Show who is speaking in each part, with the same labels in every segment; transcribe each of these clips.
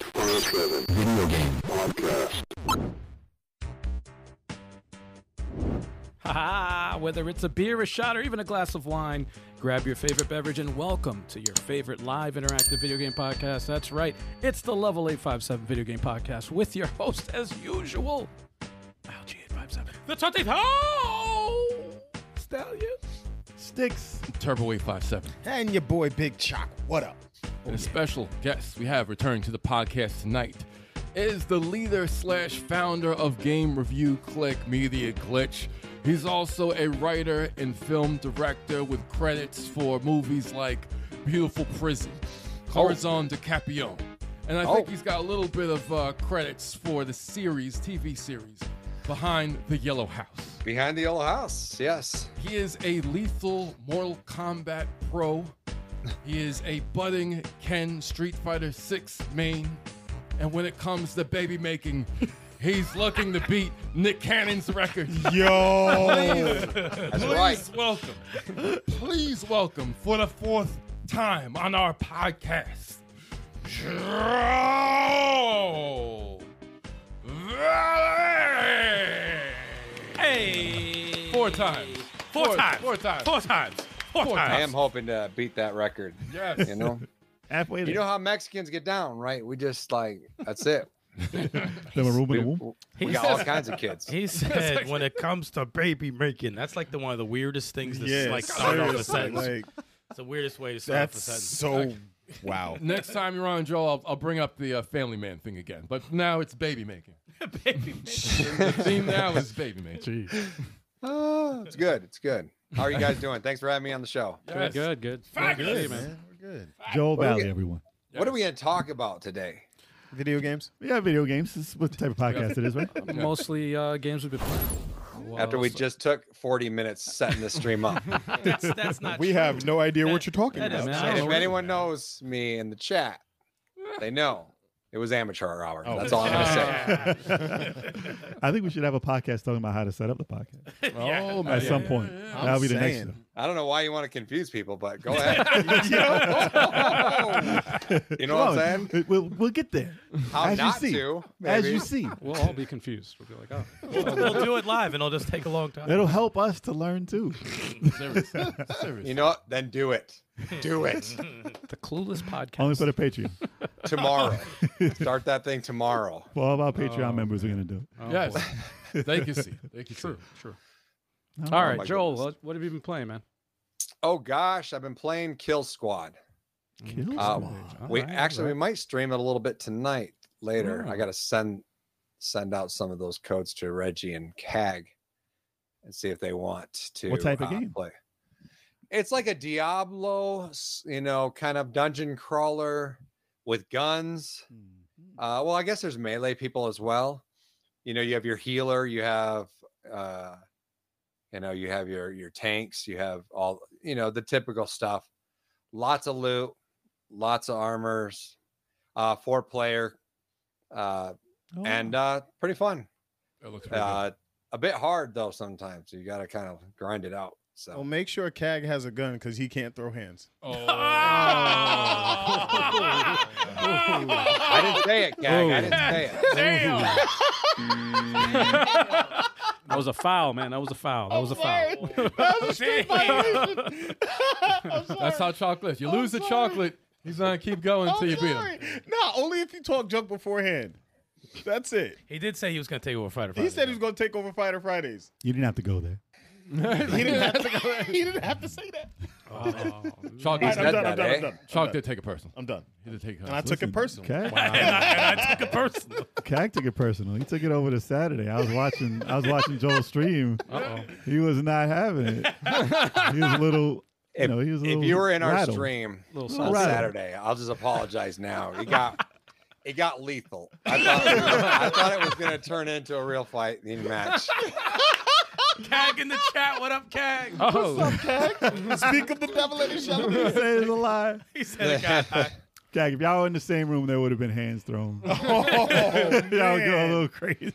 Speaker 1: Science-driven video game podcast.
Speaker 2: Ha! Whether it's a beer, a shot, or even a glass of wine, grab your favorite beverage and welcome to your favorite live interactive video game podcast. That's right, it's the Level 857 Video Game Podcast with your host, as usual, LG857. The Tante Oh! Stallion.
Speaker 3: Sticks.
Speaker 4: Turbo 857.
Speaker 3: And your boy Big Chalk. What up?
Speaker 4: and a special guest we have returning to the podcast tonight is the leader slash founder of Game Review Click Media Glitch. He's also a writer and film director with credits for movies like Beautiful Prison, Corazon de Capillon, and I think he's got a little bit of uh, credits for the series, TV series, Behind the Yellow House.
Speaker 5: Behind the Yellow House, yes.
Speaker 4: He is a lethal Mortal Kombat pro. He is a budding Ken Street Fighter 6 main. And when it comes to baby making, he's looking to beat Nick Cannon's record.
Speaker 3: Yo.
Speaker 5: That's
Speaker 4: please
Speaker 5: right.
Speaker 4: welcome. Please welcome for the fourth time on our podcast. Joe Valley.
Speaker 6: Hey!
Speaker 4: Four times.
Speaker 6: Four, times.
Speaker 4: Four times.
Speaker 6: Four times. Four,
Speaker 4: Four
Speaker 5: I
Speaker 6: times.
Speaker 5: am hoping to beat that record.
Speaker 4: Yes.
Speaker 5: You know,
Speaker 3: Halfway
Speaker 5: you know how Mexicans get down, right? We just like that's it.
Speaker 3: Fill a room with a
Speaker 5: We,
Speaker 3: womb.
Speaker 5: we
Speaker 6: He
Speaker 5: got all
Speaker 6: says-
Speaker 5: kinds of kids.
Speaker 6: He said, when it comes to baby making, that's like the one of the weirdest things to
Speaker 3: Yeah,
Speaker 6: like start off a
Speaker 3: seriously,
Speaker 6: sentence.
Speaker 3: like,
Speaker 6: it's the weirdest way to start off a
Speaker 3: that's
Speaker 6: sentence.
Speaker 3: so wow.
Speaker 4: Next time you're on, Joel, I'll, I'll bring up the uh, Family Man thing again. But now it's baby making.
Speaker 6: baby making.
Speaker 4: The theme now is baby making.
Speaker 5: Oh, it's good. It's good. How are you guys doing? Thanks for having me on the show.
Speaker 4: Yes.
Speaker 2: Good, good.
Speaker 4: Fabulous.
Speaker 5: What do
Speaker 7: Joel
Speaker 5: we
Speaker 7: Valley,
Speaker 5: get?
Speaker 7: everyone.
Speaker 5: What are we going to talk about today?
Speaker 3: Video games.
Speaker 7: Yeah, video games. This is what type of podcast it is, right?
Speaker 2: Mostly uh, games we've been playing.
Speaker 5: After we
Speaker 2: Well,
Speaker 5: just took 40 minutes setting this stream up.
Speaker 6: That's, that's not
Speaker 3: We
Speaker 6: true.
Speaker 3: have no idea what
Speaker 6: That-
Speaker 3: you're talking
Speaker 6: that is
Speaker 3: about.
Speaker 2: man, I
Speaker 5: and
Speaker 2: don't
Speaker 5: if
Speaker 2: know.
Speaker 5: anyone knows me in the chat, they know it was amateur hour.
Speaker 3: Oh.
Speaker 5: That's all I'm going to say.
Speaker 7: I think we should have a podcast talking about how to set up the podcast
Speaker 4: Oh, man.
Speaker 7: at some point.
Speaker 3: I'm
Speaker 7: That'll be the next
Speaker 3: saying.
Speaker 7: one.
Speaker 5: I don't know why you want to confuse people, but go ahead. you know what I'm saying?
Speaker 7: We'll, we'll get there.
Speaker 5: How
Speaker 7: As you
Speaker 5: not
Speaker 7: see.
Speaker 5: to?
Speaker 7: As
Speaker 5: maybe.
Speaker 7: you see,
Speaker 2: We'll all be confused. We'll be like, oh.
Speaker 6: We'll do it live, and it'll just take a long time.
Speaker 7: it'll help us to learn too.
Speaker 4: Seriously. Seriously.
Speaker 5: You know what? Then do it. Do it
Speaker 2: The Clueless Podcast.
Speaker 7: Only for the Patreon.
Speaker 5: tomorrow. Start that thing tomorrow.
Speaker 7: For all of our Patreon members, we're going to do it.
Speaker 2: Oh,
Speaker 4: yes.
Speaker 2: boy.
Speaker 4: Thank you, see. Thank you,
Speaker 2: True,
Speaker 4: see.
Speaker 2: true.
Speaker 7: No.
Speaker 2: All right,
Speaker 5: Oh my
Speaker 2: Joel,
Speaker 5: goodness.
Speaker 2: what, what have you been playing, man?
Speaker 5: Oh gosh, I've been playing Kill Squad.
Speaker 7: Kill
Speaker 5: Uh,
Speaker 7: Squad.
Speaker 2: All
Speaker 5: we
Speaker 2: right, all
Speaker 5: actually we
Speaker 2: right.
Speaker 5: might stream it a little bit tonight later. I
Speaker 7: Oh.
Speaker 2: Mm.
Speaker 5: gotta send send out some of those codes to Reggie and Cag and see if they want to
Speaker 7: What type of
Speaker 5: uh,
Speaker 7: game?
Speaker 5: play. It's like a Diablo, s- you know, kind of dungeon crawler with guns. Uh, well, I guess there's melee people as well. You know, you have your healer, you have, uh, you know, you have your your tanks, you have all, you know, the typical stuff. Lots of loot, lots of armors, uh, four player, uh,
Speaker 7: Oh,
Speaker 3: Mm.
Speaker 5: and uh, pretty fun.
Speaker 4: It looks pretty
Speaker 5: Uh, a bit hard though sometimes. You got to kind of grind it out.
Speaker 3: Well,
Speaker 5: So
Speaker 3: make sure Cag has a gun because he can't throw hands.
Speaker 4: good. Oh.
Speaker 5: Ah. I didn't say it, Cag. I didn't say it.
Speaker 6: Damn!
Speaker 2: That was a foul, man. That was a foul. That was a foul.
Speaker 4: That's how chocolate. is. You lose the chocolate, he's going to keep going until you beat him.
Speaker 3: No, only if you talk junk beforehand. That's it.
Speaker 6: He did say he was going to take over Fighter
Speaker 3: He said he was going to take over Fighter Fridays.
Speaker 7: You didn't have to go there.
Speaker 3: He didn't have to, he didn't have to say that.
Speaker 4: Chocolate,
Speaker 3: I'm
Speaker 5: said
Speaker 3: done.
Speaker 5: that,
Speaker 3: I'm done.
Speaker 5: eh?
Speaker 3: I'm done.
Speaker 4: Chalk did take it personal.
Speaker 3: I'm done.
Speaker 4: He did take it
Speaker 3: And I took it personal.
Speaker 7: Cag,
Speaker 6: and, I, and I took it personal.
Speaker 7: Cag took it personal. He took it over to Saturday. I was watching. I was watching Joel's stream.
Speaker 2: Uh-oh.
Speaker 7: He was not having it. He was a little.
Speaker 5: If-
Speaker 7: you know, he was a
Speaker 5: if
Speaker 7: little
Speaker 5: you were in our
Speaker 7: rattled.
Speaker 5: stream
Speaker 2: Little
Speaker 5: on
Speaker 7: rattled.
Speaker 5: Saturday, I'll just apologize now. It got it got lethal. I thought it was, I thought it was gonna turn into a real fight in match.
Speaker 6: Cag in the chat. What up, Cag?
Speaker 2: Oh,
Speaker 3: Speak of the devil in his shadow.
Speaker 7: Say it's a lie.
Speaker 6: He said it got high.
Speaker 7: Jack, if y'all were in the same room, there would have been hands thrown.
Speaker 3: Oh,
Speaker 7: y'all go a little crazy.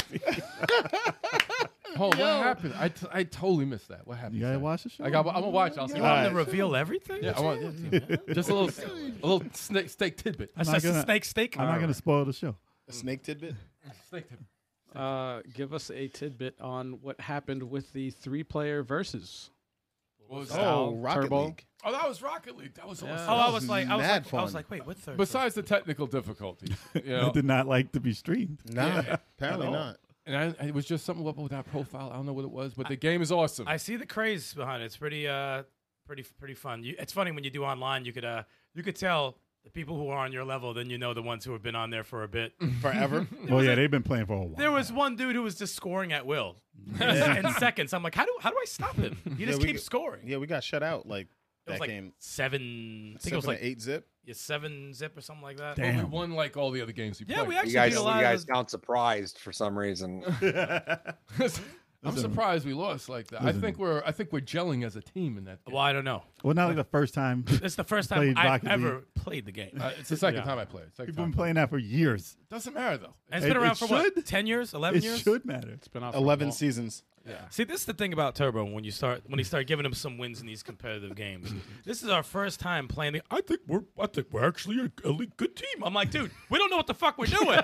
Speaker 4: Oh, what happened? I, t- I totally missed that. What happened?
Speaker 7: You gotta
Speaker 4: Saturday?
Speaker 7: watch the show.
Speaker 4: I got. I'm gonna watch. it. I'll see.
Speaker 6: You
Speaker 4: what
Speaker 6: want him
Speaker 4: happens.
Speaker 6: to reveal everything?
Speaker 4: Yeah, I want yeah, just a little, a little snake, steak tidbit.
Speaker 6: That's
Speaker 7: I'm not
Speaker 6: just a
Speaker 7: gonna-
Speaker 6: snake steak.
Speaker 7: I'm not gonna spoil the show.
Speaker 8: A snake tidbit?
Speaker 4: Snake tip.
Speaker 2: Uh, give us a tidbit on what happened with the three-player versus.
Speaker 4: What was that?
Speaker 2: Style,
Speaker 8: Oh, Rocket
Speaker 2: Turbo.
Speaker 8: League.
Speaker 4: Oh, that was Rocket League. That was
Speaker 2: Yeah.
Speaker 4: awesome.
Speaker 6: Oh, I
Speaker 8: That
Speaker 6: was
Speaker 8: was
Speaker 6: like, I was
Speaker 8: mad
Speaker 6: like, I was
Speaker 8: fun.
Speaker 6: like, wait, what third?
Speaker 4: Besides the technical difficulties, you know,
Speaker 7: That did not like to be streamed.
Speaker 8: No, apparently not.
Speaker 4: and I, it was just something up with that profile. I don't know what it was, but the game is awesome.
Speaker 6: I see the craze behind it. It's pretty, uh, pretty, pretty fun. You, it's funny when you do online, you could, uh, you could tell the people who are on your level. Then you know the ones who have been on there for a bit.
Speaker 8: Forever.
Speaker 7: Well, yeah, they've been playing for a while.
Speaker 6: There was one dude who was just scoring at will in seconds. I'm like, how do how do I stop him? He just
Speaker 8: we
Speaker 6: keeps
Speaker 8: g-
Speaker 6: scoring.
Speaker 8: yeah, we got shut out like
Speaker 6: It was
Speaker 8: that
Speaker 6: like
Speaker 8: game.
Speaker 6: seven. I think it
Speaker 8: Seven
Speaker 6: was
Speaker 8: to
Speaker 6: like
Speaker 8: eight zip.
Speaker 6: yeah, seven zip or something like that.
Speaker 4: But we
Speaker 7: Damn.
Speaker 4: won like all the other games we
Speaker 6: Yeah, we
Speaker 4: played.
Speaker 6: actually
Speaker 5: You guys,
Speaker 6: beat a
Speaker 5: you
Speaker 6: lot
Speaker 5: guys
Speaker 6: of. those-
Speaker 5: sound surprised for some reason.
Speaker 4: I'm
Speaker 7: Listen.
Speaker 4: surprised we lost like that. I
Speaker 7: Listen.
Speaker 4: think we're I think we're gelling as a team in that. Game.
Speaker 6: Well, I don't know.
Speaker 7: Well, not like the first time.
Speaker 6: It's the first time
Speaker 7: Played
Speaker 6: I've
Speaker 7: Rocket
Speaker 6: ever played the game.
Speaker 4: Uh, it's the second
Speaker 6: Yeah.
Speaker 4: time I played. Second
Speaker 7: We've
Speaker 4: time.
Speaker 7: been playing that for years.
Speaker 4: Doesn't matter though.
Speaker 6: And
Speaker 7: It-
Speaker 6: it's been
Speaker 7: it
Speaker 6: around for what?
Speaker 7: should.
Speaker 6: Ten years? Eleven
Speaker 7: It
Speaker 6: years?
Speaker 7: should matter.
Speaker 2: It's been off for a
Speaker 8: Eleven
Speaker 2: while.
Speaker 8: seasons.
Speaker 6: See, this is the thing about Turbo when you start when you start giving him some wins in these competitive games. this is our first time playing. The, I think we're I think we're actually a, a le- good team. I'm like, dude, we don't know what the fuck we're doing.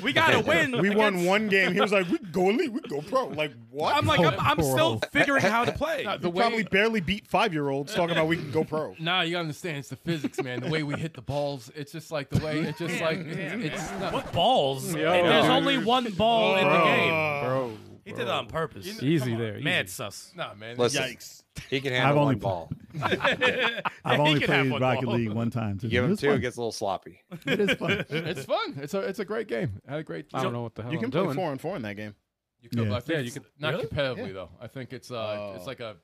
Speaker 6: we gotta win.
Speaker 3: We won
Speaker 6: against-
Speaker 3: one game. He was like, "We go elite, we go pro." Like what?
Speaker 6: I'm like, I'm, I'm still
Speaker 7: Bro.
Speaker 6: figuring how to play.
Speaker 4: The
Speaker 3: We probably
Speaker 4: way
Speaker 3: barely beat five year olds talking about we can go pro.
Speaker 4: Nah, you gotta understand it's the physics, man. The way we hit the balls, it's just like the way it's just like it's, it's not,
Speaker 6: What balls? There's only one ball in the game.
Speaker 3: Bro,
Speaker 6: He did it on purpose.
Speaker 2: Easy there.
Speaker 6: Man,
Speaker 2: easy.
Speaker 6: sus.
Speaker 4: nah, man. it's-
Speaker 5: Listen, he can handle
Speaker 7: I've only
Speaker 5: one ball.
Speaker 7: I've
Speaker 6: He
Speaker 7: only
Speaker 6: could have
Speaker 7: played
Speaker 6: one
Speaker 7: Rocket
Speaker 6: ball.
Speaker 7: League one time. too.
Speaker 5: Give
Speaker 7: It
Speaker 5: him
Speaker 7: was
Speaker 5: two, it
Speaker 7: fun.
Speaker 5: gets a little sloppy.
Speaker 7: It is fun.
Speaker 4: It's fun. It's a it's a great game. I had a great.
Speaker 2: I don't know what the hell
Speaker 8: You
Speaker 2: I'm
Speaker 8: can play
Speaker 2: doing.
Speaker 8: four and four in that game.
Speaker 4: You could,
Speaker 7: Yeah.
Speaker 4: I think
Speaker 2: Yeah, you
Speaker 4: it's
Speaker 2: could-
Speaker 4: not
Speaker 6: Really?
Speaker 4: competitively
Speaker 8: Yeah.
Speaker 4: though. I think it's uh
Speaker 8: Oh.
Speaker 4: it's like a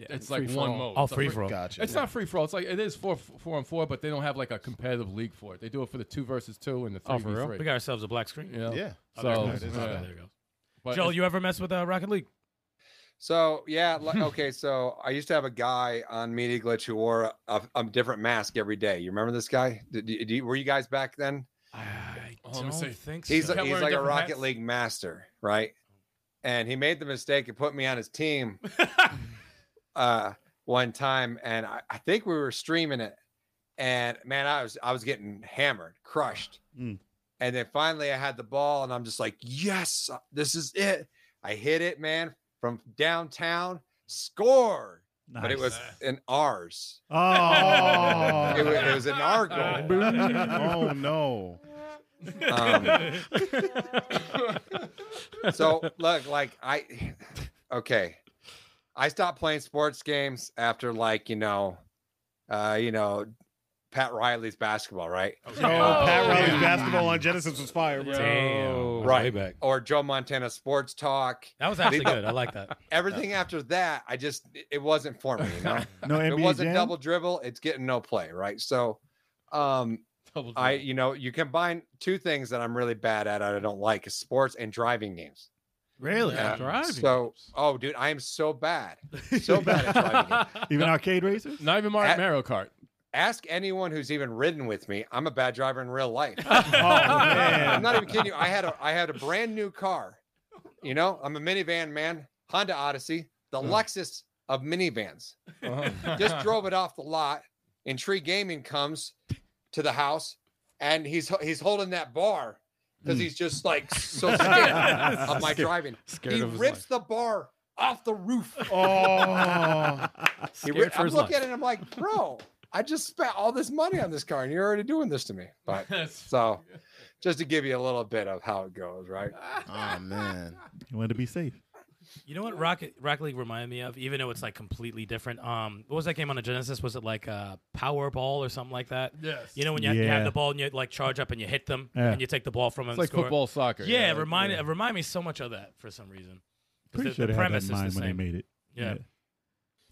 Speaker 4: it's
Speaker 2: free
Speaker 4: like
Speaker 2: for
Speaker 4: one
Speaker 2: all.
Speaker 4: mode.
Speaker 6: All
Speaker 4: It's a
Speaker 6: free for all.
Speaker 8: Gotcha.
Speaker 4: It's not free for all. It's like it is four four on four, but they don't have like a competitive league for it. They do it for the two versus two and the three
Speaker 2: Oh, for real?
Speaker 4: v
Speaker 6: We
Speaker 4: three.
Speaker 6: got ourselves a black screen.
Speaker 4: Yeah.
Speaker 8: Yeah.
Speaker 6: Oh,
Speaker 4: So,
Speaker 6: there's no-
Speaker 4: yeah.
Speaker 6: okay, there it goes.
Speaker 4: But
Speaker 6: Joel,
Speaker 4: it's-
Speaker 6: you ever mess with uh, Rocket League?
Speaker 5: So yeah, like, okay. So I used to have a guy on Media Glitch who wore a, a different mask every day. You remember this guy? Did, did, you- were you guys back then?
Speaker 6: I
Speaker 4: Oh, let me see.
Speaker 6: think
Speaker 5: He's
Speaker 4: So-
Speaker 5: a,
Speaker 4: Kept
Speaker 5: he's
Speaker 4: wearing
Speaker 5: like a
Speaker 4: different
Speaker 5: Rocket
Speaker 4: hats?
Speaker 5: League master, right? And he made the mistake and put me on his team uh, one time, and I, I think we were streaming it. And man, I was I was getting hammered, crushed.
Speaker 7: Mm.
Speaker 5: And then finally, I had the ball, and I'm just like, yes, this is it. I hit it, man, from downtown, score. But it
Speaker 7: Nice.
Speaker 5: was an ours.
Speaker 7: Oh.
Speaker 5: It was, it was an R goal.
Speaker 8: oh no.
Speaker 5: Um, so look, like I, okay, I stopped playing sports games after like you know, uh, you know, Pat Riley's basketball, right?
Speaker 6: Oh.
Speaker 3: Pat
Speaker 2: Oh.
Speaker 4: yeah.
Speaker 3: Riley's basketball on Genesis was fire, bro.
Speaker 6: Damn.
Speaker 5: Right.
Speaker 6: Way back.
Speaker 5: Or Joe Montana sports talk.
Speaker 6: That was actually good. I like that.
Speaker 5: Everything after that, I just it wasn't for me. You know,
Speaker 7: no
Speaker 5: If it
Speaker 7: NBA
Speaker 5: wasn't
Speaker 7: Jam?
Speaker 5: double dribble. It's getting no play, right? So, um,
Speaker 4: double
Speaker 5: I,
Speaker 4: dribble.
Speaker 5: you know, you combine two things that I'm really bad at. and I don't like is sports and driving games.
Speaker 2: Really?
Speaker 5: Yeah.
Speaker 2: Driving.
Speaker 5: So, oh, dude, I am so bad, so bad at driving. games.
Speaker 7: Even arcade racers?
Speaker 4: not even Mario,
Speaker 5: At-
Speaker 4: Mario Kart.
Speaker 5: Ask anyone who's even ridden with me. I'm a bad driver in real life. I'm
Speaker 7: Oh, man.
Speaker 5: Oh, not even kidding you. I had a, I had a brand new car. You know, I'm a minivan man. Honda Odyssey, the Lexus of minivans. Just drove it off the lot. And Tree Gaming comes to the house, and he's he's holding that bar because he's just like so Hmm. scared of my driving.
Speaker 2: Scared
Speaker 5: he
Speaker 2: of his
Speaker 5: rips the bar off the roof.
Speaker 7: Oh.
Speaker 5: He
Speaker 2: Scared
Speaker 5: re-
Speaker 2: for
Speaker 5: I'm
Speaker 2: his
Speaker 5: looking
Speaker 2: life.
Speaker 5: at it. I'm like, bro, I just spent all this money on this car, and you're already doing this to me. But
Speaker 4: That's-
Speaker 5: so, just to give you a little bit of how it goes, right?
Speaker 4: Uh,
Speaker 8: Oh man.
Speaker 7: You wanted to be safe.
Speaker 6: You know what Rocket Rocket League reminded me of, even though it's like completely different. Um, what was that game on the Genesis? Was it like uh, Powerball or something like that?
Speaker 4: Yes.
Speaker 6: You know when you, you have
Speaker 7: Yeah.
Speaker 6: the ball and you like charge up and you hit them
Speaker 7: Yeah.
Speaker 6: and you take the ball from them.
Speaker 4: it's
Speaker 6: and
Speaker 4: like
Speaker 6: score.
Speaker 4: football, soccer.
Speaker 6: Yeah,
Speaker 4: like-
Speaker 6: it remind it remind me so much of that for some reason. 'Cause
Speaker 7: Pretty
Speaker 6: the,
Speaker 7: sure
Speaker 6: the
Speaker 7: they had that
Speaker 6: premise
Speaker 7: in
Speaker 6: is
Speaker 7: mind
Speaker 6: the
Speaker 7: when they
Speaker 6: same.
Speaker 7: made it.
Speaker 6: Yeah.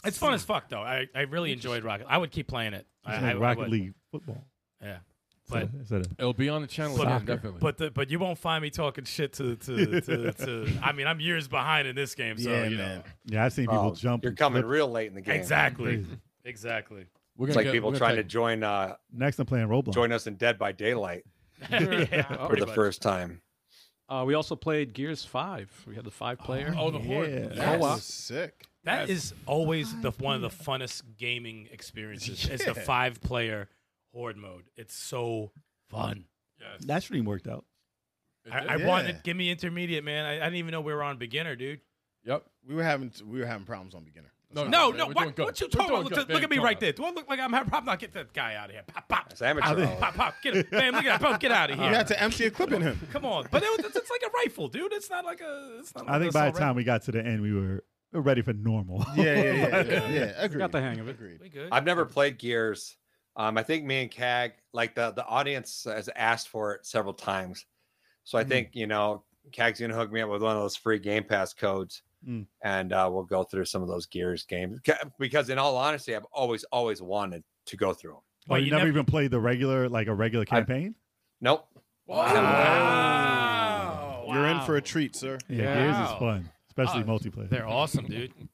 Speaker 6: It's fun as fuck though. I, I really enjoyed Rocket. I would keep playing it. I,
Speaker 7: It's
Speaker 6: I, I
Speaker 7: like Rocket
Speaker 6: would.
Speaker 7: League football.
Speaker 6: Yeah,
Speaker 7: So,
Speaker 6: but
Speaker 7: so the-
Speaker 4: It'll be on the channel
Speaker 6: But-
Speaker 4: again, definitely.
Speaker 6: But the, but you won't find me talking shit to to, to, to I mean I'm years behind in this game, so
Speaker 8: yeah,
Speaker 6: you know.
Speaker 8: man.
Speaker 7: yeah, I've seen people
Speaker 5: Oh,
Speaker 7: jump.
Speaker 5: You're
Speaker 7: and
Speaker 5: coming
Speaker 7: flip.
Speaker 5: real late in the game.
Speaker 6: Exactly.
Speaker 7: Crazy.
Speaker 6: Exactly.
Speaker 4: we're gonna
Speaker 5: It's like
Speaker 4: get-
Speaker 5: people
Speaker 4: we're gonna
Speaker 5: trying to
Speaker 4: take-
Speaker 5: join uh
Speaker 7: Next, I'm playing Roblox.
Speaker 5: join us in Dead by Daylight
Speaker 6: yeah,
Speaker 4: Oh,
Speaker 5: for
Speaker 6: pretty
Speaker 5: the
Speaker 6: much.
Speaker 5: first time.
Speaker 2: Uh, we also played Gears 5. We had the five player.
Speaker 4: Oh, the horde.
Speaker 7: Yeah.
Speaker 8: That
Speaker 4: Yes.
Speaker 8: was sick.
Speaker 6: That is always the one of the funnest gaming experiences. Is the
Speaker 8: Yeah.
Speaker 6: five player horde mode. It's so fun. Yes.
Speaker 7: That stream worked out.
Speaker 6: I, I
Speaker 8: Yeah.
Speaker 6: wanted give me intermediate, man. I, I didn't even know we were on beginner, dude.
Speaker 4: Yep.
Speaker 8: We were having we were having problems on beginner.
Speaker 4: No,
Speaker 8: That's
Speaker 6: No,
Speaker 4: man,
Speaker 6: no,
Speaker 4: we're doing
Speaker 6: what,
Speaker 4: good.
Speaker 6: what you
Speaker 4: We're
Speaker 6: talking
Speaker 4: doing
Speaker 6: about? Look,
Speaker 4: good,
Speaker 6: at-
Speaker 4: man,
Speaker 6: look at me
Speaker 4: come
Speaker 6: right
Speaker 4: on.
Speaker 6: there. Do I look like I'm having problems? Not get that guy out of here. Pop, pop,
Speaker 5: It's amateur. hour.
Speaker 6: pop, pop. Get it, man. Look at that. Pop, get out of
Speaker 8: You
Speaker 6: here.
Speaker 8: had to empty a clip in him.
Speaker 6: Come on. But it was, it's, it's like a rifle, dude. It's not like a. It's not like
Speaker 7: I think
Speaker 6: a
Speaker 7: by
Speaker 6: assault
Speaker 7: the time
Speaker 6: rifle.
Speaker 7: we got to the end, we were ready for normal.
Speaker 8: Yeah, yeah, yeah. yeah, yeah agreed.
Speaker 2: Got the hang of it.
Speaker 8: Agreed.
Speaker 6: we good.
Speaker 5: I've never played Gears. Um, I think me and Cag, like the the audience has asked for it several times, so I think you know Cag's gonna hook me up with one of those free Game Pass codes,
Speaker 7: Mm.
Speaker 5: and uh, we'll go through some of those Gears games. Ca- Because in all honesty, I've always always wanted to go through them.
Speaker 7: Oh,
Speaker 6: Well,
Speaker 7: you, never, even played the regular, like a regular
Speaker 5: I-
Speaker 7: campaign?
Speaker 5: Nope.
Speaker 6: Wow.
Speaker 8: You're in for a
Speaker 6: Wow.
Speaker 8: treat, sir.
Speaker 7: yeah, Gears
Speaker 6: Wow.
Speaker 7: is fun, especially
Speaker 6: Oh,
Speaker 7: multiplayer.
Speaker 6: They're awesome, dude. Really,
Speaker 5: yeah,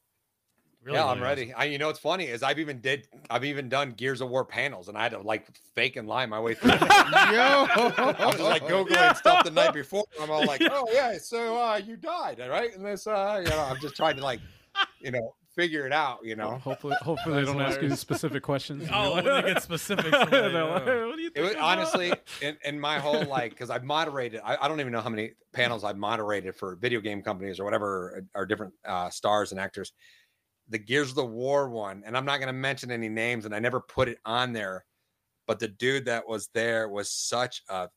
Speaker 6: really
Speaker 5: I'm ready. I, you know what's funny is I've even did I've even done Gears of War panels, and I had to like fake and lie my way through. it.
Speaker 8: Yo,
Speaker 5: I was like googling stuff the night before. and I'm all like, oh yeah, so uh, you died, all right? And this, uh, you know, I'm just trying to like, you know, figure it out. You know,
Speaker 2: Hopefully, hopefully they don't ask you
Speaker 4: hilarious.
Speaker 2: specific questions.
Speaker 6: Oh, when they get specific.
Speaker 2: They're like, "Hey, what do you
Speaker 5: it
Speaker 2: think
Speaker 5: was
Speaker 2: about-"
Speaker 5: honestly in, in my whole like because I've moderated. I, I don't even know how many panels I've moderated for video game companies or whatever or different uh, stars and actors. The Gears of the War one, and I'm not going to mention any names, and I never put it on there. But the dude that was there was such a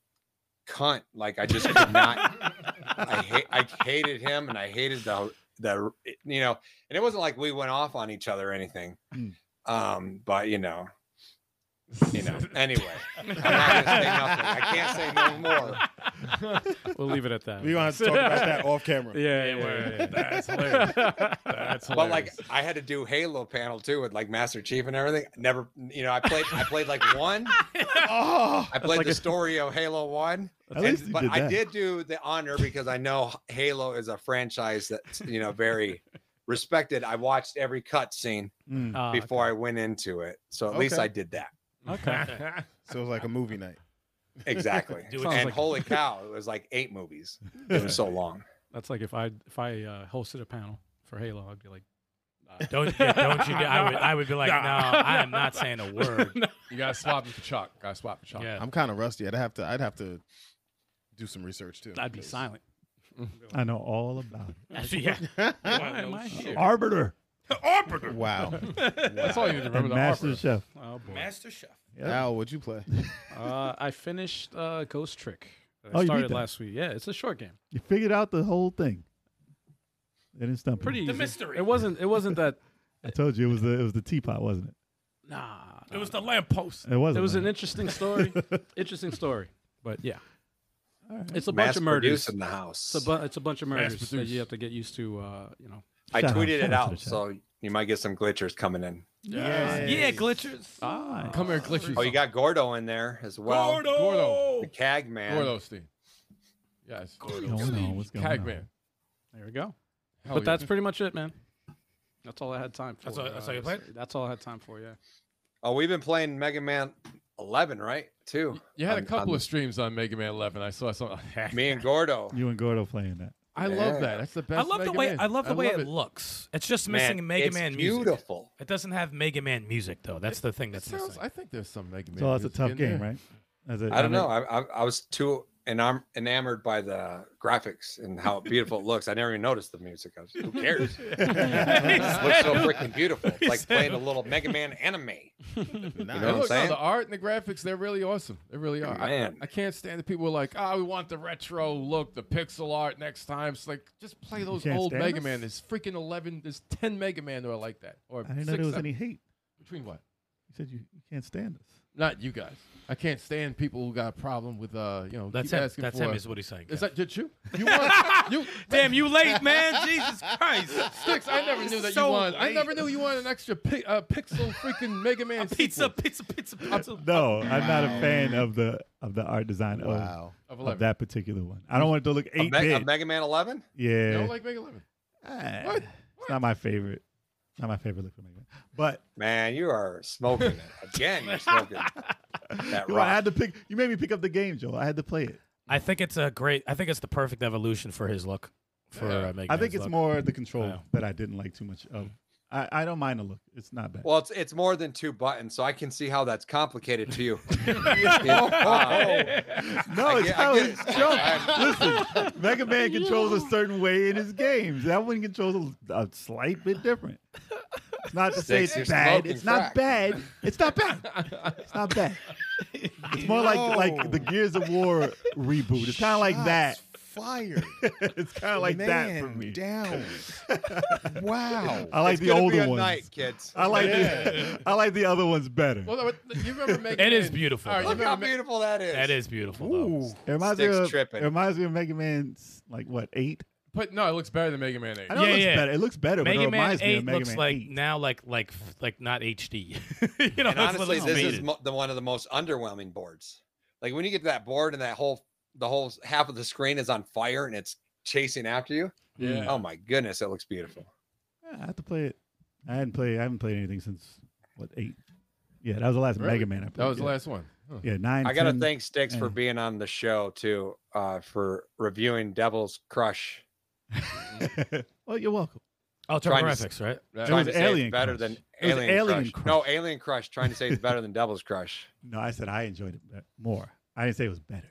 Speaker 5: cunt. Like I just could not I hate I hated him and I hated the the you know, and it wasn't like we went off on each other or anything.
Speaker 2: Hmm.
Speaker 7: Mm.
Speaker 5: Um, but you know, you know, anyway. I'm not gonna say nothing. I can't say no more.
Speaker 2: we'll leave it at that.
Speaker 8: We're gonna have to talk about that off camera.
Speaker 2: Yeah,
Speaker 6: Yeah,
Speaker 2: yeah,
Speaker 6: we're-
Speaker 2: yeah, yeah.
Speaker 6: that's hilarious. That's
Speaker 5: But like I had to do Halo panel too with like Master Chief and everything. Never you know, I played I played like one.
Speaker 8: Oh,
Speaker 5: I played the story of Halo One.
Speaker 7: At
Speaker 5: and-
Speaker 7: least you
Speaker 5: but
Speaker 7: did
Speaker 5: I
Speaker 7: that.
Speaker 5: did do the honor because I know Halo is a franchise that's you know very respected. I watched every cut scene.
Speaker 7: Mm.
Speaker 2: Ah,
Speaker 5: before I went into it. So at least
Speaker 8: Okay.
Speaker 5: I did that.
Speaker 2: okay.
Speaker 8: so it was like a movie night.
Speaker 5: Exactly.
Speaker 6: Do it
Speaker 5: and
Speaker 6: Sounds
Speaker 2: like-
Speaker 5: holy cow, it was like eight movies. It was so long.
Speaker 2: That's like if I if I uh, hosted a panel for Halo, I'd be like,
Speaker 6: don't, yeah, don't you? Do, I would. I would be like, no, I am not saying a word.
Speaker 4: You gotta swap him for chalk. Gotta swap for chalk.
Speaker 6: Yeah.
Speaker 8: I'm kind of rusty. I'd have to. I'd have to do some research too.
Speaker 2: I'd be silent.
Speaker 7: I know all about it.
Speaker 6: yeah.
Speaker 2: Why am I here?
Speaker 7: Arbiter
Speaker 6: Arbiter.
Speaker 8: Wow.
Speaker 4: That's all you need to
Speaker 7: and
Speaker 4: remember. The
Speaker 7: Master
Speaker 4: Arbiter.
Speaker 7: Chef.
Speaker 2: Oh boy.
Speaker 6: Master Chef.
Speaker 8: Al, what'd you play?
Speaker 2: Uh, I finished uh, Ghost Trick. that I
Speaker 7: Oh, you beat
Speaker 2: started
Speaker 7: that.
Speaker 2: last week. Yeah, it's a short game.
Speaker 7: You figured out the whole thing. They didn't stump you.
Speaker 2: Pretty easy.
Speaker 6: The mystery.
Speaker 2: It wasn't. It wasn't that.
Speaker 7: I told you it was the it was the teapot, wasn't it?
Speaker 2: Nah.
Speaker 6: It was the lamppost.
Speaker 7: It wasn't.
Speaker 2: It was an
Speaker 7: right?
Speaker 2: interesting story. interesting story. But yeah, it's a bunch
Speaker 5: Mass
Speaker 2: of murders.
Speaker 5: produced in the house.
Speaker 2: It's a, bu- it's a bunch of murders that
Speaker 4: produced.
Speaker 2: you have to get used to. Uh, you know.
Speaker 5: I
Speaker 7: Shout out,
Speaker 5: tweeted it
Speaker 7: shout out to
Speaker 5: out,
Speaker 7: the chat.
Speaker 5: so you might get some glitchers coming in.
Speaker 4: Yeah.
Speaker 6: Yeah, glitchers.
Speaker 2: Ah.
Speaker 4: Come here, glitch.
Speaker 5: Oh, you got Gordo in there as well.
Speaker 6: Gordo.
Speaker 4: Gordo.
Speaker 5: The Cag man.
Speaker 4: Gordo Steve. Yes.
Speaker 7: Gordo What's going on? What's going on?
Speaker 4: Cagman.
Speaker 2: There we go. but
Speaker 4: Hell yeah.
Speaker 2: that's pretty much it, man. That's all I had time for.
Speaker 6: That's all- that's all you
Speaker 2: uh,
Speaker 6: played?
Speaker 2: That's all I had time for. Yeah.
Speaker 5: Oh, we've been playing Mega Man 11, right? Too.
Speaker 4: You had a
Speaker 5: on-
Speaker 4: couple
Speaker 5: on
Speaker 4: of streams on Mega Man 11. I saw something.
Speaker 5: Me and Gordo.
Speaker 7: You and Gordo playing that.
Speaker 4: I love that. That's the best.
Speaker 6: I love the
Speaker 4: Mega
Speaker 6: way.
Speaker 4: Man.
Speaker 6: I love the way it,
Speaker 4: it.
Speaker 6: looks. It's just
Speaker 5: Man,
Speaker 6: missing Mega
Speaker 5: it's
Speaker 6: Man music.
Speaker 5: beautiful.
Speaker 6: It doesn't have Mega Man music though. That's the thing
Speaker 4: It
Speaker 6: that's
Speaker 4: sounds.
Speaker 6: missing.
Speaker 4: I think there's some Mega Man.
Speaker 7: So that's a
Speaker 4: music
Speaker 7: tough
Speaker 4: in
Speaker 7: game,
Speaker 4: there.
Speaker 7: right? That's a-
Speaker 5: I don't
Speaker 7: mean,
Speaker 5: know. I, I, I was too enam- enamored by the graphics and how beautiful it looks. I never even noticed the music. I was, who cares? It just looks so freaking beautiful. It's like playing a little Mega Man anime. You
Speaker 8: Nah,
Speaker 5: know what I'm
Speaker 4: Look, no,
Speaker 5: saying?
Speaker 4: the art and the graphics, they're really awesome. They really are. I-
Speaker 5: Man.
Speaker 4: I, can't stand the people who are like, oh, we want the retro look, the pixel art next time. It's like, just play those
Speaker 7: can't
Speaker 4: old
Speaker 7: stand
Speaker 4: Mega
Speaker 7: us?
Speaker 4: Man. There's freaking 11, there's 10 Mega Man that are like that. Or
Speaker 7: I didn't know
Speaker 4: six,
Speaker 7: there was
Speaker 4: seven.
Speaker 7: any hate.
Speaker 4: Between what?
Speaker 7: You said you, you can't stand us.
Speaker 4: Not you guys. I can't stand people who got a problem with, uh, you know,
Speaker 6: that's
Speaker 4: keep
Speaker 6: him.
Speaker 4: asking
Speaker 6: That's
Speaker 4: for.
Speaker 6: him. Is what he's saying.
Speaker 4: is
Speaker 6: yeah.
Speaker 4: that did you? You want you
Speaker 6: Damn, you late, man. Jesus Christ.
Speaker 4: sticks? I never knew that
Speaker 6: So
Speaker 4: you wanted. I
Speaker 6: late.
Speaker 4: never knew you wanted an extra pi- uh, pixel freaking Mega Man
Speaker 6: Pizza,
Speaker 4: sequel
Speaker 6: pizza, pizza, pizza.
Speaker 7: No, I'm not a fan of the of the art design of-
Speaker 8: Wow.
Speaker 4: of
Speaker 7: of,
Speaker 4: 11.
Speaker 7: that particular one. I don't want it to look
Speaker 5: A,
Speaker 7: eight
Speaker 5: Me- a
Speaker 7: bit.
Speaker 5: Mega Man 11?
Speaker 4: You
Speaker 7: Yeah,
Speaker 4: don't like Mega 11?
Speaker 7: Ah,
Speaker 4: What?
Speaker 7: it's not my favorite. Not my favorite look for Mega Man. But
Speaker 5: Man, you are smoking it. Again, you're smoking that
Speaker 7: Yo, I
Speaker 5: rock.
Speaker 7: had to pick. You made me pick up the game, Joel. I had to play it.
Speaker 6: I think it's a great. I think it's the perfect evolution for his look. For
Speaker 4: Yeah.
Speaker 6: uh, Mega
Speaker 7: I think
Speaker 6: Man's
Speaker 7: it's
Speaker 6: look.
Speaker 7: more the control
Speaker 6: Wow.
Speaker 7: that I didn't like too much of I, I don't mind the look. It's not bad.
Speaker 5: Well, it's it's more than two buttons, so I can see how that's complicated to you. Oh, You know, uh,
Speaker 7: no,
Speaker 5: I
Speaker 7: it's
Speaker 5: get- I
Speaker 7: how
Speaker 5: get
Speaker 7: it's
Speaker 5: it.
Speaker 7: done. Listen, Mega Man controls a certain way in his games. That one controls a, a slight bit different. It's not to say
Speaker 5: Sticks
Speaker 7: it's
Speaker 5: are
Speaker 7: bad.
Speaker 5: smoking
Speaker 7: It's not
Speaker 5: crack.
Speaker 7: bad. It's not bad. It's not bad. It's more like like the Gears of War reboot. It's kind of like that.
Speaker 3: Fire.
Speaker 7: It's kind of like that for
Speaker 3: Man
Speaker 7: me.
Speaker 3: Down. wow.
Speaker 7: I like
Speaker 5: it's
Speaker 7: the
Speaker 5: gonna be
Speaker 7: older
Speaker 5: a
Speaker 7: ones.
Speaker 5: night, kids.
Speaker 7: I like the I like the other ones better.
Speaker 4: Well, no, but you remember Mega Man.
Speaker 6: It is beautiful,
Speaker 4: All right,
Speaker 6: though.
Speaker 4: you
Speaker 5: Look how
Speaker 4: remember, Ma-
Speaker 5: beautiful that is.
Speaker 6: That is beautiful.
Speaker 3: Ooh.
Speaker 6: Though.
Speaker 7: It reminds
Speaker 5: Sticks
Speaker 7: me of
Speaker 5: tripping.
Speaker 7: it reminds me of Mega Man's like what eight?
Speaker 4: but no, it looks better than Mega Man 8.
Speaker 7: I know
Speaker 6: Yeah,
Speaker 7: it looks
Speaker 6: yeah.
Speaker 7: better. It looks better, but it
Speaker 6: Mega Man
Speaker 7: reminds me
Speaker 6: Eight
Speaker 7: of Mega
Speaker 6: looks
Speaker 7: Man
Speaker 6: like
Speaker 7: 8.
Speaker 6: now like like like not HD. you know,
Speaker 5: And honestly, this is
Speaker 6: faded.
Speaker 5: mo- the one of the most underwhelming boards. Like when you get to that board and that whole the whole s- half of the screen is on fire and it's chasing after you.
Speaker 4: Yeah.
Speaker 5: Oh my goodness, it looks beautiful.
Speaker 7: Yeah, I have to play it. I hadn't played. I haven't played anything since what eight? Yeah, that was the last
Speaker 4: Really?
Speaker 7: Mega Man. I played.
Speaker 4: That was
Speaker 7: yeah.
Speaker 4: the last one. Huh.
Speaker 7: Yeah, nine.
Speaker 5: I gotta
Speaker 7: 10.
Speaker 5: thank Sticks for
Speaker 7: eh.
Speaker 5: being on the show too, uh, for reviewing Devil's Crush.
Speaker 7: well, you're welcome.
Speaker 6: Oh,
Speaker 5: Trying to s-
Speaker 6: TurboGrafx, right?
Speaker 4: That-
Speaker 7: It was
Speaker 5: Trying to say it's
Speaker 7: Alien
Speaker 5: better
Speaker 7: Crush.
Speaker 5: than
Speaker 7: It was
Speaker 5: Alien,
Speaker 7: Alien
Speaker 5: Crush.
Speaker 7: Crush.
Speaker 5: No, Alien Crush. Trying to say it's better than Devil's Crush.
Speaker 7: No, I said I enjoyed it be- more. I didn't say it was better.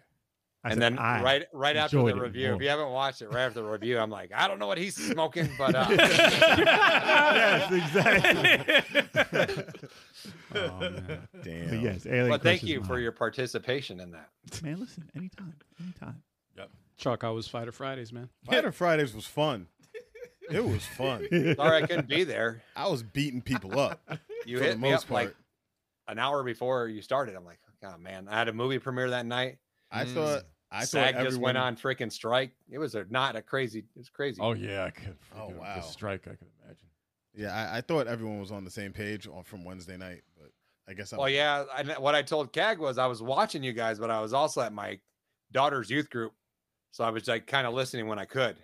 Speaker 7: I
Speaker 5: and
Speaker 7: said
Speaker 5: then
Speaker 7: I.
Speaker 5: right right after the
Speaker 7: enjoyed it
Speaker 5: review, if
Speaker 7: more.
Speaker 5: you haven't watched it, right after the review, I'm like, I don't know what he's smoking, but uh,
Speaker 7: yes, exactly.
Speaker 2: Oh, man.
Speaker 8: Damn.
Speaker 7: But yes, Alien.
Speaker 5: but
Speaker 7: Crush
Speaker 5: thank
Speaker 7: is
Speaker 5: you for
Speaker 7: mine.
Speaker 5: your participation in that.
Speaker 7: man. Listen, anytime, anytime.
Speaker 2: Chuck, I was Fighter Fridays, man.
Speaker 8: Fighter Fridays was fun. It was fun.
Speaker 5: Sorry I couldn't be there.
Speaker 8: I was beating people up
Speaker 5: You
Speaker 8: for
Speaker 5: hit
Speaker 8: the
Speaker 5: me
Speaker 8: most
Speaker 5: up
Speaker 8: part.
Speaker 5: like an hour before you started. I'm like, oh man, I had a movie premiere that night.
Speaker 8: I thought I
Speaker 5: mm, SAG
Speaker 8: thought everyone
Speaker 5: just went on freaking strike. It was a, not a crazy. It was crazy.
Speaker 4: Oh yeah, I could.
Speaker 8: Oh,
Speaker 4: freaking-
Speaker 8: wow.
Speaker 4: The strike, I could imagine.
Speaker 8: Yeah, I, I thought everyone was on the same page on, from Wednesday night, but I guess I
Speaker 5: Well,
Speaker 8: was-
Speaker 5: Oh, yeah. I, what I told Cag was I was watching you guys, but I was also at my daughter's youth group, so I was like kind of listening when I could.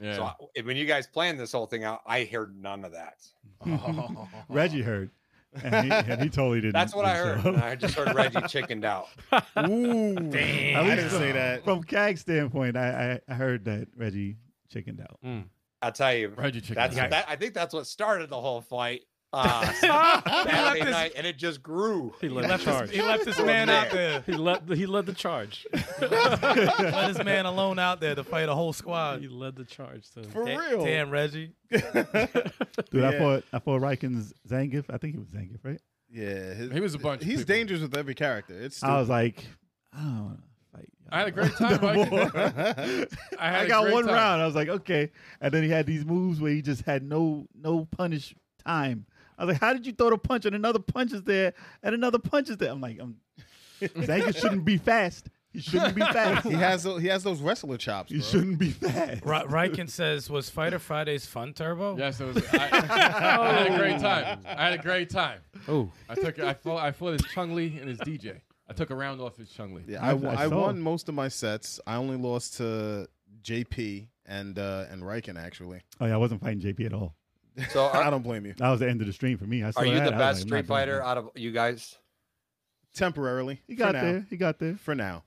Speaker 4: Yeah.
Speaker 5: So I, when you guys planned this whole thing out, I heard none of that.
Speaker 7: Oh. Reggie heard, and he, and he totally didn't.
Speaker 5: That's what I
Speaker 7: didn't
Speaker 5: heard.
Speaker 7: show
Speaker 5: and
Speaker 7: up.
Speaker 5: I just heard Reggie chickened out.
Speaker 8: Ooh,
Speaker 7: At
Speaker 8: I
Speaker 7: least
Speaker 8: didn't say that.
Speaker 7: From CAG's standpoint, I, I, I heard that Reggie chickened out.
Speaker 5: I'll tell you,
Speaker 4: Reggie chicken.
Speaker 5: that's
Speaker 4: out.
Speaker 5: that. I think that's what started the whole fight. Uh,
Speaker 6: left
Speaker 5: Saturday
Speaker 6: his-
Speaker 5: night, and it just grew.
Speaker 2: He
Speaker 6: He
Speaker 2: led the
Speaker 6: left
Speaker 2: charge.
Speaker 6: this, he left this
Speaker 5: Oh,
Speaker 6: man
Speaker 5: man.
Speaker 6: out there.
Speaker 2: He led, he led the charge.
Speaker 6: Let this man alone out there to fight a whole
Speaker 5: Uh,
Speaker 6: squad.
Speaker 2: He led the charge. To
Speaker 8: For
Speaker 6: Da-
Speaker 8: real.
Speaker 6: Damn, Reggie.
Speaker 7: Dude, I
Speaker 8: Yeah.
Speaker 7: fought I fought Rikens Zangief. I think it was Zangief, right?
Speaker 8: Yeah, his-
Speaker 4: He was a bunch of
Speaker 8: He's
Speaker 4: people.
Speaker 8: dangerous with every character. It's
Speaker 7: I was like, I don't want to fight. y'all.
Speaker 4: I had a great time.
Speaker 7: No
Speaker 4: Mike.
Speaker 7: more.
Speaker 8: stupid.
Speaker 4: I, had
Speaker 7: I
Speaker 4: a
Speaker 7: got
Speaker 4: great
Speaker 7: one
Speaker 4: time.
Speaker 7: round. I was like, okay. And then he had these moves where he just had no no punish time. I was like, how did you throw the punch and another punch is there and another punch is there? I'm like, I'm, Zangief shouldn't be fast. He shouldn't be fast.
Speaker 8: he has tho- he has those wrestler chops.
Speaker 7: He
Speaker 8: bro.
Speaker 7: shouldn't be fast.
Speaker 6: Ry- Ryken says, "Was Fighter Fridays fun, Turbo?"
Speaker 4: Yes, it was. I, I had a great time. I had a great time.
Speaker 2: Oh,
Speaker 4: I took. I fought. I fought his Chung Li and his DJ. I took a round off his Chung Li.
Speaker 8: Yeah,
Speaker 7: I-
Speaker 8: I, w-
Speaker 7: I
Speaker 8: I
Speaker 7: saw.
Speaker 8: won most of my sets. I only lost to JP and uh, and Riken actually.
Speaker 7: Oh yeah, I wasn't fighting JP at all.
Speaker 5: So
Speaker 8: I
Speaker 5: are,
Speaker 8: don't blame you
Speaker 7: That was the end of the stream for me. I saw
Speaker 5: are you
Speaker 7: that.
Speaker 5: the
Speaker 7: I was
Speaker 5: best
Speaker 7: like, I'm not
Speaker 5: Street
Speaker 7: doing
Speaker 5: Fighter
Speaker 7: that.
Speaker 5: out of you guys?
Speaker 8: temporarily.
Speaker 7: He
Speaker 8: for
Speaker 7: got
Speaker 8: now.
Speaker 7: there. He got there.
Speaker 8: for now.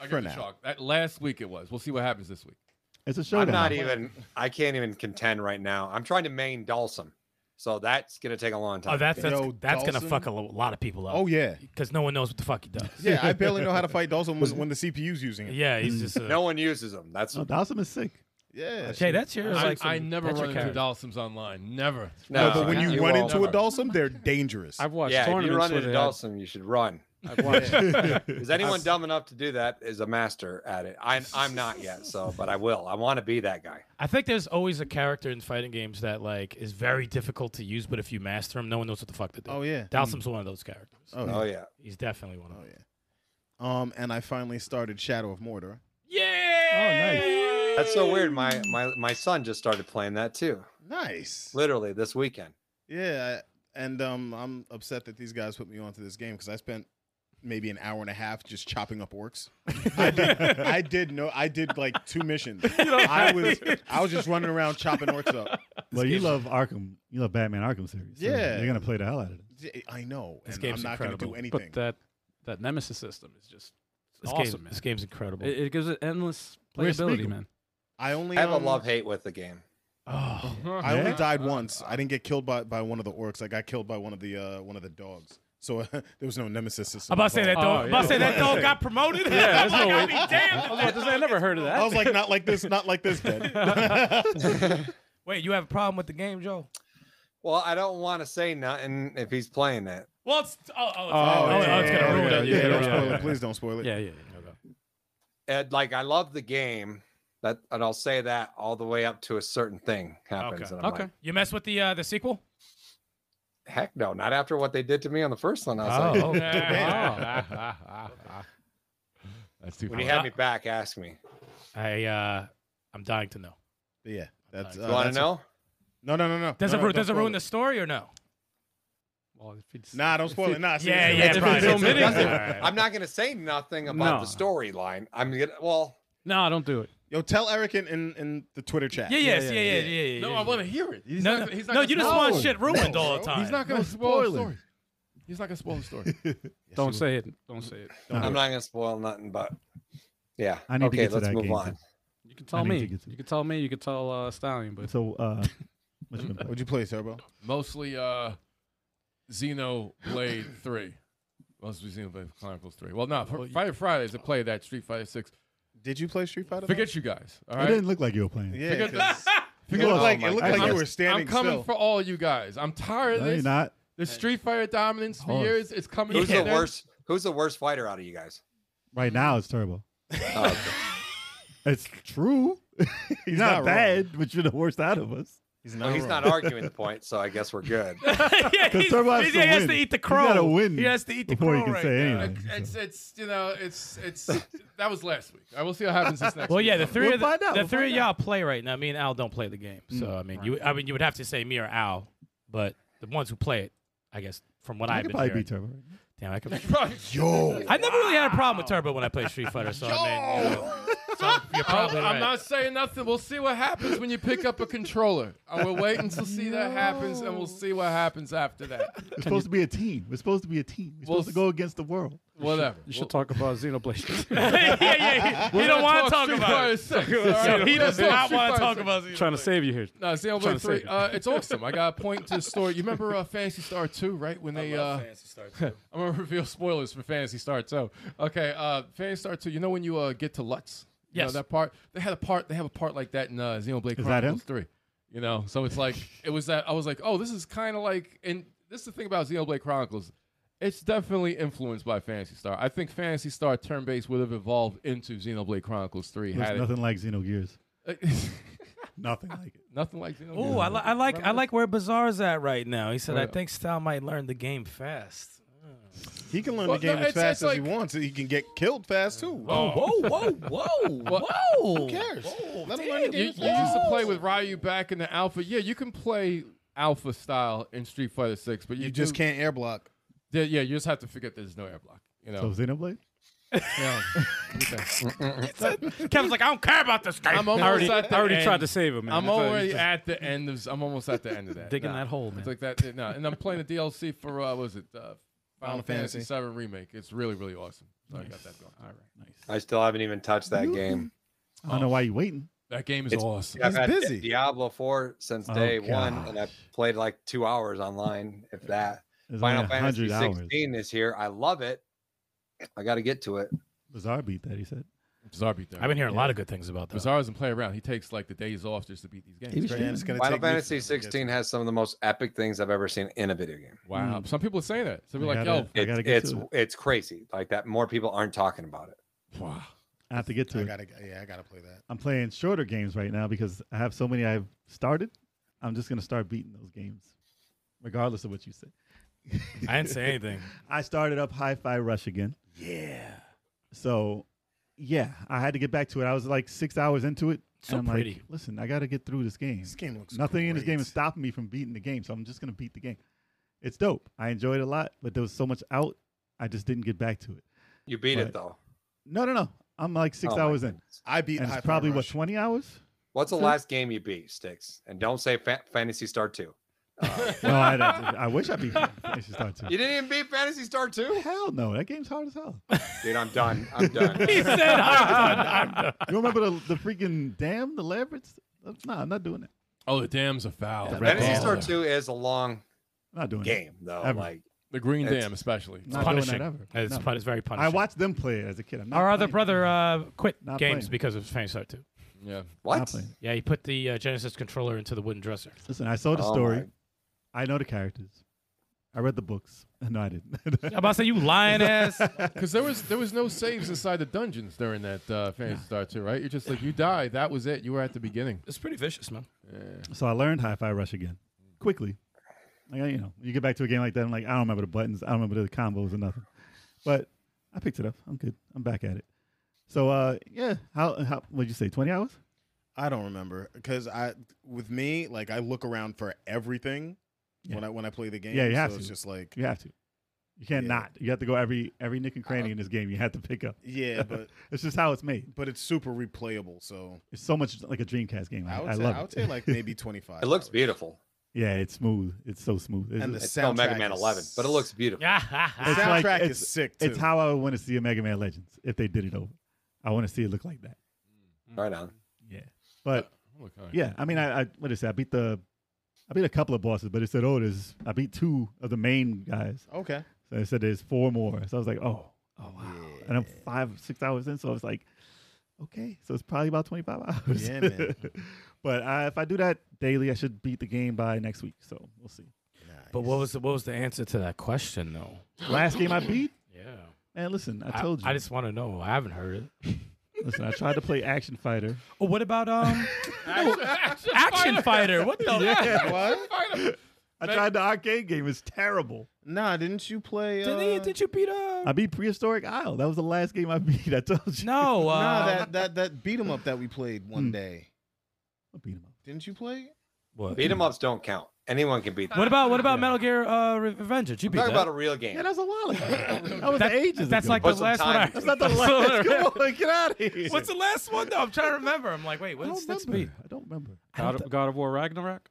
Speaker 4: I
Speaker 8: For
Speaker 4: got the
Speaker 8: now.
Speaker 4: chalk. That last week it was. We'll see what happens this week.
Speaker 7: It's a
Speaker 5: I'm
Speaker 7: showdown.
Speaker 5: not even. I can't even contend right now. I'm trying to main Dalsum, so that's gonna take a long time.
Speaker 6: Oh, that's that's,
Speaker 8: Yo,
Speaker 6: that's gonna
Speaker 8: Dawson.
Speaker 6: fuck a lo- lot of people up.
Speaker 8: Oh yeah,
Speaker 6: because no one knows what the fuck he does.
Speaker 8: yeah. I barely know how to fight Dawson when, when the CPU's using it.
Speaker 6: yeah, he's just a,
Speaker 5: no one uses them. That's
Speaker 7: No, Oh, Dawson is sick.
Speaker 8: Yeah.
Speaker 6: Hey, that's your.
Speaker 4: I,
Speaker 6: Like some-
Speaker 4: I never
Speaker 6: that's your
Speaker 4: run into
Speaker 6: character.
Speaker 4: Dalsums online. Never.
Speaker 8: No, but when
Speaker 4: yeah.
Speaker 8: you
Speaker 4: You
Speaker 8: run
Speaker 4: all
Speaker 8: into a
Speaker 4: never.
Speaker 8: Dawson, they're dangerous.
Speaker 2: I've watched
Speaker 5: yeah. If you
Speaker 2: tournaments
Speaker 5: run
Speaker 2: with
Speaker 5: into
Speaker 2: it.
Speaker 5: Dalsum, you should run.
Speaker 4: I've watched.
Speaker 5: Is anyone dumb enough to do that? Is a master at it. I'm I'm not yet, so but I will. I want to be that guy.
Speaker 6: I think there's always a character in fighting games that like is very difficult to use, but if you master him, no one knows what the fuck to do.
Speaker 8: Oh yeah.
Speaker 6: Dalsum's one of those characters.
Speaker 8: Oh
Speaker 5: Oh
Speaker 8: yeah.
Speaker 5: yeah.
Speaker 6: He's definitely one of
Speaker 8: Oh
Speaker 6: them.
Speaker 8: yeah. Um, and I finally started Shadow of Mordor.
Speaker 7: Oh,
Speaker 6: Yeah. Oh,
Speaker 5: That's so weird. My my my son just started playing that too.
Speaker 8: Nice.
Speaker 5: Literally this weekend.
Speaker 8: Yeah, I- and um, I'm upset that these guys put me onto this game because I spent maybe an hour and a half just chopping up orcs. I did, I did know I did like two missions. I was I was just running around chopping orcs up.
Speaker 7: Well, you love Arkham. You love Batman Arkham series. so
Speaker 8: Yeah.
Speaker 7: you're gonna play the hell out of it.
Speaker 8: J- I know,
Speaker 6: This
Speaker 8: and
Speaker 6: game's
Speaker 8: I'm not
Speaker 6: incredible,
Speaker 8: gonna do anything.
Speaker 2: But that that Nemesis system is just
Speaker 6: This,
Speaker 2: awesome,
Speaker 6: game,
Speaker 2: man.
Speaker 6: this game's incredible.
Speaker 2: It, it gives it endless
Speaker 7: Where's
Speaker 2: playability,
Speaker 7: Smeagol?
Speaker 2: man.
Speaker 8: I only
Speaker 5: I have a
Speaker 8: um,
Speaker 5: love hate with the game.
Speaker 7: Oh,
Speaker 8: I only
Speaker 7: Yeah?
Speaker 8: died once. I didn't get killed by, by one of the orcs. I got killed by one of the uh, one of the dogs. So there was no nemesis system.
Speaker 6: I'm about to say that
Speaker 8: involved.
Speaker 6: dog.
Speaker 2: Oh,
Speaker 6: I'm about to say
Speaker 2: yeah.
Speaker 6: that dog got promoted.
Speaker 2: Yeah,
Speaker 6: I'm
Speaker 2: there's no
Speaker 6: like, I'd
Speaker 2: way-
Speaker 6: be damned. if
Speaker 2: I was about
Speaker 6: that
Speaker 2: to say, I
Speaker 6: dog
Speaker 2: never
Speaker 6: gets-
Speaker 2: heard of
Speaker 8: I
Speaker 2: that.
Speaker 8: was like, not like this, not like this. Oh, Then.
Speaker 6: Wait, you have a problem with the game, Joe?
Speaker 5: Well, I don't want to say nothing if he's playing it.
Speaker 6: Well, it's oh, oh, it's,
Speaker 2: Oh,
Speaker 6: oh, it's
Speaker 2: yeah,
Speaker 6: gonna ruin
Speaker 2: yeah,
Speaker 6: it.
Speaker 2: yeah,
Speaker 8: don't
Speaker 2: yeah,
Speaker 8: spoil
Speaker 2: yeah.
Speaker 8: it. Please don't spoil it.
Speaker 2: yeah, yeah, yeah. okay.
Speaker 5: And like I love the game. That and I'll say that all the way up to a certain thing happens.
Speaker 6: Okay.
Speaker 5: And I'm
Speaker 2: Okay.
Speaker 5: like,
Speaker 6: You mess with the uh, the sequel?
Speaker 5: heck no, not after what they did to me on the first one. I was like,
Speaker 2: Oh, wow.
Speaker 4: That's too
Speaker 5: when you
Speaker 4: funny.
Speaker 5: have me back, ask me.
Speaker 6: I uh, I'm dying to know.
Speaker 8: But yeah, that's.
Speaker 6: You
Speaker 5: You
Speaker 8: Uh,
Speaker 5: want to
Speaker 8: that's-
Speaker 5: know?
Speaker 8: No, no, no, no.
Speaker 6: Does
Speaker 8: no,
Speaker 6: it
Speaker 8: no,
Speaker 6: ru-
Speaker 8: don't
Speaker 6: does it
Speaker 8: spoil
Speaker 6: ruin the story or no?
Speaker 2: Well, if it's-
Speaker 8: Nah, don't spoil it. Nah,
Speaker 6: Yeah,
Speaker 8: seriously.
Speaker 6: yeah,
Speaker 8: If
Speaker 6: probably.
Speaker 8: it's
Speaker 6: It's
Speaker 8: omitted-
Speaker 6: omitted.
Speaker 8: That's it.
Speaker 6: Alright.
Speaker 5: I'm not gonna say nothing about the
Speaker 2: No.
Speaker 5: storyline. I'm gonna well,
Speaker 2: No, don't do it.
Speaker 8: Yo, tell Eric in, in, in the Twitter chat.
Speaker 6: Yeah, yes, yeah, yeah, yeah, yeah. yeah,
Speaker 4: No,
Speaker 6: yeah.
Speaker 4: I want to hear it. He's
Speaker 6: No,
Speaker 4: not,
Speaker 6: no,
Speaker 4: he's not
Speaker 6: no
Speaker 4: gonna
Speaker 6: you just
Speaker 4: spoil
Speaker 6: want
Speaker 4: it.
Speaker 6: shit ruined all the time.
Speaker 4: He's not going
Speaker 7: No
Speaker 4: to spoil the
Speaker 7: spoiling.
Speaker 4: story. He's not going to spoil the story.
Speaker 2: Don't say it. Don't say it.
Speaker 8: Don't
Speaker 5: I'm
Speaker 8: do it.
Speaker 5: not gonna spoil nothing, but yeah.
Speaker 7: I need to
Speaker 5: okay,
Speaker 7: get to
Speaker 5: let's
Speaker 7: that
Speaker 5: move
Speaker 7: game,
Speaker 5: on.
Speaker 7: too.
Speaker 2: You can tell
Speaker 7: need
Speaker 2: me.
Speaker 7: to get to-
Speaker 2: You can tell me. You can tell uh, Stallion, but
Speaker 7: So, uh, what you been playing?
Speaker 8: Would you play Turbo?
Speaker 4: Mostly uh, Xenoblade 3. Mostly Xenoblade Chronicles 3. Well, no, for Fire Fridays, I play that Street Fighter 6.
Speaker 8: Did you play Street Fighter?
Speaker 4: Forget you guys. All
Speaker 7: It
Speaker 4: right?
Speaker 7: didn't look like you were playing.
Speaker 8: Yeah.
Speaker 4: Forget
Speaker 8: 'cause- It
Speaker 4: Forget-
Speaker 8: looked
Speaker 4: Oh
Speaker 8: like,
Speaker 5: my
Speaker 8: it looked like
Speaker 4: goodness.
Speaker 8: you were
Speaker 4: I'm
Speaker 8: standing
Speaker 4: coming
Speaker 8: still.
Speaker 4: for all you guys. I'm tired of
Speaker 7: No, you're
Speaker 4: this.
Speaker 7: not.
Speaker 4: The Street Fighter dominance for
Speaker 7: Hold on.
Speaker 4: years. It's coming.
Speaker 5: Who's
Speaker 4: to
Speaker 5: the
Speaker 4: an end.
Speaker 5: worst? Who's the worst fighter out of you guys?
Speaker 7: Right now, it's Turbo.
Speaker 5: Oh, okay.
Speaker 7: It's true. He's,
Speaker 8: not
Speaker 7: not,
Speaker 8: wrong.
Speaker 7: bad, but you're the worst out of us.
Speaker 8: He's
Speaker 5: Well, Oh, he's
Speaker 8: wrong.
Speaker 5: not arguing the point, so I guess we're good.
Speaker 6: yeah, he's,
Speaker 7: Turbo has
Speaker 6: he's-
Speaker 7: to
Speaker 6: he has to
Speaker 7: win.
Speaker 6: eat the
Speaker 7: He's gotta
Speaker 6: crow.
Speaker 7: win
Speaker 6: He has to eat the
Speaker 7: before
Speaker 6: crow
Speaker 7: he can
Speaker 6: right
Speaker 7: say
Speaker 6: now.
Speaker 7: anything.
Speaker 4: It's, it's it's you know it's it's that was last week. I will see what happens this next.
Speaker 6: Well,
Speaker 4: week.
Speaker 6: yeah, the 3
Speaker 7: We'll
Speaker 6: of the,
Speaker 7: find out, Mm.
Speaker 6: the
Speaker 7: we'll
Speaker 6: three of
Speaker 7: find
Speaker 6: y'all play right now. Me and Al don't play the game, so I mean, you I mean, you would have to say me or Al, but the ones who play it, I guess, from what
Speaker 7: I
Speaker 6: I've
Speaker 7: could
Speaker 6: been
Speaker 7: probably
Speaker 6: hearing,
Speaker 7: beat Turbo.
Speaker 6: damn, I could.
Speaker 8: Yo.
Speaker 6: I never really had a problem with Turbo when I played Street Fighter, so I mean, you know, so I'm- you're probably
Speaker 4: Oh, I'm
Speaker 6: right.
Speaker 4: not saying nothing. We'll see what happens when you pick up a controller. I will wait until see that happens, and we'll see what happens after that.
Speaker 7: It's supposed to be a team. We're supposed to be a team. We're
Speaker 4: Well,
Speaker 7: supposed to go against the world.
Speaker 4: Whatever.
Speaker 2: you should talk about Xenoblade.
Speaker 6: yeah, yeah, he, he don't want to talk about it. So he does not want to talk about it.
Speaker 2: trying to save you here.
Speaker 4: No, it's the
Speaker 2: Trying
Speaker 4: only
Speaker 2: to
Speaker 4: three.
Speaker 2: save it.
Speaker 4: Uh, it's awesome. I got a point to the story. You remember uh, Fantasy Star Two, right? When they uh, I'm gonna reveal spoilers for Fantasy Star 2. Okay, uh, Fantasy Star 2. You know when you uh, get to Lutz? You know
Speaker 6: Yes.
Speaker 4: that part. They had a part. They have a part like that in uh, Xenoblade
Speaker 7: Is that
Speaker 4: Chronicles
Speaker 7: him?
Speaker 4: Three. You know, so it's like it was that. I was like, oh, this is kind of like. And this is the thing about Xenoblade Chronicles. It's definitely influenced by Fantasy Star. I think Fantasy Star turn based would have evolved into Xenoblade Chronicles Three.
Speaker 7: It was
Speaker 4: Had
Speaker 7: nothing like Xenogears.
Speaker 4: it.
Speaker 7: Nothing like it.
Speaker 4: nothing like Xenoblade.
Speaker 6: Oh, I, li- I like I
Speaker 4: Remember?
Speaker 6: like where Bazaar's at right now. He said, "I
Speaker 4: Right.
Speaker 6: think Style might learn the game fast."
Speaker 8: He can learn
Speaker 4: Well,
Speaker 8: the game
Speaker 4: no,
Speaker 8: as
Speaker 4: it's-
Speaker 8: fast
Speaker 4: it's
Speaker 8: as he
Speaker 4: like-
Speaker 8: wants. He can get killed fast too.
Speaker 4: Oh.
Speaker 6: whoa, whoa, whoa, whoa! Who
Speaker 8: cares? Let him learn the
Speaker 4: You,
Speaker 8: game.
Speaker 4: you used to play with Ryu back in the Alpha. Yeah, you can play Alpha style in Street Fighter Six, but you,
Speaker 8: You just
Speaker 4: do-
Speaker 8: can't air block.
Speaker 4: Yeah, yeah, you just have to forget there's no air block. You know.
Speaker 7: So Xenoblade?
Speaker 4: Yeah.
Speaker 6: Kevin's like, "I don't care about this game."
Speaker 4: I'm almost
Speaker 2: I already,
Speaker 4: at the
Speaker 2: I already
Speaker 4: end.
Speaker 2: tried to save him. Man.
Speaker 4: I'm
Speaker 2: That's all-
Speaker 4: already
Speaker 2: he's just
Speaker 4: at the end of. I'm almost at the end of that.
Speaker 2: digging
Speaker 4: Nah.
Speaker 2: that hole, man.
Speaker 4: It's like that. No, and I'm playing the DLC for uh, what was it uh, Final
Speaker 8: Final
Speaker 4: Fantasy
Speaker 8: Fantasy.
Speaker 4: VII remake. It's really really awesome. So I got that going.
Speaker 2: All right, nice.
Speaker 5: I still haven't even touched that game.
Speaker 7: I don't know why you're waiting.
Speaker 4: That game is
Speaker 5: It's-
Speaker 4: awesome.
Speaker 5: I've had
Speaker 8: busy.
Speaker 5: Diablo 4 since
Speaker 7: Oh,
Speaker 5: day one, and I
Speaker 7: gosh.
Speaker 5: played like two hours online, if that.
Speaker 7: There's
Speaker 5: Final
Speaker 7: only 100
Speaker 5: Fantasy
Speaker 7: hours.
Speaker 5: 16 is here. I love it. I got to get to it.
Speaker 7: Bizarre beat that, he said.
Speaker 4: Bizarre beat there.
Speaker 6: I've been hearing a lot of good things about that.
Speaker 4: Bizarre doesn't play around. He takes like the days off just to beat these games.
Speaker 8: Right, and it's gonna
Speaker 5: Final
Speaker 8: take me
Speaker 5: Fantasy
Speaker 8: forever to get
Speaker 5: 16 has some of the most epic things I've ever seen in a video game.
Speaker 4: Wow. Some people are saying that. Some people are
Speaker 7: I
Speaker 4: like,
Speaker 7: gotta-
Speaker 4: yo,
Speaker 7: I gotta
Speaker 5: It's
Speaker 7: get
Speaker 5: it's,
Speaker 7: to it.
Speaker 5: it's crazy. Like that, more people aren't talking about it.
Speaker 4: wow.
Speaker 7: I have to get to
Speaker 8: to it. I
Speaker 7: it.
Speaker 8: gotta, yeah, I gotta play that.
Speaker 7: I'm playing shorter games right now because I have so many I've started. I'm just gonna start beating those games, regardless of what you say.
Speaker 6: I didn't say anything.
Speaker 7: I started up Hi Fi Rush again. Yeah. So, yeah, I had to get back to it. I was like six hours into it.
Speaker 6: So
Speaker 7: and I'm
Speaker 6: pretty.
Speaker 7: like, listen, I got to get through this game.
Speaker 8: This game looks.
Speaker 7: Nothing in this game
Speaker 8: great.
Speaker 7: is stopping me from beating the game, so I'm just gonna beat the game. It's dope. I enjoyed it a lot, but there was so much out, I just didn't get back to it.
Speaker 5: You beat
Speaker 7: Right.
Speaker 5: it though.
Speaker 7: No, no, no. I'm like six
Speaker 5: Oh my
Speaker 7: hours in,
Speaker 5: goodness.
Speaker 8: I beat.
Speaker 7: and
Speaker 8: Hi-Fi
Speaker 7: it's probably what
Speaker 8: Rush.
Speaker 7: 20 hours.
Speaker 5: What's the
Speaker 7: So-
Speaker 5: last game you beat, Sticks? And don't say Fa- Fantasy Star 2.
Speaker 7: no, I, I wish I beat. I should start to.
Speaker 5: You didn't even beat Fantasy Star 2?
Speaker 7: Hell no, that game's hard as hell.
Speaker 5: Dude, I'm done. I'm done.
Speaker 6: he said, "I'm done. I'm done."
Speaker 7: You remember the, the freaking dam, the labyrinth? No, Uh, I'm not doing that.
Speaker 4: Oh, the dam's a foul.
Speaker 7: Yeah,
Speaker 4: the,
Speaker 7: Red
Speaker 5: Fantasy
Speaker 7: Ball.
Speaker 5: Star 2 is a long
Speaker 7: Not doing it.
Speaker 5: game, though.
Speaker 7: Ever.
Speaker 5: Like,
Speaker 4: green
Speaker 5: It's-
Speaker 4: dam, especially.
Speaker 7: Not
Speaker 6: punishing.
Speaker 7: doing that ever.
Speaker 6: It's,
Speaker 7: No.
Speaker 6: pun- it's very punishing.
Speaker 7: I watched them play as a kid. I'm not
Speaker 6: Our other
Speaker 7: playing.
Speaker 6: brother uh, quit
Speaker 7: Not
Speaker 6: games
Speaker 7: playing.
Speaker 6: because of Fantasy Star 2.
Speaker 4: Yeah.
Speaker 7: Not
Speaker 5: what?
Speaker 7: playing.
Speaker 6: Yeah, he put the uh, Genesis controller into the wooden dresser.
Speaker 7: Listen, I saw the
Speaker 5: Oh, my.
Speaker 7: story. I know the characters. I read the books. No, I didn't.
Speaker 6: I'm about to say, you lying ass.
Speaker 4: Because there was there was no saves inside the dungeons during that uh, Fantasy Star 2, right? You're just like, you die. That was it. You were at the beginning.
Speaker 6: It's pretty vicious, man.
Speaker 7: so I learned High Five Rush again quickly. Like I- you know, you get back to a game like that. I'm like, I don't remember the buttons. I don't remember the combos or nothing. But I picked it up. I'm good. I'm back at it. So uh, yeah, how how would you say? Twenty hours?
Speaker 8: I don't remember because I with me like I look around for everything when I when I play the game.
Speaker 7: Yeah, you have
Speaker 8: so it's
Speaker 7: to.
Speaker 8: just like
Speaker 7: You have to. You can't
Speaker 8: Yeah.
Speaker 7: not. You have to go every every nick and cranny in this game. You have to pick up.
Speaker 8: yeah, but
Speaker 7: It's just how it's made.
Speaker 8: but it's super replayable. So
Speaker 7: It's so much like a Dreamcast game. I,
Speaker 8: I would
Speaker 7: I
Speaker 8: say
Speaker 7: love
Speaker 8: I would
Speaker 7: it.
Speaker 8: say like maybe twenty five.
Speaker 5: It looks beautiful.
Speaker 7: yeah, it's smooth. It's so smooth. It's,
Speaker 8: And the
Speaker 7: it's,
Speaker 5: It's no Mega
Speaker 8: soundtrack
Speaker 5: Man
Speaker 8: is-
Speaker 5: 11, but it looks beautiful.
Speaker 7: it's
Speaker 8: The
Speaker 6: Yeah.
Speaker 8: soundtrack
Speaker 7: like-
Speaker 8: is
Speaker 7: it's-
Speaker 8: sick too.
Speaker 7: it's how I would want to see a Mega Man Legends if they did it over. I want to see it look like that.
Speaker 5: Right on.
Speaker 7: Yeah, but
Speaker 4: Look, all right.
Speaker 7: yeah, I mean, I, I what did I say? I beat the, I beat a couple of bosses, but it said, oh, there's I beat two of the main guys.
Speaker 8: okay.
Speaker 7: So it said there's four more. So I was like, oh, oh wow.
Speaker 8: Yeah.
Speaker 7: And I'm five, six hours in, so I was like, okay, so it's probably about 25 hours.
Speaker 8: Yeah, man.
Speaker 7: but I, if I do that daily, I should beat the game by next week. So we'll see.
Speaker 6: But what was the, what was the answer to that question though?
Speaker 7: Last game I beat,
Speaker 6: Yeah.
Speaker 7: man. Listen, I told you.
Speaker 6: I just want to know. I haven't heard it.
Speaker 7: listen. I tried to play Action Fighter.
Speaker 6: Oh, what about um Action, Fighter. What the heck?
Speaker 8: what?
Speaker 7: I tried the arcade game. It's terrible.
Speaker 8: Nah, didn't you play? Uh,
Speaker 6: Did, they, did you beat uh
Speaker 7: I beat Prehistoric Isle. That was the last game I beat. I told you.
Speaker 6: No, uh,
Speaker 8: nah, that that that beat 'em up that we played one
Speaker 7: Hmm.
Speaker 8: day.
Speaker 7: I beat him up.
Speaker 8: Didn't you play? it?
Speaker 6: what?
Speaker 5: Beat 'em ups don't count. Anyone can beat them.
Speaker 6: What about what about Metal Gear uh, Re- Revenge? Did you beat
Speaker 5: Talk
Speaker 6: that?
Speaker 5: about a real game.
Speaker 7: Yeah, that was a while ago. That was ages.
Speaker 6: That's
Speaker 7: ago.
Speaker 6: like
Speaker 5: Put
Speaker 6: the
Speaker 5: some
Speaker 6: last one.
Speaker 5: time
Speaker 6: I,
Speaker 5: into it.
Speaker 7: That's not the last. Come on, get out of here.
Speaker 6: What's the last one though? I'm trying to remember. I'm like, wait,
Speaker 7: I don't
Speaker 6: what's next beat?
Speaker 7: remember. I don't remember.
Speaker 2: God of, God of War Ragnarok.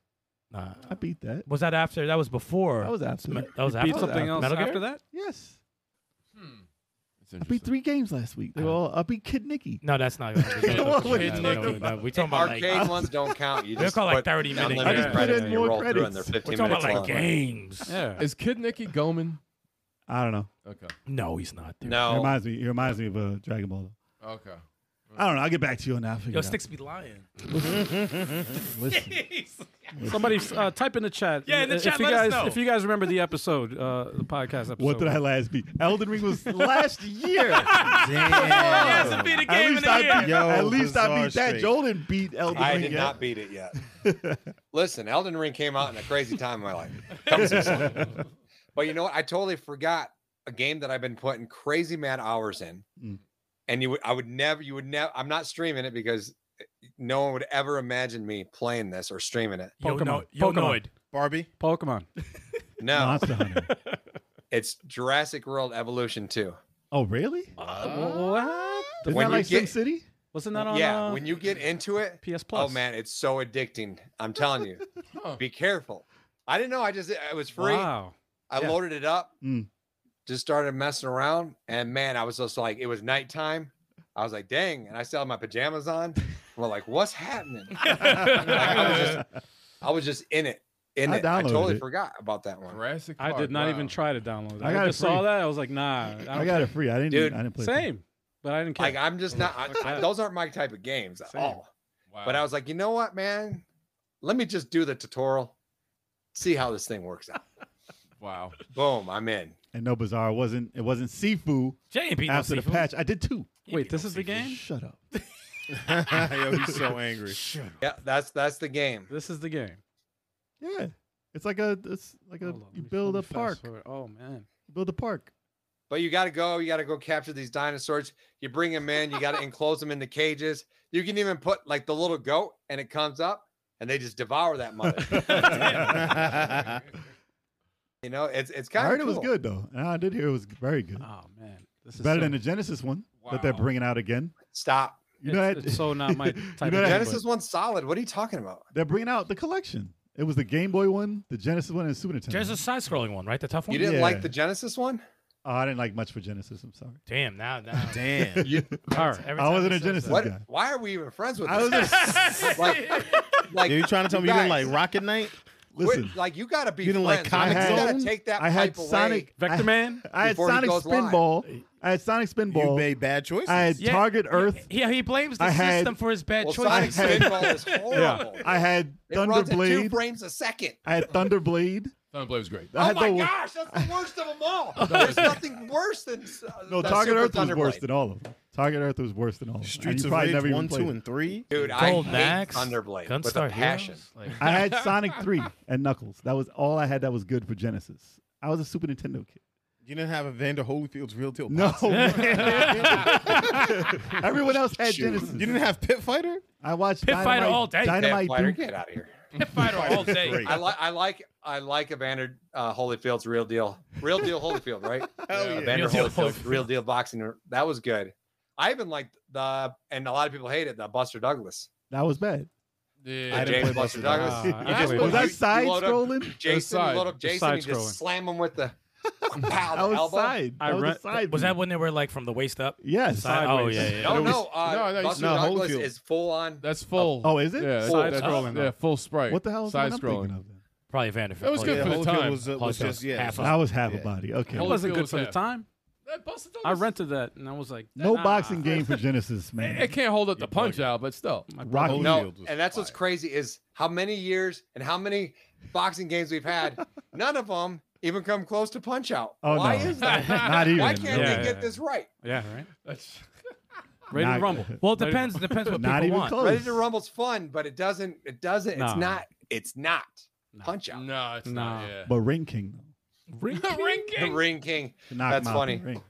Speaker 6: Nah.
Speaker 7: I beat that.
Speaker 6: Was that after? That was before.
Speaker 7: That was absolute.
Speaker 6: that was after
Speaker 2: Beat something else
Speaker 6: Metal Gear?
Speaker 2: after that?
Speaker 7: Yes.
Speaker 4: It's
Speaker 7: I beat
Speaker 4: interesting.
Speaker 7: three games last week. They were all, I beat Kid Nicky.
Speaker 6: No, that's not. That's
Speaker 7: Come on, what are you
Speaker 6: no,
Speaker 7: talking
Speaker 6: no, no,
Speaker 7: about?
Speaker 6: We're talking about like,
Speaker 5: Arcade ones don't count. You
Speaker 6: They're
Speaker 5: just
Speaker 6: called, like,
Speaker 5: put
Speaker 6: 30 minutes.
Speaker 5: unlimited
Speaker 6: I just
Speaker 5: credits
Speaker 7: put in
Speaker 5: and you
Speaker 7: more
Speaker 5: roll through and they're
Speaker 7: credits.
Speaker 5: 15
Speaker 6: we're talking
Speaker 5: minutes
Speaker 6: about like
Speaker 5: long.
Speaker 6: games.
Speaker 2: Yeah.
Speaker 4: Is Kid Nicky Goman?
Speaker 7: I don't know.
Speaker 4: Okay.
Speaker 6: No, he's not. Dude.
Speaker 7: It
Speaker 5: No.
Speaker 7: reminds me. It reminds me of a uh, Dragon Ball. Though.
Speaker 4: Okay.
Speaker 7: I don't know. I'll get back to you on that. I'll figure
Speaker 6: Yo,
Speaker 7: it out.
Speaker 6: Sticks be lying.
Speaker 7: Listen,
Speaker 2: Somebody uh, type in the chat.
Speaker 6: Yeah, in the
Speaker 2: if
Speaker 6: chat,
Speaker 2: You
Speaker 6: let us
Speaker 2: guys,
Speaker 6: know.
Speaker 2: If you guys remember the episode, uh, the podcast episode.
Speaker 7: what did I last beat? Elden Ring was last year.
Speaker 6: He hasn't beat a
Speaker 7: At
Speaker 6: game in
Speaker 7: least
Speaker 6: a
Speaker 7: I
Speaker 6: year.
Speaker 7: beat.
Speaker 8: Yo,
Speaker 7: at least I
Speaker 8: bizarre
Speaker 7: beat that.
Speaker 8: streak.
Speaker 7: Joel didn't beat Elden
Speaker 5: I
Speaker 7: Ring.
Speaker 5: did
Speaker 7: yet.
Speaker 5: not beat it yet. Listen, Elden Ring came out in a crazy time in my life. Comes this one. but you know what? I totally forgot a game that I've been putting crazy mad hours in.
Speaker 7: Mm.
Speaker 5: And you would, I would never, you would never, I'm not streaming it because eh, no one would ever imagine me playing this or streaming it.
Speaker 6: Yo, no,
Speaker 2: Pokemon.
Speaker 6: yo,
Speaker 2: Pokemon.
Speaker 6: Noid.
Speaker 8: Barbie.
Speaker 2: Pokemon.
Speaker 5: No,
Speaker 7: Monster Hunter.
Speaker 5: it's Jurassic World Evolution 2.
Speaker 7: Oh really?
Speaker 2: Uh, what?
Speaker 7: Isn't
Speaker 5: When
Speaker 7: that
Speaker 5: you
Speaker 7: like
Speaker 5: get-
Speaker 7: SimCity?
Speaker 2: Wasn't that on
Speaker 5: yeah,
Speaker 2: uh,
Speaker 5: when you get into it,
Speaker 2: PS Plus?
Speaker 5: Oh man, it's so addicting. I'm telling you. Be careful. I didn't know. I just it was free.
Speaker 2: Wow.
Speaker 5: I
Speaker 2: yeah.
Speaker 5: loaded it up,
Speaker 7: Mm.
Speaker 5: just started messing around, and man, I was just like, it was nighttime. I was like, dang, and I still had my pajamas on. We're like, what's happening? I was just I was just in it. In
Speaker 7: I
Speaker 5: it. I
Speaker 7: downloaded
Speaker 5: totally
Speaker 7: it.
Speaker 5: forgot about that one.
Speaker 4: Jurassic
Speaker 2: I
Speaker 4: Park,
Speaker 2: did not
Speaker 4: wow.
Speaker 2: even try to download it.
Speaker 7: I
Speaker 2: I,
Speaker 7: got it
Speaker 2: just saw
Speaker 7: free.
Speaker 2: that. I was like, nah. I, don't
Speaker 7: I got it free. I didn't.
Speaker 5: Dude,
Speaker 7: I didn't play.
Speaker 2: care.
Speaker 7: it.
Speaker 2: Same, but I didn't care.
Speaker 5: Like I'm just not I-
Speaker 2: Fuck
Speaker 5: I-
Speaker 2: that.
Speaker 5: those aren't my type of games at
Speaker 4: Same.
Speaker 5: all.
Speaker 4: Wow.
Speaker 5: But I was like, you know what, man? Let me just do the tutorial, see how this thing works out.
Speaker 4: Wow.
Speaker 5: Boom, I'm in.
Speaker 7: And no bizarre. It wasn't. It wasn't Sifu
Speaker 6: Jay ain't beat no
Speaker 7: after the
Speaker 6: seafood.
Speaker 7: patch. I did two.
Speaker 6: He ain't
Speaker 2: Wait,
Speaker 6: beat
Speaker 2: this
Speaker 6: no
Speaker 2: is the
Speaker 6: seafood.
Speaker 2: game?
Speaker 7: Shut up.
Speaker 8: Yo, he's so angry.
Speaker 5: Yeah, that's that's the game.
Speaker 2: This is the game.
Speaker 7: Yeah. It's like a. It's like a.
Speaker 2: Hold on, let
Speaker 7: you
Speaker 2: me-
Speaker 7: build a
Speaker 2: let me
Speaker 7: park.
Speaker 2: fast forward. Oh man.
Speaker 7: You build a park.
Speaker 5: But you got to go. You got to go capture these dinosaurs. You bring them in. You got to enclose them in the cages. You can even put like the little goat, and it comes up, and they just devour that mother. you know, it's it's
Speaker 7: I
Speaker 5: kind of.
Speaker 7: heard it was good though, and I did hear it was very good.
Speaker 2: Oh man. This is
Speaker 7: Better
Speaker 2: so,
Speaker 7: than the Genesis one that they're
Speaker 4: Wow.
Speaker 7: bringing out again.
Speaker 5: Stop.
Speaker 7: You know
Speaker 2: it's,
Speaker 7: that
Speaker 2: it's so not my
Speaker 7: You
Speaker 2: type.
Speaker 7: know
Speaker 2: of
Speaker 7: that-
Speaker 2: game,
Speaker 5: Genesis one's solid. What are you talking about?
Speaker 7: they're bringing out the collection. It was the Game Boy one, the Genesis one, and the Super Nintendo.
Speaker 6: There's a side-scrolling one, right? The tough one.
Speaker 5: You didn't like
Speaker 7: Yeah.
Speaker 5: the Genesis one?
Speaker 7: Oh, I didn't like much for Genesis. I'm sorry.
Speaker 6: Damn, now, now.
Speaker 8: Damn.
Speaker 2: All right.
Speaker 6: Every
Speaker 7: I
Speaker 6: time
Speaker 7: wasn't
Speaker 6: he
Speaker 7: a
Speaker 6: says
Speaker 7: Genesis
Speaker 5: What?
Speaker 7: guy.
Speaker 5: Why are we even friends with?
Speaker 7: I
Speaker 5: this
Speaker 7: was
Speaker 5: guy?
Speaker 7: just,
Speaker 5: like, like
Speaker 8: Dude, you trying to tell me you didn't
Speaker 5: guys,
Speaker 8: like Rocket Knight?
Speaker 5: we're-
Speaker 7: listen.
Speaker 5: Like you got to be
Speaker 8: You didn't like
Speaker 5: friends. Like,
Speaker 7: Comic
Speaker 5: you got
Speaker 7: Zone?
Speaker 5: to take that
Speaker 7: I had
Speaker 5: pipe away.
Speaker 7: Sonic.
Speaker 2: Vector
Speaker 7: I,
Speaker 2: Man.
Speaker 7: I had
Speaker 5: before he
Speaker 7: Sonic
Speaker 5: goes live.
Speaker 7: Spinball. I had Sonic
Speaker 8: You
Speaker 7: Spinball.
Speaker 8: made bad choices.
Speaker 7: I had
Speaker 6: Yeah.
Speaker 7: Target Earth.
Speaker 6: Yeah, he blames the
Speaker 7: I had-
Speaker 6: system for his bad
Speaker 5: Well, Sonic
Speaker 6: choices.
Speaker 5: Spinball is horrible.
Speaker 7: I had
Speaker 5: it runs at two
Speaker 7: Thunderblade.
Speaker 5: frames a second.
Speaker 7: I had Thunderblade.
Speaker 4: Thunderblade was great.
Speaker 7: I
Speaker 5: oh
Speaker 7: had
Speaker 5: my
Speaker 7: the,
Speaker 5: gosh, that's the worst of them all. There's nothing worse than uh,
Speaker 7: No,
Speaker 5: the
Speaker 7: Target
Speaker 5: Super
Speaker 7: Earth was
Speaker 5: Thunderblade.
Speaker 7: worse than all of them. Target Earth was worse than all of them. And
Speaker 8: Streets
Speaker 7: you
Speaker 8: of
Speaker 7: probably
Speaker 8: Rage
Speaker 7: never even
Speaker 8: one,
Speaker 7: played
Speaker 8: two, and three.
Speaker 5: Dude,
Speaker 6: Golden
Speaker 5: I hate
Speaker 6: Axe,
Speaker 5: Thunderblade with
Speaker 6: Gunstar
Speaker 5: a passion.
Speaker 6: Heroes, like-
Speaker 7: I had Sonic 3 and Knuckles. That was all I had that was good for Genesis. I was a Super Nintendo kid.
Speaker 8: You didn't have Evander Holyfield's real
Speaker 5: Oh,
Speaker 8: deal.
Speaker 7: No,
Speaker 8: box.
Speaker 7: Oh, man. everyone else had
Speaker 8: Shoot.
Speaker 7: Genesis.
Speaker 8: You didn't have Pit Fighter?
Speaker 7: I watched
Speaker 6: Pit Fighter
Speaker 7: Dynamite,
Speaker 6: all day.
Speaker 7: Dynamite
Speaker 5: Vampire,
Speaker 7: Duke.
Speaker 5: get out of here.
Speaker 6: Fighter all day.
Speaker 8: Great.
Speaker 5: I like I like I like Evander uh, Holyfield's real deal, real deal Holyfield, right?
Speaker 8: Hell yeah.
Speaker 5: Evander
Speaker 6: Real deal
Speaker 5: Holyfield's
Speaker 6: Holyfield.
Speaker 5: real deal boxing. That was good. I even liked the, and a lot of people hate it. The Buster Douglas,
Speaker 7: That was bad.
Speaker 4: Yeah.
Speaker 5: the
Speaker 8: I didn't
Speaker 5: James
Speaker 8: play
Speaker 5: Buster
Speaker 8: Buster
Speaker 5: Douglas.
Speaker 2: Douglas.
Speaker 5: You
Speaker 2: Ah,
Speaker 5: just-
Speaker 2: I
Speaker 7: Was
Speaker 2: Wait,
Speaker 7: that
Speaker 5: you-
Speaker 7: side
Speaker 5: you load up
Speaker 7: scrolling?
Speaker 5: Jason, you
Speaker 4: side.
Speaker 5: load up Jason, and you
Speaker 2: side-scrolling.
Speaker 5: just slam him with the pow,
Speaker 7: I
Speaker 5: the
Speaker 7: was
Speaker 5: elbow.
Speaker 7: side.
Speaker 2: I
Speaker 7: I was
Speaker 2: re-
Speaker 7: a side.
Speaker 6: Was
Speaker 7: view.
Speaker 6: that when they were like from the waist up?
Speaker 7: Yes.
Speaker 6: Side- oh
Speaker 2: Sideways.
Speaker 6: yeah, yeah.
Speaker 5: No,
Speaker 4: It was-
Speaker 5: no, uh,
Speaker 4: no, no, you-
Speaker 5: Buster
Speaker 8: no,
Speaker 5: Douglas
Speaker 8: Holyfield.
Speaker 5: is full on.
Speaker 4: That's full.
Speaker 7: Oh, is it?
Speaker 4: yeah,
Speaker 7: Full
Speaker 4: that's-
Speaker 2: scrolling, though.
Speaker 4: Yeah, full sprite.
Speaker 7: What the hell is
Speaker 4: Side
Speaker 7: the one I'm
Speaker 4: scrolling.
Speaker 7: thinking of then?
Speaker 6: Probably Vanderbilt.
Speaker 4: That
Speaker 6: Oh,
Speaker 4: was good
Speaker 8: Yeah,
Speaker 4: for the
Speaker 8: Holyfield
Speaker 4: time.
Speaker 8: was, uh,
Speaker 6: Plus
Speaker 8: was
Speaker 6: a
Speaker 8: just yeah.
Speaker 6: half
Speaker 8: so-
Speaker 6: a-
Speaker 7: I was half
Speaker 8: Yeah.
Speaker 7: a body. Okay.
Speaker 2: It
Speaker 4: Holy-
Speaker 2: wasn't good
Speaker 4: Holyfield
Speaker 2: for the
Speaker 4: was
Speaker 2: time.
Speaker 4: That Buster
Speaker 2: I
Speaker 4: Douglas-
Speaker 2: rented that and I was like,
Speaker 7: No
Speaker 2: nah.
Speaker 7: boxing game for Genesis,
Speaker 4: It it
Speaker 7: man.
Speaker 4: can't hold up the punch out, but still.
Speaker 7: Rocky.
Speaker 8: Holyfield
Speaker 5: No,
Speaker 8: was
Speaker 5: and that's what's
Speaker 8: fire.
Speaker 5: crazy is how many years and how many boxing games we've had. None of them even come close to punch out.
Speaker 7: Oh
Speaker 5: Why
Speaker 7: no.
Speaker 5: is that?
Speaker 7: Not even.
Speaker 5: Why can't
Speaker 2: Yeah,
Speaker 5: they
Speaker 2: yeah,
Speaker 5: get
Speaker 2: yeah.
Speaker 5: this right?
Speaker 2: Yeah, right.
Speaker 4: That's,
Speaker 2: Ready
Speaker 7: Not-
Speaker 2: to rumble.
Speaker 6: Well, it depends. depends what
Speaker 7: Not
Speaker 6: people
Speaker 7: even
Speaker 6: want.
Speaker 7: close.
Speaker 5: Ready to Rumble's fun, but it doesn't. It doesn't.
Speaker 2: No.
Speaker 5: It's not. It's not
Speaker 2: No.
Speaker 5: punch out.
Speaker 4: no, it's not.
Speaker 2: Nah.
Speaker 4: Yeah.
Speaker 7: But Ring King though.
Speaker 5: The Ring King.
Speaker 7: To knock
Speaker 5: That's
Speaker 7: him out
Speaker 5: funny.
Speaker 7: the ring.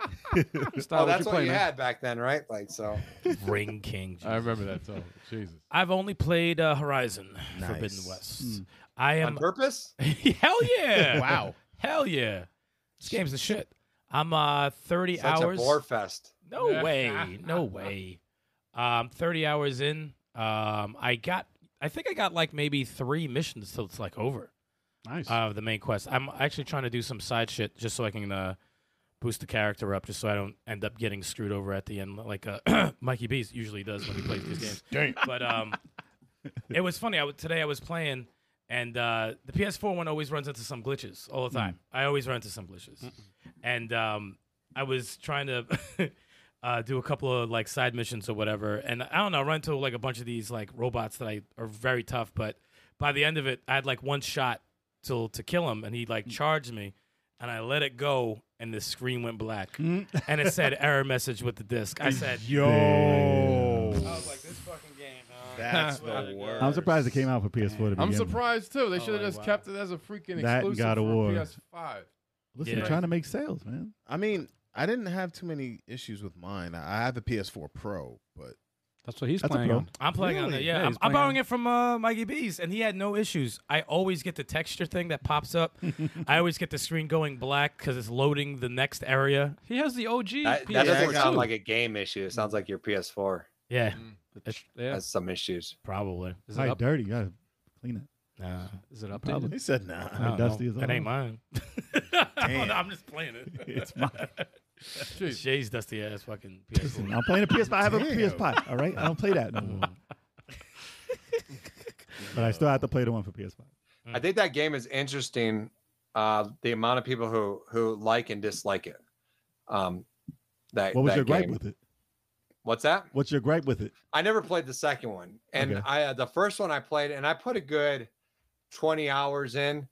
Speaker 2: Style,
Speaker 5: Oh,
Speaker 2: what
Speaker 5: that's what
Speaker 2: playing,
Speaker 5: you
Speaker 2: man?
Speaker 5: had back then, right? Like so.
Speaker 6: Ring King.
Speaker 4: I remember that song. Jesus.
Speaker 6: I've only played uh, Horizon Forbidden
Speaker 8: Nice.
Speaker 6: West.
Speaker 7: Mm.
Speaker 6: I
Speaker 5: On
Speaker 6: am
Speaker 5: purpose.
Speaker 6: hell yeah.
Speaker 8: Wow.
Speaker 6: Hell yeah. This game's the shit. I'm uh 30
Speaker 5: Such
Speaker 6: hours.
Speaker 5: a bore fest.
Speaker 6: No way. No way. Um, 30 hours in. Um, I got, I think I got like maybe three missions till it's like over
Speaker 7: Nice.
Speaker 6: of the main quest. I'm actually trying to do some side shit just so I can uh, boost the character up, just so I don't end up getting screwed over at the end like uh, Mikey Beast usually does when he plays these games. But um, it was funny. I w- today I was playing, and uh, the PS4 one always runs into some glitches all the time. I always run into some glitches, and um, I was trying to. Uh, do a couple of like side missions or whatever, and I don't know. I Run into like a bunch of these like robots that I are very tough, but by the end of it, I had like one shot till to kill him, and he like charged me, and I let it go, and the screen went black, and it said error message with the disc. I said,
Speaker 7: Yo.
Speaker 6: I was like, this fucking game. uh,
Speaker 8: That's
Speaker 6: not
Speaker 8: the
Speaker 6: good.
Speaker 8: worst.
Speaker 7: I'm surprised it came out for PS4 to begin
Speaker 4: I'm
Speaker 7: with.
Speaker 4: surprised too. They should have
Speaker 6: like,
Speaker 4: just
Speaker 6: wow.
Speaker 4: kept it as a freaking
Speaker 7: That and
Speaker 4: exclusive
Speaker 7: God of
Speaker 4: for
Speaker 7: War.
Speaker 4: PS5.
Speaker 7: Listen,
Speaker 6: Yeah.
Speaker 7: they're trying to make sales, man.
Speaker 8: I mean, I didn't have too many issues with mine. I I have a PS4 Pro, but
Speaker 2: That's what he's
Speaker 7: That's a
Speaker 2: playing
Speaker 7: pro.
Speaker 2: on.
Speaker 6: I'm playing on it.
Speaker 2: Really?
Speaker 6: Yeah,
Speaker 2: Yeah,
Speaker 6: I'm,
Speaker 2: he's
Speaker 6: I'm
Speaker 2: playing
Speaker 6: borrowing
Speaker 2: on-
Speaker 6: it from uh, Mikey B's, and he had no issues. I always get the texture thing that pops up. I always get the screen going black because it's loading the next area.
Speaker 2: He has the OG.
Speaker 5: That, that doesn't sound like a game issue. It sounds like your PS4
Speaker 6: Yeah,
Speaker 2: yeah.
Speaker 5: has some issues.
Speaker 6: probably.
Speaker 2: Is it
Speaker 7: Hi,
Speaker 2: up?
Speaker 7: dirty. Gotta clean it.
Speaker 6: Nah,
Speaker 2: Is it up?
Speaker 7: Probably.
Speaker 8: he said nah.
Speaker 6: I don't
Speaker 7: Dusty
Speaker 6: know.
Speaker 7: is
Speaker 6: that
Speaker 7: on.
Speaker 6: ain't mine. I don't know, I'm just playing it.
Speaker 7: It's mine.
Speaker 4: Jeez.
Speaker 6: Jay's dusty ass fucking PS4.
Speaker 7: I'm playing a PS5. I have a PS5. All right, I don't play that no more. but I still have to play the one for PS5.
Speaker 5: I think that game is interesting. Uh, the amount of people who who like and dislike it. Um, that
Speaker 7: What was
Speaker 5: that
Speaker 7: your gripe
Speaker 5: game.
Speaker 7: with it?
Speaker 5: What's that?
Speaker 7: What's your gripe with it?
Speaker 5: I never played the second one, and
Speaker 7: Okay.
Speaker 5: I uh, the first one I played, and I put a good twenty hours in,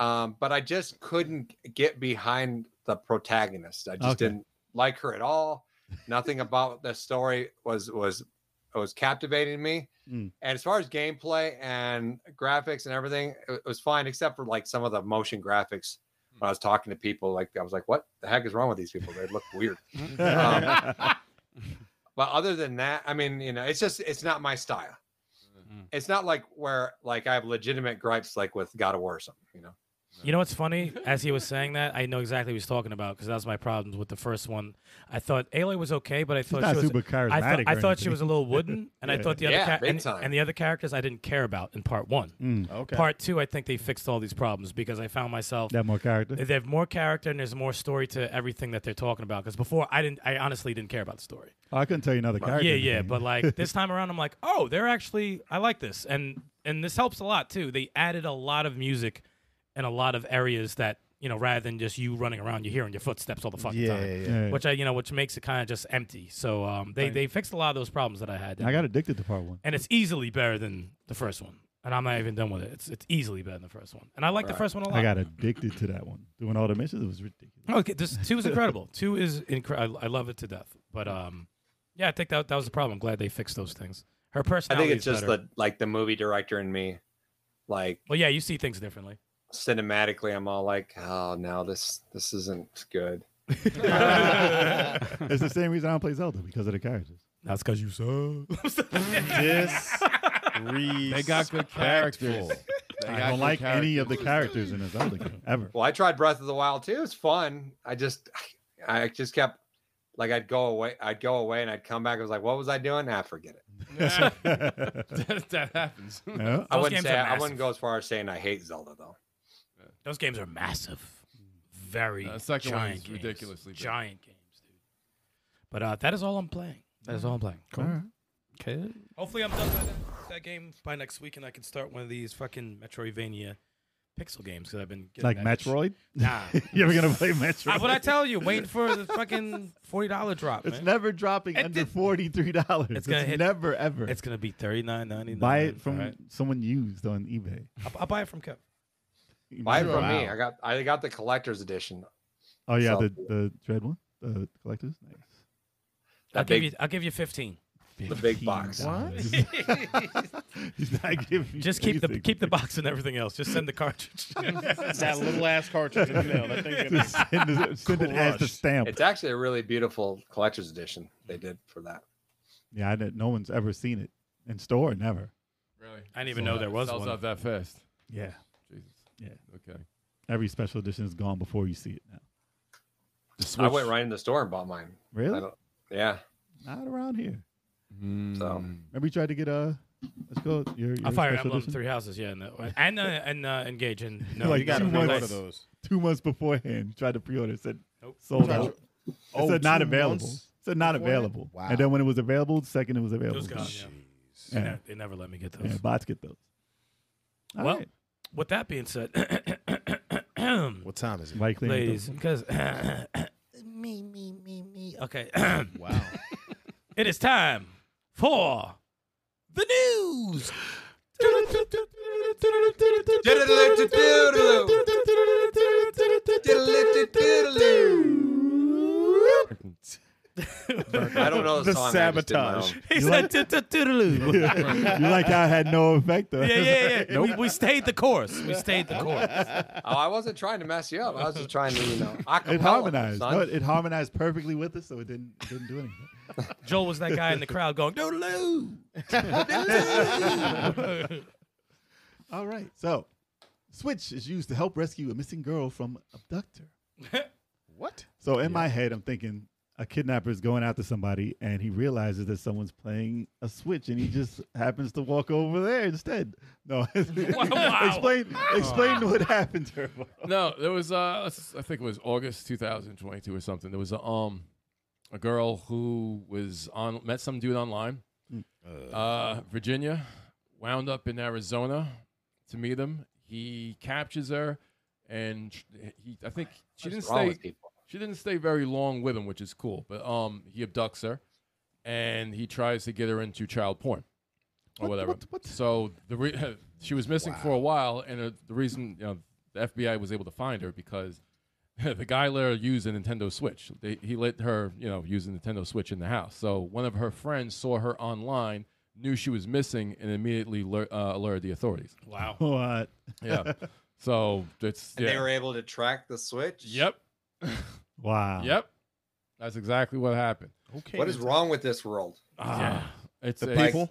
Speaker 5: um, but I just couldn't get behind the protagonist. I just
Speaker 7: Okay.
Speaker 5: didn't like her at all. Nothing about the story was was was captivating me.
Speaker 7: Mm.
Speaker 5: And as far as gameplay and graphics and everything, it, it was fine, except for like some of the motion graphics. When I was talking to people, like I was like, "What the heck is wrong with these people? They look weird." But other than that, I mean, you know, it's just it's not my style.
Speaker 2: Mhm.
Speaker 6: Mm.
Speaker 5: It's not like where like I have legitimate gripes like with God of War or something, you know.
Speaker 6: You know what's funny? As he was saying that, I know exactly what he's talking about because that was my problems with the first one. I thought Aloy was okay, but I thought
Speaker 7: not
Speaker 6: she was
Speaker 7: super charismatic
Speaker 6: I thought,
Speaker 7: or
Speaker 6: I thought she was a
Speaker 7: anything.
Speaker 6: little wooden, and I thought the other
Speaker 5: Yeah,
Speaker 6: char-
Speaker 5: big
Speaker 6: and,
Speaker 5: time.
Speaker 6: and the other characters I didn't care about in part one.
Speaker 7: Mm,
Speaker 8: Okay.
Speaker 6: Part two, I think they fixed all these problems because I found myself
Speaker 7: That more character.
Speaker 6: they have more character and there's more story to everything that they're talking about. Because before, I didn't, I honestly didn't care about the story.
Speaker 7: Oh, I couldn't tell you another character.
Speaker 6: Uh, Yeah,
Speaker 7: in the
Speaker 6: yeah,
Speaker 7: game.
Speaker 6: but like this time around, I'm like, oh, they're actually I like this, and and this helps a lot too. They added a lot of music and a lot of areas that you know, rather than just you running around, you're hearing your footsteps all the fucking
Speaker 8: Yeah,
Speaker 6: time,
Speaker 8: yeah, yeah.
Speaker 7: Yeah.
Speaker 6: which I you know, which makes it kind of just empty. So um, they they fixed a lot of those problems that I had,
Speaker 7: I got addicted to part one.
Speaker 6: and it's easily better than the first one. And I'm not even done with it. It's it's easily better than the first one, and Oh, I like the first one a lot.
Speaker 7: I got addicted to that one. Doing all the missions, it was ridiculous.
Speaker 6: Okay, this two is incredible. two is incredible. I, I love it to death. But um, yeah, I think that that was the problem. I'm glad they fixed those things. Her
Speaker 5: I
Speaker 6: personality.
Speaker 5: think it's
Speaker 6: is
Speaker 5: just
Speaker 6: better.
Speaker 5: the like the movie director and me. Like
Speaker 6: Well, yeah, you see things differently.
Speaker 5: cinematically, I'm all like, oh no, this this isn't good.
Speaker 7: It's the same reason I don't play Zelda because of the characters.
Speaker 6: That's because you suck.
Speaker 8: This
Speaker 4: They got good characters. They
Speaker 7: I
Speaker 4: got
Speaker 7: don't
Speaker 4: good
Speaker 7: like any of the
Speaker 4: characters.
Speaker 7: characters in a Zelda game ever.
Speaker 5: Well, I tried Breath of the Wild too. It's fun. I just I just kept like I'd go away, I'd go away, and I'd come back. I was like, what was I doing? Ah, forget it.
Speaker 4: that, that happens.
Speaker 7: Yeah.
Speaker 5: I
Speaker 6: Those
Speaker 5: wouldn't
Speaker 6: games
Speaker 5: say
Speaker 6: are
Speaker 5: I wouldn't
Speaker 6: massive.
Speaker 5: go as far as saying I hate Zelda though.
Speaker 6: Those games are massive. Very
Speaker 4: The second one
Speaker 6: giant
Speaker 4: is
Speaker 6: games.
Speaker 4: ridiculously big.
Speaker 6: giant games, dude. But uh, that is all I'm playing. That is all I'm playing.
Speaker 7: All right.
Speaker 2: Okay.
Speaker 6: Hopefully, I'm done by that, that game by next week, and I can start one of these fucking Metroidvania pixel games because I've been getting
Speaker 7: Like
Speaker 6: that itch.
Speaker 7: Metroid?
Speaker 6: Nah.
Speaker 7: You ever gonna play Metroid?
Speaker 6: Ah, what I tell you, waiting for the fucking forty dollar drop.
Speaker 7: it's
Speaker 6: man.
Speaker 7: never dropping
Speaker 6: It
Speaker 7: under
Speaker 6: did-
Speaker 7: forty three dollars.
Speaker 6: It's
Speaker 7: It's,
Speaker 6: gonna hit-
Speaker 7: never ever.
Speaker 6: It's gonna be thirty nine ninety nine.
Speaker 7: buy it from someone used on eBay.
Speaker 6: I'll, I'll buy it from Kev.
Speaker 5: Buy it from me.
Speaker 7: Wow.
Speaker 5: I got I got the collector's edition.
Speaker 7: Oh yeah, the
Speaker 5: Zelda.
Speaker 7: the dread one, the collectors. Nice.
Speaker 6: I'll
Speaker 5: That
Speaker 6: give
Speaker 5: big,
Speaker 6: you. I'll give you fifteen.
Speaker 5: The big box.
Speaker 7: $15. He's not giving. you
Speaker 6: Just keep the
Speaker 7: anything.
Speaker 6: keep the box and everything else. Just send the cartridge.
Speaker 8: that little ass cartridge in the mail. That thing's gonna
Speaker 7: Just send, it- send it as the
Speaker 8: crushed.
Speaker 7: stamp.
Speaker 5: it's actually a really beautiful collector's edition they did for that.
Speaker 7: yeah, I didn't, no one's ever seen it in store. Never.
Speaker 4: Really?
Speaker 6: I didn't even know there was
Speaker 4: sells
Speaker 6: one.
Speaker 4: out that fast.
Speaker 7: Yeah,
Speaker 4: Jesus.
Speaker 7: Yeah.
Speaker 4: Okay.
Speaker 7: every special edition is gone before you see it now.
Speaker 5: I went right in the store and bought mine. I
Speaker 7: Really?
Speaker 5: don't, yeah.
Speaker 7: Not around here.
Speaker 4: Hmm.
Speaker 5: So
Speaker 7: Remember you tried to get uh, a. Let's go. Your, your
Speaker 6: I'll fire
Speaker 7: special
Speaker 6: Emblem
Speaker 7: edition?
Speaker 6: Three Houses. Yeah, and uh, and uh, and uh, engage and no,
Speaker 7: Like
Speaker 6: you
Speaker 8: You got
Speaker 6: gotta
Speaker 7: two
Speaker 8: to
Speaker 6: realize-
Speaker 8: one
Speaker 7: months.
Speaker 8: of those.
Speaker 7: two months beforehand. you Tried to pre-order. It said
Speaker 6: Nope.
Speaker 7: sold
Speaker 8: Tried to-
Speaker 7: out. It said not
Speaker 8: Oh, two
Speaker 7: available. It
Speaker 8: months
Speaker 7: said not
Speaker 8: beforehand?
Speaker 7: available.
Speaker 8: Wow.
Speaker 7: And then when it was available, the second it was available.
Speaker 6: Those gone. Yeah. They
Speaker 7: Yeah.
Speaker 6: ne- They never let me get those.
Speaker 7: Yeah, bots get those. All
Speaker 6: Well,
Speaker 7: right.
Speaker 6: With that being said,
Speaker 8: What time is it?
Speaker 7: Mike Lee.
Speaker 6: ladies, because me me me me. Okay.
Speaker 8: Wow.
Speaker 6: It is time for the news.
Speaker 5: I don't know the,
Speaker 8: The
Speaker 5: song. I just did my
Speaker 8: sabotage.
Speaker 5: own.
Speaker 6: He said "Toodaloo."
Speaker 7: you like how I had no effect though.
Speaker 6: Yeah, yeah, yeah. We, we stayed the course. We stayed the course.
Speaker 5: Oh, I wasn't trying to mess you up. I was just trying to, you know, acapella,
Speaker 7: It harmonized.
Speaker 5: son.
Speaker 7: No, it, it harmonized perfectly with us, so it didn't it didn't do anything.
Speaker 6: Joel was that guy in the crowd going "Toodaloo."
Speaker 7: All right. So, Switch is used to help rescue a missing girl from abductor.
Speaker 8: what?
Speaker 7: So in my head, I'm thinking a kidnapper is going after somebody, and he realizes that someone's playing a switch, and he just happens to walk over there instead. No, explain explain what happened, Turbo.
Speaker 4: No, there was uh, let's- I think it was August 2022 or something. There was a um, a girl who was on met some dude online,
Speaker 5: Mm.
Speaker 4: uh, Virginia, wound up in Arizona to meet him. He captures her, and tr- he I think she didn't
Speaker 5: What's wrong
Speaker 4: stay
Speaker 5: with people?
Speaker 4: she didn't stay very long with him, which is cool. But um, he abducts her, and he tries to get her into child porn or
Speaker 7: What-
Speaker 4: whatever.
Speaker 7: what- what?
Speaker 4: So the re- she was missing for a while, and uh, the reason you know the FBI was able to find her because the guy let her use a Nintendo Switch. They, he let her you know use a Nintendo Switch in the house. So one of her friends saw her online, knew she was missing, and immediately lur- uh, alerted the authorities.
Speaker 6: Wow.
Speaker 7: What?
Speaker 4: Yeah. so it's
Speaker 5: And
Speaker 4: yeah.
Speaker 5: they were able to track the switch.
Speaker 4: yep,
Speaker 7: Wow.
Speaker 4: yep. That's exactly what happened.
Speaker 8: Okay.
Speaker 5: What is wrong with this world?
Speaker 4: yeah. Ah, It's
Speaker 8: the
Speaker 4: it's-
Speaker 8: people?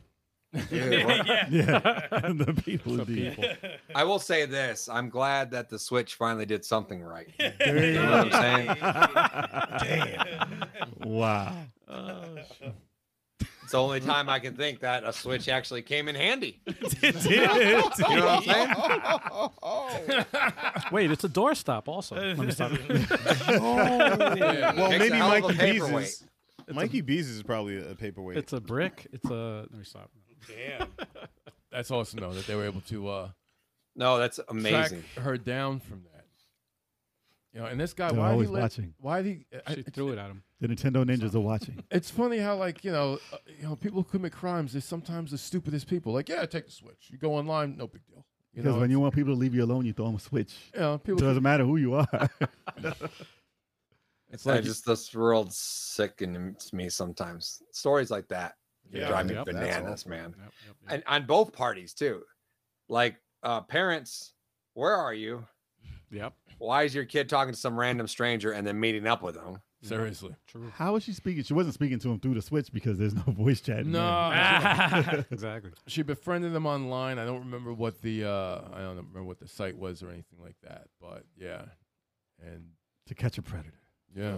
Speaker 6: yeah.
Speaker 7: Yeah, the people. indeed.
Speaker 5: I will say this: I'm glad that the Switch finally did something right. You know what I'm saying?
Speaker 7: Wow.
Speaker 5: It's the only time I can think that a Switch actually came in handy. You
Speaker 7: Damn.
Speaker 5: know what I'm saying?
Speaker 2: Wait, it's a doorstop also. Let me stop.
Speaker 4: Yeah.
Speaker 8: Well,
Speaker 5: Makes a
Speaker 8: maybe
Speaker 5: hell of a
Speaker 8: Mikey
Speaker 5: paperweight.
Speaker 8: Bees. Oh. Mikey Bees is probably a paperweight.
Speaker 2: It's a brick. It's a. Let me stop.
Speaker 6: Damn.
Speaker 4: That's awesome though that they were able to uh,
Speaker 5: No, that's
Speaker 4: track
Speaker 5: amazing.
Speaker 4: her down from that. You know, and this guy,
Speaker 7: They're
Speaker 4: why did he
Speaker 7: always
Speaker 4: let,
Speaker 7: watching.
Speaker 4: Why did he? I-
Speaker 2: She threw it at him.
Speaker 7: The Nintendo ninjas are watching.
Speaker 4: It's funny how like you know, uh, you know, people who commit crimes. They're sometimes the stupidest people. Like, yeah, take the switch. You go online, no big deal. You
Speaker 7: Because
Speaker 4: know,
Speaker 7: when you want people to leave you alone, you throw them a switch.
Speaker 4: it's- you know,
Speaker 7: It
Speaker 4: people.
Speaker 7: doesn't matter who you are.
Speaker 5: It's like just this world sickens me sometimes. Stories like that
Speaker 4: Yeah,
Speaker 5: drive me
Speaker 2: yep,
Speaker 8: that's
Speaker 5: bananas, man.
Speaker 2: Yep, yep, yep.
Speaker 5: And on both parties too. Like uh, parents, where are you?
Speaker 2: Yep.
Speaker 5: Why is your kid talking to some random stranger and then meeting up with them?
Speaker 4: seriously,
Speaker 2: True.
Speaker 7: How was she speaking? She wasn't speaking to him through the switch because there's no voice chat. in
Speaker 4: no.
Speaker 2: Oh, Exactly.
Speaker 4: she befriended him online. I don't remember what the uh, I don't remember what the site was or anything like that. But yeah, and
Speaker 7: there to catch a predator.
Speaker 4: yeah,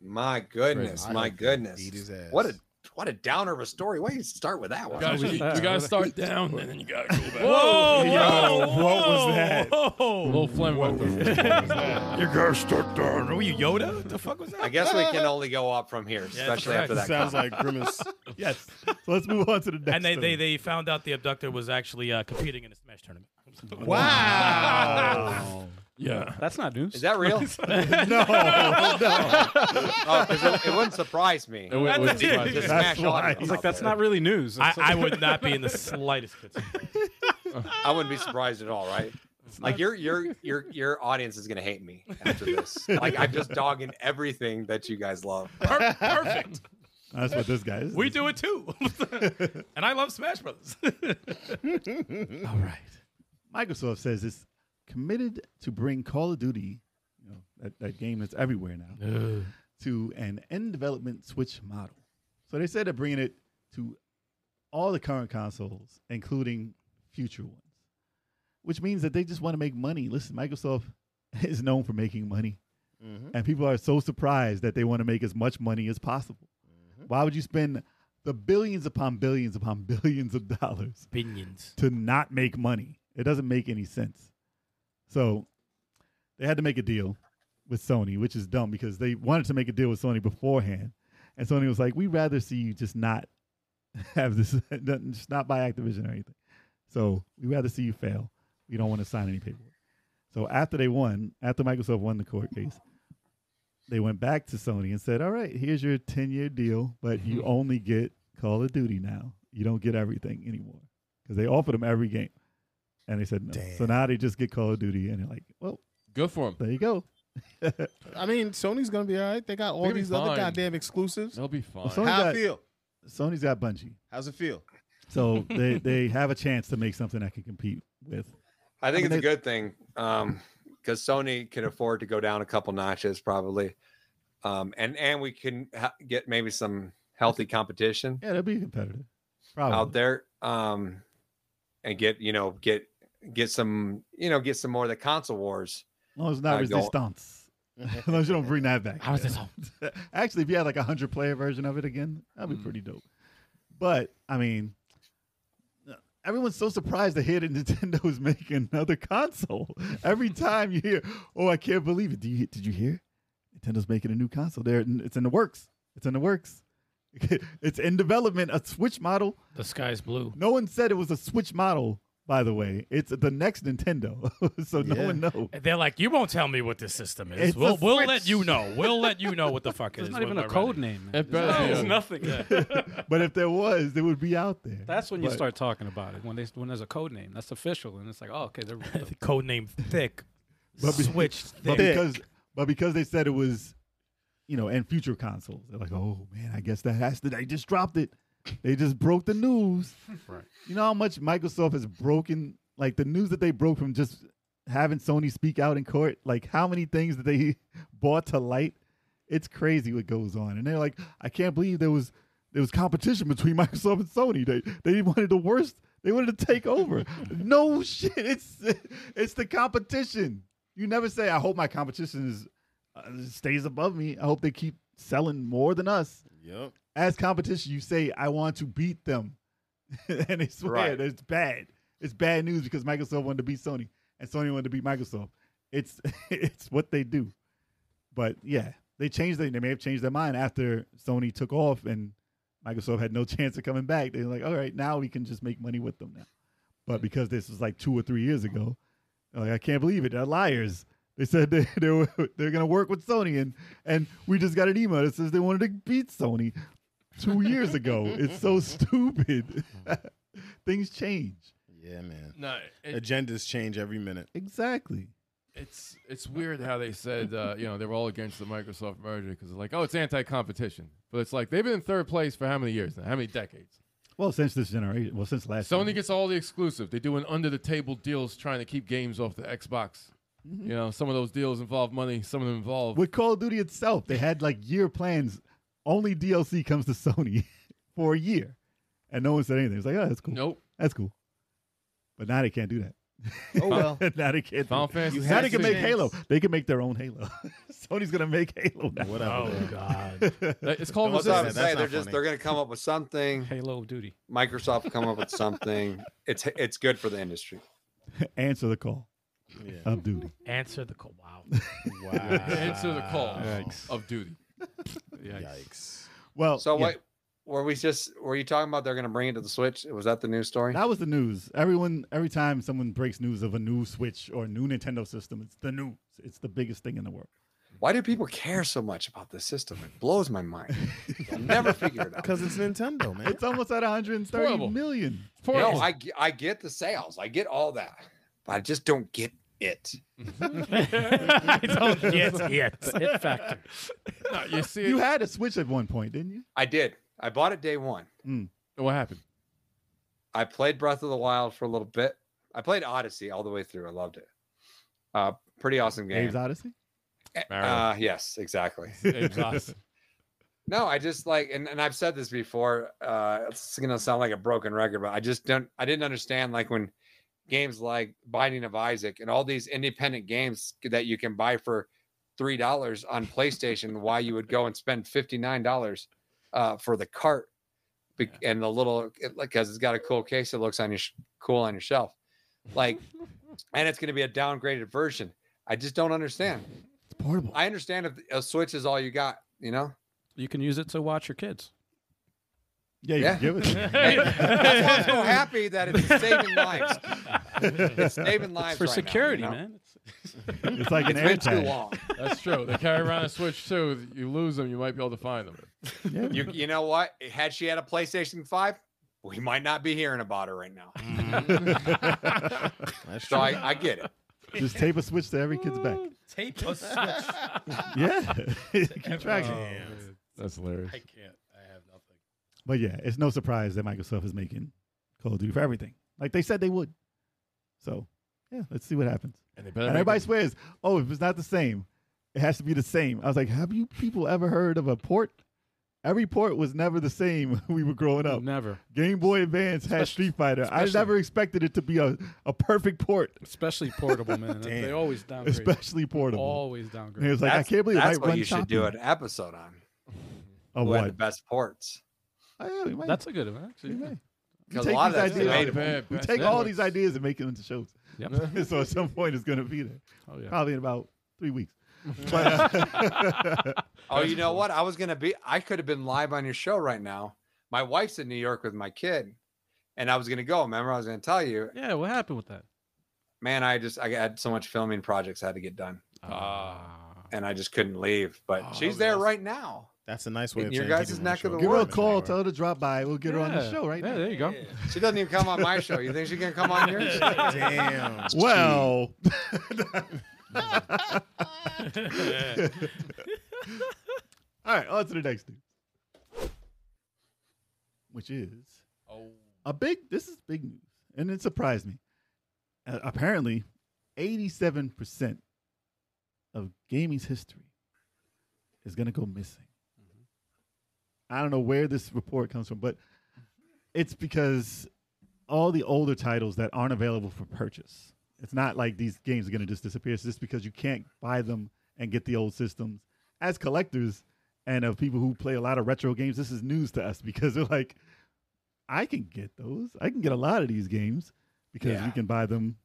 Speaker 5: My goodness,
Speaker 8: Crazy. I
Speaker 5: my
Speaker 8: hope they
Speaker 5: goodness.
Speaker 8: beat his ass.
Speaker 5: What a what a downer of a story. Why you start with that
Speaker 4: you
Speaker 5: one?
Speaker 4: gotta, you, you gotta start down and then you gotta go back.
Speaker 6: Whoa,
Speaker 8: Yo,
Speaker 6: whoa,
Speaker 8: what was that?
Speaker 6: Whoa.
Speaker 4: little phlegm.
Speaker 6: You guys stuck down. Were you Yoda? What the fuck was
Speaker 5: I
Speaker 6: that?
Speaker 5: guess we can only go up from here, especially after that.
Speaker 8: Sounds like grimace.
Speaker 7: Yes. So let's move on to the next.
Speaker 6: And they, they,
Speaker 7: story.
Speaker 6: they found out the abductor was actually uh, competing in a Smash tournament.
Speaker 8: Wow.
Speaker 4: Yeah,
Speaker 2: That's not news.
Speaker 5: Is that real?
Speaker 7: no, no.
Speaker 5: Oh, 'cause it, it wouldn't surprise me.
Speaker 4: It wa- was
Speaker 5: Just
Speaker 4: surprising.
Speaker 5: smash all
Speaker 7: why.
Speaker 5: of
Speaker 7: I
Speaker 5: them
Speaker 7: was
Speaker 2: It's like
Speaker 5: out
Speaker 2: that's
Speaker 5: there.
Speaker 2: not really news.
Speaker 6: I,
Speaker 2: It's
Speaker 6: I
Speaker 2: like-
Speaker 6: would not be in the slightest concern.
Speaker 5: I wouldn't be surprised at all, right? Like your your your your audience is gonna hate me after this. like I'm just dogging everything that you guys love.
Speaker 6: Per- perfect.
Speaker 7: That's what this guy is.
Speaker 6: We do it too. and I love Smash Brothers.
Speaker 7: All right. Microsoft says it's committed to bring Call of Duty, you know, that, that game that's everywhere now, to an end development Switch model. So they said they're bringing it to all the current consoles, including future ones, which means that they just want to make money. Listen, Microsoft is known for making money, and people are so surprised that they want to make as much money as possible. Why would you spend the billions upon billions upon billions of dollars
Speaker 6: Opinions.
Speaker 7: to not make money. It doesn't make any sense. So they had to make a deal with Sony, which is dumb because they wanted to make a deal with Sony beforehand. And Sony was like, we'd rather see you just not have this, just not buy Activision or anything. So we'd rather see you fail. We don't want to sign any paperwork. So after they won, after Microsoft won the court case, they went back to Sony and said, all right, here's your 10 year deal, but you only get Call of Duty now. You don't get everything anymore because they offered them every game. And they said no. So now they just get Call of Duty and they're like, well,
Speaker 4: good for him.
Speaker 7: there you go.
Speaker 8: I mean, Sony's gonna be all right. They got all
Speaker 4: They'll be
Speaker 8: these other
Speaker 4: fine.
Speaker 8: goddamn exclusives.
Speaker 4: They'll be fine.
Speaker 7: Sony-
Speaker 8: How
Speaker 7: got-
Speaker 8: it feel?
Speaker 7: Sony's got Bungie.
Speaker 8: How's it feel?
Speaker 7: So they, they have a chance to make something that can compete with.
Speaker 5: I think it's
Speaker 7: mean,
Speaker 5: a good thing because Sony can afford to go down a couple notches probably, um, and and we can ha- get maybe some healthy competition
Speaker 7: Yeah, they'll be competitive.
Speaker 8: Oh.
Speaker 7: Probably.
Speaker 5: out there, um, and get you know get get some you know get some more of the console wars.
Speaker 7: As long as it's not
Speaker 5: I don't-
Speaker 7: resistance. as long as you don't bring that back. Actually, if you had like a 100 player version of it again, that'd be
Speaker 5: Mm.
Speaker 7: pretty dope. But, I mean, uh, everyone's so surprised to hear that Nintendo is making another console. Every time you hear, oh, I can't believe it. Did you, did you hear? Nintendo's making a new console. There, It's in the works. It's in the works. it's in development. A Switch model
Speaker 6: The sky's blue.
Speaker 7: no one said it was a Switch model, by the way. It's the next Nintendo. so no one knows.
Speaker 6: They're like, you won't tell me what this system is.
Speaker 7: It's
Speaker 6: we'll
Speaker 7: a
Speaker 6: we'll
Speaker 7: Switch."
Speaker 6: let you know. We'll let you know what the fuck
Speaker 2: There's
Speaker 6: it is.
Speaker 2: not
Speaker 6: when
Speaker 2: even a
Speaker 6: we're Oh,
Speaker 2: code
Speaker 6: ready.
Speaker 2: name.
Speaker 4: It better be
Speaker 6: There's
Speaker 4: a-
Speaker 6: nothing.
Speaker 7: But if there was, it would be out there.
Speaker 2: That's when you
Speaker 7: But-
Speaker 2: start talking about it. When they when there's a code name that's official, and it's like, oh, okay, they're
Speaker 6: The code name thick.
Speaker 7: But be-
Speaker 6: Switch
Speaker 7: But
Speaker 6: thick.
Speaker 7: because but because they said it was, you know, and future consoles, they're like, oh man, I guess that has to. They just dropped it. They just broke the news.
Speaker 2: Right.
Speaker 7: You know how much Microsoft has broken, like the news that they broke from just having Sony speak out in court. Like how many things that they brought to light. It's crazy what goes on, and they're like, I can't believe there was there was competition between Microsoft and Sony. They they wanted the worst. They wanted to take over. no shit. It's it's the competition. You never say, "I hope my competition is uh, stays above me. I hope they keep selling more than us."
Speaker 8: Yep.
Speaker 7: As competition, you say, "I want to beat them," and they swear
Speaker 5: Right.
Speaker 7: it's bad. It's bad news because Microsoft wanted to beat Sony, and Sony wanted to beat Microsoft. It's it's what they do. But yeah, they changed. They, they may have changed their mind after Sony took off and Microsoft had no chance of coming back. They're like, all right, now we can just make money with them now. But because this was like two or three years ago, they're like, I can't believe it. They're liars. They said they, they were, they're going to work with Sony, and and we just got an email that says they wanted to beat Sony two years ago. It's so stupid. Things change.
Speaker 8: Yeah, man.
Speaker 4: No, it-
Speaker 8: Agendas change every minute.
Speaker 7: Exactly.
Speaker 4: it's it's weird how they said uh, you know they were all against the Microsoft merger because they're like, oh, it's anti-competition, but it's like they've been in third place for how many years now? How many decades?
Speaker 7: Well, since this generation, well, since last
Speaker 4: Sony
Speaker 7: year.
Speaker 4: gets all the exclusive. They're doing under the table deals trying to keep games off the Xbox.
Speaker 8: Mm-hmm.
Speaker 4: You know, some of those deals involve money. Some of them involve
Speaker 7: with Call of Duty itself, they had like year plans. Only DLC comes to Sony for a year, and no one said anything. It's like, oh, that's cool.
Speaker 4: nope.
Speaker 7: That's cool. But now they can't do that.
Speaker 8: Oh well.
Speaker 7: now they can't.
Speaker 4: Final
Speaker 7: Do
Speaker 4: Fantasy.
Speaker 7: that. Now they can make
Speaker 4: 16.
Speaker 7: Halo. They can make their own Halo. Sony's gonna make Halo now.
Speaker 8: Whatever.
Speaker 6: Oh God.
Speaker 4: It's called
Speaker 5: That's what
Speaker 8: Don't say
Speaker 5: I'm saying.
Speaker 8: that. That's
Speaker 5: They're
Speaker 8: not
Speaker 5: just
Speaker 8: funny.
Speaker 5: they're gonna come up with something.
Speaker 2: Halo Duty.
Speaker 5: Microsoft come up with something. It's it's good for the industry.
Speaker 7: Answer the call
Speaker 8: Yeah.
Speaker 7: of duty.
Speaker 6: Answer the call. Wow.
Speaker 8: Wow.
Speaker 4: answer the call of duty.
Speaker 8: Yikes.
Speaker 7: Well,
Speaker 5: So
Speaker 7: Oh, yeah,
Speaker 5: what were we just were you talking about? They're gonna bring it to the Switch. Was that the news story?
Speaker 7: That was the news. Everyone, every time someone breaks news of a new Switch or a new Nintendo system, it's the news. It's the biggest thing in the world.
Speaker 5: Why do people care so much about this system? It blows my mind. I'll never figure it out.
Speaker 8: Because it's Nintendo, man.
Speaker 7: It's almost at 130
Speaker 4: Horrible.
Speaker 7: million.
Speaker 4: Poor
Speaker 5: No, I ge- I get the sales. I get all that, but I just don't get it.
Speaker 6: I don't get it.
Speaker 2: It factor.
Speaker 4: No, you see,
Speaker 7: You
Speaker 4: it-
Speaker 7: had a Switch at one point, didn't you?
Speaker 5: I did. I bought it day one.
Speaker 4: what happened?
Speaker 5: I played Breath of the Wild for a little bit. I played Odyssey all the way through. I loved it. Uh, pretty awesome game.
Speaker 7: Abe's Odyssey.
Speaker 4: Mario.
Speaker 5: Uh, yes, exactly.
Speaker 4: Abe's Odyssey.
Speaker 5: No, I just like, and, and I've said this before. Uh, it's gonna sound like a broken record, but I just don't. I didn't understand like when games like Binding of Isaac and all these independent games that you can buy for three dollars on PlayStation, why you would go and spend fifty nine dollars uh, for the cart be- and the little it- like because it's got a cool case. It looks on your sh- cool on your shelf, like, and it's gonna be a downgraded version. I just don't understand.
Speaker 7: It's portable.
Speaker 5: I understand if a Switch is all you got, you know.
Speaker 2: You can use it to watch your kids.
Speaker 7: yeah, you
Speaker 5: yeah.
Speaker 7: can give it. to them.
Speaker 5: That's why I'm so happy that it's saving lives. It's saving lives
Speaker 2: It's for
Speaker 5: right now,
Speaker 2: security,
Speaker 5: you know?
Speaker 2: man.
Speaker 7: It's like an
Speaker 5: It's
Speaker 7: air
Speaker 5: been too
Speaker 7: tag.
Speaker 5: long.
Speaker 4: That's true. They carry around a Switch too. You lose them, you might be able to find them.
Speaker 7: Yeah.
Speaker 5: You, you know what? Had she had a PlayStation 5, we might not be hearing about her right now.
Speaker 8: That's
Speaker 5: So I, I get it.
Speaker 7: Just tape a switch to every kid's back.
Speaker 6: Tape a switch. I
Speaker 7: Yeah, keep track.
Speaker 5: Uh,
Speaker 7: of it.
Speaker 6: can't.
Speaker 4: Oh, That's hilarious.
Speaker 6: I have nothing.
Speaker 7: But yeah, it's no surprise that Microsoft is making Call of Duty for everything, like they said they would. So yeah, let's see what happens.
Speaker 4: And they better.
Speaker 7: And
Speaker 4: make
Speaker 7: everybody
Speaker 4: it-
Speaker 7: swears, oh, if it's not the same, it has to be the same. I was like, have you people ever heard of a port? Every port was never the same when we were growing
Speaker 6: Oh.
Speaker 7: up.
Speaker 2: Never.
Speaker 7: Game Boy Advance had Street Fighter. I
Speaker 2: especially-
Speaker 7: never expected it to be a, a perfect port,
Speaker 2: Especially portable, man. they
Speaker 8: Damn.
Speaker 2: always downgrade.
Speaker 7: especially portable.
Speaker 2: Always
Speaker 7: And it
Speaker 2: downgrade.
Speaker 7: was like, I
Speaker 5: That's-
Speaker 7: can't believe it
Speaker 5: that's
Speaker 7: might
Speaker 5: what
Speaker 7: run
Speaker 5: you should do
Speaker 7: choppy.
Speaker 5: an episode on.
Speaker 7: Oh,
Speaker 5: Who had the
Speaker 7: what?
Speaker 5: best ports?
Speaker 7: Oh, yeah, we might.
Speaker 2: That's a good one, actually.
Speaker 7: we
Speaker 2: yeah.
Speaker 7: might. We
Speaker 5: Because a
Speaker 7: take
Speaker 5: lot of
Speaker 7: these
Speaker 5: that's
Speaker 7: ideas-
Speaker 5: debatable.
Speaker 4: Bad,
Speaker 7: We
Speaker 4: bad
Speaker 7: take all
Speaker 4: networks.
Speaker 7: these ideas and make them into shows.
Speaker 2: Yep.
Speaker 7: so at some point, it's going to be there.
Speaker 2: Oh yeah.
Speaker 7: Probably in about three weeks. But, uh,
Speaker 5: Oh, you know what? I was gonna be. I could have been live on your show right now. My wife's in New York with my kid, and I was gonna go. Remember, I was gonna tell you,
Speaker 2: Yeah. What happened with that?
Speaker 5: man. I just I had so much filming projects I had to get done.
Speaker 4: Ah.
Speaker 5: and I just couldn't leave. But
Speaker 4: Oh,
Speaker 5: she's
Speaker 4: that
Speaker 5: there
Speaker 4: was-
Speaker 5: right now.
Speaker 8: That's a nice way
Speaker 5: In
Speaker 8: of
Speaker 5: your
Speaker 8: saying he
Speaker 5: guys'
Speaker 8: didn't
Speaker 5: neck
Speaker 8: show
Speaker 5: of
Speaker 8: up.
Speaker 5: the
Speaker 7: give her a
Speaker 5: woods.
Speaker 7: call. Tell her to drop by. We'll get her on the
Speaker 2: Yeah.
Speaker 7: show right
Speaker 2: Yeah.
Speaker 7: now.
Speaker 2: There you go.
Speaker 5: She doesn't even come on my show. You think she gonna come on yours?
Speaker 8: Damn.
Speaker 7: Well, all right, on to the next news, which is a big. This is big news, and it surprised me. Uh, apparently, eighty-seven percent of gaming's history is going to go missing. I don't know where this report comes from, but it's because all the older titles that aren't available for purchase. It's not like these games are going to just disappear. It's just because you can't buy them and get the old systems. As collectors and of people who play a lot of retro games, this is news to us because they're like, I can get those. I can get a lot of these games because we can buy them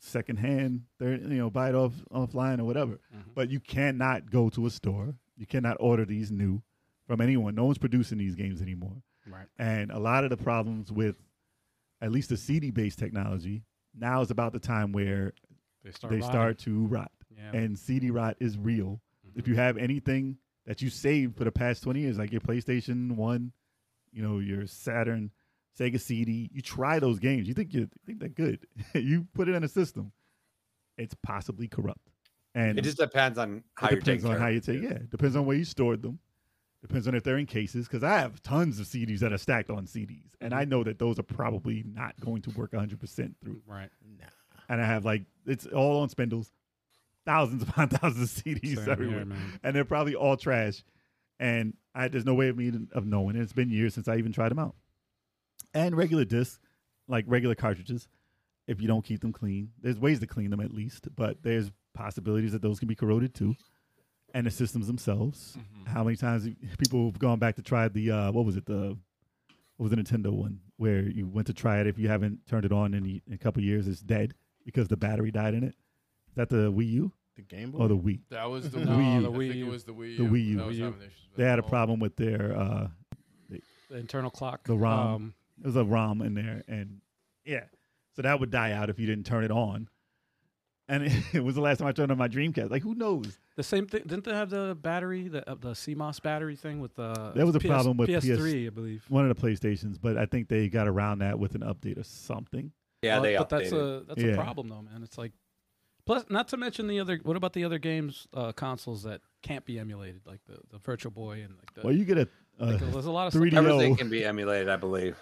Speaker 7: secondhand. They're you know buy it off offline or whatever.
Speaker 2: Mm-hmm.
Speaker 7: But you cannot go to a store. You cannot order these new from anyone. No one's producing these games anymore.
Speaker 8: Right.
Speaker 7: And a lot of the problems with at least the CD based technology now is about the time where
Speaker 2: They start.
Speaker 7: they
Speaker 2: rotting.
Speaker 7: start to rot.
Speaker 2: Yeah. Mm-hmm.
Speaker 7: And CD rot is real. If you have anything that you saved for the past 20 years, like your PlayStation 1, you know, your Saturn, Sega CD, you try those games. You think you think they're good. you put it in a system. It's possibly corrupt. And
Speaker 5: It just depends on how
Speaker 7: it
Speaker 5: you're
Speaker 7: depends
Speaker 5: taking
Speaker 7: on
Speaker 5: care
Speaker 7: how
Speaker 5: of
Speaker 7: you
Speaker 5: it,
Speaker 7: take.
Speaker 5: too.
Speaker 7: Yeah, depends on where you stored them. Depends on if they're in cases. Because I have tons of CDs that are stacked on CDs, and I know that those are probably not going to work 100 percent through.
Speaker 2: Right.
Speaker 7: And I have like it's all on spindles, thousands upon thousands of CDs
Speaker 2: Same
Speaker 7: everywhere,
Speaker 2: here, man.
Speaker 7: and they're probably all trash. And I there's no way of me of knowing. And it's been years since I even tried them out. And regular discs, like regular cartridges, if you don't keep them clean, there's ways to clean them at least, but there's possibilities that those can be corroded too. And the systems themselves. How many times have people have gone back to try the uh, what was it the what was the Nintendo one where you went to try it if you haven't turned it on in, the, in a couple years it's dead because the battery died in it. Is that the Wii U
Speaker 8: The Game Boy.
Speaker 7: or Oh, the Wii?
Speaker 4: That was the
Speaker 7: The
Speaker 4: Wii. U.
Speaker 7: Wii U.
Speaker 4: I think it
Speaker 2: The
Speaker 4: was the Wii.
Speaker 7: The
Speaker 4: U.
Speaker 7: Wii U.
Speaker 4: That was having issues with
Speaker 7: They had a
Speaker 4: that.
Speaker 7: problem with their uh,
Speaker 2: The internal clock. Um,
Speaker 7: The ROM. It was a ROM in there, and yeah, so that would die out if you didn't turn it on. And it, was the last time I turned on my Dreamcast. Like, who knows?
Speaker 2: the same thing. Didn't they have the battery, the uh, the CMOS battery thing with uh, the?
Speaker 7: That was a
Speaker 2: PS
Speaker 7: problem with
Speaker 2: PS3, I believe.
Speaker 7: One of the PlayStations, but I think they got around that with an update or something.
Speaker 5: Yeah,
Speaker 2: Well,
Speaker 5: they
Speaker 2: But that's
Speaker 5: updated.
Speaker 2: a that's a
Speaker 7: Yeah.
Speaker 2: problem though, man. It's like, plus, not to mention the other. What about the other games uh, consoles that can't be emulated, like the, the Virtual Boy and like the.
Speaker 7: Well, you get a,
Speaker 2: like,
Speaker 7: a
Speaker 2: there's a lot of stuff.
Speaker 7: 3DO.
Speaker 5: Everything can be emulated, I believe.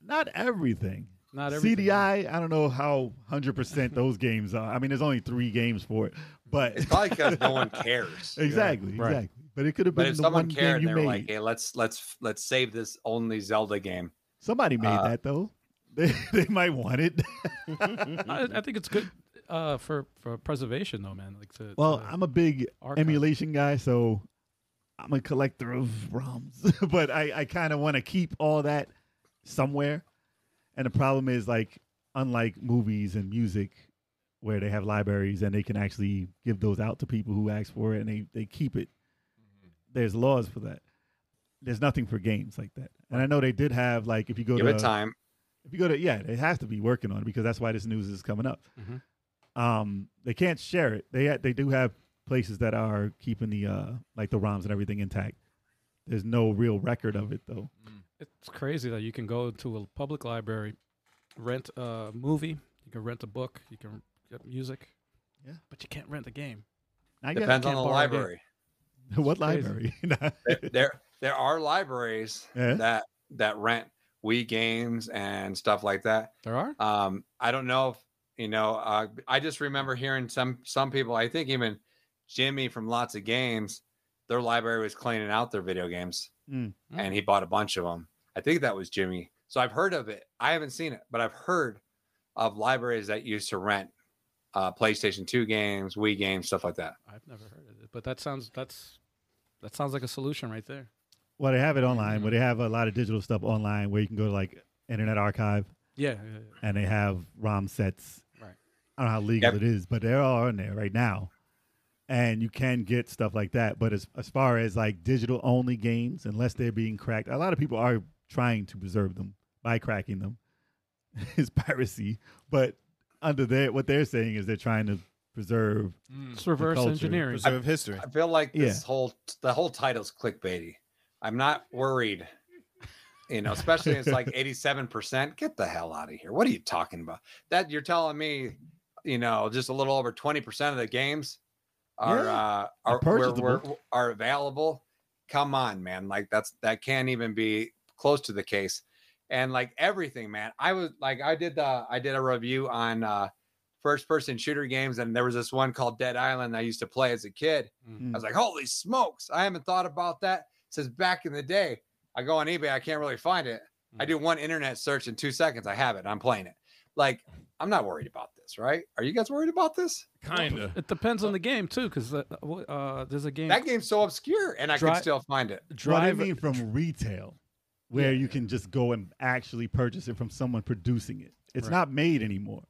Speaker 7: Not everything.
Speaker 2: Not everything.
Speaker 7: CDI. I don't know how hundred percent those games are. I mean, there's only three games for it, but
Speaker 5: It's probably because no one cares.
Speaker 7: exactly,
Speaker 2: right.
Speaker 7: exactly. But it could have
Speaker 5: But
Speaker 7: been
Speaker 5: if
Speaker 7: the one
Speaker 5: someone
Speaker 7: game
Speaker 5: cared,
Speaker 7: you
Speaker 5: they were
Speaker 7: made.
Speaker 5: like, "Hey, let's let's let's save this only Zelda game."
Speaker 7: Somebody made
Speaker 5: uh,
Speaker 7: that though. They, they might want it.
Speaker 2: I, I think it's good uh, for for preservation though, man. Like to
Speaker 7: Well,
Speaker 2: to
Speaker 7: I'm a big
Speaker 2: archive.
Speaker 7: emulation guy, so I'm a collector of ROMs, but I, I kind of want to keep all that somewhere. And the problem is, like, unlike movies and music, where they have libraries and they can actually give those out to people who ask for it and they, they keep it, there's laws for that. There's nothing for games like that. And I know they did have, like, if you go
Speaker 5: Give
Speaker 7: to
Speaker 5: it time.
Speaker 7: if you go to yeah, they have to be working on it because that's why this news is coming up.
Speaker 2: Mhm.
Speaker 7: Um, they can't share it. They they do have places that are keeping the uh like the ROMs and everything intact. There's no real record of it though.
Speaker 2: It's crazy that you can go to a public library, rent a movie, you can rent a book, you can get music.
Speaker 7: Yeah.
Speaker 2: but you can't rent the game.
Speaker 7: I guess-
Speaker 5: Depends on
Speaker 2: can't
Speaker 5: the
Speaker 2: borrow a game.
Speaker 5: library.
Speaker 7: what
Speaker 2: crazy.
Speaker 7: library. Eh?
Speaker 5: There there are libraries
Speaker 7: Yeah.
Speaker 5: that that rent Wii games and stuff like that.
Speaker 2: There are.
Speaker 5: Um, I don't know if you know. Uh, I just remember hearing some some people. I think even Jimmy from Lots of Games, their library was cleaning out their video games,
Speaker 7: Mm.
Speaker 5: and he bought a bunch of them. I think that was Jimmy. So I've heard of it. I haven't seen it, but I've heard of libraries that used to rent uh, PlayStation Two games, Wii games, stuff like that.
Speaker 2: I've never heard of it, but that sounds that's that sounds like a solution right there.
Speaker 7: well, they have it online, where they have a lot of digital stuff online where you can go to like Internet Archive
Speaker 2: Yeah,
Speaker 7: and they have ROM sets.
Speaker 2: Right.
Speaker 7: I don't know how legal
Speaker 5: Yep.
Speaker 7: it is, but they're all in there right now, and you can get stuff like that. But as as far as like digital only games, unless they're being cracked, a lot of people are trying to preserve them by cracking them. it's piracy, but under their what they're saying is they're trying to preserve.
Speaker 4: Mm.
Speaker 2: it's reverse
Speaker 7: culture.
Speaker 2: engineering.
Speaker 8: Preserve history.
Speaker 5: I feel like
Speaker 7: Yeah.
Speaker 5: this whole the whole title's clickbaity. I'm not worried. You know, especially it's like 87%. Get the hell out of here. What are you talking about? That you're telling me, you know, just a little over 20% of the games are
Speaker 7: Yeah,
Speaker 5: uh are
Speaker 7: are
Speaker 5: were, were,
Speaker 7: purchasable.
Speaker 5: are available. Come on, man. Like that's that can't even be close to the case. And like everything, man. I was like I did the I did a review on uh first person shooter games and there was this one called Dead Island I used to play as a kid. I was like, holy smokes, I haven't thought about that since back in the day. I go on eBay, I can't really find it. I do one internet search in two seconds, I have it, I'm playing it. Like, I'm not worried about this, right? Are you guys worried about this?
Speaker 4: Kinda.
Speaker 2: It depends on the game too, because uh, uh, there's a game
Speaker 5: That game's so obscure, and I
Speaker 2: Dry-
Speaker 5: can still find it.
Speaker 2: drive.
Speaker 7: What I mean from retail, where you can just go and actually purchase it from someone producing it. It's not made anymore.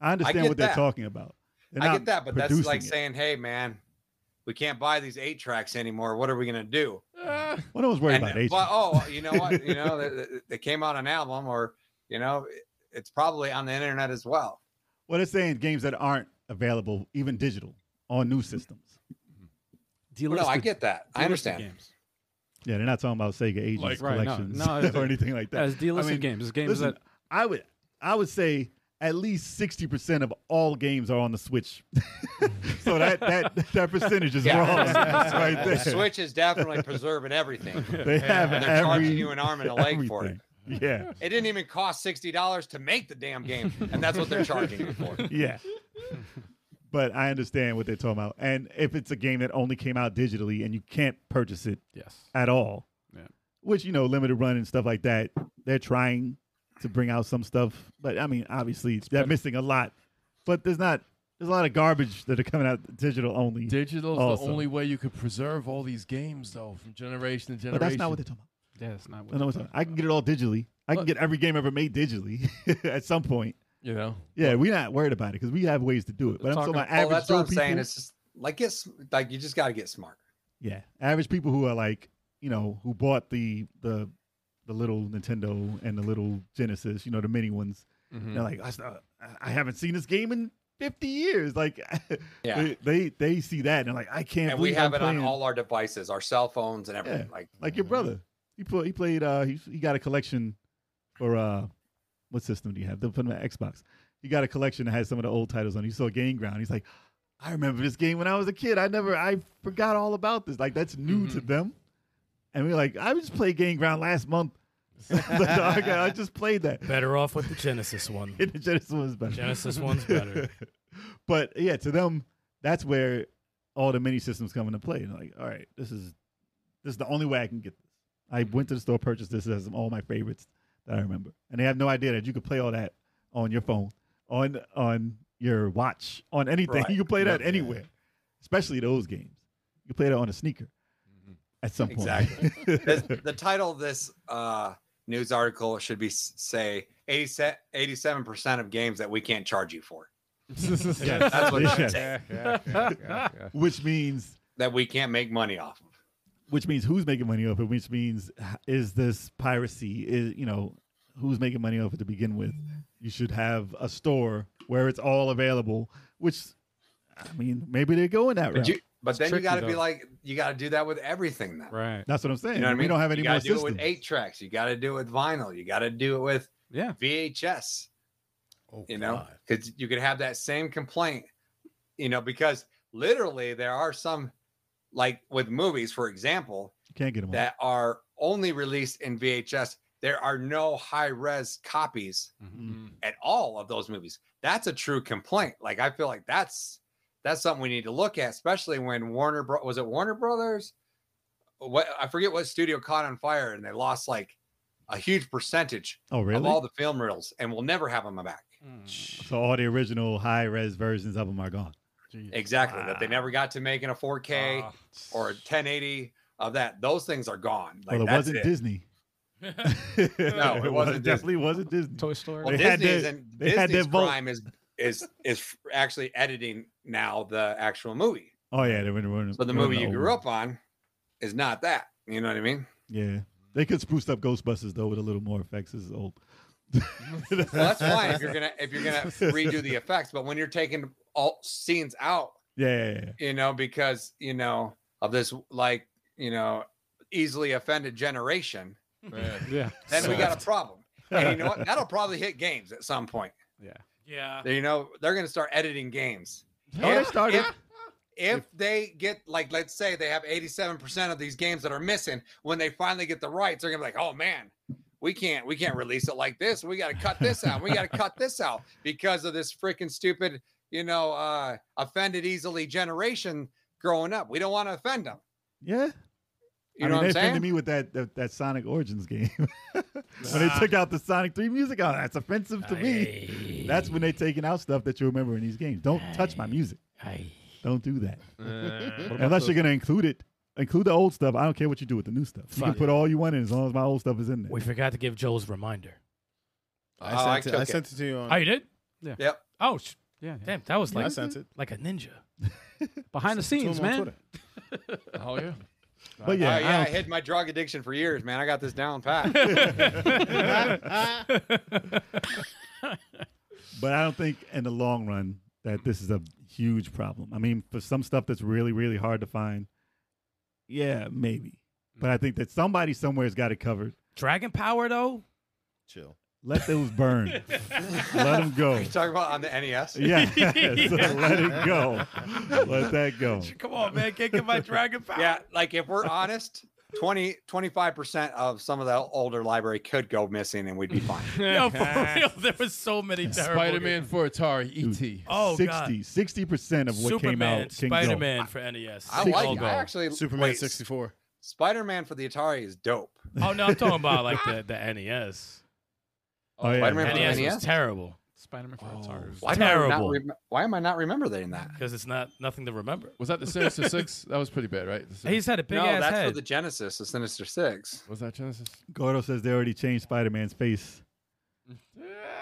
Speaker 7: I understand
Speaker 5: get
Speaker 7: what they're
Speaker 5: that.
Speaker 7: talking about. They're
Speaker 5: I
Speaker 7: not
Speaker 5: get that, but that's
Speaker 7: producing
Speaker 5: like
Speaker 7: it.
Speaker 5: saying, "Hey, man, we can't buy these eight tracks anymore. What are we gonna do?"
Speaker 7: Well, no one's worried
Speaker 5: And,
Speaker 7: about age.
Speaker 5: well, oh, you know what? You know, they, they- they came out an album, or you know, it- it's probably on the internet as well.
Speaker 7: What they're saying games that aren't available, even digital, on new systems.
Speaker 5: No, I
Speaker 2: delisted-
Speaker 5: get that. I
Speaker 2: delisted
Speaker 5: understand.
Speaker 2: Games.
Speaker 7: Yeah, they're not talking about Sega Ages
Speaker 4: Like,
Speaker 2: right, no,
Speaker 7: collections
Speaker 2: no, it's-
Speaker 7: or anything like that.
Speaker 2: As delisted
Speaker 7: I mean,
Speaker 2: games, games
Speaker 7: Listen,
Speaker 2: that
Speaker 7: I would I would say at least sixty percent of all games are on the Switch. so that that that percentage is
Speaker 5: Yeah.
Speaker 7: wrong. It's right
Speaker 5: The
Speaker 7: there.
Speaker 5: Switch is definitely preserving everything.
Speaker 7: They have
Speaker 5: And they're charging
Speaker 7: every-
Speaker 5: you an arm and a leg for it.
Speaker 7: everything. Yeah,
Speaker 5: It didn't even cost sixty dollars to make the damn game, and that's what they're charging you for.
Speaker 7: yeah. But I understand what they're talking about. And if it's a game that only came out digitally and you can't purchase it
Speaker 2: yes,
Speaker 7: at all.
Speaker 2: Yeah.
Speaker 7: Which you know, limited run and stuff like that. They're trying to bring out some stuff, but I mean, obviously they're missing a lot. But there's not there's a lot of garbage that are coming out digital only.
Speaker 4: Digital's
Speaker 7: Awesome.
Speaker 4: the only way you could preserve all these games, though, from generation to generation.
Speaker 7: but that's not what they're talking about.
Speaker 2: yeah, it's not.
Speaker 7: I
Speaker 2: What
Speaker 7: don't know what they're talking about. I can get it all digitally. I can
Speaker 4: Look-
Speaker 7: get every game ever made digitally at some point.
Speaker 4: you know.
Speaker 7: Yeah, we're not worried about it because we have ways to do it. But I'm
Speaker 2: Talking-
Speaker 7: talking about
Speaker 5: Well,
Speaker 7: average
Speaker 5: oh, that's what
Speaker 7: Joe
Speaker 5: I'm saying.
Speaker 7: people-
Speaker 5: It's just like get s- like you just got to get smart.
Speaker 7: Yeah, average people who are like, you know, who bought the the the little Nintendo and the little Genesis, you know, the mini ones.
Speaker 5: Mm-hmm.
Speaker 7: They're like, I, s- uh, I haven't seen this game in 50 years. Like,
Speaker 5: Yeah.
Speaker 7: they, they they see that and they're like, I can't.
Speaker 5: and we
Speaker 7: believe
Speaker 5: have
Speaker 7: I'm
Speaker 5: it on
Speaker 7: playing."
Speaker 5: all our devices, our cell phones, and everything. Like,
Speaker 7: Like your brother, he put he played. Uh, he he got a collection for uh, what system do you have? The from the Xbox. He got a collection that has some of the old titles on. it. He saw Game Ground. He's like, I remember this game when I was a kid. I never, I forgot all about this. Like that's new to them. And we are like, I just played Game Ground last month. Like, okay, I just played that.
Speaker 6: Better off with the Genesis one.
Speaker 7: The Genesis one is better.
Speaker 6: Genesis one's better.
Speaker 7: but yeah, to them, that's where all the mini systems come into play. And like, all right, this is this is the only way I can get this. I went to the store, purchased this as all my favorites that I remember, and they have no idea that you could play all that on your phone, on on your watch, on anything.
Speaker 5: Right.
Speaker 7: You can play that anywhere, especially those games. You can play that on a sneaker at some point.
Speaker 5: Mm-hmm. Exactly. this- the title of this uh, news article should be s- say 87 percent of games that we can't charge you for.
Speaker 7: Yes.
Speaker 5: That's what it should
Speaker 7: Yes.
Speaker 5: say.
Speaker 7: Which means
Speaker 5: That we can't make money off of.
Speaker 7: which means who's making money off it which means h- is this piracy is you know who's making money off it to begin with you should have a store where it's all available which i mean maybe they're going that
Speaker 5: But
Speaker 7: route
Speaker 5: you, but then you
Speaker 2: tricky,
Speaker 5: got to be
Speaker 2: though.
Speaker 5: like, you got to do that with everything. Then
Speaker 2: right.
Speaker 7: that's what i'm saying
Speaker 5: you know what I mean.
Speaker 7: we don't have any
Speaker 5: you
Speaker 7: more
Speaker 5: gotta do it
Speaker 7: systems
Speaker 5: with eight tracks. You got to do it with vinyl. You got to do it with
Speaker 2: Yeah.
Speaker 5: VHS.
Speaker 8: Oh,
Speaker 5: you know
Speaker 8: God.
Speaker 5: because you could have that same complaint you know because literally there are some like with movies for example
Speaker 7: you can't get them all.
Speaker 5: that are only released in vhs there are no high res copies
Speaker 7: Mm-hmm.
Speaker 2: Mm-hmm.
Speaker 5: at all of those movies that's a true complaint like i feel like that's that's something we need to look at especially when warner Bro- was it warner brothers what i forget what studio caught on fire and they lost like a huge percentage
Speaker 7: oh really
Speaker 5: of all the film reels and we'll never have them back
Speaker 7: so all the original high res versions of them are gone
Speaker 5: Exactly. That they never got to making a 4K
Speaker 7: Ah,
Speaker 5: or a 1080 of that. Those things are gone. Like
Speaker 7: well it
Speaker 5: that's
Speaker 7: wasn't
Speaker 5: it.
Speaker 7: disney no
Speaker 5: wasn't Disney.
Speaker 7: definitely wasn't disney
Speaker 2: Toy Story.
Speaker 5: Well,
Speaker 7: They
Speaker 5: Disney
Speaker 7: had their-
Speaker 5: isn't,
Speaker 7: they had their
Speaker 5: Disney's
Speaker 7: vote.
Speaker 5: crime is is is actually editing now the actual movie.
Speaker 7: oh yeah they were running
Speaker 5: So the movie you grew up on is not that. You know what I mean?
Speaker 7: yeah they could spruce up ghostbusters though with a little more effects this is old
Speaker 5: Well, that's fine if you're gonna if you're gonna redo the effects, but when you're taking all scenes out,
Speaker 7: Yeah, yeah, yeah.
Speaker 5: you know, because you know of this like you know easily offended generation,
Speaker 2: yeah.
Speaker 5: then we got a problem. And you know what? That'll probably hit games at some point.
Speaker 6: Yeah.
Speaker 5: You know, they're going to start editing games.
Speaker 7: Oh, they started.
Speaker 5: If, if they get, like, let's say they have 87% of these games that are missing, when they finally get the rights, they're going to be like, oh, man. We can't we can't release it like this. We got to cut this out. We got to cut this out because of this freaking stupid, you know, uh offended easily generation growing up. We don't want to offend them.
Speaker 7: Yeah,
Speaker 5: You know
Speaker 7: I mean,
Speaker 5: what
Speaker 7: they
Speaker 5: I'm saying?
Speaker 7: offended me with that that, that Sonic Origins game when they took out the Sonic Three music. Oh, that's offensive to me. That's when they taking out stuff that you remember in these games. Don't touch my music. Don't do that unless you're gonna include it. Include the old stuff. I don't care what you do with the new stuff. You can
Speaker 6: Fine.
Speaker 7: put all you want in as long as my old stuff is in there.
Speaker 6: We forgot to give Joel's reminder.
Speaker 8: I,
Speaker 5: Oh,
Speaker 8: sent,
Speaker 5: I
Speaker 8: it,
Speaker 5: took
Speaker 8: I
Speaker 5: it.
Speaker 8: sent it to you on.
Speaker 6: Oh, you did?
Speaker 5: Yep.
Speaker 6: Oh, sh-
Speaker 2: Yeah, yeah.
Speaker 6: damn, that was
Speaker 8: I
Speaker 6: like
Speaker 8: sent it.
Speaker 6: like a ninja.
Speaker 2: behind the
Speaker 8: to him
Speaker 2: scenes,
Speaker 8: on
Speaker 2: man.
Speaker 8: Twitter.
Speaker 4: Oh yeah.
Speaker 5: Uh,
Speaker 7: But yeah,
Speaker 5: Oh, Yeah, yeah I,
Speaker 7: I don't-
Speaker 5: hid my drug addiction for years, man. I got this down pat.
Speaker 7: but I don't think in the long run that this is a huge problem. I mean, for some stuff that's really, really hard to find, yeah, maybe. But I think that somebody somewhere's got it covered.
Speaker 6: Dragon power though.
Speaker 8: Chill.
Speaker 7: Let those burn. let them go.
Speaker 5: you talking about on the E NES?
Speaker 7: Yeah, so let it go. Let that go.
Speaker 6: Come on, man, can't get my dragon power.
Speaker 5: Yeah, like if we're honest, 20 25% of some of the older library could go missing and we'd be fine.
Speaker 6: Yo, for real, there was so many terrible.
Speaker 4: Spider-Man for Atari, E E.T.
Speaker 6: Oh god.
Speaker 7: 60 percent of what came
Speaker 6: Superman,
Speaker 7: out can go.
Speaker 6: Spider-Man for NES.
Speaker 5: I
Speaker 6: They
Speaker 5: like
Speaker 6: all
Speaker 5: it.
Speaker 6: go.
Speaker 5: I actually
Speaker 8: Superman
Speaker 5: wait,
Speaker 8: 64.
Speaker 5: Spider-Man for the Atari is dope.
Speaker 6: Oh no, I'm talking about like the, E the NES.
Speaker 7: Oh, yeah.
Speaker 5: Spider-Man for the E
Speaker 6: NES,
Speaker 5: NES?
Speaker 6: E was terrible
Speaker 2: Spider-Man
Speaker 5: Oh,
Speaker 2: for Atari.
Speaker 5: Why do I not
Speaker 6: terrible.
Speaker 5: rem- why am I not remembering that?
Speaker 6: because it's not nothing to remember.
Speaker 4: Was that the Sinister Six? That was pretty bad, right? The Sin-
Speaker 6: He's had a big
Speaker 5: no,
Speaker 6: ass
Speaker 5: that's for
Speaker 6: head.
Speaker 5: the Genesis, the Sinister Six.
Speaker 4: was that Genesis?
Speaker 7: Gordo says they already changed Spider-Man's face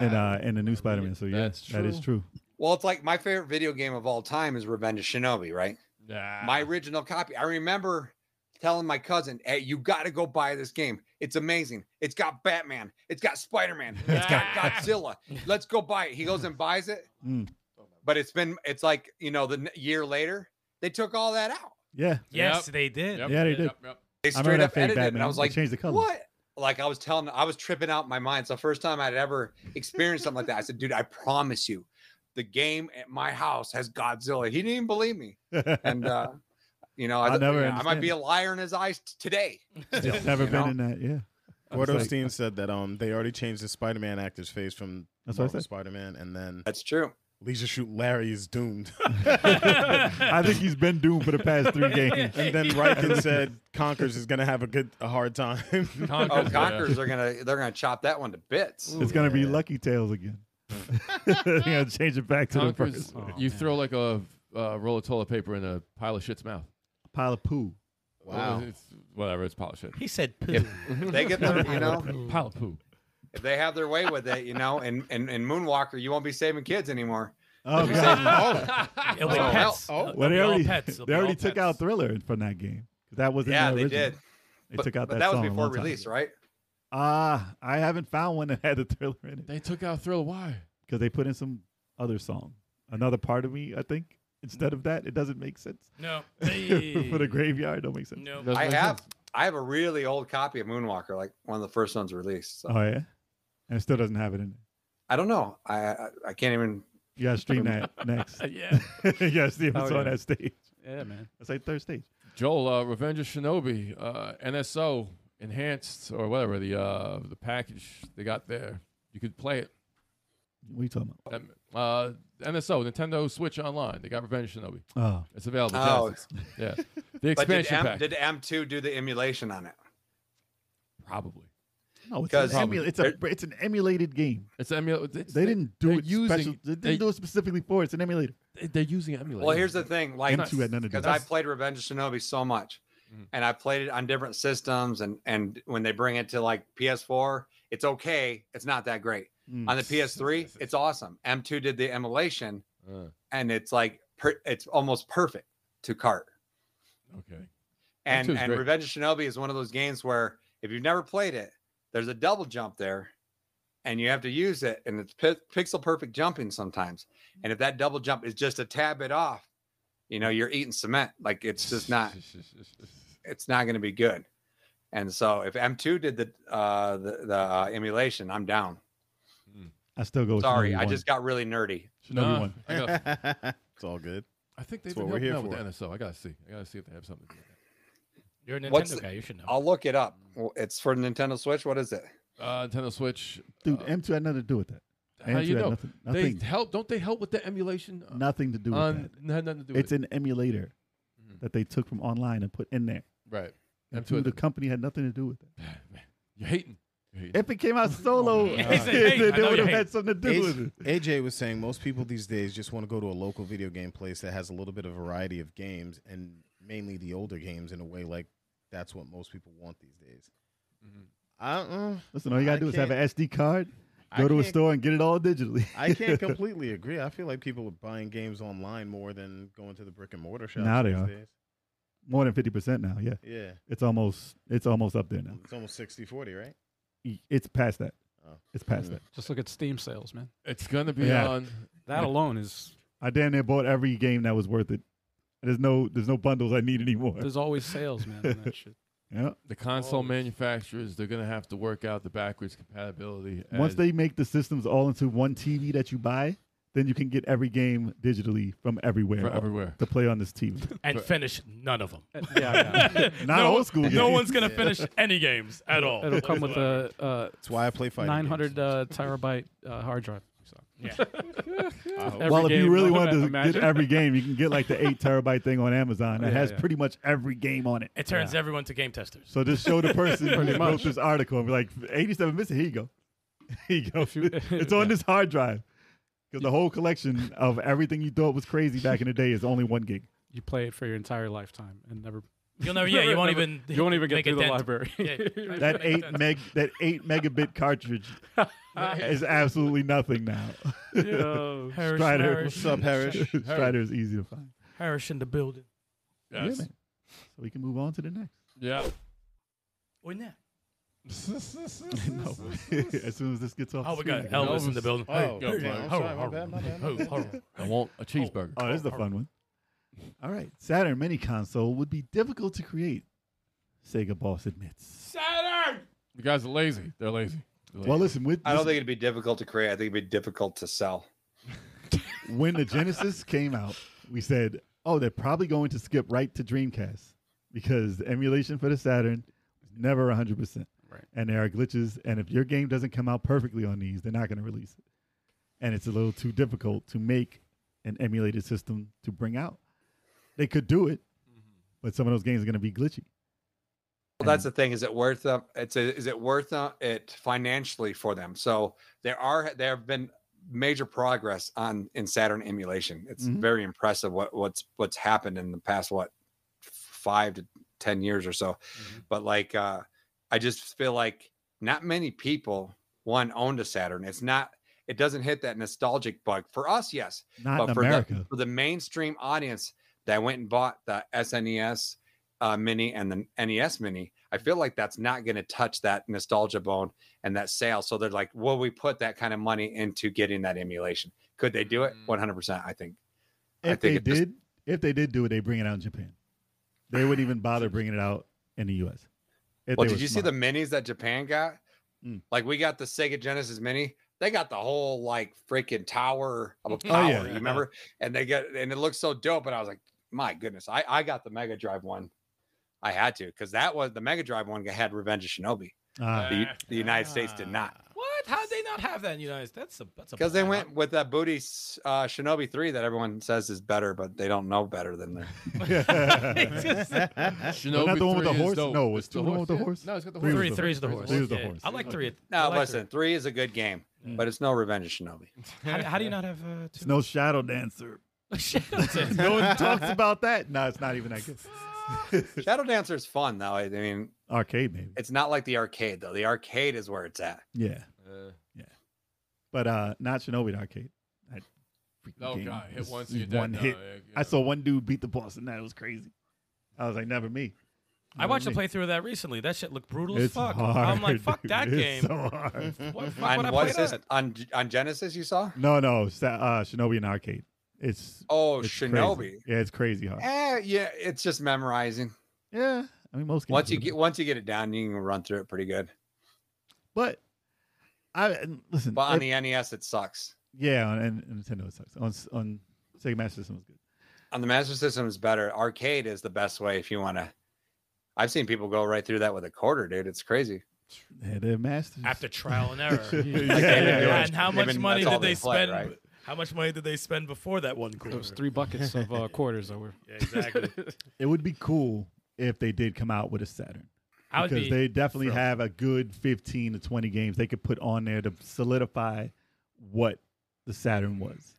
Speaker 7: in uh in the new Spider-Man. So yeah,
Speaker 4: That's
Speaker 7: that is true.
Speaker 5: Well, it's like my favorite video game of all time is Revenge of Shinobi, right?
Speaker 4: Nah.
Speaker 5: my original copy. I remember telling my cousin, "Hey, you got to go buy this game. It's amazing. It's got Batman. It's got Spider Man. It's got Godzilla. Let's go buy it." He goes and buys it.
Speaker 7: Mm.
Speaker 5: But it's been, it's like you know, the n- year later they took all that out.
Speaker 7: Yeah.
Speaker 6: yes,
Speaker 4: Yep.
Speaker 6: they did.
Speaker 4: Yep,
Speaker 7: Yeah, they did.
Speaker 4: Yep, yep.
Speaker 5: They
Speaker 7: I remember
Speaker 5: straight
Speaker 7: that
Speaker 5: up
Speaker 7: fake
Speaker 5: edited it,
Speaker 7: Batman.
Speaker 5: and I was
Speaker 7: They
Speaker 5: like,
Speaker 7: changed the color.
Speaker 5: "What?" Like I was telling, I was tripping out my mind. It's the first time I'd ever experienced something like that. I said, "Dude, I promise you." The game at my house has Godzilla. He didn't even believe me. and uh, you know, I,
Speaker 7: I'll never
Speaker 5: I might
Speaker 7: understand
Speaker 5: be
Speaker 7: it.
Speaker 5: a liar in his eyes t- today.
Speaker 7: It's never
Speaker 5: you
Speaker 7: been
Speaker 5: know?
Speaker 7: in that. Yeah.
Speaker 8: Gordo
Speaker 7: like- uh,
Speaker 8: Steen said that um they already changed the Spider-Man actor's face from
Speaker 7: That's what I said.
Speaker 8: Spider-Man, and then
Speaker 5: That's true.
Speaker 8: Leisure Shoot Larry is doomed.
Speaker 7: I think he's been doomed for the past three games.
Speaker 8: and then Riken said Conkers is gonna have a good a hard time.
Speaker 5: Oh,
Speaker 4: Conker's-
Speaker 5: Conquerors are gonna they're gonna chop that one to bits.
Speaker 7: It's gonna be Lucky Tales again. They're gonna change it back to the
Speaker 4: Conker's-
Speaker 7: first one.
Speaker 4: you throw like a uh, roll of toilet paper in a pile of shit's mouth.
Speaker 7: pile of poo.
Speaker 8: Wow.
Speaker 4: It's, whatever. It's pile of shit.
Speaker 6: He said poo.
Speaker 5: They get their, you know,
Speaker 4: Pile of poo.
Speaker 5: if they have their way with it, you know, and and, and Moonwalker, you won't be saving kids anymore.
Speaker 7: Oh god!
Speaker 6: It'll be
Speaker 5: Oh,
Speaker 6: pets.
Speaker 5: hell.
Speaker 6: It'll
Speaker 7: Well,
Speaker 6: be
Speaker 7: they
Speaker 6: all
Speaker 7: already,
Speaker 6: pets. It'll
Speaker 7: they
Speaker 6: be all
Speaker 7: already took
Speaker 6: pets.
Speaker 7: out Thriller from that game. That wasn't
Speaker 5: Yeah,
Speaker 7: their
Speaker 5: they
Speaker 7: original.
Speaker 5: did.
Speaker 7: They
Speaker 5: But
Speaker 7: took out
Speaker 5: but
Speaker 7: that,
Speaker 5: that
Speaker 7: song
Speaker 5: was
Speaker 7: a
Speaker 5: before
Speaker 7: long time
Speaker 5: release,
Speaker 7: ago.
Speaker 5: right?
Speaker 7: Ah, I haven't found one that had the Thriller in it
Speaker 4: They took out Thriller. Why?
Speaker 7: because they put in some other song, another part of me. I think instead of that, it doesn't make sense
Speaker 6: No.
Speaker 7: for the graveyard. It don't make sense.
Speaker 6: No.
Speaker 4: Doesn't
Speaker 5: I
Speaker 4: make
Speaker 5: have
Speaker 4: sense.
Speaker 5: I have a really old copy of Moonwalker, like one of the first ones released. So
Speaker 7: Oh yeah, and it still doesn't have it in it.
Speaker 5: I don't know. I I, I can't even.
Speaker 7: You gotta stream that next.
Speaker 6: Yeah.
Speaker 7: yeah, Steve was
Speaker 2: Oh,
Speaker 7: on
Speaker 2: yeah.
Speaker 7: that stage.
Speaker 2: Yeah, man.
Speaker 7: It's like third stage.
Speaker 4: Joel, uh, Revenge of Shinobi, uh, NSO enhanced or whatever the uh, the package they got there. You could play it.
Speaker 7: What are you talking
Speaker 4: That, uh, NSO, Nintendo Switch Online. They got Revenge of Shinobi.
Speaker 7: about?
Speaker 4: It's available.
Speaker 5: Oh.
Speaker 4: Genesis. Yeah. The
Speaker 5: But did
Speaker 4: expansion
Speaker 5: M,
Speaker 4: pack.
Speaker 5: did M2 do the emulation on it?
Speaker 4: Probably.
Speaker 7: Oh no, it's,
Speaker 5: 'Cause-
Speaker 7: an emu- it's a it's an emulated game.
Speaker 4: It's emul- it's-
Speaker 7: They didn't do
Speaker 4: they're
Speaker 7: it
Speaker 4: using-
Speaker 7: special. They didn't
Speaker 4: they-
Speaker 7: do it specifically for it. It's an emulator.
Speaker 4: They're using emulator.
Speaker 5: Well, here's the thing, like
Speaker 7: M2 had none to do
Speaker 5: because
Speaker 7: with
Speaker 5: I
Speaker 7: it.
Speaker 5: played Revenge of Shinobi so much, and I played it on different systems, and and when they bring it to like PS4, it's okay, it's not that great.
Speaker 7: Mm.
Speaker 4: Hmm.
Speaker 5: On the PS3, it's awesome. M2 did the emulation,
Speaker 4: Uh,
Speaker 5: and it's like per, it's almost perfect to cart.
Speaker 4: okay.
Speaker 5: And
Speaker 4: M2 is
Speaker 5: and
Speaker 4: great.
Speaker 5: Revenge of Shinobi is one of those games where if you've never played it, there's a double jump there, and you have to use it, and it's pi- pixel perfect jumping sometimes. And if that double jump is just a tad bit off, you know you're eating cement. Like it's just not. it's not going to be good. And so if M2 did the uh, the, the uh, emulation, I'm down.
Speaker 7: I still go. With
Speaker 5: Sorry,
Speaker 7: Shinobi
Speaker 5: I
Speaker 7: one.
Speaker 5: just got really nerdy.
Speaker 7: Shinobi
Speaker 4: Nah,
Speaker 7: one.
Speaker 4: I, gotta-
Speaker 8: it's all good.
Speaker 4: I think they've
Speaker 8: That's what
Speaker 4: been
Speaker 8: we're
Speaker 4: helping
Speaker 8: here
Speaker 4: out with
Speaker 8: for.
Speaker 4: the NSO. I gotta see. I gotta see if they have something.
Speaker 6: You're a Nintendo
Speaker 5: What's the-
Speaker 6: guy. You should know.
Speaker 5: I'll look it up. Well, It's for Nintendo Switch. What is it?
Speaker 4: Uh, Nintendo Switch.
Speaker 7: Dude,
Speaker 4: uh,
Speaker 7: M2 had nothing to do with that.
Speaker 4: how
Speaker 7: M2
Speaker 4: you
Speaker 7: had
Speaker 4: know?
Speaker 7: nothing,
Speaker 4: They
Speaker 7: nothing,
Speaker 4: help. Don't they help with the emulation? Uh,
Speaker 7: nothing to do with
Speaker 4: on-
Speaker 7: that.
Speaker 4: had nothing to do with
Speaker 7: It's
Speaker 4: it.
Speaker 7: an emulator that they took from online and put in there.
Speaker 4: right. I'm
Speaker 7: who
Speaker 4: too-
Speaker 7: the company Mm-hmm. had nothing to do with it. Oh
Speaker 4: You're hating. You're hating.
Speaker 7: If it came out solo,
Speaker 6: He said, "Hey, I
Speaker 7: they
Speaker 6: know
Speaker 7: would
Speaker 6: you
Speaker 7: have
Speaker 6: hate."
Speaker 7: had something to do with
Speaker 8: AJ,
Speaker 7: it.
Speaker 8: AJ was saying most people these days just want to go to a local video game place that has a little bit of variety of games and mainly the older games in a way like that's what most people want these days. I, mm,
Speaker 7: Listen, all you gotta
Speaker 8: I
Speaker 7: do is have an
Speaker 8: can't-
Speaker 7: SD card,
Speaker 8: I
Speaker 7: go to a
Speaker 8: can't-
Speaker 7: store, and get it all digitally.
Speaker 8: I can't completely agree. I feel like people are buying games online more than going to the brick and mortar shops.
Speaker 7: Now they
Speaker 8: these
Speaker 7: are.
Speaker 8: Days.
Speaker 7: More than fifty percent now. Yeah,
Speaker 8: Yeah.
Speaker 7: it's almost it's almost up there now.
Speaker 8: It's almost 60 40, right?
Speaker 7: It's past that.
Speaker 8: Mm. Oh.
Speaker 7: It's past that.
Speaker 2: Just look at Steam sales, man.
Speaker 4: It's gonna be
Speaker 7: Yeah.
Speaker 4: on.
Speaker 2: That alone is
Speaker 7: I damn near bought every game that was worth it. There's no there's no bundles I need anymore.
Speaker 2: there's always sales, man. In that shit.
Speaker 7: Yeah.
Speaker 4: The console
Speaker 5: Oh.
Speaker 4: manufacturers, they're gonna have to work out the backwards compatibility.
Speaker 7: Once
Speaker 4: as-
Speaker 7: they make the systems all into one TV that you buy, then you can get every game digitally from everywhere
Speaker 4: for everywhere.
Speaker 7: to play on this TV.
Speaker 6: and finish none of them.
Speaker 2: yeah,
Speaker 7: Not
Speaker 6: no,
Speaker 7: old school.
Speaker 6: No
Speaker 7: games.
Speaker 6: one's gonna finish any games at all.
Speaker 2: it'll come with a uh,
Speaker 8: That's why I play fighting.
Speaker 2: 900
Speaker 8: games.
Speaker 2: uh, terabyte uh, hard drive.
Speaker 7: Oh,
Speaker 8: Oh.
Speaker 7: well, if
Speaker 2: every
Speaker 7: you
Speaker 2: game,
Speaker 7: really wanted to
Speaker 2: imagine.
Speaker 7: get every game, you can get like the eight terabyte thing on Amazon. It
Speaker 2: Yeah,
Speaker 7: has
Speaker 2: yeah.
Speaker 7: pretty much every game on it.
Speaker 6: It turns everyone to game testers.
Speaker 7: So just show the person who wrote this article and be like, 87 missing. Here you go. Here you go.
Speaker 2: you-
Speaker 7: it's on this hard drive. Because the whole collection of everything you thought was crazy back in the day is only one gig.
Speaker 2: You play it for your entire lifetime and never.
Speaker 6: You'll never. Yeah, you won't even.
Speaker 2: You won't even get
Speaker 6: make a
Speaker 2: through the
Speaker 6: dent.
Speaker 2: library.
Speaker 6: Yeah.
Speaker 7: That eight meg, that eight megabit cartridge is absolutely nothing now.
Speaker 2: Yo.
Speaker 6: Harris,
Speaker 7: Strider.
Speaker 6: Harris,
Speaker 8: What's up, Harris?
Speaker 7: Strider is easy to find.
Speaker 6: Harris in the building.
Speaker 7: Yeah,
Speaker 4: Yes.
Speaker 7: man. So we can move on to the next.
Speaker 4: Yeah.
Speaker 6: Wouldn't that?
Speaker 7: No. as soon as this gets off.
Speaker 6: Oh,
Speaker 7: the
Speaker 6: we got
Speaker 7: screen, I can-
Speaker 6: Elvis in the building.
Speaker 8: Oh,
Speaker 4: Yo,
Speaker 8: damn, I'm
Speaker 4: man.
Speaker 8: sorry, my bad, my bad, my bad.
Speaker 4: I want a cheeseburger.
Speaker 7: Oh, this is a fun one. All right. Saturn mini console would be difficult to create, Sega boss admits.
Speaker 4: You guys are lazy. They're lazy. They're lazy.
Speaker 7: Well, listen, with
Speaker 5: I
Speaker 7: this-
Speaker 5: don't think it'd be difficult to create. I think it'd be difficult to sell.
Speaker 7: when the Genesis came out, we said, oh, they're probably going to skip right to Dreamcast because the emulation for the Saturn was never 100%.
Speaker 2: Right.
Speaker 7: And there are glitches. And if your game doesn't come out perfectly on these, they're not going to release it. And it's a little too difficult to make an emulated system to bring out. They could do it, but some of those games are going to be glitchy.
Speaker 5: Well, that's the thing. Is it worth uh, it's a, is it worth uh, it financially for them? So there are there have been major progress on in Saturn emulation. It's
Speaker 7: Mhm.
Speaker 5: very impressive what what's what's happened in the past what five to ten years or so. But like uh I just feel like not many people one owned a Saturn. It's not it doesn't hit that nostalgic bug for us. Yes,
Speaker 7: Not in
Speaker 5: for
Speaker 7: America.
Speaker 5: The, for the mainstream audience that went and bought the SNES uh, Mini and the NES Mini, I feel like that's not going to touch that nostalgia bone and that sale. So they're like, will we put that kind of money into getting that emulation? Could they do it?
Speaker 4: Mm.
Speaker 5: 100%. I think. I think
Speaker 7: If they
Speaker 5: it just-
Speaker 7: did, if they did do it, they bring it out in Japan. They wouldn't even bother bringing it out in the U.S. If
Speaker 5: Well,
Speaker 7: they
Speaker 5: did
Speaker 7: were
Speaker 5: you
Speaker 7: smart.
Speaker 5: see the minis that Japan got?
Speaker 7: Mm.
Speaker 5: Like we got the Sega Genesis Mini. They got the whole like freaking tower of a
Speaker 7: Oh,
Speaker 5: tower.
Speaker 7: yeah.
Speaker 5: You remember? And they get and it looks so dope. And I was like, my goodness, I I got the Mega Drive one. I had to because that was the Mega Drive one had Revenge of Shinobi.
Speaker 7: Ah,
Speaker 5: The, the United States did not
Speaker 6: What? How would they not have that in the United States? That's a that's a
Speaker 5: because they
Speaker 6: bad-
Speaker 5: went with that booty s- uh, Shinobi three that everyone says is better, but they don't know better than that.
Speaker 7: Ah.
Speaker 6: It's just-
Speaker 4: Shinobi
Speaker 7: not the one with
Speaker 4: 3
Speaker 7: the
Speaker 4: is
Speaker 7: horse?
Speaker 4: dope.
Speaker 7: No, it's
Speaker 4: the
Speaker 7: the one with the
Speaker 4: yeah.
Speaker 7: horse?
Speaker 4: No, it's got the
Speaker 7: Three
Speaker 4: horse.
Speaker 6: Three,
Speaker 7: was the-
Speaker 6: three is the
Speaker 7: three
Speaker 6: horse.
Speaker 7: was the
Speaker 6: Yeah,
Speaker 7: horse.
Speaker 6: I like three. I
Speaker 5: No,
Speaker 6: like
Speaker 5: listen, three is a good game,
Speaker 7: Mm.
Speaker 5: but it's no Revenge of Shinobi.
Speaker 6: three. How, how do you not have uh,
Speaker 7: it's
Speaker 6: two?
Speaker 7: no shadow dancer.
Speaker 6: Shit.
Speaker 7: no one talks about that. No, it's not even that good.
Speaker 5: Shadow Dancer is fun though. I I mean,
Speaker 7: Arcade, maybe.
Speaker 5: It's not like the arcade though. The arcade is where it's at.
Speaker 7: Yeah,
Speaker 4: Uh,
Speaker 7: but uh, not Shinobi the arcade. That freaking
Speaker 4: no,
Speaker 7: game
Speaker 4: Oh, God, hit
Speaker 7: was
Speaker 4: once and you're dead.
Speaker 7: one
Speaker 4: now.
Speaker 7: hit.
Speaker 4: Yeah, you
Speaker 7: I
Speaker 4: know.
Speaker 7: saw one dude beat the boss, and that was crazy. I was like, never me.
Speaker 6: I watched a
Speaker 7: Never me.
Speaker 6: playthrough of that recently. That shit looked brutal as
Speaker 7: It's
Speaker 6: fuck.
Speaker 7: hard,
Speaker 6: I'm like, fuck
Speaker 7: dude.
Speaker 6: that
Speaker 7: It's
Speaker 6: game.
Speaker 7: so hard.
Speaker 6: What fuck would I
Speaker 5: On
Speaker 6: play
Speaker 5: what sys-
Speaker 6: that?
Speaker 5: on G- on Genesis you saw?
Speaker 7: No, no, Sa- uh, Shinobi and arcade. It's
Speaker 5: Oh,
Speaker 7: it's crazy.
Speaker 5: Shinobi.
Speaker 7: Yeah, it's crazy hard.
Speaker 5: Eh, yeah, it's just memorizing.
Speaker 7: Yeah, I mean most games.
Speaker 5: Once you
Speaker 7: are-
Speaker 5: get once you get it down, you can run through it pretty good.
Speaker 7: but I and listen.
Speaker 5: But
Speaker 7: it-
Speaker 5: on the NES, it sucks.
Speaker 7: yeah, on, and, and Nintendo it sucks. On s- on Sega Master System was good.
Speaker 5: On the Master System is better. Arcade is the best way if you want to. I've seen people go right through that with a quarter, dude. It's crazy.
Speaker 7: Yeah, the Master.
Speaker 6: After trial and error.
Speaker 7: yeah,
Speaker 6: Yeah,
Speaker 7: yeah, yeah.
Speaker 5: yeah.
Speaker 6: And how
Speaker 5: They've
Speaker 6: much
Speaker 5: been-
Speaker 6: money
Speaker 5: that's all
Speaker 6: did they
Speaker 5: they play,
Speaker 6: spend?
Speaker 5: right?
Speaker 6: How much money did they spend before that one quarter?
Speaker 2: Those three buckets of uh, quarters that were.
Speaker 6: Yeah, exactly.
Speaker 7: It would be cool if they did come out with a Saturn.
Speaker 6: I would
Speaker 7: because
Speaker 6: be.
Speaker 7: they definitely
Speaker 6: thrilled.
Speaker 7: have a good 15 to 20 games they could put on there to solidify what the Saturn was.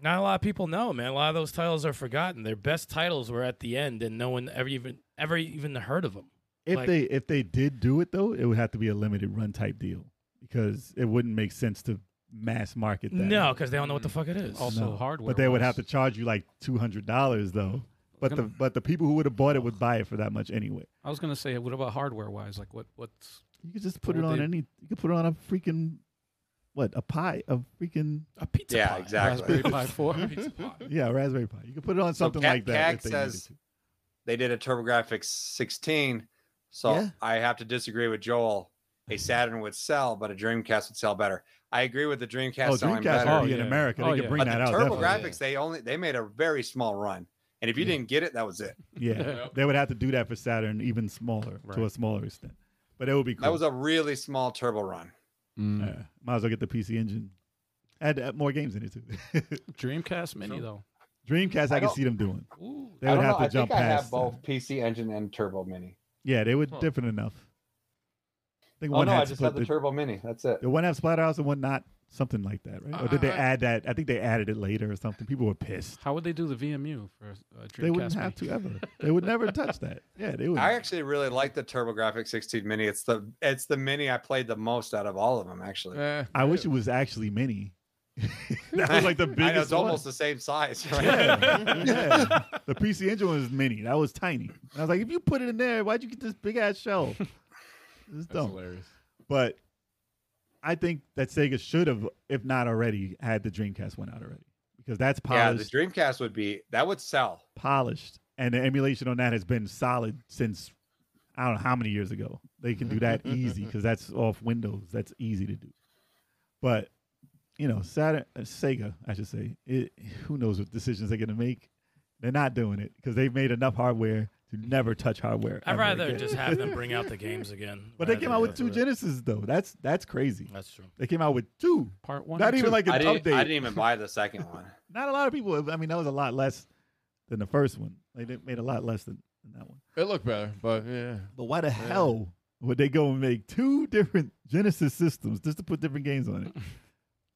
Speaker 6: not a lot of people know, man. A lot of those titles are forgotten. Their best titles were at the end, and no one ever even ever even heard of them.
Speaker 7: If
Speaker 6: Like-
Speaker 7: they if they did do it though, it would have to be a limited run type deal because it wouldn't make sense to mass market that.
Speaker 6: No, because they don't know what the fuck it is.
Speaker 2: Also, hardware.
Speaker 7: But they would have to charge you like two hundred dollars though. But the
Speaker 2: Gonna-
Speaker 7: but the people who would have bought it would buy it for that much anyway.
Speaker 2: I was gonna say, what about hardware wise? Like, what? What's
Speaker 7: You could just put it
Speaker 2: Well,
Speaker 7: on
Speaker 2: they-
Speaker 7: any. You could put it on a freaking what a pie a freaking
Speaker 6: a pizza.
Speaker 5: Yeah,
Speaker 6: pie.
Speaker 5: exactly.
Speaker 2: Raspberry Pi Four?
Speaker 4: Pizza pie.
Speaker 7: yeah Raspberry Pi. You could put it on
Speaker 5: So
Speaker 7: something
Speaker 5: Cat-
Speaker 7: like that. if
Speaker 5: Cag
Speaker 7: they needed
Speaker 5: says-
Speaker 7: to.
Speaker 5: They did a TurboGrafx 16, so
Speaker 7: Yeah.
Speaker 5: I have to disagree with Joel. A Saturn would sell, but a Dreamcast would sell better. I agree with the Dreamcast
Speaker 7: Oh,
Speaker 5: selling
Speaker 7: Dreamcast
Speaker 5: better.
Speaker 7: already
Speaker 2: Oh,
Speaker 7: in
Speaker 2: yeah.
Speaker 7: America.
Speaker 2: Oh,
Speaker 7: they
Speaker 2: yeah.
Speaker 7: could bring
Speaker 5: but
Speaker 7: that out.
Speaker 5: the
Speaker 7: definitely.
Speaker 5: TurboGrafx, they only they made a very small run, and if you didn't get it, that was it.
Speaker 7: Yeah,
Speaker 4: Yep.
Speaker 7: they would have to do that for Saturn, even smaller to a
Speaker 2: Right.
Speaker 7: smaller extent. But it would be cool.
Speaker 5: That was a really small turbo run.
Speaker 4: Mm.
Speaker 7: Yeah. Might as well get the PC Engine. Add, add more games in it too.
Speaker 2: Dreamcast Mini though.
Speaker 7: Dreamcast, I,
Speaker 5: I
Speaker 7: can
Speaker 5: don't-
Speaker 7: see them doing.
Speaker 2: Ooh,
Speaker 7: They would
Speaker 5: don't
Speaker 7: have
Speaker 5: know,
Speaker 7: to jump
Speaker 5: I think
Speaker 7: past.
Speaker 5: I have
Speaker 7: uh,
Speaker 5: both PC Engine and Turbo Mini.
Speaker 7: Yeah, they were
Speaker 4: Huh.
Speaker 7: different enough. I think
Speaker 5: Oh
Speaker 7: one
Speaker 5: no,
Speaker 7: had
Speaker 5: I just
Speaker 7: split
Speaker 5: had the, Turbo Mini. That's it.
Speaker 7: the one had Splatterhouse and one not, something like that, right? Or did they
Speaker 4: I- I-
Speaker 7: add that? I think they added it later or something. People were pissed.
Speaker 2: how would they do the VMU for uh, Dreamcast?
Speaker 7: They wouldn't have to
Speaker 2: Mini?
Speaker 7: ever. They would never touch that. Yeah, they would.
Speaker 5: I actually really like the TurboGrafx 16 Mini. It's the it's the mini I played the most out of all of them. Actually,
Speaker 4: Eh,
Speaker 7: I wish it was actually mini. that was like the
Speaker 5: I know
Speaker 7: biggest.
Speaker 5: it's almost the same size. Right?
Speaker 7: Yeah. yeah. The PC Engine one was mini. That was tiny. And I was like, if you put it in there, why'd you get this big ass shell? It's
Speaker 4: that's
Speaker 7: dumb.
Speaker 4: hilarious.
Speaker 7: But I think that Sega should have, if not already, had the Dreamcast one out already because that's
Speaker 5: yeah, the
Speaker 7: polished,
Speaker 5: Dreamcast would be that would sell.
Speaker 7: polished, and the emulation on that has been solid since I don't know how many years ago. They can do that easy because that's off Windows. That's easy to do. But you know, Saturn, uh, Sega, I should say, it, who knows what decisions they're going to make? They're not doing it because they've made enough hardware to never touch hardware.
Speaker 6: I'd
Speaker 7: ever
Speaker 6: rather
Speaker 7: again.
Speaker 6: just have them bring out the games again.
Speaker 7: But they
Speaker 6: rather
Speaker 7: came out
Speaker 6: than-
Speaker 7: with two Genesis though. That's that's crazy.
Speaker 6: That's true.
Speaker 7: They came out with two.
Speaker 2: Part one.
Speaker 7: Not
Speaker 2: and
Speaker 7: even
Speaker 2: two.
Speaker 7: like an
Speaker 5: I didn't,
Speaker 7: update.
Speaker 5: I didn't even buy the second one.
Speaker 7: Not a lot of people. I mean, that was a lot less than the first one. Like, They made a lot less than, than that one.
Speaker 4: It looked better, but yeah.
Speaker 7: But why the hell would they go and make two different Genesis systems just to put different games on it?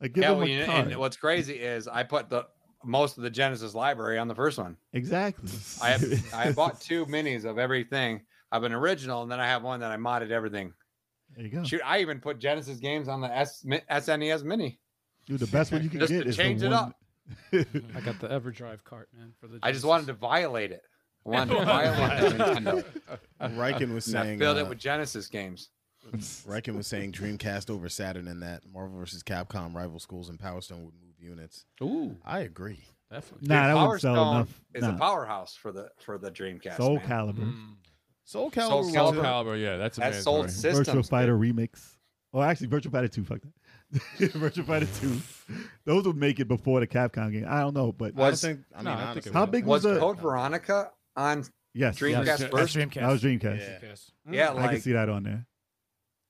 Speaker 7: Like give
Speaker 5: yeah,
Speaker 7: them
Speaker 5: well,
Speaker 7: a
Speaker 5: you know,
Speaker 7: card.
Speaker 5: and what's crazy is I put the most of the Genesis library on the first one.
Speaker 7: exactly.
Speaker 5: I have I bought two minis of everything. I've an original, and then I have one that I modded everything.
Speaker 7: There you go.
Speaker 5: Shoot, I even put Genesis games on the S, Mi- SNES Mini.
Speaker 7: Dude, the best one you can
Speaker 5: Just
Speaker 7: get
Speaker 5: to
Speaker 7: is the
Speaker 5: change it
Speaker 7: one-
Speaker 5: up.
Speaker 2: I got the EverDrive cart, man. For the
Speaker 5: I
Speaker 2: Genesis.
Speaker 5: just wanted to violate it. I wanted to violate the Nintendo.
Speaker 8: Riken was
Speaker 5: And I
Speaker 8: saying
Speaker 5: filled
Speaker 8: uh,
Speaker 5: it with Genesis games.
Speaker 8: Riken was saying Dreamcast over Saturn and that Marvel versus Capcom rival schools and Power Stone would move units.
Speaker 2: Ooh,
Speaker 8: I agree.
Speaker 2: definitely.
Speaker 7: Nah, that
Speaker 5: Power
Speaker 7: would sell
Speaker 5: Stone
Speaker 7: enough.
Speaker 5: is a
Speaker 7: nah.
Speaker 5: powerhouse for the for the Dreamcast.
Speaker 7: Soul
Speaker 5: man.
Speaker 7: Caliber,
Speaker 4: Mm.
Speaker 8: Soul
Speaker 5: Calibur was
Speaker 4: Soul
Speaker 5: Calibur.
Speaker 4: Calibur, yeah, that's a
Speaker 5: That sold
Speaker 4: mandatory.
Speaker 5: systems.
Speaker 7: Virtual
Speaker 5: dude.
Speaker 7: Fighter Remix. Oh, actually, Virtual Fighter Two. Fuck that. Virtual Fighter Two. Those would make it before the Capcom game. I don't know, but
Speaker 8: I don't
Speaker 5: Was-
Speaker 8: think. I mean,
Speaker 4: no, I think it
Speaker 8: honestly,
Speaker 4: would.
Speaker 7: how big was,
Speaker 5: Was
Speaker 7: the?
Speaker 5: Code Veronica on?
Speaker 7: Yes,
Speaker 5: Dreamcast
Speaker 7: yes.
Speaker 5: That's first-
Speaker 6: Dreamcast.
Speaker 7: That was Dreamcast.
Speaker 8: Yeah.
Speaker 5: Yeah,
Speaker 7: I can
Speaker 5: like
Speaker 7: see that on there.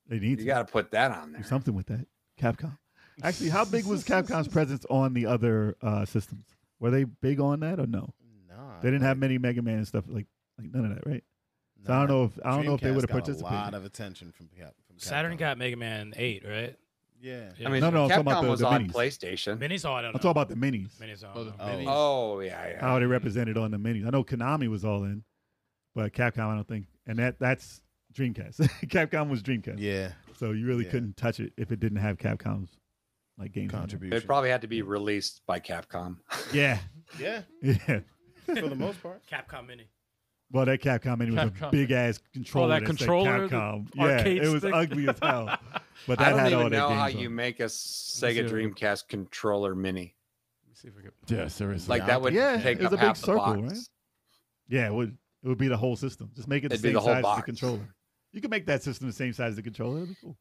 Speaker 7: They need
Speaker 5: you
Speaker 7: to
Speaker 5: got to put that on
Speaker 7: do
Speaker 5: there.
Speaker 7: something with that. Capcom. Actually, how big was Capcom's presence on the other uh, systems? Were they big on that or no?
Speaker 8: Nah,
Speaker 7: They didn't have many Mega Man and stuff like like none of that, right? So I don't know if I don't know if they
Speaker 8: Dreamcast
Speaker 7: would have
Speaker 8: got A
Speaker 7: participated.
Speaker 8: lot of attention from, Cap- from Capcom.
Speaker 6: Saturn got Mega Man Eight, right?
Speaker 8: Yeah.
Speaker 5: I mean,
Speaker 7: No, no, I'm talking
Speaker 5: Capcom
Speaker 7: about the-
Speaker 5: was
Speaker 7: the
Speaker 5: on
Speaker 7: minis.
Speaker 5: PlayStation.
Speaker 6: Minis, all I don't
Speaker 7: I'm
Speaker 6: know.
Speaker 7: talking about the minis.
Speaker 6: Minis, all I
Speaker 4: Oh,
Speaker 6: don't
Speaker 4: the-
Speaker 6: know.
Speaker 8: Oh.
Speaker 5: Oh yeah, yeah.
Speaker 7: How they represented on the minis. I know Konami was all in, but Capcom I don't think. And that that's Dreamcast. Capcom was Dreamcast.
Speaker 8: Yeah.
Speaker 7: So you really
Speaker 8: Yeah.
Speaker 7: couldn't touch it if it didn't have Capcom's like games. on it.
Speaker 8: Contribution.
Speaker 5: It probably had to be released by Capcom.
Speaker 7: Yeah.
Speaker 8: yeah,
Speaker 7: Yeah.
Speaker 8: for the most part.
Speaker 6: Capcom Mini.
Speaker 7: Well, that Capcom mini was a
Speaker 4: Capcom.
Speaker 7: big ass controller.
Speaker 2: Oh, that
Speaker 7: said
Speaker 2: controller, the
Speaker 7: Capcom. Yeah,
Speaker 2: arcade
Speaker 7: it was
Speaker 2: stick.
Speaker 7: ugly as hell. But that
Speaker 5: I don't
Speaker 7: had all
Speaker 5: even
Speaker 7: their
Speaker 5: know how
Speaker 7: games on
Speaker 5: you
Speaker 7: it.
Speaker 5: make a Sega
Speaker 2: Zero.
Speaker 5: Dreamcast controller mini.
Speaker 2: Let me see if I can.
Speaker 4: Yeah, seriously.
Speaker 5: Like that would
Speaker 7: Yeah,
Speaker 5: take
Speaker 7: it's
Speaker 5: up
Speaker 7: a big
Speaker 5: half the
Speaker 7: circle,
Speaker 5: box.
Speaker 7: right? Yeah, it would it would be the whole system. Just make it the
Speaker 5: It'd be
Speaker 7: same
Speaker 5: the whole
Speaker 7: size as
Speaker 5: box.
Speaker 7: the controller. You could make that system the same size as the controller. That'd be cool.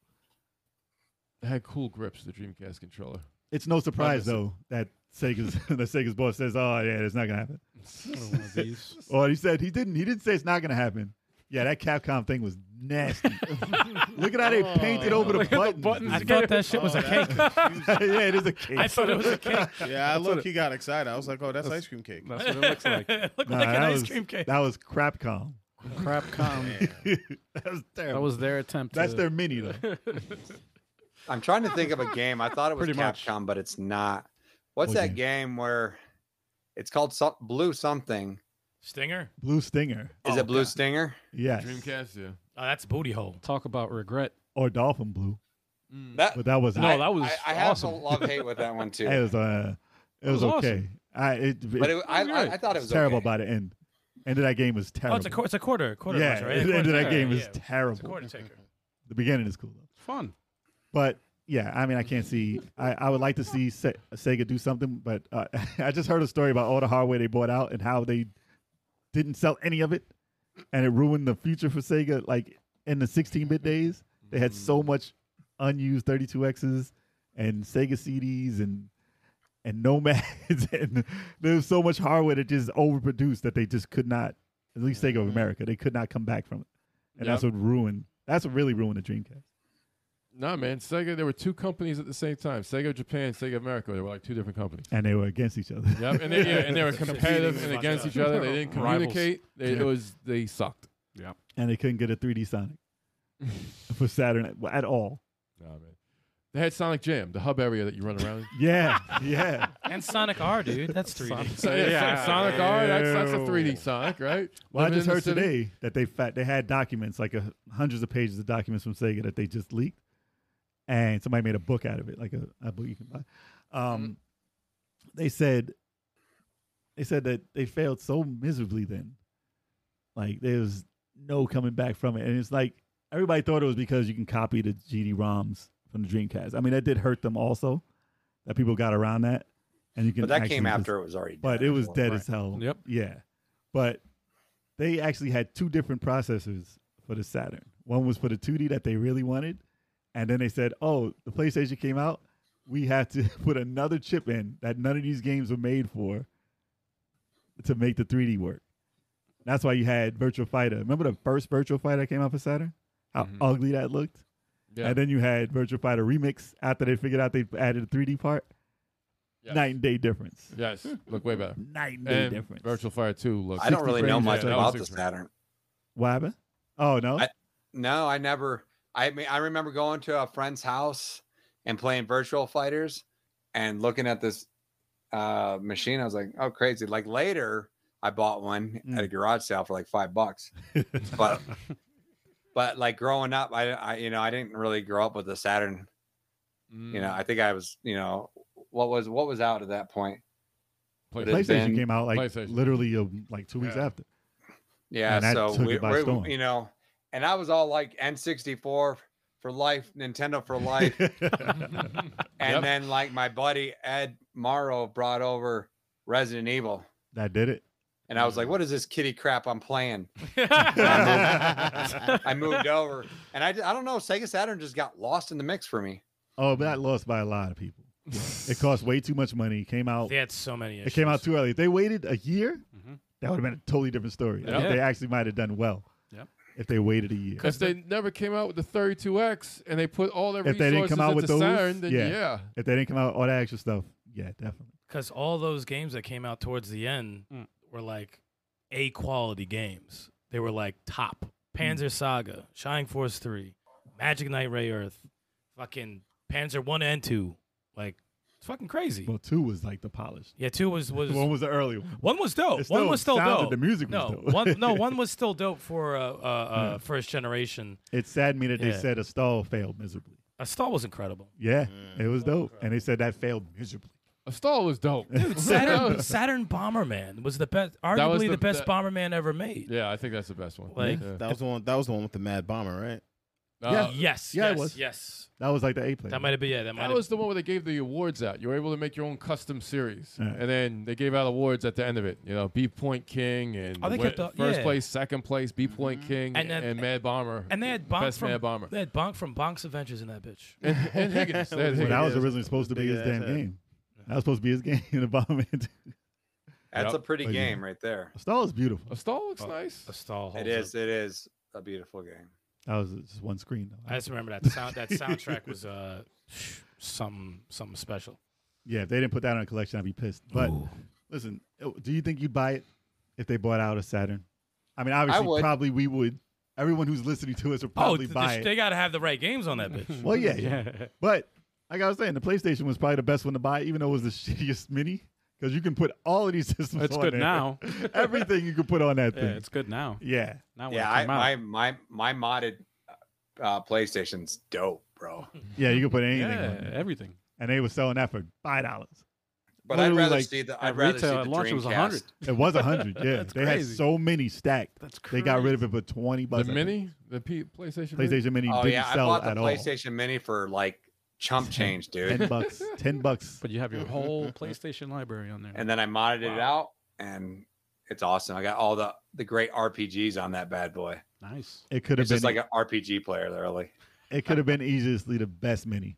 Speaker 4: It had cool grips, the Dreamcast controller.
Speaker 7: It's no surprise
Speaker 4: Obviously.
Speaker 7: though that Sega's that Sega's boss says, "Oh yeah, it's not gonna happen."
Speaker 2: Another one of these.
Speaker 7: Or he said he didn't. He didn't say it's not gonna happen. Yeah, that Capcom thing was nasty. Look at how they painted over the
Speaker 2: Look at the
Speaker 7: buttons.
Speaker 2: buttons. Oh,
Speaker 6: I thought that shit was a cake.
Speaker 7: yeah, it is a cake.
Speaker 6: I thought it was a cake.
Speaker 8: Yeah, I look. He got excited. I was like, "Oh, that's ice cream cake."
Speaker 4: That's what it looks like.
Speaker 6: it looked
Speaker 7: Nah,
Speaker 6: like an
Speaker 7: that
Speaker 6: ice
Speaker 7: was-
Speaker 6: cream cake.
Speaker 7: That was Crapcom. Crap com. that was terrible.
Speaker 2: That was their attempt.
Speaker 7: That's
Speaker 2: to-
Speaker 7: their mini though.
Speaker 5: I'm trying to think of a game. I thought it was
Speaker 2: Pretty much.
Speaker 5: Capcom, but it's not. What's
Speaker 7: What
Speaker 5: that game where it's called some, Blue Something?
Speaker 6: Stinger?
Speaker 7: Blue Stinger.
Speaker 5: Is it Blue Stinger?
Speaker 7: Yes.
Speaker 4: Dreamcast, yeah.
Speaker 6: Oh, that's booty hole.
Speaker 2: Talk about regret.
Speaker 7: Or Dolphin Blue.
Speaker 4: Mm.
Speaker 5: That
Speaker 7: But that was
Speaker 2: No,
Speaker 5: I-
Speaker 2: that was
Speaker 5: I, I
Speaker 2: awesome.
Speaker 5: have some love hate with that one too.
Speaker 7: it was uh it was,
Speaker 2: was awesome.
Speaker 7: okay. I it,
Speaker 5: but
Speaker 7: it-
Speaker 5: it, I, I, I thought it
Speaker 7: it's
Speaker 5: was
Speaker 7: terrible
Speaker 5: Okay.
Speaker 7: by the end. End of that game was
Speaker 6: Oh,
Speaker 7: terrible.
Speaker 6: it's a, qu- it's a quarter. quarter
Speaker 7: yeah,
Speaker 6: rush, right? A
Speaker 7: the end
Speaker 6: quarter
Speaker 7: of that
Speaker 6: taker,
Speaker 7: game is
Speaker 6: yeah. It's a
Speaker 7: terrible.
Speaker 6: quarter taker.
Speaker 7: The beginning is cool though.
Speaker 2: Fun.
Speaker 7: But yeah, I mean, I can't see. I, I would like to see Se- Sega do something, but uh, I just heard a story about all the hardware they bought out and how they didn't sell any of it, and it ruined the future for Sega. Like in the 16-bit days, they had so much unused 32xs and Sega CDs and and Nomads, and there was so much hardware that just overproduced that they just could not. At least Sega of America, they could not come back from it, and that's what ruined. That's what really ruined the Dreamcast.
Speaker 4: Nah, man. Sega, there were two companies at the same time Sega Japan, Sega America. They were like two different companies.
Speaker 7: and they were against each other.
Speaker 4: Yep, and they, yeah, and they were competitive and
Speaker 6: Competing
Speaker 4: against
Speaker 6: with
Speaker 4: each other. They didn't
Speaker 2: Rivals.
Speaker 4: communicate. They, it was they sucked.
Speaker 7: And they couldn't get a 3D Sonic for Saturn at, at all.
Speaker 4: Nah, man. They had Sonic Jam, the hub area that you run around. in.
Speaker 7: Yeah, yeah.
Speaker 6: And Sonic R, dude. That's 3D.
Speaker 4: So, yeah, Sonic R, that's, that's a 3D Sonic, right?
Speaker 7: Well, I
Speaker 4: Living
Speaker 7: just
Speaker 4: in the
Speaker 7: heard
Speaker 4: city.
Speaker 7: today that they fat, they had documents like a, hundreds of pages of documents from Sega that they just leaked, and somebody made a book out of it, like a, a book you can buy. Um, They said they said that they failed so miserably then, like there was no coming back from it, and it's like everybody thought it was because you can copy the GD ROMs from the Dreamcast. I mean, that did hurt them also, that people got around that, and you can.
Speaker 5: But that
Speaker 7: actually
Speaker 5: came
Speaker 7: just-
Speaker 5: after it was already.
Speaker 7: but
Speaker 5: dead
Speaker 7: it
Speaker 5: as
Speaker 7: was
Speaker 5: well,
Speaker 7: dead
Speaker 5: right.
Speaker 7: as hell.
Speaker 2: Yep.
Speaker 7: Yeah. But they actually had two different processors for the Saturn. One was for the 2D that they really wanted, and then they said, "Oh, the PlayStation came out. We have to put another chip in that none of these games were made for to make the 3D work." That's why you had Virtual Fighter. Remember the first Virtual Fighter that came out for Saturn? How ugly that looked.
Speaker 4: Mm-hmm. Yeah.
Speaker 7: And then you had Virtual Fighter Remix after they figured out they added a 3D part.
Speaker 4: Yes.
Speaker 7: Night and day difference.
Speaker 4: Yes, look way better.
Speaker 7: Night and day
Speaker 4: And
Speaker 7: difference.
Speaker 4: Virtual Fire 2 looks.
Speaker 5: I don't really know
Speaker 7: frames,
Speaker 5: much
Speaker 4: yeah, that was
Speaker 5: about the
Speaker 4: 60.
Speaker 5: Saturn.
Speaker 7: What happened? Oh no!
Speaker 5: I- No, I never. I mean, I remember going to a friend's house and playing Virtual Fighters, and looking at this uh, machine. I was like, "Oh, crazy!" Like later, I bought one at a
Speaker 7: Mm.
Speaker 5: garage sale for like five bucks. but, but like growing up, I, I, you know, I didn't really grow up with the Saturn. You
Speaker 7: Mm.
Speaker 5: know, I think I was, you know, what was what was out at that point?
Speaker 4: Play-
Speaker 5: But it-
Speaker 7: PlayStation
Speaker 5: then-
Speaker 7: came out like
Speaker 4: PlayStation.
Speaker 7: literally um, like two weeks
Speaker 4: Yeah.
Speaker 7: after.
Speaker 5: Yeah,
Speaker 7: And that
Speaker 5: so
Speaker 7: took
Speaker 5: we,
Speaker 7: it by
Speaker 5: we-
Speaker 7: storm.
Speaker 5: you know, and I was all like N64 for life, Nintendo for life. And
Speaker 4: Yep.
Speaker 5: then like my buddy Ed Morrow brought over Resident Evil.
Speaker 7: that did it.
Speaker 5: And I was like, what is this kitty crap I'm playing?
Speaker 7: oh,
Speaker 5: I moved over. And I, I don't know, Sega Saturn just got lost in the mix for me.
Speaker 7: Oh, but that lost by a lot of people. It cost way too much money. Came out.
Speaker 6: They had so many
Speaker 7: It
Speaker 6: issues.
Speaker 7: came out too early. If they waited a year,
Speaker 6: Mm-hmm.
Speaker 2: Mhm.
Speaker 7: that would have been a totally different story. I think
Speaker 2: Yeah.
Speaker 7: They actually might have done well
Speaker 2: Yep.
Speaker 7: if they waited a year.
Speaker 4: Because they never came out with the 32X and they put all their
Speaker 7: If
Speaker 4: resources
Speaker 7: they didn't come out
Speaker 4: into
Speaker 7: with those,
Speaker 4: Saturn, then yeah.
Speaker 7: yeah. If they didn't come out with all that extra stuff, yeah, definitely.
Speaker 6: Because all those games that came out towards the end
Speaker 2: Mm.
Speaker 6: were like A quality games. They were like top. Panzer
Speaker 7: Mm.
Speaker 6: Saga, Shining Force 3, Magic Knight Ray Earth, fucking Panzer 1 and 2. Like, it's fucking crazy.
Speaker 7: Well, two was like the polished.
Speaker 6: yeah, 2 was. was
Speaker 7: One was the early one.
Speaker 6: one was dope.
Speaker 7: It
Speaker 6: one
Speaker 7: still
Speaker 6: was still
Speaker 7: sounded-
Speaker 6: dope.
Speaker 7: the music was
Speaker 6: no,
Speaker 7: dope.
Speaker 6: one no one was still dope for uh, uh, uh, first generation.
Speaker 7: It saddened me that they
Speaker 6: Yeah.
Speaker 7: said a stall failed miserably.
Speaker 6: A stall was incredible.
Speaker 7: Yeah, it was dope, and they said that failed miserably.
Speaker 4: A stall was dope.
Speaker 6: Dude, Saturn, Saturn Bomberman was the best,
Speaker 4: was
Speaker 6: arguably
Speaker 4: the
Speaker 6: the, best
Speaker 4: be-
Speaker 6: Bomberman ever made.
Speaker 4: yeah, I think that's the best one.
Speaker 6: Like-
Speaker 4: yeah.
Speaker 8: That was the one. That was the one with the Mad Bomber, right?
Speaker 4: Uh,
Speaker 6: Yes,
Speaker 7: Yeah, it
Speaker 6: yes,
Speaker 7: was.
Speaker 6: yes.
Speaker 7: That was like the A player.
Speaker 6: That might have been yeah. That might
Speaker 4: That
Speaker 6: have
Speaker 4: was the one where they gave the awards out. You were able to make your own custom series,
Speaker 7: Yeah.
Speaker 4: and then they gave out awards at the end of it. You know, B Point King and
Speaker 6: Oh, they
Speaker 4: win-
Speaker 6: kept the-
Speaker 4: first
Speaker 6: yeah. Mm-hmm.
Speaker 4: place, second place, B Point King, and,
Speaker 6: And then-
Speaker 4: Mad Bomber,
Speaker 6: And they had Bonk
Speaker 4: best
Speaker 6: from
Speaker 4: Mad Bomber,
Speaker 6: They had Bonk from Bonk's Adventures in that bitch.
Speaker 4: and, and Higgins. They had
Speaker 7: Well,
Speaker 4: Higgins.
Speaker 7: that was originally supposed to be
Speaker 8: big
Speaker 7: his
Speaker 8: ass
Speaker 7: damn
Speaker 8: head.
Speaker 7: game. That was supposed to be his game in the bottom end.
Speaker 5: That's
Speaker 4: Yep.
Speaker 5: a pretty
Speaker 7: Oh, yeah.
Speaker 5: game right there.
Speaker 7: Stall is beautiful.
Speaker 4: a stall looks nice.
Speaker 6: A stall.
Speaker 5: It
Speaker 6: holds
Speaker 5: is,
Speaker 6: up.
Speaker 5: it is a beautiful game.
Speaker 7: That was just one screen
Speaker 6: I
Speaker 7: though.
Speaker 6: just remember that sound. That soundtrack was uh, something something special. Oh,
Speaker 7: yeah, if they didn't put that on a oh, collection, I'd be pissed. But listen, do you think you'd buy it if they bought out a Saturn? I mean, obviously,
Speaker 5: would.
Speaker 7: probably we would. Everyone who's listening to us would
Speaker 2: Oh,
Speaker 7: probably
Speaker 6: th-
Speaker 7: buy
Speaker 6: th-
Speaker 7: it.
Speaker 6: they got to have the right games on that bitch.
Speaker 7: Well, yeah, yeah. But like I was saying, the PlayStation was probably the best one to buy, even though it was the shittiest mini, because you can put all of these systems.
Speaker 2: It's
Speaker 7: on
Speaker 2: good
Speaker 7: there.
Speaker 2: now.
Speaker 7: Everything you can put on that
Speaker 2: Yeah,
Speaker 7: thing.
Speaker 2: it's good now.
Speaker 7: Yeah,
Speaker 2: Not when
Speaker 5: yeah,
Speaker 2: it
Speaker 5: I,
Speaker 2: came out.
Speaker 5: my my my modded uh, PlayStation's dope, bro.
Speaker 7: yeah, you can put anything on
Speaker 2: yeah,
Speaker 7: there.
Speaker 2: everything.
Speaker 7: and they were selling that for five dollars.
Speaker 5: But
Speaker 7: Literally,
Speaker 5: I'd rather
Speaker 7: like,
Speaker 5: see the
Speaker 2: at
Speaker 5: I'd rather
Speaker 2: retail, at
Speaker 5: see the
Speaker 2: launch, it was 100.
Speaker 5: Dreamcast.
Speaker 7: It was a hundred. Yeah, they
Speaker 2: crazy.
Speaker 7: had so many stacked.
Speaker 2: That's
Speaker 7: They got rid of it for twenty
Speaker 4: The
Speaker 7: bucks. I think.
Speaker 4: mini, the P- PlayStation. Mini?
Speaker 7: PlayStation Mini
Speaker 5: Oh
Speaker 7: didn't
Speaker 5: yeah, I
Speaker 7: sell
Speaker 5: bought the
Speaker 7: at all.
Speaker 5: PlayStation Mini for like chump change,
Speaker 7: Ten
Speaker 5: dude.
Speaker 7: bucks. Ten bucks.
Speaker 2: But you have your whole PlayStation library on there.
Speaker 5: and then I modded it out, and it's awesome. I got all the the great RPGs on that bad boy.
Speaker 2: nice.
Speaker 7: It could have
Speaker 5: It's
Speaker 7: been.
Speaker 5: just like an RPG player, literally.
Speaker 7: it could have been easily the best mini.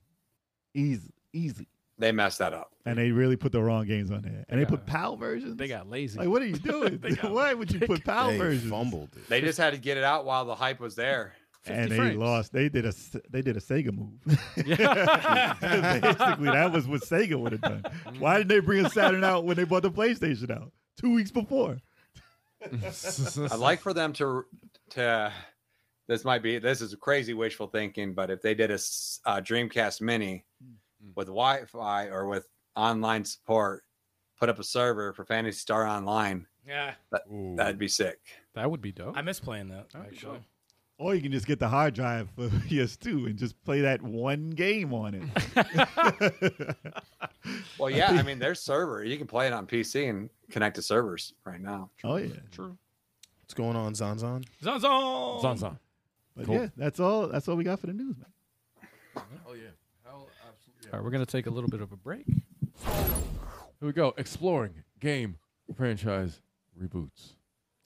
Speaker 7: Easy, easy.
Speaker 5: They messed that up.
Speaker 7: And they really put the wrong games on there. And they put PAL versions.
Speaker 2: They got lazy.
Speaker 7: Like, what are you doing?
Speaker 2: They got-
Speaker 7: Why would you put PAL
Speaker 8: They
Speaker 7: versions?
Speaker 8: fumbled it.
Speaker 5: They just had to get it out while the hype was there.
Speaker 7: and they
Speaker 2: frames.
Speaker 7: lost. They did a S- they did a Sega move. Basically, that was what Sega would have done. Why didn't they bring a Saturn out when they bought the PlayStation out two weeks before?
Speaker 5: I'd like for them to to. This might be this is crazy wishful thinking, but if they did a s- uh, Dreamcast Mini with Wi-Fi or with online support, put up a server for Fantasy Star Online,
Speaker 6: yeah,
Speaker 5: that'd be sick.
Speaker 2: that would be dope.
Speaker 6: I miss playing that
Speaker 2: That'd be
Speaker 6: actually.
Speaker 2: dope.
Speaker 7: Or you can just get the hard drive for PS2 and just play that one game on it.
Speaker 5: Well, yeah, I mean, their server you can play it on PC and connect to servers right now.
Speaker 7: oh yeah,
Speaker 2: True.
Speaker 8: What's going on, Zanzan?
Speaker 6: Zon zon.
Speaker 4: Zon Zon.
Speaker 7: but
Speaker 4: Cool.
Speaker 7: yeah, that's all. That's all we got for the news, man.
Speaker 4: Oh yeah. Hell, absolutely.
Speaker 2: All right, we're going to take a little bit of a break.
Speaker 4: Here we go. Exploring game franchise reboots.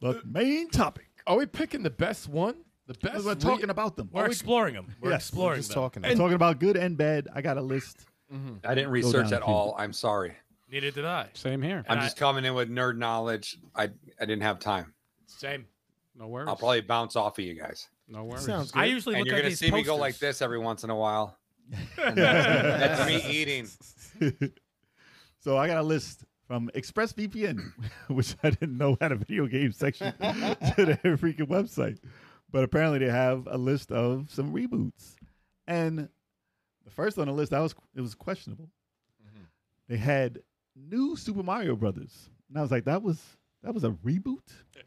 Speaker 7: The main topic.
Speaker 4: Are we picking the best one? The best.
Speaker 7: We're
Speaker 4: re-
Speaker 7: talking about them.
Speaker 6: We're exploring them. We're
Speaker 7: Yes,
Speaker 6: exploring
Speaker 8: Just
Speaker 6: them.
Speaker 8: talking.
Speaker 7: We're talking about good and bad. I got a list.
Speaker 4: Mm-hmm.
Speaker 5: I didn't research
Speaker 7: down
Speaker 5: at
Speaker 7: a few.
Speaker 5: all. I'm sorry.
Speaker 6: Neither did I.
Speaker 2: Same here.
Speaker 5: I'm
Speaker 6: I-
Speaker 5: just coming in with nerd knowledge. I I didn't have time.
Speaker 6: Same.
Speaker 2: No worries.
Speaker 5: I'll probably bounce off of you guys.
Speaker 2: no worries.
Speaker 8: Sounds
Speaker 6: I usually
Speaker 5: and
Speaker 6: look
Speaker 5: you're
Speaker 6: at
Speaker 5: gonna
Speaker 6: these
Speaker 5: see me go
Speaker 6: posters.
Speaker 5: like this every once in a while. And that's, that's me eating.
Speaker 7: So I got a list from ExpressVPN, which I didn't know had a video game section to their freaking website. But apparently they have a list of some reboots. And the first on the list, I was it was questionable.
Speaker 4: Mm-hmm.
Speaker 7: They had new Super Mario Brothers. And I was like, that was that was a reboot?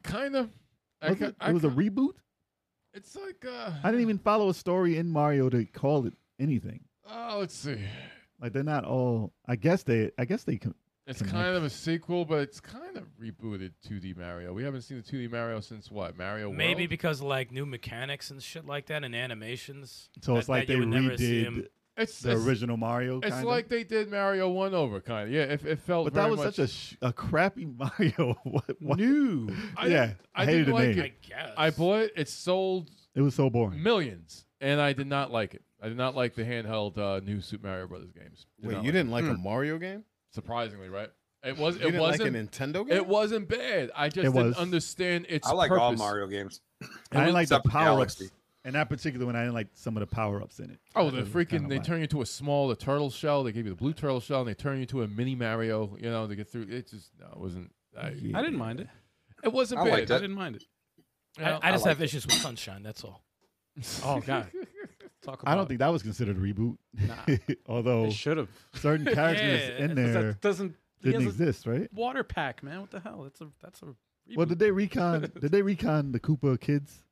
Speaker 4: Kind of. I,
Speaker 7: Was
Speaker 4: ca-
Speaker 7: it?
Speaker 4: I
Speaker 7: it was a
Speaker 4: ca-
Speaker 7: reboot?
Speaker 4: It's like. Uh,
Speaker 7: I didn't even follow a story in Mario to call it anything.
Speaker 4: Oh, let's see.
Speaker 7: Like they're not all I guess they I guess they can
Speaker 4: It's
Speaker 7: Connect.
Speaker 4: kind of a sequel, but it's kind of rebooted 2D Mario. We haven't seen the 2D Mario since what? Mario
Speaker 6: Maybe
Speaker 4: World?
Speaker 6: because like new mechanics and shit like that and animations.
Speaker 7: so it's
Speaker 6: that-
Speaker 7: like
Speaker 6: that
Speaker 7: they
Speaker 6: you would never see
Speaker 7: redid
Speaker 6: 'em.
Speaker 4: it's
Speaker 7: the
Speaker 4: it's-
Speaker 7: original Mario.
Speaker 4: It's
Speaker 7: kinda.
Speaker 4: like they did Mario one over, kind of. Yeah, it, it felt.
Speaker 7: but
Speaker 4: very
Speaker 7: that was
Speaker 4: much,
Speaker 7: such a sh- a crappy Mario. what, what?
Speaker 4: new.
Speaker 7: yeah, I, hated the
Speaker 4: didn't like
Speaker 7: name.
Speaker 6: I
Speaker 4: it.
Speaker 6: guess.
Speaker 4: I bought it. It sold
Speaker 7: It was so boring.
Speaker 4: millions, and I did not like it. I did not like the handheld uh, new Super Mario Brothers games. Did
Speaker 8: Wait,
Speaker 4: not like
Speaker 8: you
Speaker 4: it.
Speaker 8: didn't like
Speaker 6: Hmm.
Speaker 8: a Mario game?
Speaker 4: Surprisingly, right? It was.
Speaker 8: You
Speaker 4: It
Speaker 8: didn't like a
Speaker 4: wasn't.
Speaker 8: Nintendo game?
Speaker 4: it wasn't bad. I just
Speaker 7: It
Speaker 4: didn't
Speaker 7: was.
Speaker 4: understand its.
Speaker 5: I like all
Speaker 4: purpose.
Speaker 5: Mario games.
Speaker 7: I didn't like the
Speaker 5: except for
Speaker 7: power ups.
Speaker 5: Galaxy.
Speaker 7: In that particular one, I didn't like some of the power ups in it.
Speaker 4: Oh,
Speaker 7: It
Speaker 4: the
Speaker 7: was
Speaker 4: freaking!
Speaker 7: kinda
Speaker 4: They
Speaker 7: whack.
Speaker 4: turn you into a small the turtle shell. They give you the blue turtle shell, and they turn you into a mini Mario. You know, to get through. It just no, it wasn't. I,
Speaker 2: I didn't mind it.
Speaker 4: It wasn't
Speaker 5: I
Speaker 4: bad.
Speaker 5: liked
Speaker 2: I
Speaker 5: it.
Speaker 2: didn't mind it.
Speaker 6: I, I
Speaker 5: I
Speaker 6: just
Speaker 5: like
Speaker 6: have issues with sunshine. That's all.
Speaker 2: Oh, God. Talk about
Speaker 7: I don't think that was considered a reboot. Although
Speaker 2: It should have.
Speaker 7: certain characters
Speaker 6: Yeah,
Speaker 7: in there
Speaker 2: That doesn't. He
Speaker 7: didn't
Speaker 2: has a
Speaker 7: exist, right?
Speaker 2: water pack, man. What the hell? That's a. That's a. Reboot.
Speaker 7: Well, did they recon? did they recon the Koopa kids?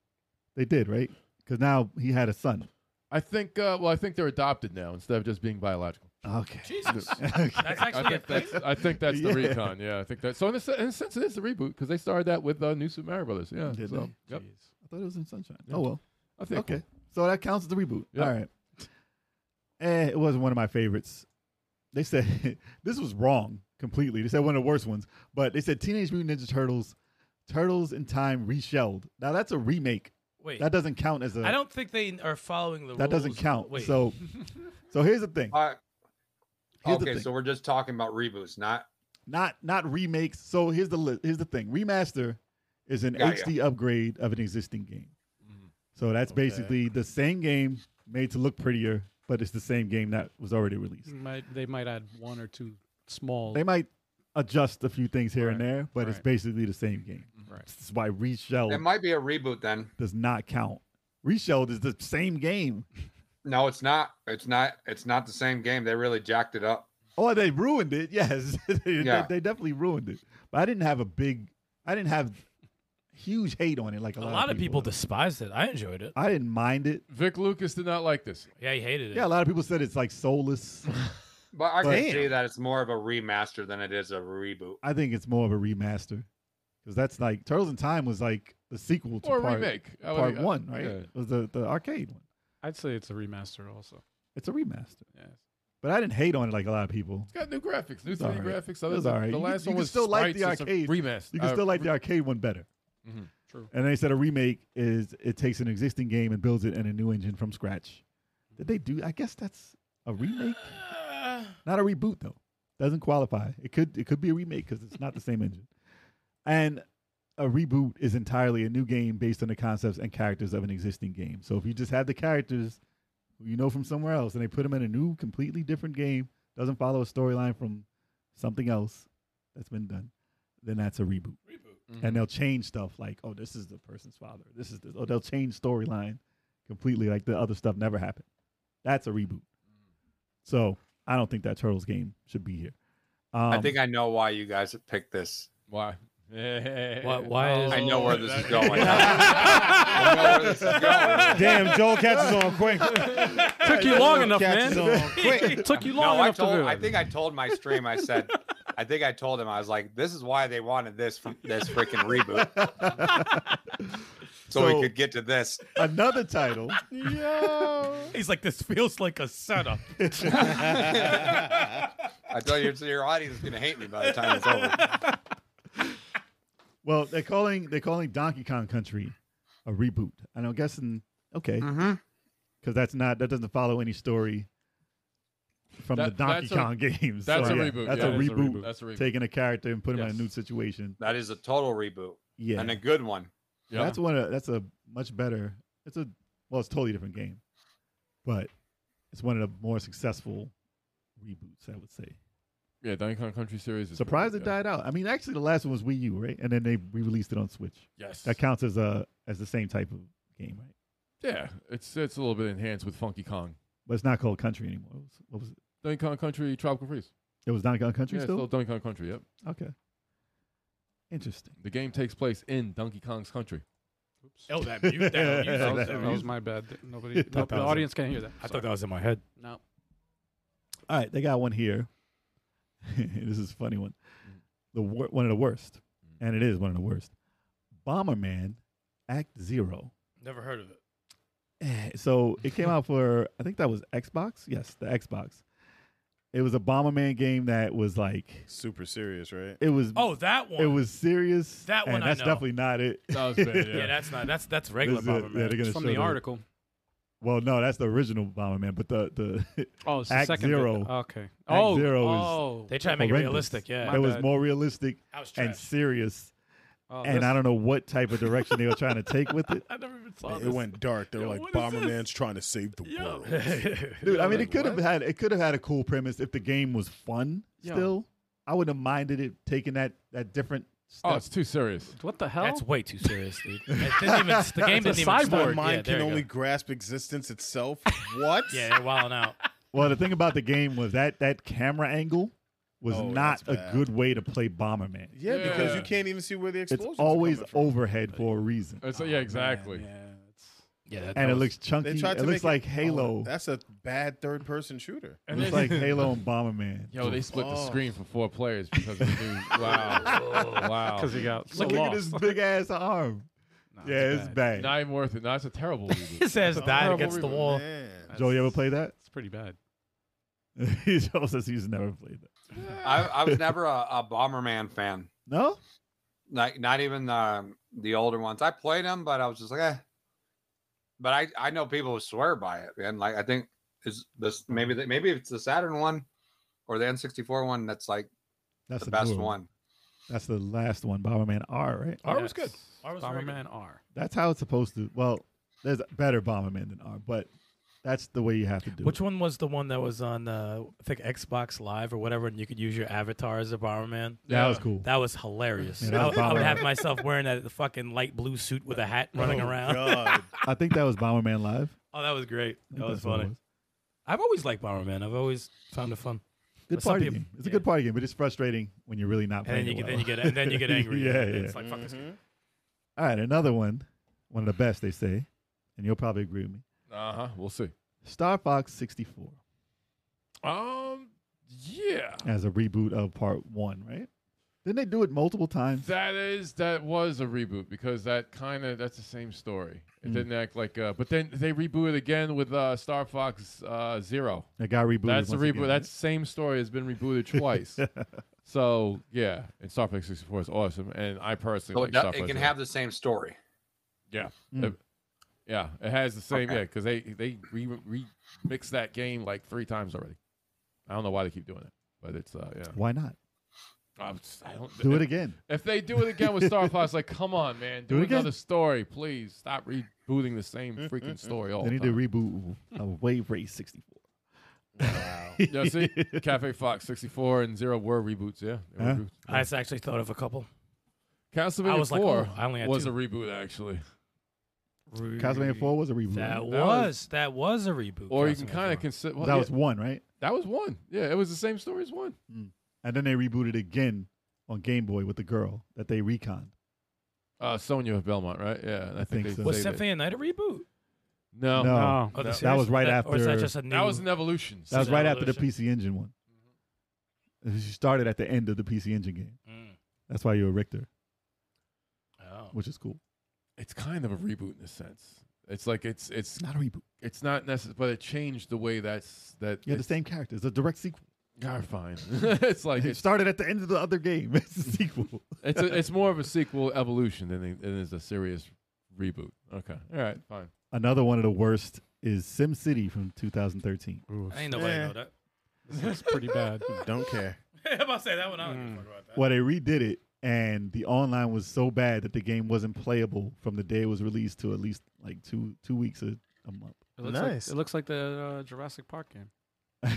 Speaker 7: They did, right? Because now he had a son.
Speaker 4: I think. Uh, well, I think they're adopted now instead of just being biological.
Speaker 7: Okay.
Speaker 6: Jesus.
Speaker 7: Okay.
Speaker 6: That's
Speaker 4: I
Speaker 6: actually a
Speaker 4: think
Speaker 6: thing.
Speaker 4: that's. I think that's the
Speaker 7: Yeah.
Speaker 4: recon. Yeah, I think that. So in a, se- in a sense, it is the reboot because they started that with uh, New Super Mario Brothers. Yeah.
Speaker 7: Did
Speaker 4: so,
Speaker 7: they?
Speaker 4: Yep.
Speaker 7: I thought it was in Sunshine. Oh well.
Speaker 4: I think.
Speaker 7: okay. So that counts as the reboot.
Speaker 4: Yep.
Speaker 7: All right. Eh, it wasn't one of my favorites. They said this was wrong completely. They said one of the worst ones, but they said Teenage Mutant Ninja Turtles, Turtles in Time reshelled. Now that's a remake.
Speaker 6: Wait.
Speaker 7: That doesn't count as a.
Speaker 6: I don't think they are following the rules.
Speaker 7: that doesn't count.
Speaker 6: Wait.
Speaker 7: So, so here's the thing.
Speaker 5: Uh,
Speaker 7: Here's the
Speaker 5: okay,
Speaker 7: thing.
Speaker 5: so we're just talking about reboots, not
Speaker 7: Not not remakes. So here's the li- here's the thing. Remaster is an
Speaker 5: Yeah, yeah.
Speaker 7: HD upgrade of an existing game. So that's basically the same game made to look prettier, but it's the same game that was already released.
Speaker 2: Might, they might add one or two small.
Speaker 7: They might. adjust a few things here and there, but it's
Speaker 2: right. Mm.
Speaker 7: basically the same game.
Speaker 2: Right.
Speaker 7: This is why Reshell
Speaker 5: It might be a reboot then.
Speaker 7: does not count. Reshelled is the same game.
Speaker 5: No, it's not. It's not. It's not the same game. They really jacked it up.
Speaker 7: Oh, they ruined it. Yes, they,
Speaker 5: Yeah.
Speaker 7: they definitely ruined it. But I didn't have a big, I didn't have huge hate on it like
Speaker 6: A
Speaker 7: a,
Speaker 6: lot of people
Speaker 7: do.
Speaker 6: despised it. I enjoyed it.
Speaker 7: I didn't mind it.
Speaker 4: Vic Lucas did not like this.
Speaker 6: Yeah, he hated it.
Speaker 7: Yeah, a lot of people said it's like soulless.
Speaker 5: But I can
Speaker 7: Damn.
Speaker 5: see that it's more of a remaster than it is a reboot.
Speaker 7: I think it's more of a remaster because that's like Turtles in Time was like the sequel to
Speaker 4: Or
Speaker 7: part,
Speaker 4: remake. I uh, would-
Speaker 7: part
Speaker 4: I-
Speaker 7: one, right?
Speaker 4: yeah.
Speaker 7: It was the, the arcade one.
Speaker 2: I'd say it's a remaster also.
Speaker 7: It's a remaster,
Speaker 2: Yes.
Speaker 7: but I didn't hate on it like a lot of people.
Speaker 4: It's got new graphics, new 3D
Speaker 7: all right.
Speaker 4: graphics. Other
Speaker 7: It's
Speaker 4: than-
Speaker 7: all right.
Speaker 4: The
Speaker 7: You
Speaker 4: last
Speaker 7: can-
Speaker 4: one
Speaker 7: you can
Speaker 4: was
Speaker 7: still like the
Speaker 4: sprites, it's a
Speaker 7: arcade.
Speaker 4: remaster.
Speaker 7: You can
Speaker 4: uh,
Speaker 7: still like the arcade one better.
Speaker 4: Mhm.
Speaker 2: True.
Speaker 7: And they said a remake is it takes an existing game and builds it in a new engine from scratch. Did they do? I guess that's a remake, not a reboot though. Doesn't qualify. It could it could be a remake because it's not the same engine. And a reboot is entirely a new game based on the concepts and characters of an existing game. So if you just have the characters who you know from somewhere else and they put them in a new, completely different game, doesn't follow a storyline from something else that's been done, then that's a reboot
Speaker 4: mm-hmm.
Speaker 7: and they'll change stuff like oh this is the person's father this is this oh they'll change storyline completely like the other stuff never happened that's a reboot so i don't think that turtles game should be here um,
Speaker 5: I think I know why you guys have picked this.
Speaker 4: Why?
Speaker 6: Why, why is
Speaker 5: I know where this is going. I
Speaker 4: I
Speaker 5: know where this is going.
Speaker 8: Damn, Joel catches on quick.
Speaker 2: Took you long enough,
Speaker 8: Catches
Speaker 2: man.
Speaker 8: on quick.
Speaker 2: It took you long
Speaker 5: No, I
Speaker 2: enough to
Speaker 5: told.
Speaker 2: do
Speaker 5: I
Speaker 2: it.
Speaker 5: think I told my stream. I said. I think I told him. I was like, "This is why they wanted this f- this freaking reboot, so,
Speaker 7: So-
Speaker 5: we could get to this."
Speaker 7: another title
Speaker 6: He's like, this feels like a setup.
Speaker 5: I tell you, so your audience is gonna hate me by the time it's over.
Speaker 7: well they're calling they're calling donkey kong country a reboot and i'm guessing okay
Speaker 4: Mm.
Speaker 7: because
Speaker 5: Mhm.
Speaker 7: that's not that doesn't follow any story from
Speaker 4: That-
Speaker 7: the donkey
Speaker 4: that's a-
Speaker 7: kong games
Speaker 4: that's
Speaker 7: So,
Speaker 4: a
Speaker 7: yeah,
Speaker 4: reboot,
Speaker 7: that's
Speaker 4: yeah,
Speaker 7: a
Speaker 4: that is a
Speaker 7: reboot
Speaker 4: reboot. That's a reboot.
Speaker 7: taking a character and putting him in
Speaker 4: Yes.
Speaker 7: a new situation
Speaker 5: That is a total reboot
Speaker 7: yeah
Speaker 5: and a good one.
Speaker 4: Yeah.
Speaker 7: That's one. Of, that's a much better. It's a well, it's a totally different game, but it's one of the more successful reboots, I would say.
Speaker 4: Yeah, Donkey Kong Country series. Is
Speaker 7: Surprised it
Speaker 4: pretty good.
Speaker 7: died out. I mean, actually, the last one was Wii U, right? And then they re-released it on Switch.
Speaker 4: Yes.
Speaker 7: That counts as a as the same type of game, right?
Speaker 4: yeah, it's it's a little bit enhanced with Funky Kong.
Speaker 7: But it's not called Country anymore. It was, what was it?
Speaker 4: Donkey Kong Country Tropical Freeze.
Speaker 7: It was Donkey Kong Country
Speaker 4: yeah, it's still
Speaker 7: still.
Speaker 4: Donkey Kong Country. Yep.
Speaker 7: Okay. Interesting.
Speaker 4: The game takes place in Donkey Kong's country.
Speaker 6: Oh, that mute down. You
Speaker 7: That
Speaker 6: know,
Speaker 7: was-
Speaker 2: That
Speaker 6: so-
Speaker 2: was my bad. Nobody,
Speaker 7: That
Speaker 2: no,
Speaker 7: was
Speaker 2: the
Speaker 7: it.
Speaker 2: audience can't hear that.
Speaker 6: I thought that was in my head.
Speaker 2: no.
Speaker 7: All right, they got one here. this is a funny one. The wor- one of the worst,
Speaker 6: Mm.
Speaker 7: and it is one of the worst. Bomberman Act Zero.
Speaker 6: Never heard of it.
Speaker 7: Eh, So it came out for I think that was Xbox. Yes, the Xbox. It was a Bomberman game that was like
Speaker 8: Super serious, right?
Speaker 7: it was
Speaker 6: Oh, that one.
Speaker 7: it was serious.
Speaker 6: That one
Speaker 7: and
Speaker 6: I
Speaker 7: that's
Speaker 6: know.
Speaker 7: definitely not it.
Speaker 4: That was bad. Yeah.
Speaker 6: yeah. that's not. That's that's regular
Speaker 7: This is it.
Speaker 6: Bomberman.
Speaker 7: Yeah, they're gonna
Speaker 2: It's from
Speaker 7: show
Speaker 2: the article.
Speaker 7: Well, no, that's the original Bomberman, but the the
Speaker 2: Oh, it's the
Speaker 7: Act
Speaker 2: second.
Speaker 7: Zero.
Speaker 2: Okay. oh,
Speaker 7: Zero is-
Speaker 2: oh,
Speaker 6: They try to make it
Speaker 7: horrendous.
Speaker 6: realistic. Yeah,
Speaker 2: My
Speaker 7: it was
Speaker 2: bad.
Speaker 7: more realistic
Speaker 6: I was
Speaker 7: and
Speaker 6: trash.
Speaker 7: serious.
Speaker 2: oh,
Speaker 7: and
Speaker 2: this-
Speaker 7: I don't know what type of direction they were trying to take with it.
Speaker 6: I never even saw
Speaker 8: It went dark. They're
Speaker 6: Yo,
Speaker 8: like
Speaker 6: what is
Speaker 8: Bomberman's trying to save the world.
Speaker 7: Dude, I mean,
Speaker 4: like,
Speaker 7: it could have
Speaker 4: what?
Speaker 7: had it could have had a cool premise if the game was fun.
Speaker 2: Yeah.
Speaker 7: Still, I wouldn't have minded it taking that that different
Speaker 4: Oh,
Speaker 7: stuff.
Speaker 4: it's too serious.
Speaker 2: What the hell?
Speaker 6: That's way too serious, dude. It didn't even, the game
Speaker 2: It's
Speaker 6: didn't
Speaker 2: a
Speaker 6: even
Speaker 2: cyborg.
Speaker 6: start.
Speaker 8: My mind
Speaker 6: yeah, there
Speaker 8: can
Speaker 6: you
Speaker 8: only
Speaker 6: Go.
Speaker 8: grasp existence itself. What?
Speaker 6: Yeah, they're wilding out.
Speaker 7: well, the thing about the game was that that camera angle was
Speaker 8: Oh,
Speaker 7: not
Speaker 8: that's
Speaker 7: a
Speaker 8: bad.
Speaker 7: good way to play Bomberman.
Speaker 8: Yeah, because
Speaker 4: Yeah.
Speaker 8: you can't even see where the
Speaker 7: It's
Speaker 8: explosions. are
Speaker 7: always
Speaker 8: coming from.
Speaker 7: overhead for a reason,
Speaker 4: It's, yeah, exactly.
Speaker 2: Yeah, it's,
Speaker 6: Yeah, that,
Speaker 7: and
Speaker 6: that
Speaker 7: it
Speaker 6: was-
Speaker 7: looks chunky.
Speaker 8: They
Speaker 7: It
Speaker 8: tried to
Speaker 7: looks
Speaker 8: make
Speaker 7: like
Speaker 8: it-
Speaker 7: Halo.
Speaker 8: Oh, that's a bad third-person shooter.
Speaker 7: it looks like Halo and Bomberman.
Speaker 4: Yo, they split the
Speaker 8: Oh.
Speaker 4: screen for four players because of the new. Wow. wow.
Speaker 2: because he got so
Speaker 7: Look at this
Speaker 2: lost.
Speaker 7: big ass arm. yeah, it's bad.
Speaker 4: Not even worth it. No, it's a terrible reboot.
Speaker 6: his ass died
Speaker 4: Horrible
Speaker 6: against the
Speaker 4: reboot.
Speaker 6: wall.
Speaker 8: Man.
Speaker 7: Joe, you ever play that?
Speaker 2: It's pretty bad.
Speaker 7: Joe says he's never played that.
Speaker 5: I, I was never a, a Bomberman fan.
Speaker 7: No,
Speaker 5: Like not even the um, the older ones. I played them, but I was just like, eh. But I I know people who swear by it, man. Like I think is this maybe the, maybe it's the Saturn one or the N64 one that's like
Speaker 7: that's
Speaker 5: the
Speaker 7: a newer
Speaker 5: best one.
Speaker 7: That's the last one, Bomberman R, right?
Speaker 6: R was good. R was very good.
Speaker 2: Bomberman R.
Speaker 7: That's how it's supposed to. Well, there's better Bomberman than R, but That's the way you have to do
Speaker 6: Which
Speaker 7: it.
Speaker 6: one was the one that was on uh, I think Xbox Live or whatever, and you could use your avatar as a barman?
Speaker 7: That was cool.
Speaker 6: That was hilarious.
Speaker 7: Yeah, that was
Speaker 6: I, I would
Speaker 7: bomb.
Speaker 6: have myself wearing that the fucking light blue suit with a hat running around.
Speaker 8: God.
Speaker 7: I think that was Bomberman Live.
Speaker 6: Oh, that was great.
Speaker 7: I think
Speaker 6: That was
Speaker 7: that's what it
Speaker 6: funny.
Speaker 7: was.
Speaker 6: I've always liked Bomberman. I've always found it fun.
Speaker 7: Good
Speaker 6: But some
Speaker 7: party
Speaker 6: people-
Speaker 7: game. It's
Speaker 6: yeah.
Speaker 7: a good party game, but it's frustrating when you're really not
Speaker 6: And
Speaker 7: playing.
Speaker 6: then you
Speaker 7: it
Speaker 6: get,
Speaker 7: well.
Speaker 6: then you get and then you get angry.
Speaker 7: yeah, yeah.
Speaker 6: It's
Speaker 8: Mm-hmm.
Speaker 6: like fuck this game.
Speaker 7: All right, another one. One of the best, they say, and you'll probably agree with me.
Speaker 4: Uh huh. We'll see.
Speaker 7: Star Fox 64
Speaker 4: Um. Yeah.
Speaker 7: as a reboot of part one, right? Didn't they do it multiple times?
Speaker 4: That is that was a reboot because that kind of that's the same story. It
Speaker 7: Mm.
Speaker 4: didn't act like, uh, but then they rebooted again with uh, Star Fox uh, Zero.
Speaker 7: That got rebooted.
Speaker 4: That's the
Speaker 7: once
Speaker 4: reboot.
Speaker 7: again,
Speaker 4: That's same story has been rebooted twice. so yeah, and Star Fox sixty four is awesome, and I personally
Speaker 5: So
Speaker 4: like
Speaker 5: it, do-
Speaker 4: Star
Speaker 5: it
Speaker 4: Fox
Speaker 5: can
Speaker 4: 0.
Speaker 5: have the same story.
Speaker 7: Mm.
Speaker 4: yeah, it has the same
Speaker 5: Okay.
Speaker 4: yeah because they they re remix that game like three times already. I don't know why they keep doing it, but it's uh yeah.
Speaker 7: Why not?
Speaker 4: I'm s- I don't,
Speaker 7: Do
Speaker 4: if,
Speaker 7: it again.
Speaker 4: If they do it again with Star Fox, like come on, man, do,
Speaker 7: Do it again. Mm,
Speaker 4: another story, please. Stop rebooting the same freaking story all
Speaker 7: They
Speaker 4: the
Speaker 7: need to
Speaker 4: time.
Speaker 7: reboot of Wave Race 64.
Speaker 4: yeah, see, Cafe Fox sixty four and Zero were reboots. Yeah, they were
Speaker 7: Huh?
Speaker 4: reboots.
Speaker 6: I just actually thought of a couple.
Speaker 4: Castlevania
Speaker 6: I was like,
Speaker 4: four
Speaker 6: oh, I only had
Speaker 4: was
Speaker 6: two.
Speaker 4: a reboot actually.
Speaker 7: Castlevania 4 was a reboot.
Speaker 6: That
Speaker 7: That,
Speaker 4: That
Speaker 6: was,
Speaker 4: was-
Speaker 6: that was a reboot.
Speaker 4: Or you can
Speaker 6: Castlevania
Speaker 4: kind of
Speaker 6: four.
Speaker 4: consider well,
Speaker 7: was
Speaker 4: yeah,
Speaker 7: one, right?
Speaker 4: that was one. Yeah, it was the same story as one.
Speaker 7: And then they rebooted again on Game Boy with the girl that they reconned.
Speaker 4: Uh, Sonya of Belmont, right? Yeah, and I, think,
Speaker 7: think
Speaker 4: they
Speaker 7: so.
Speaker 6: was
Speaker 4: saved it.
Speaker 6: Symphony of the Night a reboot?
Speaker 4: No,
Speaker 7: No.
Speaker 2: Oh.
Speaker 4: No.
Speaker 6: Oh, the series?
Speaker 7: That was right
Speaker 6: Or is that
Speaker 7: after-
Speaker 6: just a new?
Speaker 4: that was an evolution.
Speaker 7: That was
Speaker 6: Is it
Speaker 7: right after the
Speaker 6: Evolution?
Speaker 7: PC Engine one. She started at the end of the PC Engine game.
Speaker 6: Mm.
Speaker 7: That's why you're a Richter,
Speaker 6: Oh.
Speaker 7: which is cool.
Speaker 4: it's kind of a reboot in a sense. It's like it's it's
Speaker 7: It's not a reboot.
Speaker 4: it's not necessary, but it changed the way that's that.
Speaker 7: You have the
Speaker 4: it's-
Speaker 7: same characters. It's a direct sequel.
Speaker 4: God, fine. it's like
Speaker 7: It
Speaker 4: it's
Speaker 7: started at the end of the other game. It's a sequel.
Speaker 4: it's, a, it's more of a sequel evolution than it than it is a serious reboot. Okay, all right, fine.
Speaker 7: Another one of the worst is SimCity from 2013.
Speaker 6: I ain't nobody know that.
Speaker 2: That's Oh, pretty bad.
Speaker 8: Don't care.
Speaker 6: I'm about to say that one. I don't give a fuck about that.
Speaker 7: Well, they redid it, and the online was so bad that the game wasn't playable from the day it was released to at least like two two weeks or a month.
Speaker 2: It looks
Speaker 9: Nice.
Speaker 2: Like, it looks like the uh, Jurassic Park game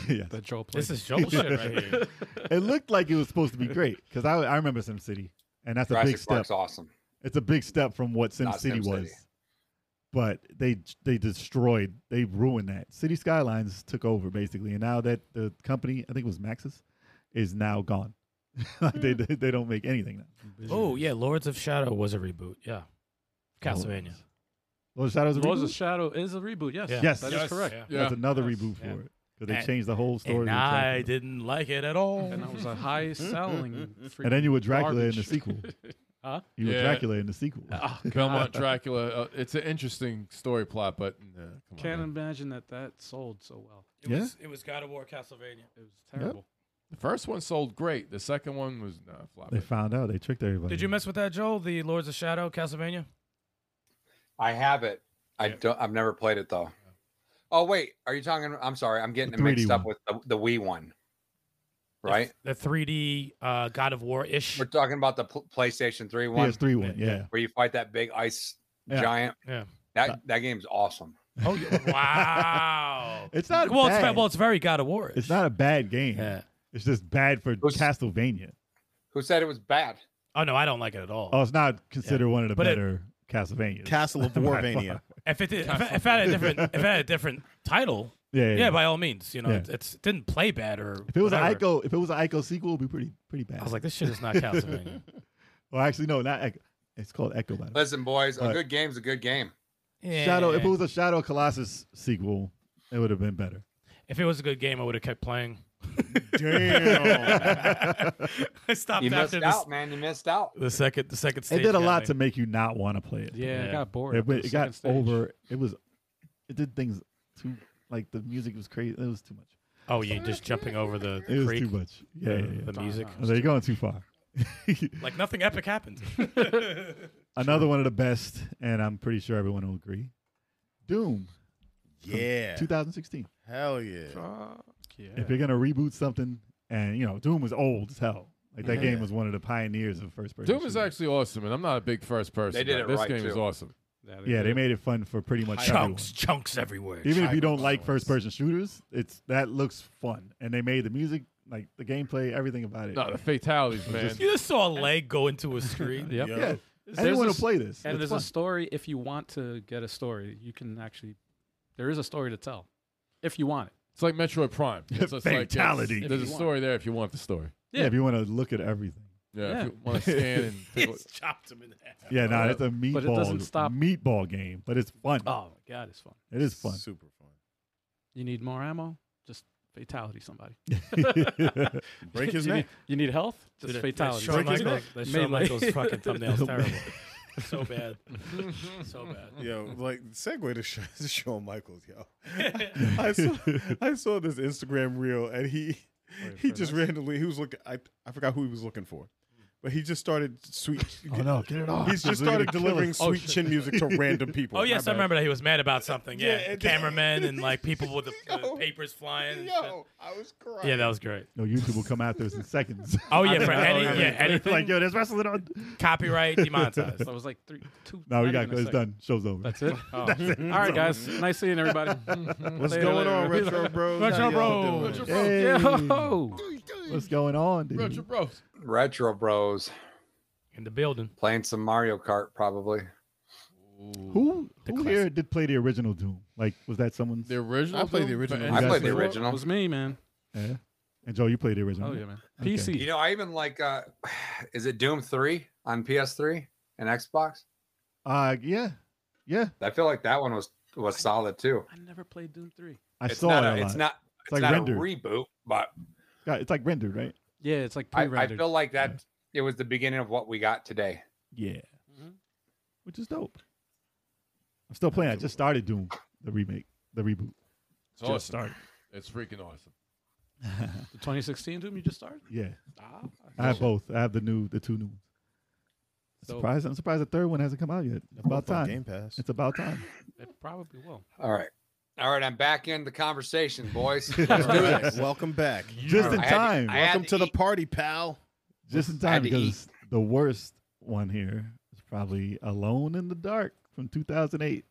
Speaker 7: yeah.
Speaker 2: that Joel played.
Speaker 6: This is Joel shit right here.
Speaker 7: It looked like it was supposed to be great because I, I remember SimCity, and that's a
Speaker 5: Jurassic
Speaker 7: big step.
Speaker 5: Park's awesome.
Speaker 7: It's a big step from what
Speaker 5: Not
Speaker 7: SimCity
Speaker 5: SimCity.
Speaker 7: was. But they they destroyed, they ruined that. City Skylines took over basically, and now that the company, I think it was Maxis, is now gone. like
Speaker 6: Hmm.
Speaker 7: they they don't make anything now.
Speaker 6: Oh yeah, Lords of Shadow was a reboot. Yeah, Castlevania.
Speaker 7: Lord of Shadows. a
Speaker 2: Lords of
Speaker 7: reboot?
Speaker 2: Shadow is a reboot. Yes.
Speaker 6: Yeah.
Speaker 7: Yes.
Speaker 2: That is
Speaker 4: Yes.
Speaker 2: correct.
Speaker 6: Yeah.
Speaker 4: Yeah.
Speaker 7: That's another
Speaker 6: Yes.
Speaker 7: reboot for
Speaker 6: Yeah.
Speaker 7: it because they
Speaker 6: And-
Speaker 7: changed the whole story.
Speaker 6: And
Speaker 7: to
Speaker 6: I
Speaker 7: Dracula.
Speaker 6: didn't like it at all.
Speaker 2: And that was a high selling.
Speaker 7: And then you were Dracula in the
Speaker 2: Garbage.
Speaker 7: sequel.
Speaker 2: Huh?
Speaker 7: You were
Speaker 4: Yeah.
Speaker 7: Dracula in the sequel.
Speaker 6: Uh,
Speaker 2: Ah,
Speaker 4: Oh, Belmont Dracula. Uh, it's an interesting story plot, but nah, come on.
Speaker 2: Can't
Speaker 4: man.
Speaker 2: imagine that that sold so well.
Speaker 6: It
Speaker 7: Yeah.
Speaker 6: was it was God of War Castlevania.
Speaker 2: It was terrible.
Speaker 4: The first one sold great. The second one was nah, flop.
Speaker 7: They found out. They tricked everybody.
Speaker 6: Did you mess with that, Joel? The Lords of Shadow Castlevania.
Speaker 5: I have it. I
Speaker 6: Yeah.
Speaker 5: don't. I've never played it though. Oh wait, are you talking? I'm sorry, I'm getting
Speaker 7: The
Speaker 5: it mixed
Speaker 7: 3D
Speaker 5: up with the, the Wii one. Right?
Speaker 6: The 3D uh, God of War ish.
Speaker 5: We're talking about the pl- PlayStation Three one
Speaker 7: PS3 one, yeah.
Speaker 5: where you fight that big ice
Speaker 7: Yeah.
Speaker 5: giant.
Speaker 6: Yeah.
Speaker 5: That that game's awesome.
Speaker 6: Oh yeah. wow.
Speaker 7: It's not
Speaker 6: well. It's
Speaker 7: bad.
Speaker 6: ve- well. It's very God of War.
Speaker 7: It's not a bad game.
Speaker 6: Yeah.
Speaker 7: It's just bad for
Speaker 5: Those-
Speaker 7: Castlevania.
Speaker 5: Who said it was bad?
Speaker 6: Oh no, I don't like it at all.
Speaker 7: Oh, it's not considered one of the
Speaker 6: But it-
Speaker 7: better Castlevanias.
Speaker 8: Castle of
Speaker 7: By far.
Speaker 8: Warvania.
Speaker 6: If it did, if, I- if I had a different if I had a different title,
Speaker 7: Yeah, yeah.
Speaker 6: yeah,
Speaker 7: yeah.
Speaker 6: by all means, you know,
Speaker 7: Yeah.
Speaker 6: it's it didn't play bad or
Speaker 7: if it was
Speaker 6: whatever.
Speaker 7: an Ico, if it was an Ico sequel, it'd be pretty pretty bad.
Speaker 6: I was like, this shit is not Castlevania.
Speaker 7: well, actually, no, not Echo. It's called Echo. By the way.
Speaker 5: Listen, boys, a
Speaker 7: What?
Speaker 5: good game's a good game.
Speaker 7: Shadow. If it
Speaker 6: Yeah.
Speaker 7: was a Shadow of Colossus sequel, it would have been better.
Speaker 6: If it was a good game, I would have kept playing.
Speaker 8: Damn.
Speaker 6: I stopped
Speaker 5: You missed
Speaker 6: after this,
Speaker 5: out, man. You missed out.
Speaker 6: the second the second
Speaker 7: It
Speaker 6: stage.
Speaker 7: did a
Speaker 6: got
Speaker 7: lot
Speaker 6: me.
Speaker 7: to make you not want to play it.
Speaker 2: Yeah,
Speaker 6: Yeah.
Speaker 2: it got bored.
Speaker 7: It,
Speaker 2: after
Speaker 7: went-
Speaker 2: the
Speaker 7: it
Speaker 2: second
Speaker 7: got
Speaker 2: stage.
Speaker 7: over. It was. It did things too. Like the music was crazy. It was too much.
Speaker 6: Oh, you just jumping over the
Speaker 7: It was
Speaker 6: creek,
Speaker 7: too much. Yeah, yeah, yeah.
Speaker 6: the music.
Speaker 7: Oh, They're going too far.
Speaker 6: Like nothing epic happened.
Speaker 7: Another one of the best, and I'm pretty sure everyone will agree. Doom,
Speaker 8: yeah.
Speaker 7: 2016.
Speaker 8: Hell yeah.
Speaker 2: Fuck yeah.
Speaker 7: If you're gonna reboot something, and you know Doom was old as hell. Like that
Speaker 8: Yeah.
Speaker 7: game was one of the pioneers of first person.
Speaker 4: Doom is
Speaker 7: shooter.
Speaker 4: actually awesome, and I'm not a big first person.
Speaker 5: They did
Speaker 4: but
Speaker 5: it
Speaker 4: This
Speaker 5: right,
Speaker 4: game is
Speaker 5: too.
Speaker 4: awesome.
Speaker 2: Yeah,
Speaker 7: Yeah, they
Speaker 2: did.
Speaker 7: made it fun for pretty much everyone.
Speaker 6: chunks, chunks everywhere.
Speaker 7: Even if you don't
Speaker 8: High-growth
Speaker 7: like
Speaker 8: ones.
Speaker 7: first-person shooters, it's that looks fun, and they made the music, like the gameplay, everything about it.
Speaker 4: No, the fatalities, man.
Speaker 6: You just saw a leg go into a street.
Speaker 2: Yep.
Speaker 8: Yo.
Speaker 7: yeah, I
Speaker 2: There's
Speaker 7: didn't want
Speaker 2: this-
Speaker 7: to play this.
Speaker 2: And
Speaker 7: it's
Speaker 2: there's
Speaker 7: fun.
Speaker 2: a story. If you want to get a story, you can actually. There is a story to tell, if you want it.
Speaker 4: It's like Metroid Prime. It's just like,
Speaker 7: Fatality.
Speaker 4: yes, there's a
Speaker 2: If you
Speaker 4: story there if you want the story.
Speaker 7: yeah. if you want to look at everything.
Speaker 4: Yeah,
Speaker 2: Yeah.
Speaker 4: if you want to scan and pick
Speaker 6: It's chopped him in half.
Speaker 7: Yeah, no, it's a meatball.
Speaker 2: it doesn't stop-
Speaker 7: meatball game, but it's fun.
Speaker 2: Oh my god, it's fun.
Speaker 7: it is fun.
Speaker 8: Super fun.
Speaker 2: You need more ammo? Just fatality somebody.
Speaker 8: Break his
Speaker 2: you Need,
Speaker 8: neck.
Speaker 2: you need health? Just
Speaker 6: Dude, that-
Speaker 2: fatality.
Speaker 6: That Shawn
Speaker 2: Break his
Speaker 6: Michaels,
Speaker 2: neck.
Speaker 6: that Shawn
Speaker 2: Melee.
Speaker 6: Michael's fucking thumbnail's terrible. so bad. So bad.
Speaker 8: Yo, like segue to, Sha- to Shawn Michaels, yo. I saw I saw this Instagram reel and he he just randomly he was looking I I forgot who he was looking for. But he just started sweet
Speaker 7: oh no, get it off!
Speaker 8: he's just started delivering sweet chin music to random people.
Speaker 6: Oh yes, I
Speaker 8: My bad.
Speaker 6: remember that he was mad about something.
Speaker 8: Yeah,
Speaker 6: Yeah,
Speaker 8: and-
Speaker 6: cameramen and like people with the, the
Speaker 8: Yo.
Speaker 6: papers flying. and shit.
Speaker 8: Yo, I was crying.
Speaker 6: Yeah, that was great.
Speaker 7: No, YouTube will come after us in seconds.
Speaker 6: Oh yeah, for
Speaker 2: know,
Speaker 6: any,
Speaker 2: I mean,
Speaker 6: yeah, anything
Speaker 7: like yo, there's wrestling on.
Speaker 6: copyright demonetized.
Speaker 2: That was like three, two.
Speaker 7: No, we
Speaker 2: not
Speaker 7: got
Speaker 2: even a
Speaker 7: it's
Speaker 2: second.
Speaker 7: done. Show's over.
Speaker 2: That's it. Oh. All right, guys. Nice seeing everybody. What's
Speaker 8: going on, Retro Bros. How
Speaker 6: Retro
Speaker 8: y'all
Speaker 6: Bros.
Speaker 8: doing?
Speaker 7: Hey,
Speaker 2: Yo.
Speaker 7: what's going on, dude?
Speaker 4: Retro Bros.
Speaker 5: Retro Bros
Speaker 6: in the building.
Speaker 5: playing some Mario Kart probably.
Speaker 7: Who who here did play the original Doom? Like, was that someone's?
Speaker 4: The original.
Speaker 8: I played the
Speaker 4: Doom?
Speaker 8: original.
Speaker 4: But-
Speaker 5: I
Speaker 7: guys
Speaker 5: played the
Speaker 7: play-
Speaker 2: That
Speaker 5: original. Mm-hmm.
Speaker 2: was me, man.
Speaker 7: Yeah. And Joe, you played the original.
Speaker 2: Oh yeah, man.
Speaker 7: Okay.
Speaker 2: PC.
Speaker 5: You know, I even like uh is it Doom 3 on PS3 and Xbox?
Speaker 7: Uh, yeah, yeah.
Speaker 5: I feel like that one was was solid too.
Speaker 2: I never played Doom Three.
Speaker 7: I
Speaker 5: It's
Speaker 7: saw
Speaker 5: not
Speaker 7: it.
Speaker 5: a,
Speaker 7: a
Speaker 5: it's
Speaker 7: lot.
Speaker 5: not it's
Speaker 7: like
Speaker 5: not
Speaker 7: rendered.
Speaker 5: a reboot, but
Speaker 7: Yeah, it's like rendered, right?
Speaker 2: Yeah, it's like
Speaker 5: I, I
Speaker 2: pre-rendered.
Speaker 5: feel like that it was the beginning of what we got today.
Speaker 7: Yeah.
Speaker 5: Mm-hmm.
Speaker 7: Which is dope. I'm still playing. I just started Doom, the remake, the reboot.
Speaker 4: It's awesome.
Speaker 7: Just started.
Speaker 4: It's freaking awesome.
Speaker 2: the 2016 Doom you just started.
Speaker 7: Yeah.
Speaker 2: Ah,
Speaker 7: I have both. I have the new, the two new ones.
Speaker 2: So-
Speaker 7: Surprised! I'm surprised the third one hasn't come out yet. About
Speaker 8: Phone
Speaker 7: time.
Speaker 8: Game Pass.
Speaker 7: It's about time.
Speaker 2: it probably will.
Speaker 5: All right. All right, I'm back in the conversation, boys. Let's do this.
Speaker 8: Welcome back.
Speaker 7: Just in
Speaker 5: I had to-
Speaker 7: time.
Speaker 5: I had
Speaker 8: Welcome to the E-
Speaker 5: eat-
Speaker 8: party, pal.
Speaker 7: just in
Speaker 5: I had
Speaker 7: time
Speaker 5: to
Speaker 7: because the worst one here is probably Alone in the Dark from 2008,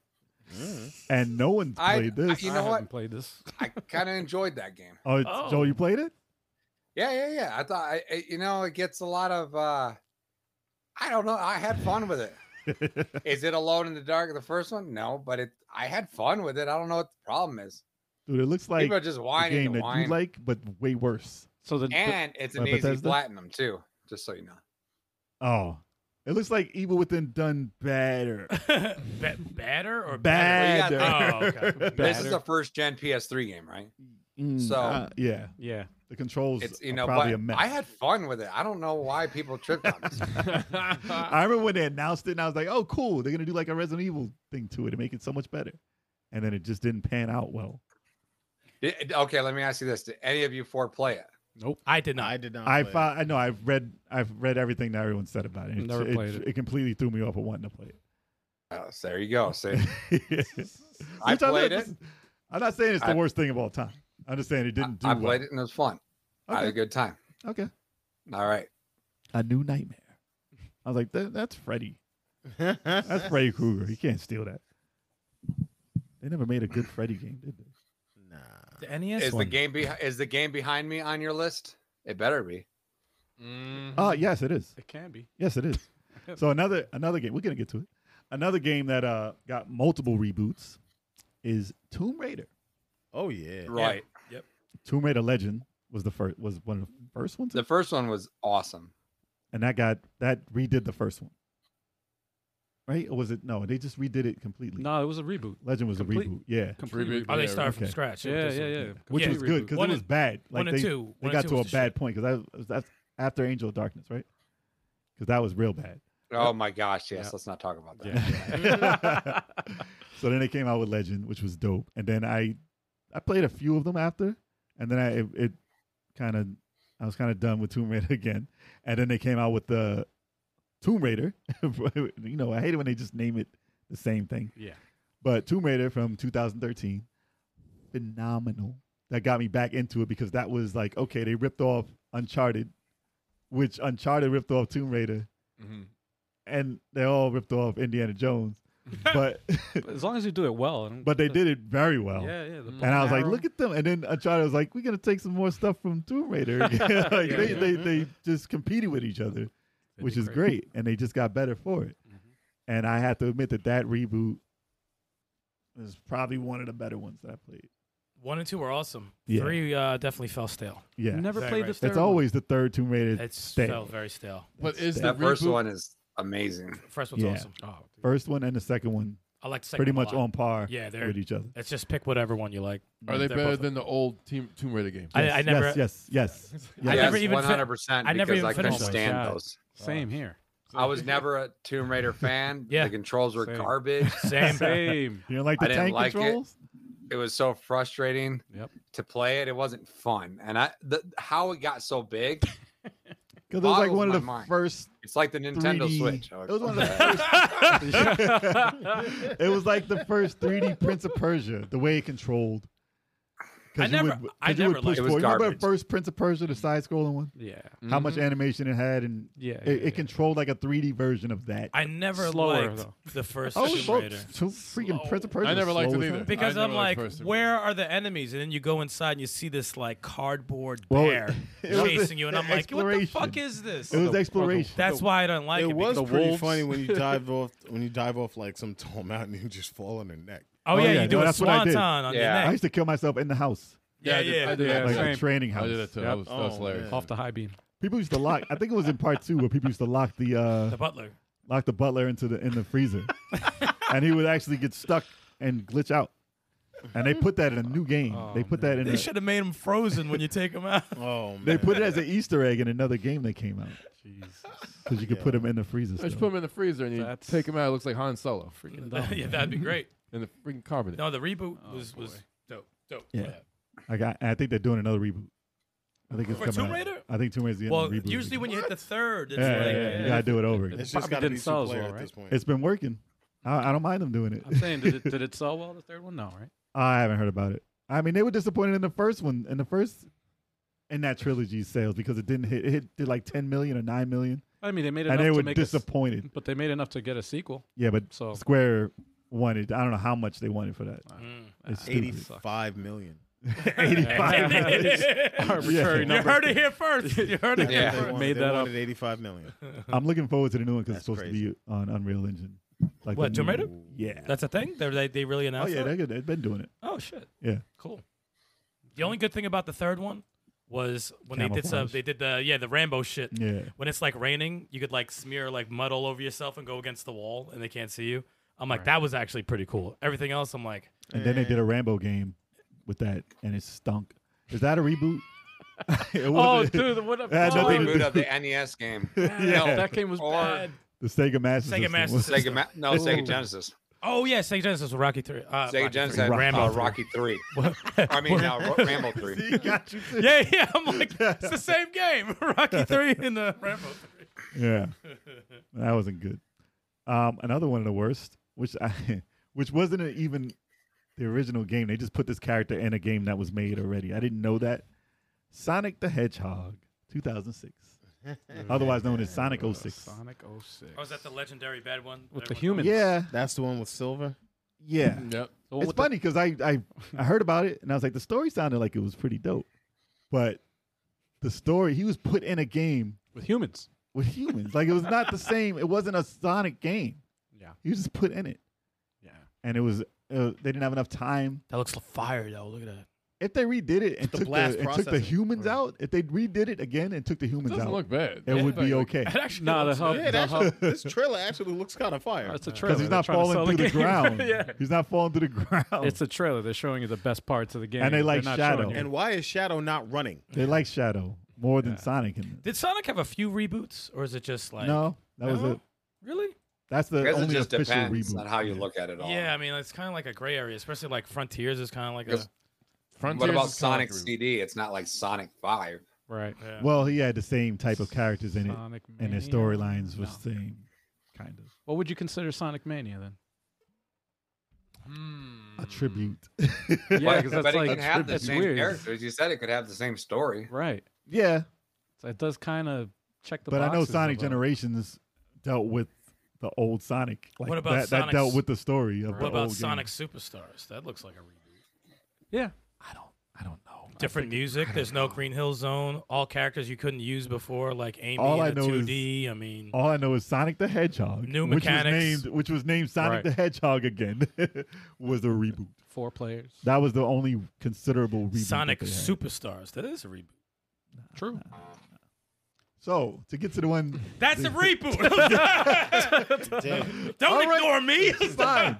Speaker 8: Mm.
Speaker 7: and no one's
Speaker 5: I-
Speaker 7: played this.
Speaker 5: You
Speaker 2: I
Speaker 5: know
Speaker 2: haven't
Speaker 5: what?
Speaker 2: played this.
Speaker 5: I kind of enjoyed that game.
Speaker 7: oh, it's,
Speaker 6: Oh.
Speaker 7: Joe, you played it?
Speaker 5: Yeah, yeah, yeah. I thought I, I- you know, it gets a lot of uh I don't know. I had fun with it. is it alone in the dark the first one? No, but it I had fun with it. I don't know what the problem is.
Speaker 7: Dude, it looks like
Speaker 5: People are just
Speaker 7: a
Speaker 5: whining
Speaker 7: game
Speaker 5: and
Speaker 7: that you
Speaker 5: whining.
Speaker 7: like, but way worse.
Speaker 2: So the, the-
Speaker 5: and it's an
Speaker 7: by
Speaker 5: easy
Speaker 7: Bethesda?
Speaker 5: platinum too, just so you know.
Speaker 7: Oh, it looks like Evil Within done better.
Speaker 6: Ba- batter or
Speaker 5: Well,
Speaker 7: Bad.
Speaker 5: you
Speaker 6: got- Oh, okay.
Speaker 5: This is a first gen PS3 game, right?
Speaker 7: Mm,
Speaker 5: So-
Speaker 7: uh, yeah,
Speaker 2: yeah,
Speaker 7: the controls
Speaker 5: It's you
Speaker 7: are
Speaker 5: know,
Speaker 7: probably
Speaker 5: but
Speaker 7: a mess.
Speaker 5: I had fun with it. I don't know why people tripped on this.
Speaker 7: I remember when they announced it, and I was like, "Oh, cool! They're gonna do like a Resident Evil thing to it and make it so much better." And then it just didn't pan out well.
Speaker 5: Did- okay, let me ask you this: Did any of you four play it?
Speaker 6: I did not.
Speaker 8: I did not.
Speaker 7: I
Speaker 8: play it.
Speaker 7: fi- I know I've read I've read everything that everyone said about it. It-
Speaker 2: Never
Speaker 7: it,
Speaker 2: played it.
Speaker 7: it completely threw me off of wanting to play it.
Speaker 5: Oh, so there you go. See,
Speaker 7: Which I'm not-
Speaker 5: played it.
Speaker 7: listen, I'm not saying it's the
Speaker 5: I-
Speaker 7: worst thing of all time. I'm just saying it
Speaker 5: I,
Speaker 7: didn't do
Speaker 5: I
Speaker 7: well.
Speaker 5: played it and it was fun. I had a
Speaker 7: Okay.
Speaker 5: good time.
Speaker 7: okay.
Speaker 5: All right.
Speaker 7: A new nightmare. I was like, that, that's Freddy. That's Freddy Krueger. You can't steal that. They never made a good Freddy game, did they?
Speaker 8: nah.
Speaker 6: The NES
Speaker 5: Is
Speaker 6: one.
Speaker 5: the game be- is the game behind me on your list? It better be.
Speaker 7: Ah, yes, it is.
Speaker 2: it can be.
Speaker 7: Yes, it is. So another another game. We're gonna get to it. Another game that uh got multiple reboots is Tomb Raider.
Speaker 8: Oh yeah.
Speaker 5: Right.
Speaker 7: Tomb Raider Legend was the first was one of the first ones,
Speaker 5: The first one was awesome.
Speaker 7: and that got that redid the first one, right? Or was it no? They just redid it completely.
Speaker 2: No, it was a reboot.
Speaker 7: Legend was
Speaker 2: complete-
Speaker 7: a reboot, yeah,
Speaker 2: Complete.
Speaker 4: reboot.
Speaker 6: Oh, they
Speaker 4: Yeah,
Speaker 6: started from
Speaker 7: okay.
Speaker 6: scratch.
Speaker 2: Yeah, yeah, yeah.
Speaker 7: which
Speaker 6: Yeah.
Speaker 7: was good because
Speaker 6: One
Speaker 7: it
Speaker 6: and-
Speaker 7: was bad. Like
Speaker 6: One
Speaker 7: they,
Speaker 6: and two.
Speaker 7: they
Speaker 6: One
Speaker 7: got
Speaker 6: and two
Speaker 7: to a
Speaker 6: was the
Speaker 7: bad
Speaker 6: shit.
Speaker 7: point because that's after Angel of Darkness, right? Because that was real bad.
Speaker 5: Oh my gosh, yes. Let's not talk about that.
Speaker 7: so then they came out with Legend, which was dope. And then I, I played a few of them after, and then I it, it kind of I was kind of done with Tomb Raider again. And then they came out with the Tomb Raider. you know, I hate it when they just name it the same thing.
Speaker 2: Yeah.
Speaker 7: But Tomb Raider from 2013, phenomenal. That got me back into it because that was like okay, they ripped off Uncharted, which Uncharted ripped off Tomb Raider
Speaker 4: Mhm.
Speaker 7: and they all ripped off Indiana Jones. but
Speaker 2: As long as you do it well. I don't-
Speaker 7: but they did it very well.
Speaker 2: Yeah, yeah. The
Speaker 7: And I was like, look at them. And then Uncharted was like, we're gonna take some more stuff from Tomb Raider. Like, they, they they
Speaker 6: Mm-hmm.
Speaker 7: just competed with each other, which
Speaker 2: be
Speaker 7: is
Speaker 2: great.
Speaker 7: great. And they just got better for it.
Speaker 6: Mm-hmm.
Speaker 7: And I have to admit that that reboot is probably one of the better ones that I played.
Speaker 6: One and two were awesome.
Speaker 7: Yeah.
Speaker 6: Three uh, definitely fell stale.
Speaker 7: Yeah,
Speaker 2: never
Speaker 6: Very
Speaker 2: played
Speaker 6: right.
Speaker 2: this.
Speaker 7: it's always the third Tomb Raider.
Speaker 6: It
Speaker 7: stale.
Speaker 6: felt very stale.
Speaker 4: But is the
Speaker 5: That first
Speaker 4: reboot-
Speaker 5: one is amazing.
Speaker 6: First one's
Speaker 7: Yeah.
Speaker 6: awesome.
Speaker 2: Oh,
Speaker 7: First one and the second one
Speaker 6: I like the second
Speaker 7: pretty
Speaker 6: one a
Speaker 7: much
Speaker 6: lot.
Speaker 7: on par
Speaker 6: Yeah, they're.
Speaker 7: with each other.
Speaker 6: Let's just pick whatever one you like.
Speaker 4: Are they
Speaker 6: They're
Speaker 4: better
Speaker 6: both-
Speaker 4: than the old team, Tomb Raider games?
Speaker 6: I-
Speaker 7: Yes,
Speaker 6: never-
Speaker 7: Yes, yes, yes.
Speaker 6: I
Speaker 7: yes.
Speaker 6: never e even fin-
Speaker 5: 100 percent
Speaker 6: I never
Speaker 5: because
Speaker 6: even
Speaker 5: I couldn't
Speaker 6: finished
Speaker 2: those.
Speaker 5: stand
Speaker 2: God.
Speaker 5: those.
Speaker 2: same here.
Speaker 5: I was never a Tomb Raider fan.
Speaker 6: Yeah.
Speaker 5: The controls were
Speaker 2: Same.
Speaker 5: garbage.
Speaker 6: Same.
Speaker 2: Same.
Speaker 7: You don't like
Speaker 5: I
Speaker 7: the
Speaker 5: didn't
Speaker 7: tank
Speaker 5: like it.
Speaker 7: controls?
Speaker 5: It was so frustrating
Speaker 2: Yep.
Speaker 5: to play it. It wasn't fun. And I the how it got so big,
Speaker 7: Because it was like
Speaker 5: Boggles
Speaker 7: one of
Speaker 5: my
Speaker 7: the
Speaker 5: mind.
Speaker 7: first
Speaker 5: it's like the Nintendo
Speaker 7: 3D.
Speaker 5: Switch.
Speaker 7: It was one of the it was like the first 3D Prince of Persia, the way it controlled. 'Cause
Speaker 6: I
Speaker 7: you
Speaker 6: never-
Speaker 7: would-
Speaker 6: I
Speaker 7: 'cause you
Speaker 6: never
Speaker 7: would
Speaker 6: liked
Speaker 7: push
Speaker 5: it. It was
Speaker 7: forward. You remember
Speaker 5: garbage.
Speaker 7: the first Prince of Persia, the side-scrolling one?
Speaker 2: Yeah.
Speaker 7: How much animation it had, and
Speaker 2: Yeah. yeah,
Speaker 7: it,
Speaker 2: yeah.
Speaker 7: it controlled like a 3D version of that.
Speaker 6: I never
Speaker 2: Slower,
Speaker 6: liked
Speaker 2: though.
Speaker 6: the first
Speaker 7: oh,
Speaker 6: Tomb
Speaker 7: both-
Speaker 6: Raider.
Speaker 7: so freaking Prince of Persia!
Speaker 4: I never
Speaker 7: was
Speaker 4: liked
Speaker 7: slow
Speaker 4: it
Speaker 7: as
Speaker 4: either.
Speaker 7: hell.
Speaker 6: Because
Speaker 4: I
Speaker 6: I'm
Speaker 4: never liked
Speaker 6: like,
Speaker 4: First Tomb
Speaker 6: where are the enemies? And then you go inside and you see this like cardboard
Speaker 7: Well,
Speaker 6: bear
Speaker 7: it was
Speaker 6: chasing you, and
Speaker 7: the
Speaker 6: I'm like, what the fuck
Speaker 7: exploration.
Speaker 6: is this?
Speaker 7: It was exploration.
Speaker 6: That's why I don't like it.
Speaker 8: it was
Speaker 6: because- Oh,
Speaker 8: pretty
Speaker 2: wolves.
Speaker 8: funny when you dive off when you dive off like some tall mountain and you just fall on your neck.
Speaker 6: Oh,
Speaker 7: Oh,
Speaker 6: yeah,
Speaker 7: yeah,
Speaker 6: you do
Speaker 7: no,
Speaker 6: a
Speaker 7: that's what I did.
Speaker 6: swanton on
Speaker 5: Yeah.
Speaker 7: I
Speaker 6: your neck.
Speaker 7: used to kill myself in the house,
Speaker 6: Yeah,
Speaker 4: I did-
Speaker 6: yeah.
Speaker 4: I did,
Speaker 2: Yeah,
Speaker 4: that
Speaker 7: like
Speaker 4: too.
Speaker 7: a
Speaker 2: same.
Speaker 7: training
Speaker 4: I
Speaker 7: house.
Speaker 4: did that too.
Speaker 2: Yep.
Speaker 4: That was, that was
Speaker 8: Oh,
Speaker 4: hilarious.
Speaker 8: man.
Speaker 2: Off the high beam.
Speaker 7: People used to lock. I think it was in part two where people used to lock the uh,
Speaker 6: The butler.
Speaker 7: lock the butler into the in the freezer, and he would actually get stuck and glitch out. And they put that in a new game. they put that in.
Speaker 6: Oh, They
Speaker 7: a,
Speaker 6: should have made him frozen when you take him out.
Speaker 8: Oh man.
Speaker 7: they put it as an Easter egg in another game that came out
Speaker 2: Jesus.
Speaker 7: because you could put them in the freezer.
Speaker 4: I just
Speaker 7: still.
Speaker 4: put him in the freezer and you
Speaker 2: That's-
Speaker 4: take him out. It looks like Han Solo
Speaker 6: yeah, that'd be great.
Speaker 4: in the freaking carbonate.
Speaker 6: No, the reboot was, was dope. Dope.
Speaker 7: Yeah. Like I, I think they're doing another reboot. I think it's
Speaker 6: For
Speaker 7: coming
Speaker 6: Tomb
Speaker 7: out.
Speaker 6: Raider?
Speaker 7: I think Tomb Raider's the
Speaker 6: Well,
Speaker 7: end of the reboot.
Speaker 6: usually when you hit the third, it's
Speaker 7: yeah,
Speaker 6: like,
Speaker 7: yeah, yeah, you gotta do it over.
Speaker 8: It's
Speaker 7: It's,
Speaker 8: just
Speaker 2: probably
Speaker 8: got to
Speaker 2: didn't
Speaker 8: be
Speaker 2: sell as
Speaker 8: two player
Speaker 2: well,
Speaker 8: at
Speaker 2: right?
Speaker 8: this point.
Speaker 7: it's been working. I, I don't mind them doing it.
Speaker 2: I'm saying, did it, did it sell well, the third one? No, right?
Speaker 7: I haven't heard about it. I mean, they were disappointed in the first one, in the first, in that trilogy sales because it didn't hit. It hit did like ten million or nine million,
Speaker 2: I mean, they made enough
Speaker 7: and they
Speaker 2: to
Speaker 7: were
Speaker 2: make a s-
Speaker 7: disappointed.
Speaker 2: But they made enough to get a sequel.
Speaker 7: Yeah, but
Speaker 2: So-
Speaker 7: Square wanted. I don't know how much they wanted for that.
Speaker 6: Mm.
Speaker 2: Ah.
Speaker 7: It's stupid.
Speaker 8: Eighty-five million.
Speaker 7: Eighty-five. dollars.
Speaker 2: Arbitrary
Speaker 6: you
Speaker 2: number.
Speaker 6: heard it here first. You heard it.
Speaker 5: Yeah.
Speaker 8: They wanted-
Speaker 2: Made
Speaker 8: they
Speaker 2: that up.
Speaker 8: wanted Eighty-five million.
Speaker 7: I'm looking forward to the new one because it's
Speaker 8: That's
Speaker 7: supposed to
Speaker 8: crazy.
Speaker 7: be on Unreal Engine. Like
Speaker 6: What,
Speaker 7: the
Speaker 6: Tomb
Speaker 7: new-
Speaker 6: Raider?
Speaker 7: Yeah.
Speaker 6: That's a thing. They're- They they really
Speaker 7: oh
Speaker 6: announced.
Speaker 7: yeah,
Speaker 6: that?
Speaker 7: they good. They've been doing it.
Speaker 6: Oh shit.
Speaker 7: Yeah.
Speaker 6: Cool. The only good thing about the third one was when they did some.
Speaker 7: Camouflage.
Speaker 6: They did the yeah the Rambo shit.
Speaker 7: Yeah.
Speaker 6: When it's like raining, you could like smear like mud all over yourself and go against the wall, and they can't see you. I'm like, that was actually pretty cool. Everything else, I'm like,
Speaker 7: And then they did a Rambo game with that, and it stunk. Is that a reboot? It
Speaker 2: Oh,
Speaker 7: wasn't-
Speaker 2: dude, what a
Speaker 7: That's
Speaker 5: the
Speaker 7: what they
Speaker 2: oh,
Speaker 7: did.
Speaker 5: reboot of the NES game.
Speaker 2: yeah.
Speaker 5: No,
Speaker 2: That game was
Speaker 5: Or-
Speaker 6: Uh,
Speaker 2: bad.
Speaker 7: The Sega Master.
Speaker 6: Sega
Speaker 7: System
Speaker 6: Master
Speaker 7: was-
Speaker 5: Sega Ma- no Sega Genesis.
Speaker 6: oh yeah, Sega Genesis was Rocky three. Uh,
Speaker 5: Sega
Speaker 6: Rocky
Speaker 5: Genesis
Speaker 6: III.
Speaker 5: had
Speaker 6: Rambo
Speaker 5: uh,
Speaker 6: III.
Speaker 5: Rocky three. I mean now Ro- Rambo three.
Speaker 7: Got you.
Speaker 6: Yeah, yeah. I'm like, it's the same game. Rocky three and the Rambo three.
Speaker 7: Yeah, that wasn't good. Um, another one of the worst, which I, which wasn't even the original game. They just put this character in a game that was made already. I didn't know that. Sonic the Hedgehog, 2006, otherwise known as Sonic 06.
Speaker 2: Uh, Sonic 06.
Speaker 6: Oh, is that the legendary bad one?
Speaker 2: With the
Speaker 6: Everyone-
Speaker 2: humans.
Speaker 7: Yeah,
Speaker 8: That's the one with silver.
Speaker 7: yeah.
Speaker 4: Yep.
Speaker 2: The one
Speaker 7: It's
Speaker 2: with the-
Speaker 7: funny because I, I I heard about it and I was like, the story sounded like it was pretty dope, but the story he was put in a game
Speaker 2: with humans.
Speaker 7: with humans. like it was not the same. It wasn't a Sonic game.
Speaker 2: Yeah.
Speaker 7: He was just put in it.
Speaker 2: Yeah.
Speaker 7: And it was uh, they didn't have enough time.
Speaker 6: That looks fire though. Look at that.
Speaker 7: If they redid it and
Speaker 8: The
Speaker 7: took
Speaker 8: blast
Speaker 7: the, and took the
Speaker 8: processing.
Speaker 7: humans out, if they redid it again and took the
Speaker 4: It
Speaker 7: humans
Speaker 4: doesn't
Speaker 7: out,
Speaker 4: look bad.
Speaker 7: it would be okay.
Speaker 6: It actually
Speaker 2: Nah, the
Speaker 6: looks
Speaker 2: hub.
Speaker 6: good.
Speaker 8: Yeah, it
Speaker 2: the hub.
Speaker 8: actually, this trailer actually looks kind of fire. Uh,
Speaker 2: It's a trailer.
Speaker 7: Because he's
Speaker 2: They're
Speaker 7: not
Speaker 2: trying to
Speaker 7: falling
Speaker 2: sell
Speaker 7: through the
Speaker 2: game.
Speaker 7: ground.
Speaker 2: yeah.
Speaker 7: He's not falling through the ground.
Speaker 2: It's a trailer. They're showing you the best parts of the game.
Speaker 7: And they like
Speaker 2: They're not
Speaker 7: Shadow.
Speaker 2: showing you-
Speaker 8: and why is Shadow not running?
Speaker 7: they like Shadow more than Sonic in it.
Speaker 6: Did Sonic have a few reboots, or is it just like
Speaker 7: no, that was
Speaker 6: No?
Speaker 7: it.
Speaker 6: Really?
Speaker 7: That's the
Speaker 5: Because it
Speaker 7: only
Speaker 5: just
Speaker 7: official
Speaker 5: depends
Speaker 7: reboot.
Speaker 5: on how you look at it all.
Speaker 6: Yeah, I mean it's kind of like a gray area, especially like Frontiers is kind of like
Speaker 5: Yes.
Speaker 6: a.
Speaker 5: What
Speaker 4: Frontiers
Speaker 5: about
Speaker 4: is kinda like
Speaker 5: Sonic
Speaker 4: a reboot.
Speaker 5: CD? It's not like Sonic Five.
Speaker 2: Right.
Speaker 6: Yeah.
Speaker 7: Well, he had the same type of characters in it,
Speaker 2: Sonic
Speaker 7: and their
Speaker 2: Mania?
Speaker 7: storylines was
Speaker 2: No.
Speaker 7: the same, kind of
Speaker 2: What would you consider Sonic Mania then?
Speaker 7: a tribute.
Speaker 2: Mm. Yeah, because
Speaker 5: but
Speaker 2: that's
Speaker 5: it
Speaker 2: like
Speaker 5: can have the
Speaker 2: it's
Speaker 5: same
Speaker 2: weird.
Speaker 5: characters. You said it could have the same story.
Speaker 2: Right.
Speaker 7: yeah,
Speaker 2: So it does kind of check the.
Speaker 7: but I know
Speaker 2: boxes
Speaker 7: Sonic
Speaker 2: about-
Speaker 7: Generations dealt with the old Sonic. Like
Speaker 6: What about
Speaker 7: that, that dealt
Speaker 6: Sonic's-
Speaker 7: with the story of the
Speaker 6: What about
Speaker 7: old game.
Speaker 6: Sonic Superstars? That looks like a reboot.
Speaker 2: Yeah. I don't. I don't know.
Speaker 6: Different music. There's no Green Hill Zone. All characters you couldn't use before, like Amy
Speaker 7: All
Speaker 6: in
Speaker 7: I
Speaker 6: the
Speaker 7: know is-
Speaker 6: 2D. I mean,
Speaker 7: All I know is Sonic the Hedgehog,
Speaker 6: New
Speaker 7: which
Speaker 6: mechanics.
Speaker 7: was named which was named Sonic
Speaker 2: Right.
Speaker 7: the Hedgehog again, was a reboot.
Speaker 2: Four players.
Speaker 7: That was the only considerable reboot. that
Speaker 6: Sonic
Speaker 7: they had.
Speaker 6: Superstars. That is a reboot.
Speaker 2: True.
Speaker 7: So to get to the one,
Speaker 6: That's a reboot. Don't
Speaker 7: All right.
Speaker 6: ignore me.
Speaker 7: it's fine.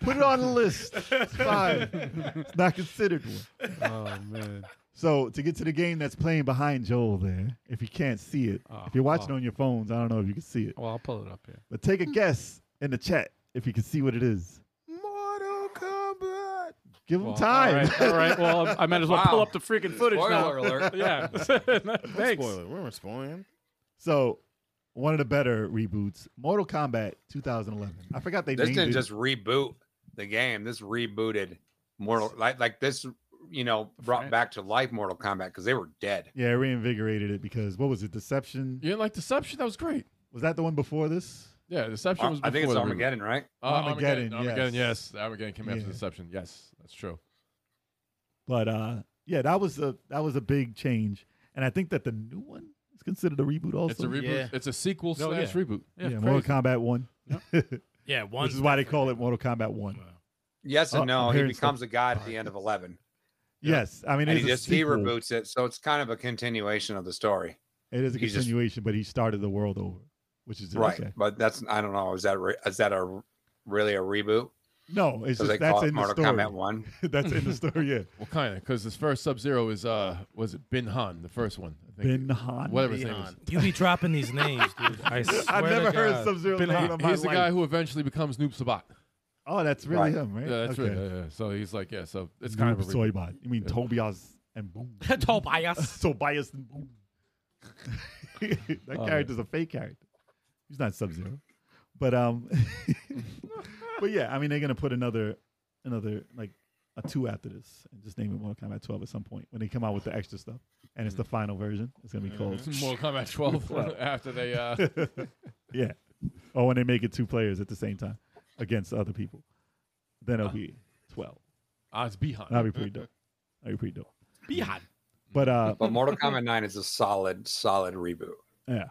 Speaker 7: Put it on the list. It's fine. It's not considered one.
Speaker 2: Oh man.
Speaker 7: So to get to the game that's playing behind Joel there, if you can't see it,
Speaker 2: Oh,
Speaker 7: if you're watching
Speaker 2: oh.
Speaker 7: on your phones, I don't know if you can see it.
Speaker 2: Well, I'll pull it up here.
Speaker 7: But take a guess in the chat if you can see what it is.
Speaker 8: Mortal Kombat.
Speaker 7: Give them
Speaker 2: Well,
Speaker 7: time.
Speaker 2: All right, all right. Well, I might as well pull
Speaker 5: Wow.
Speaker 2: up the freaking footage
Speaker 5: Spoiler
Speaker 2: now.
Speaker 5: alert.
Speaker 2: Yeah. Thanks.
Speaker 8: Spoiler. We're spoiling.
Speaker 7: So one of the better reboots, Mortal Kombat 2011. I forgot they
Speaker 5: This
Speaker 7: named
Speaker 5: didn't
Speaker 7: it.
Speaker 5: just reboot the game. This rebooted Mortal like like this. You know, brought back to life Mortal Kombat because they were dead.
Speaker 7: yeah, it reinvigorated it because what was it? Deception
Speaker 4: You didn't like Deception? That was great.
Speaker 7: was that the one before this?
Speaker 4: Yeah, Deception was.
Speaker 5: I think
Speaker 4: before
Speaker 5: it's
Speaker 4: the reboot.
Speaker 5: Armageddon, right?
Speaker 4: Uh, Armageddon.
Speaker 7: Armageddon,
Speaker 4: Armageddon.
Speaker 7: yes.
Speaker 4: Yes, Armageddon came after
Speaker 7: Yeah.
Speaker 4: Deception. Yes, that's true.
Speaker 7: But uh, yeah, that was a that was a big change, and I think that the new one is considered a reboot also.
Speaker 4: It's a reboot.
Speaker 8: Yeah.
Speaker 4: It's a sequel
Speaker 2: No,
Speaker 4: slash
Speaker 2: yeah.
Speaker 4: reboot.
Speaker 7: yeah, Mortal Kombat One.
Speaker 6: Yeah, one.
Speaker 7: This is why they call it Mortal Kombat One.
Speaker 5: Yes and
Speaker 7: Oh,
Speaker 5: no.
Speaker 7: I'm
Speaker 5: He
Speaker 7: hearing stuff.
Speaker 5: becomes a god at the end of eleven,
Speaker 4: Yeah.
Speaker 7: Yes, I mean
Speaker 5: and
Speaker 7: it's
Speaker 5: he
Speaker 7: a
Speaker 5: just he
Speaker 7: sequel.
Speaker 5: reboots it. So it's kind of a continuation of the story,
Speaker 7: It is a
Speaker 5: He's just-
Speaker 7: continuation, but he started the world over, which is
Speaker 5: right?
Speaker 7: okay.
Speaker 5: But that's I don't know. Is that re- is that a really a reboot?
Speaker 7: No, it's
Speaker 5: Because they
Speaker 7: just
Speaker 5: call
Speaker 7: that's
Speaker 5: it
Speaker 7: in the
Speaker 5: Mortal Kombat
Speaker 7: story.
Speaker 5: One.
Speaker 7: that's in the story. Yeah,
Speaker 4: Well, kind of, because his first Sub Zero is uh, was it Bin Han, the first one? I
Speaker 7: Ben Han.
Speaker 4: Whatever his name
Speaker 8: Bin
Speaker 4: is.
Speaker 6: You be dropping these names, dude. I swear
Speaker 7: I've
Speaker 6: to
Speaker 7: never heard
Speaker 6: God.
Speaker 7: Sub Zero
Speaker 4: Bin
Speaker 7: name
Speaker 4: Han.
Speaker 7: in my
Speaker 4: He's the guy
Speaker 7: life.
Speaker 4: who eventually becomes Noob Sabat.
Speaker 7: Oh, that's really
Speaker 5: Right.
Speaker 7: him, right?
Speaker 4: Yeah, that's
Speaker 7: okay.
Speaker 4: right. Yeah, yeah. So he's like, yeah. So it's
Speaker 7: Noob
Speaker 4: kind of a reboot.
Speaker 7: Soybot. You mean
Speaker 4: Yeah.
Speaker 7: Tobias and Boom?
Speaker 6: Tobias.
Speaker 7: Tobias and Boom. that character's a fake character. He's not Sub Zero, but um, but yeah, I mean they're gonna put another another like a two after this and just name it Mortal Kombat 12 at some point when they come out with the extra stuff and it's the final version. It's gonna be called
Speaker 4: It's Mortal Kombat 12 after they uh,
Speaker 7: yeah. Or when they make it two players at the same time against other people, then it'll be twelve.
Speaker 4: Oz Behan.
Speaker 7: That'd be pretty dope. That'd be pretty dope. But uh,
Speaker 5: But Mortal Kombat Nine is a solid, solid reboot,
Speaker 7: yeah,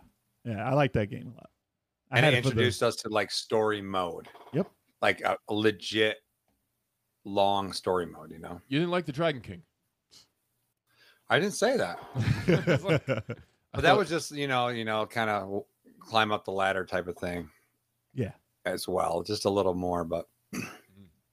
Speaker 7: yeah, I like that game a lot. I
Speaker 5: and it
Speaker 7: had it for the,
Speaker 5: introduced us to like story mode.
Speaker 7: Yep.
Speaker 5: like a legit long story mode. You know,
Speaker 4: You didn't like the Dragon King.
Speaker 5: I didn't say that,
Speaker 4: I
Speaker 5: but that
Speaker 4: thought-
Speaker 5: was just you know, you know, kind of climb up the ladder type of thing
Speaker 7: yeah.
Speaker 5: as well, just a little more. But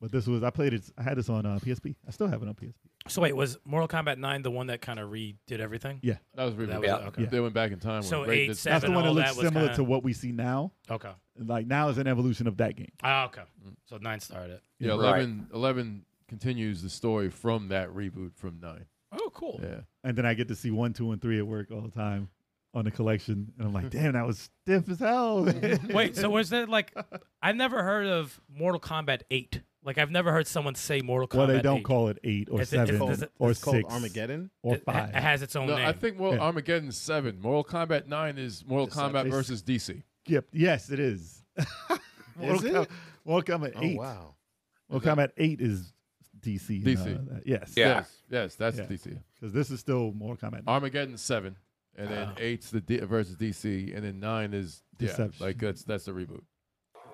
Speaker 7: But this was I played it. I had this on uh, PSP. I still have it on PSP.
Speaker 6: So wait, was Mortal Kombat Nine the one that kind of redid everything?
Speaker 7: Yeah.
Speaker 4: that was a reboot.
Speaker 6: That was
Speaker 5: Yeah.
Speaker 6: okay.
Speaker 4: They went back in time.
Speaker 6: So
Speaker 4: with great
Speaker 6: eight,
Speaker 4: dis-
Speaker 6: seven-
Speaker 7: That's the
Speaker 6: and
Speaker 7: one that
Speaker 6: all
Speaker 7: looks
Speaker 6: that was
Speaker 7: similar
Speaker 6: kinda-
Speaker 7: to what we see now.
Speaker 6: Okay.
Speaker 7: Like now is an evolution of that game.
Speaker 6: Ah, okay. So nine started. it.
Speaker 4: Yeah,
Speaker 5: Right.
Speaker 4: 11, 11 continues the story from that reboot from nine.
Speaker 6: Oh, cool.
Speaker 4: Yeah,
Speaker 7: And then I get to see one, two, and three at work all the time on the collection, and I'm like, damn, that was stiff as hell.
Speaker 6: Wait, so was there like I've never heard of Mortal Kombat Eight? Like I've never heard someone say Mortal Kombat.
Speaker 7: well, they don't
Speaker 6: 8.
Speaker 7: call it eight or
Speaker 6: Is it- is
Speaker 7: seven
Speaker 6: it-
Speaker 7: or
Speaker 8: it's called
Speaker 7: six
Speaker 8: Armageddon.
Speaker 7: or
Speaker 6: It, ha-
Speaker 7: five.
Speaker 6: it has its own
Speaker 4: no,
Speaker 6: name.
Speaker 4: I think Mortal
Speaker 7: Yeah.
Speaker 4: Armageddon is seven. Mortal Kombat nine is Mortal
Speaker 8: Deception.
Speaker 4: Kombat versus DC.
Speaker 7: Yep. Yes, it is. Mortal
Speaker 8: it?
Speaker 7: Com- Mortal Kombat
Speaker 8: Oh
Speaker 7: eight.
Speaker 8: wow.
Speaker 7: Mortal Kombat eight is DC. and,
Speaker 4: DC.
Speaker 7: uh, that- yes.
Speaker 5: Yeah.
Speaker 4: Yes, yes, that's
Speaker 7: Yeah.
Speaker 4: DC.
Speaker 7: Because this is still Mortal Kombat.
Speaker 4: Armageddon seven, and then
Speaker 6: Wow.
Speaker 4: eight's the D- versus DC, and then nine is yeah,
Speaker 7: Deception.
Speaker 4: like that's that's the reboot.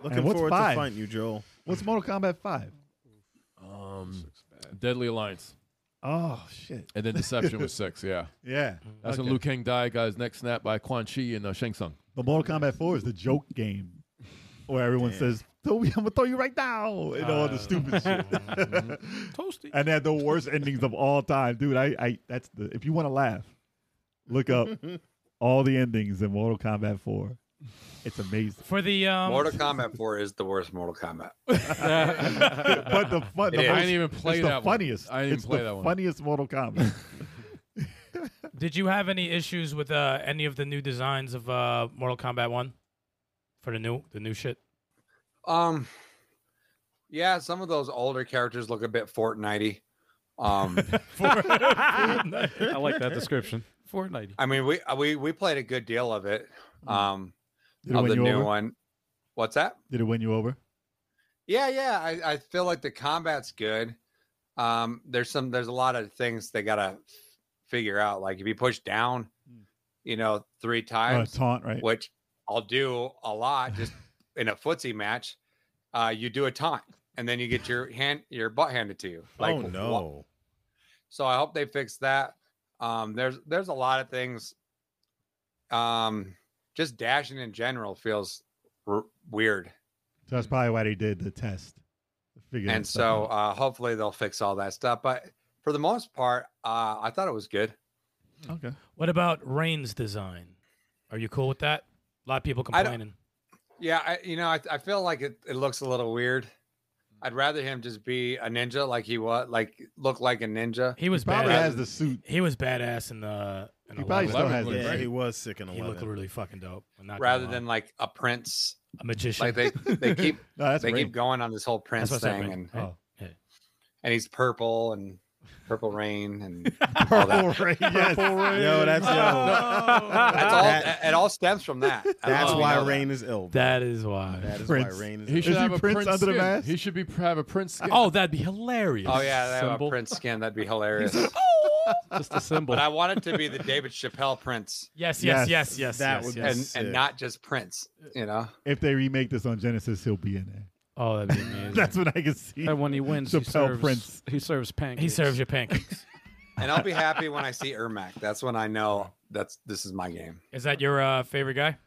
Speaker 7: And
Speaker 8: Looking
Speaker 7: what's
Speaker 8: forward
Speaker 7: five?
Speaker 8: to fighting you, Joel.
Speaker 7: What's Mortal Kombat five?
Speaker 4: Um, Deadly Alliance,
Speaker 7: Oh shit.
Speaker 4: and then Deception was six. Yeah,
Speaker 7: Yeah.
Speaker 4: that's
Speaker 7: okay.
Speaker 4: when Liu Kang died. Got his neck snapped by Quan Chi and uh, Shang Tsung.
Speaker 7: But Mortal Kombat 4 is the joke game where everyone says, Toby, I'm going to throw you right now. And all the stupid shit.
Speaker 2: Toasty.
Speaker 7: and they had the worst endings of all time. Dude, I, I that's the, if you want to laugh, look up all the endings in Mortal Kombat 4. It's amazing.
Speaker 6: for the um,
Speaker 5: Mortal Kombat Four is the worst Mortal Kombat.
Speaker 7: but the fun, the
Speaker 5: It is.
Speaker 7: most-
Speaker 4: I didn't even
Speaker 7: it's
Speaker 4: play
Speaker 7: the
Speaker 4: that
Speaker 7: funniest.
Speaker 4: one. I didn't
Speaker 7: it's
Speaker 4: play
Speaker 7: the
Speaker 4: that one.
Speaker 7: funniest Mortal Kombat.
Speaker 6: Did you have any issues with uh, any of the new designs of uh, Mortal Kombat One for the new the new shit?
Speaker 5: Um, yeah, some of those older characters look a bit Fortnitey. Um,
Speaker 2: I like that description. Four ninety.
Speaker 5: uh, I mean, we we we played a good deal of it. Um,
Speaker 7: Mm. Did it
Speaker 5: of
Speaker 7: win
Speaker 5: the
Speaker 7: you
Speaker 5: new
Speaker 7: over?
Speaker 5: one. What's that?
Speaker 7: Did it win you over?
Speaker 5: Yeah, yeah. I, I feel like the combat's good. Um, there's some there's a lot of things they gotta figure out. Like if you push down, you know, three
Speaker 7: Uh,
Speaker 5: times,
Speaker 7: Mm. taunt, right?
Speaker 5: which I'll do a lot just in a footsie match, uh, you do a taunt and then you get your hand your butt handed to you.
Speaker 8: oh
Speaker 5: wha-
Speaker 8: no.
Speaker 5: so I hope they fix that. Um, there's there's a lot of things. Um, just dashing in general feels r- weird,
Speaker 7: So that's probably why they did the test. to figure
Speaker 5: and
Speaker 7: that stuff
Speaker 5: so
Speaker 7: out.
Speaker 5: uh, hopefully they'll fix all that stuff. But for the most part, uh, I thought it was good.
Speaker 7: okay.
Speaker 6: What about Rain's design? Are you cool with that? A lot of people
Speaker 5: I don't-
Speaker 6: complaining.
Speaker 5: Yeah, I, you know, I, I feel like it, it looks a little weird. I'd rather him just be a ninja, like he was, like look like a ninja.
Speaker 6: He was
Speaker 7: Probably
Speaker 6: badass.
Speaker 7: has the suit.
Speaker 6: he was badass in the. In
Speaker 7: He probably still
Speaker 6: 11.
Speaker 7: has
Speaker 8: Yeah,
Speaker 7: that.
Speaker 8: he was sick in
Speaker 6: He looked
Speaker 8: 11.
Speaker 6: really fucking dope. I'm not gonna
Speaker 5: rather
Speaker 6: lie.
Speaker 5: than like a prince,
Speaker 6: a magician.
Speaker 5: like they they keep
Speaker 7: No, that's
Speaker 5: they keep
Speaker 7: great.
Speaker 5: going on this whole prince
Speaker 6: That's what I said.
Speaker 5: thing, and
Speaker 6: Rain. Oh,
Speaker 5: and he's purple and purple rain and all that.
Speaker 7: Purple rain. Yes.
Speaker 8: No, that's
Speaker 6: Uh,
Speaker 8: no.
Speaker 5: That's all.
Speaker 8: That-
Speaker 5: it all stems from that. I don't
Speaker 8: That's
Speaker 5: know if you
Speaker 8: why
Speaker 5: know that.
Speaker 8: rain is ill.
Speaker 6: that is why.
Speaker 8: That is
Speaker 7: Prince.
Speaker 8: why rain is.
Speaker 4: He
Speaker 8: Ill.
Speaker 4: should
Speaker 7: he
Speaker 4: have a
Speaker 7: Prince
Speaker 4: prince
Speaker 7: under the
Speaker 4: skin.
Speaker 7: mask?
Speaker 4: He should be have a prince skin.
Speaker 6: Oh, that'd be hilarious.
Speaker 5: Oh yeah, they have a
Speaker 6: Symbol.
Speaker 5: Prince skin. That'd be hilarious.
Speaker 2: Just a symbol.
Speaker 5: but I want it to be the David Chappelle Prince,
Speaker 6: Yes, yes, yes, yes.
Speaker 7: Yes,
Speaker 6: yes
Speaker 8: that
Speaker 6: yes,
Speaker 8: would be-
Speaker 5: and
Speaker 6: yes.
Speaker 5: and
Speaker 8: Sick.
Speaker 5: not just Prince. You know,
Speaker 7: If they remake this on Genesis, he'll be in there.
Speaker 6: Oh, that'd be amazing.
Speaker 7: That's what I can see.
Speaker 2: and when he wins, he
Speaker 7: Chappelle
Speaker 2: serves,
Speaker 7: Prince.
Speaker 2: he serves pancakes.
Speaker 6: he serves your pancakes.
Speaker 5: and I'll be happy when I see Ermac. That's when I know that's this is my game.
Speaker 6: Is that your uh, favorite guy?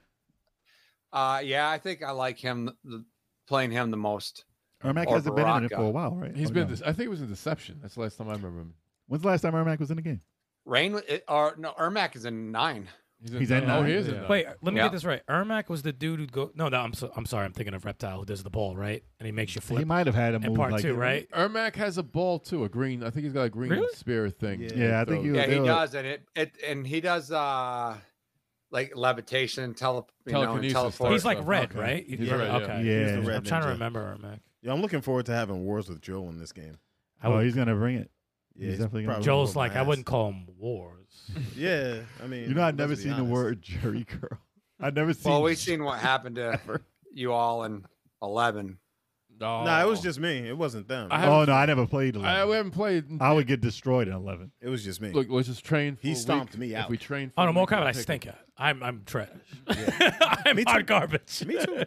Speaker 5: Uh, yeah, I think I like him the, playing him the most.
Speaker 7: Ermac
Speaker 5: or
Speaker 7: hasn't been in it
Speaker 5: Baraka.
Speaker 7: for a while, right?
Speaker 4: He's
Speaker 7: Or
Speaker 4: been
Speaker 7: no?
Speaker 4: this. I think it was in Deception. That's the last time I remember him.
Speaker 7: When's the last time Ermac was in the game?
Speaker 5: Rain it, or no, Ermac is in nine.
Speaker 7: He's in
Speaker 4: Oh,
Speaker 7: nine?
Speaker 4: he is in
Speaker 2: Yeah.
Speaker 4: nine.
Speaker 6: Wait, let me
Speaker 5: Yeah.
Speaker 6: get this right. Ermac was the dude who go. No, no, I'm so, I'm sorry. I'm thinking of Reptile who does the ball, right? And he makes you
Speaker 7: He
Speaker 6: flip
Speaker 7: might have had a
Speaker 6: in
Speaker 7: move
Speaker 6: part
Speaker 7: like
Speaker 6: two,
Speaker 7: that.
Speaker 6: right?
Speaker 4: Ermac has a ball too. A green. I think he's got a green
Speaker 6: Really?
Speaker 4: spear thing.
Speaker 8: Yeah.
Speaker 4: he
Speaker 7: Yeah, I think
Speaker 4: throws.
Speaker 5: Yeah,
Speaker 7: Yeah,
Speaker 5: he
Speaker 7: they'll-
Speaker 5: does, and it it and he does uh like levitation, tele you know, and
Speaker 4: Telekinesis stuff.
Speaker 5: teleport.
Speaker 6: He's like
Speaker 4: Okay.
Speaker 6: red, right?
Speaker 4: He's red, yeah.
Speaker 6: Okay.
Speaker 7: Yeah.
Speaker 8: He's the red
Speaker 6: I'm trying to
Speaker 8: ninja.
Speaker 6: remember Ermac.
Speaker 8: Yo, I'm looking forward to having wars with Joel in this game.
Speaker 6: I
Speaker 7: oh,
Speaker 6: would-
Speaker 7: he's gonna bring it.
Speaker 8: Yeah,
Speaker 7: He's definitely gonna-
Speaker 8: probably
Speaker 6: Joel's
Speaker 8: whoop my
Speaker 6: like, I
Speaker 8: ass.
Speaker 6: wouldn't call him wars.
Speaker 8: Yeah, I mean,
Speaker 7: You know, I've
Speaker 8: let's
Speaker 7: never
Speaker 8: be
Speaker 7: seen the
Speaker 8: honest.
Speaker 7: word Jerry Curl. I've never seen.
Speaker 5: Well, we've seen what happened to you all in eleven.
Speaker 4: No,
Speaker 8: No, it was just me. It wasn't them.
Speaker 4: I haven't-
Speaker 7: Oh no, I never played.
Speaker 4: I
Speaker 7: 11.
Speaker 4: haven't played.
Speaker 7: I, would get destroyed at eleven.
Speaker 8: it was just me.
Speaker 4: Look, let's just train. For
Speaker 8: He
Speaker 4: a
Speaker 8: stomped
Speaker 4: week.
Speaker 8: me out.
Speaker 4: If we train. For
Speaker 6: Oh
Speaker 4: a
Speaker 6: no,
Speaker 4: week,
Speaker 6: more combat
Speaker 4: we'll
Speaker 6: I
Speaker 4: pick
Speaker 6: stink
Speaker 4: him.
Speaker 6: at. I'm I'm trash. I'm
Speaker 8: Me
Speaker 6: hard
Speaker 8: too.
Speaker 6: garbage.
Speaker 8: me too.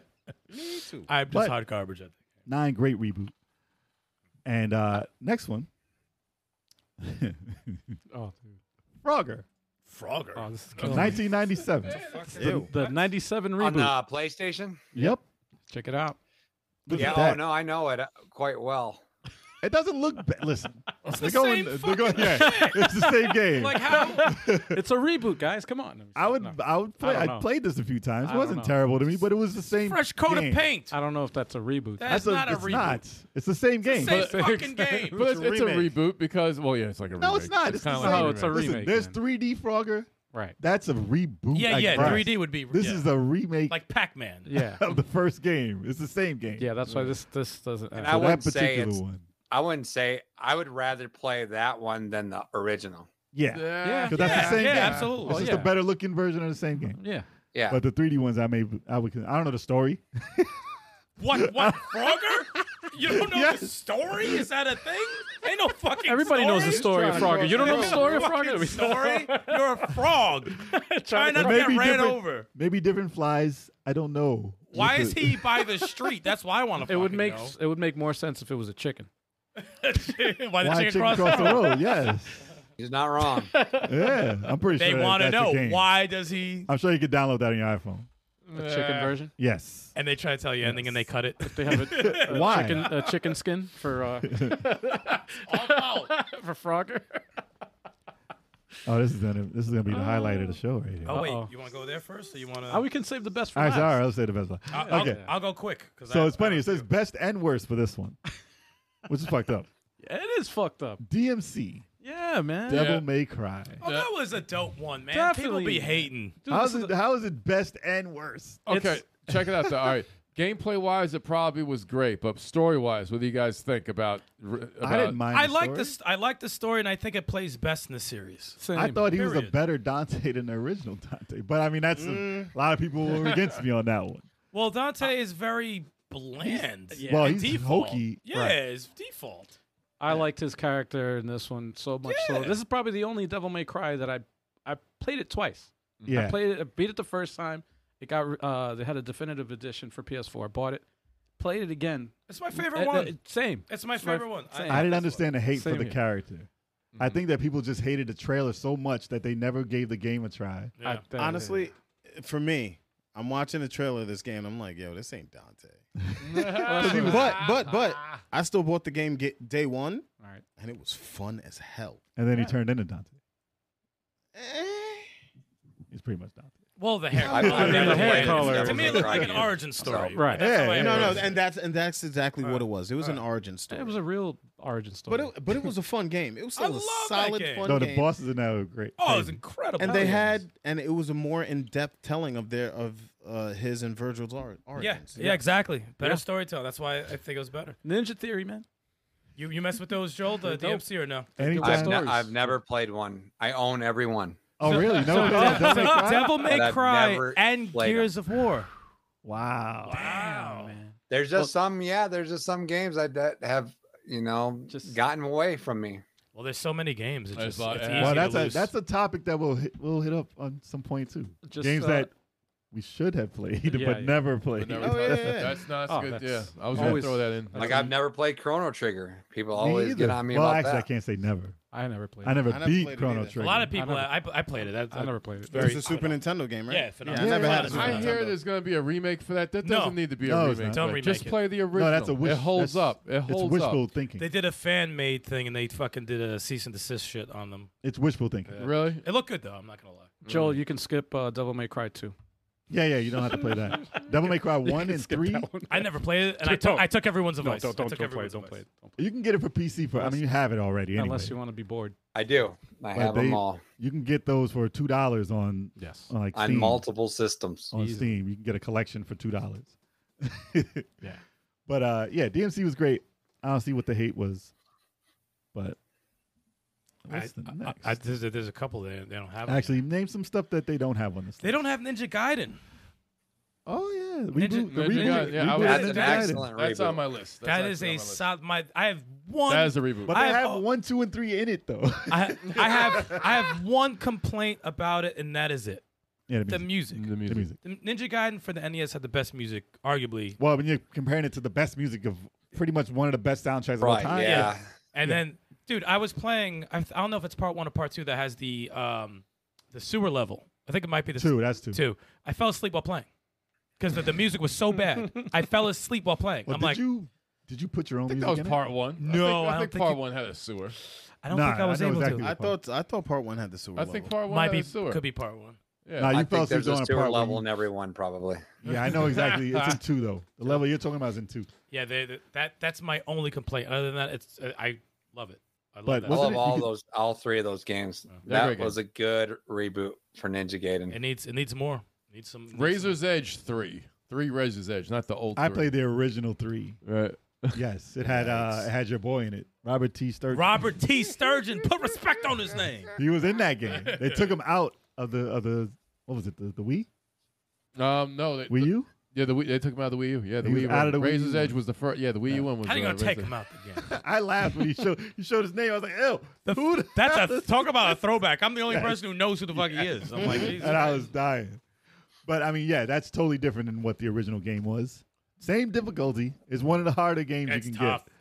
Speaker 8: Me too.
Speaker 6: I'm just
Speaker 7: But-
Speaker 6: hard garbage. I think.
Speaker 7: Nine great reboot. And uh next one,
Speaker 2: Oh, dude.
Speaker 7: Frogger,
Speaker 6: Frogger.
Speaker 2: oh this is killing me.
Speaker 7: nineteen ninety seven.
Speaker 8: Ew.
Speaker 2: The 97 reboot.
Speaker 5: On uh, PlayStation?
Speaker 7: Yep.
Speaker 2: Check it out.
Speaker 7: Look
Speaker 5: yeah,
Speaker 7: at
Speaker 5: oh
Speaker 7: that.
Speaker 5: no, I know it uh, quite well.
Speaker 7: It doesn't look. Ba- Listen, it's
Speaker 6: the same
Speaker 7: they're going, yeah, it's the same game.
Speaker 6: Like how?
Speaker 2: It's a reboot, guys. Come on.
Speaker 7: I would,
Speaker 2: No.
Speaker 7: I would play.
Speaker 2: I
Speaker 7: I,
Speaker 2: don't know.
Speaker 7: played this a few times.
Speaker 2: I
Speaker 7: It
Speaker 2: don't
Speaker 7: wasn't
Speaker 2: know.
Speaker 7: terrible to me, but it was the same.
Speaker 6: Fresh coat
Speaker 7: game.
Speaker 6: of paint.
Speaker 2: I don't know if that's a reboot.
Speaker 6: That's
Speaker 7: a-
Speaker 6: not a
Speaker 7: it's
Speaker 6: reboot.
Speaker 7: Not. It's the same game.
Speaker 6: Same
Speaker 4: But-
Speaker 6: fucking game.
Speaker 4: But
Speaker 8: It's
Speaker 4: it's,
Speaker 8: a
Speaker 4: it's a
Speaker 8: remake.
Speaker 4: reboot because well, yeah, it's like a remake.
Speaker 7: no, it's not. It's, the
Speaker 4: kinda
Speaker 7: same.
Speaker 4: like
Speaker 2: Oh, it's a
Speaker 7: Listen,
Speaker 2: remake,
Speaker 7: There's
Speaker 2: then.
Speaker 7: 3D Frogger.
Speaker 2: right.
Speaker 7: That's a reboot.
Speaker 6: Yeah,
Speaker 7: like
Speaker 6: yeah.
Speaker 7: Christ.
Speaker 6: 3D would be.
Speaker 7: This
Speaker 6: yeah.
Speaker 7: is a remake
Speaker 6: like Pac-Man.
Speaker 2: Yeah.
Speaker 7: of the first game. It's the same game.
Speaker 2: Yeah, that's why this this doesn't.
Speaker 5: And
Speaker 2: uh,
Speaker 5: I
Speaker 7: So that
Speaker 5: wouldn't say
Speaker 7: particular
Speaker 5: it's-
Speaker 7: one.
Speaker 5: I wouldn't say I would rather play that one than the original.
Speaker 7: Yeah,
Speaker 4: Yeah,
Speaker 7: 'Cause that's the
Speaker 6: yeah,
Speaker 7: same
Speaker 6: yeah,
Speaker 7: game.
Speaker 6: absolutely.
Speaker 7: it's
Speaker 2: Oh,
Speaker 7: just
Speaker 2: yeah.
Speaker 7: a better looking version of the same game.
Speaker 2: yeah.
Speaker 5: Yeah.
Speaker 7: But the 3D ones, I may, I would, I don't know the story.
Speaker 6: What? What? Frogger? You don't know the
Speaker 7: Yes.
Speaker 6: story? Is that a thing? Ain't no fucking.
Speaker 2: Everybody knows the
Speaker 6: story.
Speaker 2: story of
Speaker 8: trying to
Speaker 2: Frogger.
Speaker 8: cross
Speaker 2: You don't know the
Speaker 8: the
Speaker 2: story of
Speaker 6: Fucking
Speaker 2: Frogger?
Speaker 6: story? You're a frog. Try not to
Speaker 7: Maybe
Speaker 6: get ran
Speaker 7: different-
Speaker 6: over.
Speaker 7: Maybe different flies. I don't know.
Speaker 6: Why
Speaker 7: Just
Speaker 6: is
Speaker 7: the-
Speaker 6: he by the street? That's why I want to.
Speaker 2: It would make s- it would make more sense if it was a chicken.
Speaker 6: why the
Speaker 7: Why
Speaker 6: chicken,
Speaker 7: chicken
Speaker 6: cross the road?
Speaker 7: road? Yes.
Speaker 5: He's not wrong.
Speaker 7: Yeah, I'm pretty
Speaker 6: They
Speaker 7: sure.
Speaker 6: want to
Speaker 7: to
Speaker 6: know why does he?
Speaker 7: I'm sure you could download that on your iPhone.
Speaker 2: A chicken version.
Speaker 7: Yes.
Speaker 6: And they try to tell you ending, and they cut it.
Speaker 2: They have a, a
Speaker 7: Why?
Speaker 2: chicken a chicken skin for uh, for Frogger.
Speaker 7: Oh, this is gonna this is gonna be the highlight of the show right here.
Speaker 6: Oh wait,
Speaker 2: Uh-oh.
Speaker 6: you want to go there first, or you want to?
Speaker 2: Oh, we can save the best for
Speaker 7: All right,
Speaker 2: last.
Speaker 7: so, all right, I'll say the best one.
Speaker 6: I'll,
Speaker 7: okay,
Speaker 6: I'll, I'll go quick. 'cause
Speaker 7: so
Speaker 6: I-
Speaker 7: it's funny. It says best and worst for this one, which is fucked up.
Speaker 2: It is fucked up.
Speaker 7: DMC,
Speaker 2: Yeah, man.
Speaker 7: Devil
Speaker 4: Yeah.
Speaker 7: May Cry.
Speaker 6: Oh, that was a dope one, man. People
Speaker 2: Definitely.
Speaker 6: be hating.
Speaker 2: Dude,
Speaker 7: How's
Speaker 2: this is
Speaker 7: it? How is it best and worst?
Speaker 4: Okay,
Speaker 2: It's-
Speaker 4: check it out though. All right, gameplay wise, it probably was great, but story wise, what do you guys think about? r- about
Speaker 7: I didn't mind.
Speaker 6: I
Speaker 7: the
Speaker 6: like
Speaker 7: story.
Speaker 6: this. I like the story, and I think it plays best in the series.
Speaker 2: the same.
Speaker 7: I thought he was a
Speaker 6: Period. Mm.
Speaker 7: better Dante than the original Dante, but I mean that's a, a lot of people were against me on that one.
Speaker 6: Well, Dante is very bland.
Speaker 2: Uh, Yeah.
Speaker 7: Well,
Speaker 6: by
Speaker 7: he's
Speaker 6: default.
Speaker 7: hokey.
Speaker 6: Yeah,
Speaker 7: Right.
Speaker 6: it's default.
Speaker 2: I liked his character in this one so much. So
Speaker 6: Yeah.
Speaker 2: this is probably the only Devil May Cry that I I played it twice. I
Speaker 7: Yeah.
Speaker 2: played it, I beat it the first time. It got re- uh, they had a definitive edition for PS4. I bought it, played it again.
Speaker 6: It's my
Speaker 2: Uh,
Speaker 6: favorite
Speaker 2: uh,
Speaker 6: one.
Speaker 2: same.
Speaker 6: It's my
Speaker 2: it's my-
Speaker 6: favorite one.
Speaker 2: same.
Speaker 7: I didn't understand the hate
Speaker 2: Same
Speaker 7: for the
Speaker 2: here.
Speaker 7: character. I think that people just hated the trailer so much that they never gave the game a try.
Speaker 6: Yeah.
Speaker 2: I bet.
Speaker 8: Honestly, for me, I'm watching the trailer of this game. I'm like, yo, this ain't Dante. but but but
Speaker 6: Ah,
Speaker 8: I still bought the game get, day one,
Speaker 2: all right.
Speaker 8: and it was fun as hell.
Speaker 7: And then he turned into Dante. He's pretty much Dante.
Speaker 6: Well, the hair.
Speaker 5: I- I
Speaker 6: color.
Speaker 5: mean,
Speaker 2: the hair
Speaker 6: Like,
Speaker 2: color
Speaker 6: To me, it
Speaker 5: was
Speaker 6: looked like an
Speaker 5: incredible.
Speaker 6: origin story.
Speaker 5: Sorry.
Speaker 2: Right.
Speaker 6: That's the way
Speaker 8: No,
Speaker 6: it
Speaker 8: no,
Speaker 6: was.
Speaker 8: and that's and that's exactly what it was. It was an
Speaker 6: Alright.
Speaker 8: origin story.
Speaker 2: It was a real origin story.
Speaker 8: but it, but it was a fun game. It was
Speaker 6: I
Speaker 8: still a
Speaker 6: love that
Speaker 8: solid
Speaker 6: game.
Speaker 8: fun
Speaker 7: No, the
Speaker 8: game.
Speaker 7: bosses in that were great.
Speaker 6: Oh, it was
Speaker 7: Crazy.
Speaker 6: incredible.
Speaker 8: and they
Speaker 6: Yeah.
Speaker 8: had and it was a more in-depth telling of their of uh, his and Virgil's or-
Speaker 6: Yeah,
Speaker 8: origins.
Speaker 6: yeah, exactly. Better storytelling. That's why I think it was better.
Speaker 2: Ninja Theory, man.
Speaker 6: You you mess with those Joel the
Speaker 2: Dope.
Speaker 6: DMC or no?
Speaker 7: Anytime.
Speaker 5: I've,
Speaker 2: Web
Speaker 5: ne-
Speaker 2: stories.
Speaker 5: I've never played one. I own every one.
Speaker 7: oh, really? You never
Speaker 6: So
Speaker 7: played
Speaker 6: Devil,
Speaker 7: Devil May Cry?
Speaker 6: Devil May
Speaker 5: But I've
Speaker 6: Cry
Speaker 5: never
Speaker 6: and
Speaker 5: played 'em.
Speaker 6: Gears of War. Oh,
Speaker 7: Wow.
Speaker 6: Wow.
Speaker 5: There's just some, yeah. There's just some games I that have you know
Speaker 2: Just-
Speaker 5: gotten away from me.
Speaker 6: Well, there's so many games. It's
Speaker 4: There's
Speaker 6: just
Speaker 4: a lot,
Speaker 6: it's
Speaker 4: yeah.
Speaker 6: easy
Speaker 7: Well,
Speaker 6: to
Speaker 7: that's a
Speaker 6: lose.
Speaker 7: that's a topic that we'll hit, we'll hit up on some point too.
Speaker 2: Just,
Speaker 7: Games
Speaker 2: uh,
Speaker 7: that we should have played
Speaker 2: yeah, yeah.
Speaker 7: but never played.
Speaker 4: But never
Speaker 8: Oh,
Speaker 4: touched
Speaker 8: yeah,
Speaker 4: it.
Speaker 8: yeah.
Speaker 4: That's not
Speaker 2: Oh,
Speaker 4: good.
Speaker 2: that's
Speaker 4: yeah, I was gonna
Speaker 2: always-
Speaker 4: throw that in.
Speaker 2: I
Speaker 5: Like
Speaker 2: don't-
Speaker 5: I've never played Chrono Trigger. People
Speaker 7: Me
Speaker 5: always get
Speaker 7: either.
Speaker 5: on me
Speaker 7: well,
Speaker 5: about
Speaker 7: actually, I
Speaker 5: that.
Speaker 7: can't say never.
Speaker 2: I never played.
Speaker 7: I never
Speaker 8: I never
Speaker 7: beat
Speaker 8: played it
Speaker 7: Chrono
Speaker 8: either. A
Speaker 6: a
Speaker 7: Trigger.
Speaker 6: lot of people.
Speaker 2: I
Speaker 6: I, I played it. That,
Speaker 2: it. I never played it.
Speaker 6: Very-
Speaker 8: It's a Super Nintendo game, right?
Speaker 6: Yeah, phenomenal.
Speaker 8: I never
Speaker 7: Yeah,
Speaker 8: had a
Speaker 7: yeah.
Speaker 8: Super
Speaker 4: I
Speaker 8: Nintendo.
Speaker 4: hear there's going to be a remake for that. That
Speaker 6: No.
Speaker 4: doesn't need to be a
Speaker 7: No, it's
Speaker 4: remake.
Speaker 7: not. Don't
Speaker 4: but
Speaker 6: remake
Speaker 4: Just
Speaker 6: it.
Speaker 4: play the original.
Speaker 7: No, that's a wish.
Speaker 4: It holds
Speaker 7: that's-
Speaker 4: up. It holds
Speaker 7: it's wishful
Speaker 4: up.
Speaker 7: thinking.
Speaker 6: They did a fan made thing and they fucking did a cease and desist shit on them.
Speaker 7: it's wishful thinking.
Speaker 4: Really?
Speaker 6: It looked good though. I'm not gonna lie.
Speaker 2: Joel, you can skip uh, Devil May Cry 2.
Speaker 7: Yeah, yeah. You don't have to play that. Devil May Cry one and
Speaker 2: Skip
Speaker 7: three.
Speaker 2: that one.
Speaker 6: I never played it, and I took
Speaker 2: Don't.
Speaker 6: I took everyone's
Speaker 2: No,
Speaker 6: advice.
Speaker 2: don't, don't,
Speaker 6: I took
Speaker 2: don't play
Speaker 6: everyone's
Speaker 2: it. Don't
Speaker 6: advice.
Speaker 2: play it. Don't play
Speaker 7: You can get it for PC for. I mean, you have it already.
Speaker 2: it.
Speaker 7: Anyway.
Speaker 2: Unless you want to be bored.
Speaker 5: I do. I
Speaker 7: But
Speaker 5: have
Speaker 7: they-
Speaker 5: them all
Speaker 7: You can get those for two dollars on
Speaker 2: Yes.
Speaker 7: on like
Speaker 5: on
Speaker 7: Steam.
Speaker 5: multiple systems.
Speaker 7: on
Speaker 2: Easy.
Speaker 7: Steam. You can get a collection for two dollars. yeah. But uh yeah, DMC was great. I don't see what the hate was. But what's the
Speaker 6: I,
Speaker 7: next?
Speaker 6: I, I, there's, a, there's a couple that they don't have.
Speaker 7: Actually, name some stuff that they don't have on this.
Speaker 6: they
Speaker 7: list.
Speaker 6: don't have Ninja Gaiden.
Speaker 7: Oh yeah,
Speaker 6: Ninja-
Speaker 7: reboot, the
Speaker 4: Ninja
Speaker 7: reboot,
Speaker 4: Gaiden, yeah, I
Speaker 7: reboot
Speaker 4: was-
Speaker 5: That's an
Speaker 7: of Ninja Gaiden.
Speaker 5: excellent
Speaker 4: That's
Speaker 5: reboot.
Speaker 4: on my list. That's
Speaker 6: That is
Speaker 4: actually
Speaker 6: a
Speaker 4: on my list.
Speaker 6: solid. My I have one.
Speaker 4: That is a reboot.
Speaker 7: But
Speaker 6: I
Speaker 7: they
Speaker 6: have
Speaker 7: have
Speaker 6: all-
Speaker 7: one, two, and three in it though.
Speaker 6: I, I have I have one complaint about it, and that is it.
Speaker 7: yeah, the
Speaker 6: The
Speaker 7: music.
Speaker 6: music.
Speaker 4: the
Speaker 7: The
Speaker 4: music.
Speaker 7: music.
Speaker 6: The Ninja Gaiden for the NES had the best music, arguably.
Speaker 7: Well, when you're comparing it to the best music of pretty much one of the best soundtracks of all
Speaker 5: Right?
Speaker 7: time.
Speaker 5: yeah.
Speaker 6: And then, dude, I was playing. I, I don't know if it's part one or part two that has the um, the sewer level. I think it might be the
Speaker 7: Two, that's two.
Speaker 6: two. I fell asleep while playing because the, the music was so bad. I fell asleep while playing.
Speaker 7: Well,
Speaker 6: I'm
Speaker 7: did
Speaker 6: like,
Speaker 7: you did you put your own
Speaker 4: I think
Speaker 7: music
Speaker 4: that was
Speaker 7: in it?
Speaker 4: part one. I
Speaker 6: No,
Speaker 4: think,
Speaker 6: I
Speaker 4: I
Speaker 6: don't
Speaker 4: think
Speaker 6: think
Speaker 4: part
Speaker 6: you-
Speaker 4: one had a sewer.
Speaker 6: I don't
Speaker 7: Nah,
Speaker 6: think I was
Speaker 7: know
Speaker 6: able
Speaker 7: exactly
Speaker 6: to.
Speaker 7: what
Speaker 8: I
Speaker 7: part was.
Speaker 8: thought I thought part one had the sewer.
Speaker 4: I think
Speaker 8: level.
Speaker 4: part one
Speaker 6: Might
Speaker 4: had
Speaker 6: be
Speaker 4: a sewer.
Speaker 6: could be part one.
Speaker 4: Yeah.
Speaker 7: Nah, you
Speaker 5: I
Speaker 7: fell
Speaker 5: think there's
Speaker 7: asleep
Speaker 5: a
Speaker 7: on part
Speaker 5: sewer
Speaker 7: where
Speaker 5: level
Speaker 7: you-
Speaker 5: in every one, probably.
Speaker 7: Yeah, I know exactly. It's in two though. The level you're talking about is in two.
Speaker 6: Yeah, they, they- that that's my only complaint. Other than that, it's uh, I love it. I love
Speaker 7: But
Speaker 6: that.
Speaker 5: I
Speaker 7: Wasn't
Speaker 5: love
Speaker 7: it-
Speaker 5: all
Speaker 7: you could-
Speaker 5: those, all three of those games.
Speaker 4: They're
Speaker 5: That
Speaker 4: great
Speaker 5: was a good reboot for Ninja Gaiden.
Speaker 6: It needs it needs more. It needs some needs
Speaker 4: Razor's Edge three. Three Razor's Edge, not the old.
Speaker 7: I
Speaker 4: three.
Speaker 7: played the original three.
Speaker 4: Right.
Speaker 7: Yes, it had uh, it had your boy in it, Robert T.
Speaker 6: some-
Speaker 7: Sturgeon.
Speaker 6: Robert T. Sturgeon. Put respect on his name.
Speaker 7: he was in that game. They took him out of the of the what was it the, the Wii
Speaker 4: Um, no, they,
Speaker 7: Wii U?
Speaker 4: yeah, the Wii, they took him out of the Wii U. Yeah, the
Speaker 7: He was
Speaker 4: Wii U.
Speaker 7: out of the
Speaker 4: one.
Speaker 7: Wii
Speaker 4: Razor's
Speaker 7: U.
Speaker 4: Edge was the first. Yeah, the Wii U one was.
Speaker 6: How you
Speaker 4: uh,
Speaker 6: gonna take
Speaker 4: Razor's-
Speaker 6: him out the game?
Speaker 7: I laughed when he showed he showed his name. I was like, ew, who the hell
Speaker 6: That's a
Speaker 7: is-
Speaker 6: talk about a throwback. I'm the only person who knows who the fuck he is. I'm like, Jesus
Speaker 7: and I
Speaker 6: Christ.
Speaker 7: was dying. But I mean, yeah, that's totally different than what the original game was. Same difficulty. It's one of the harder games
Speaker 6: It's
Speaker 7: you can
Speaker 6: tough.
Speaker 7: get.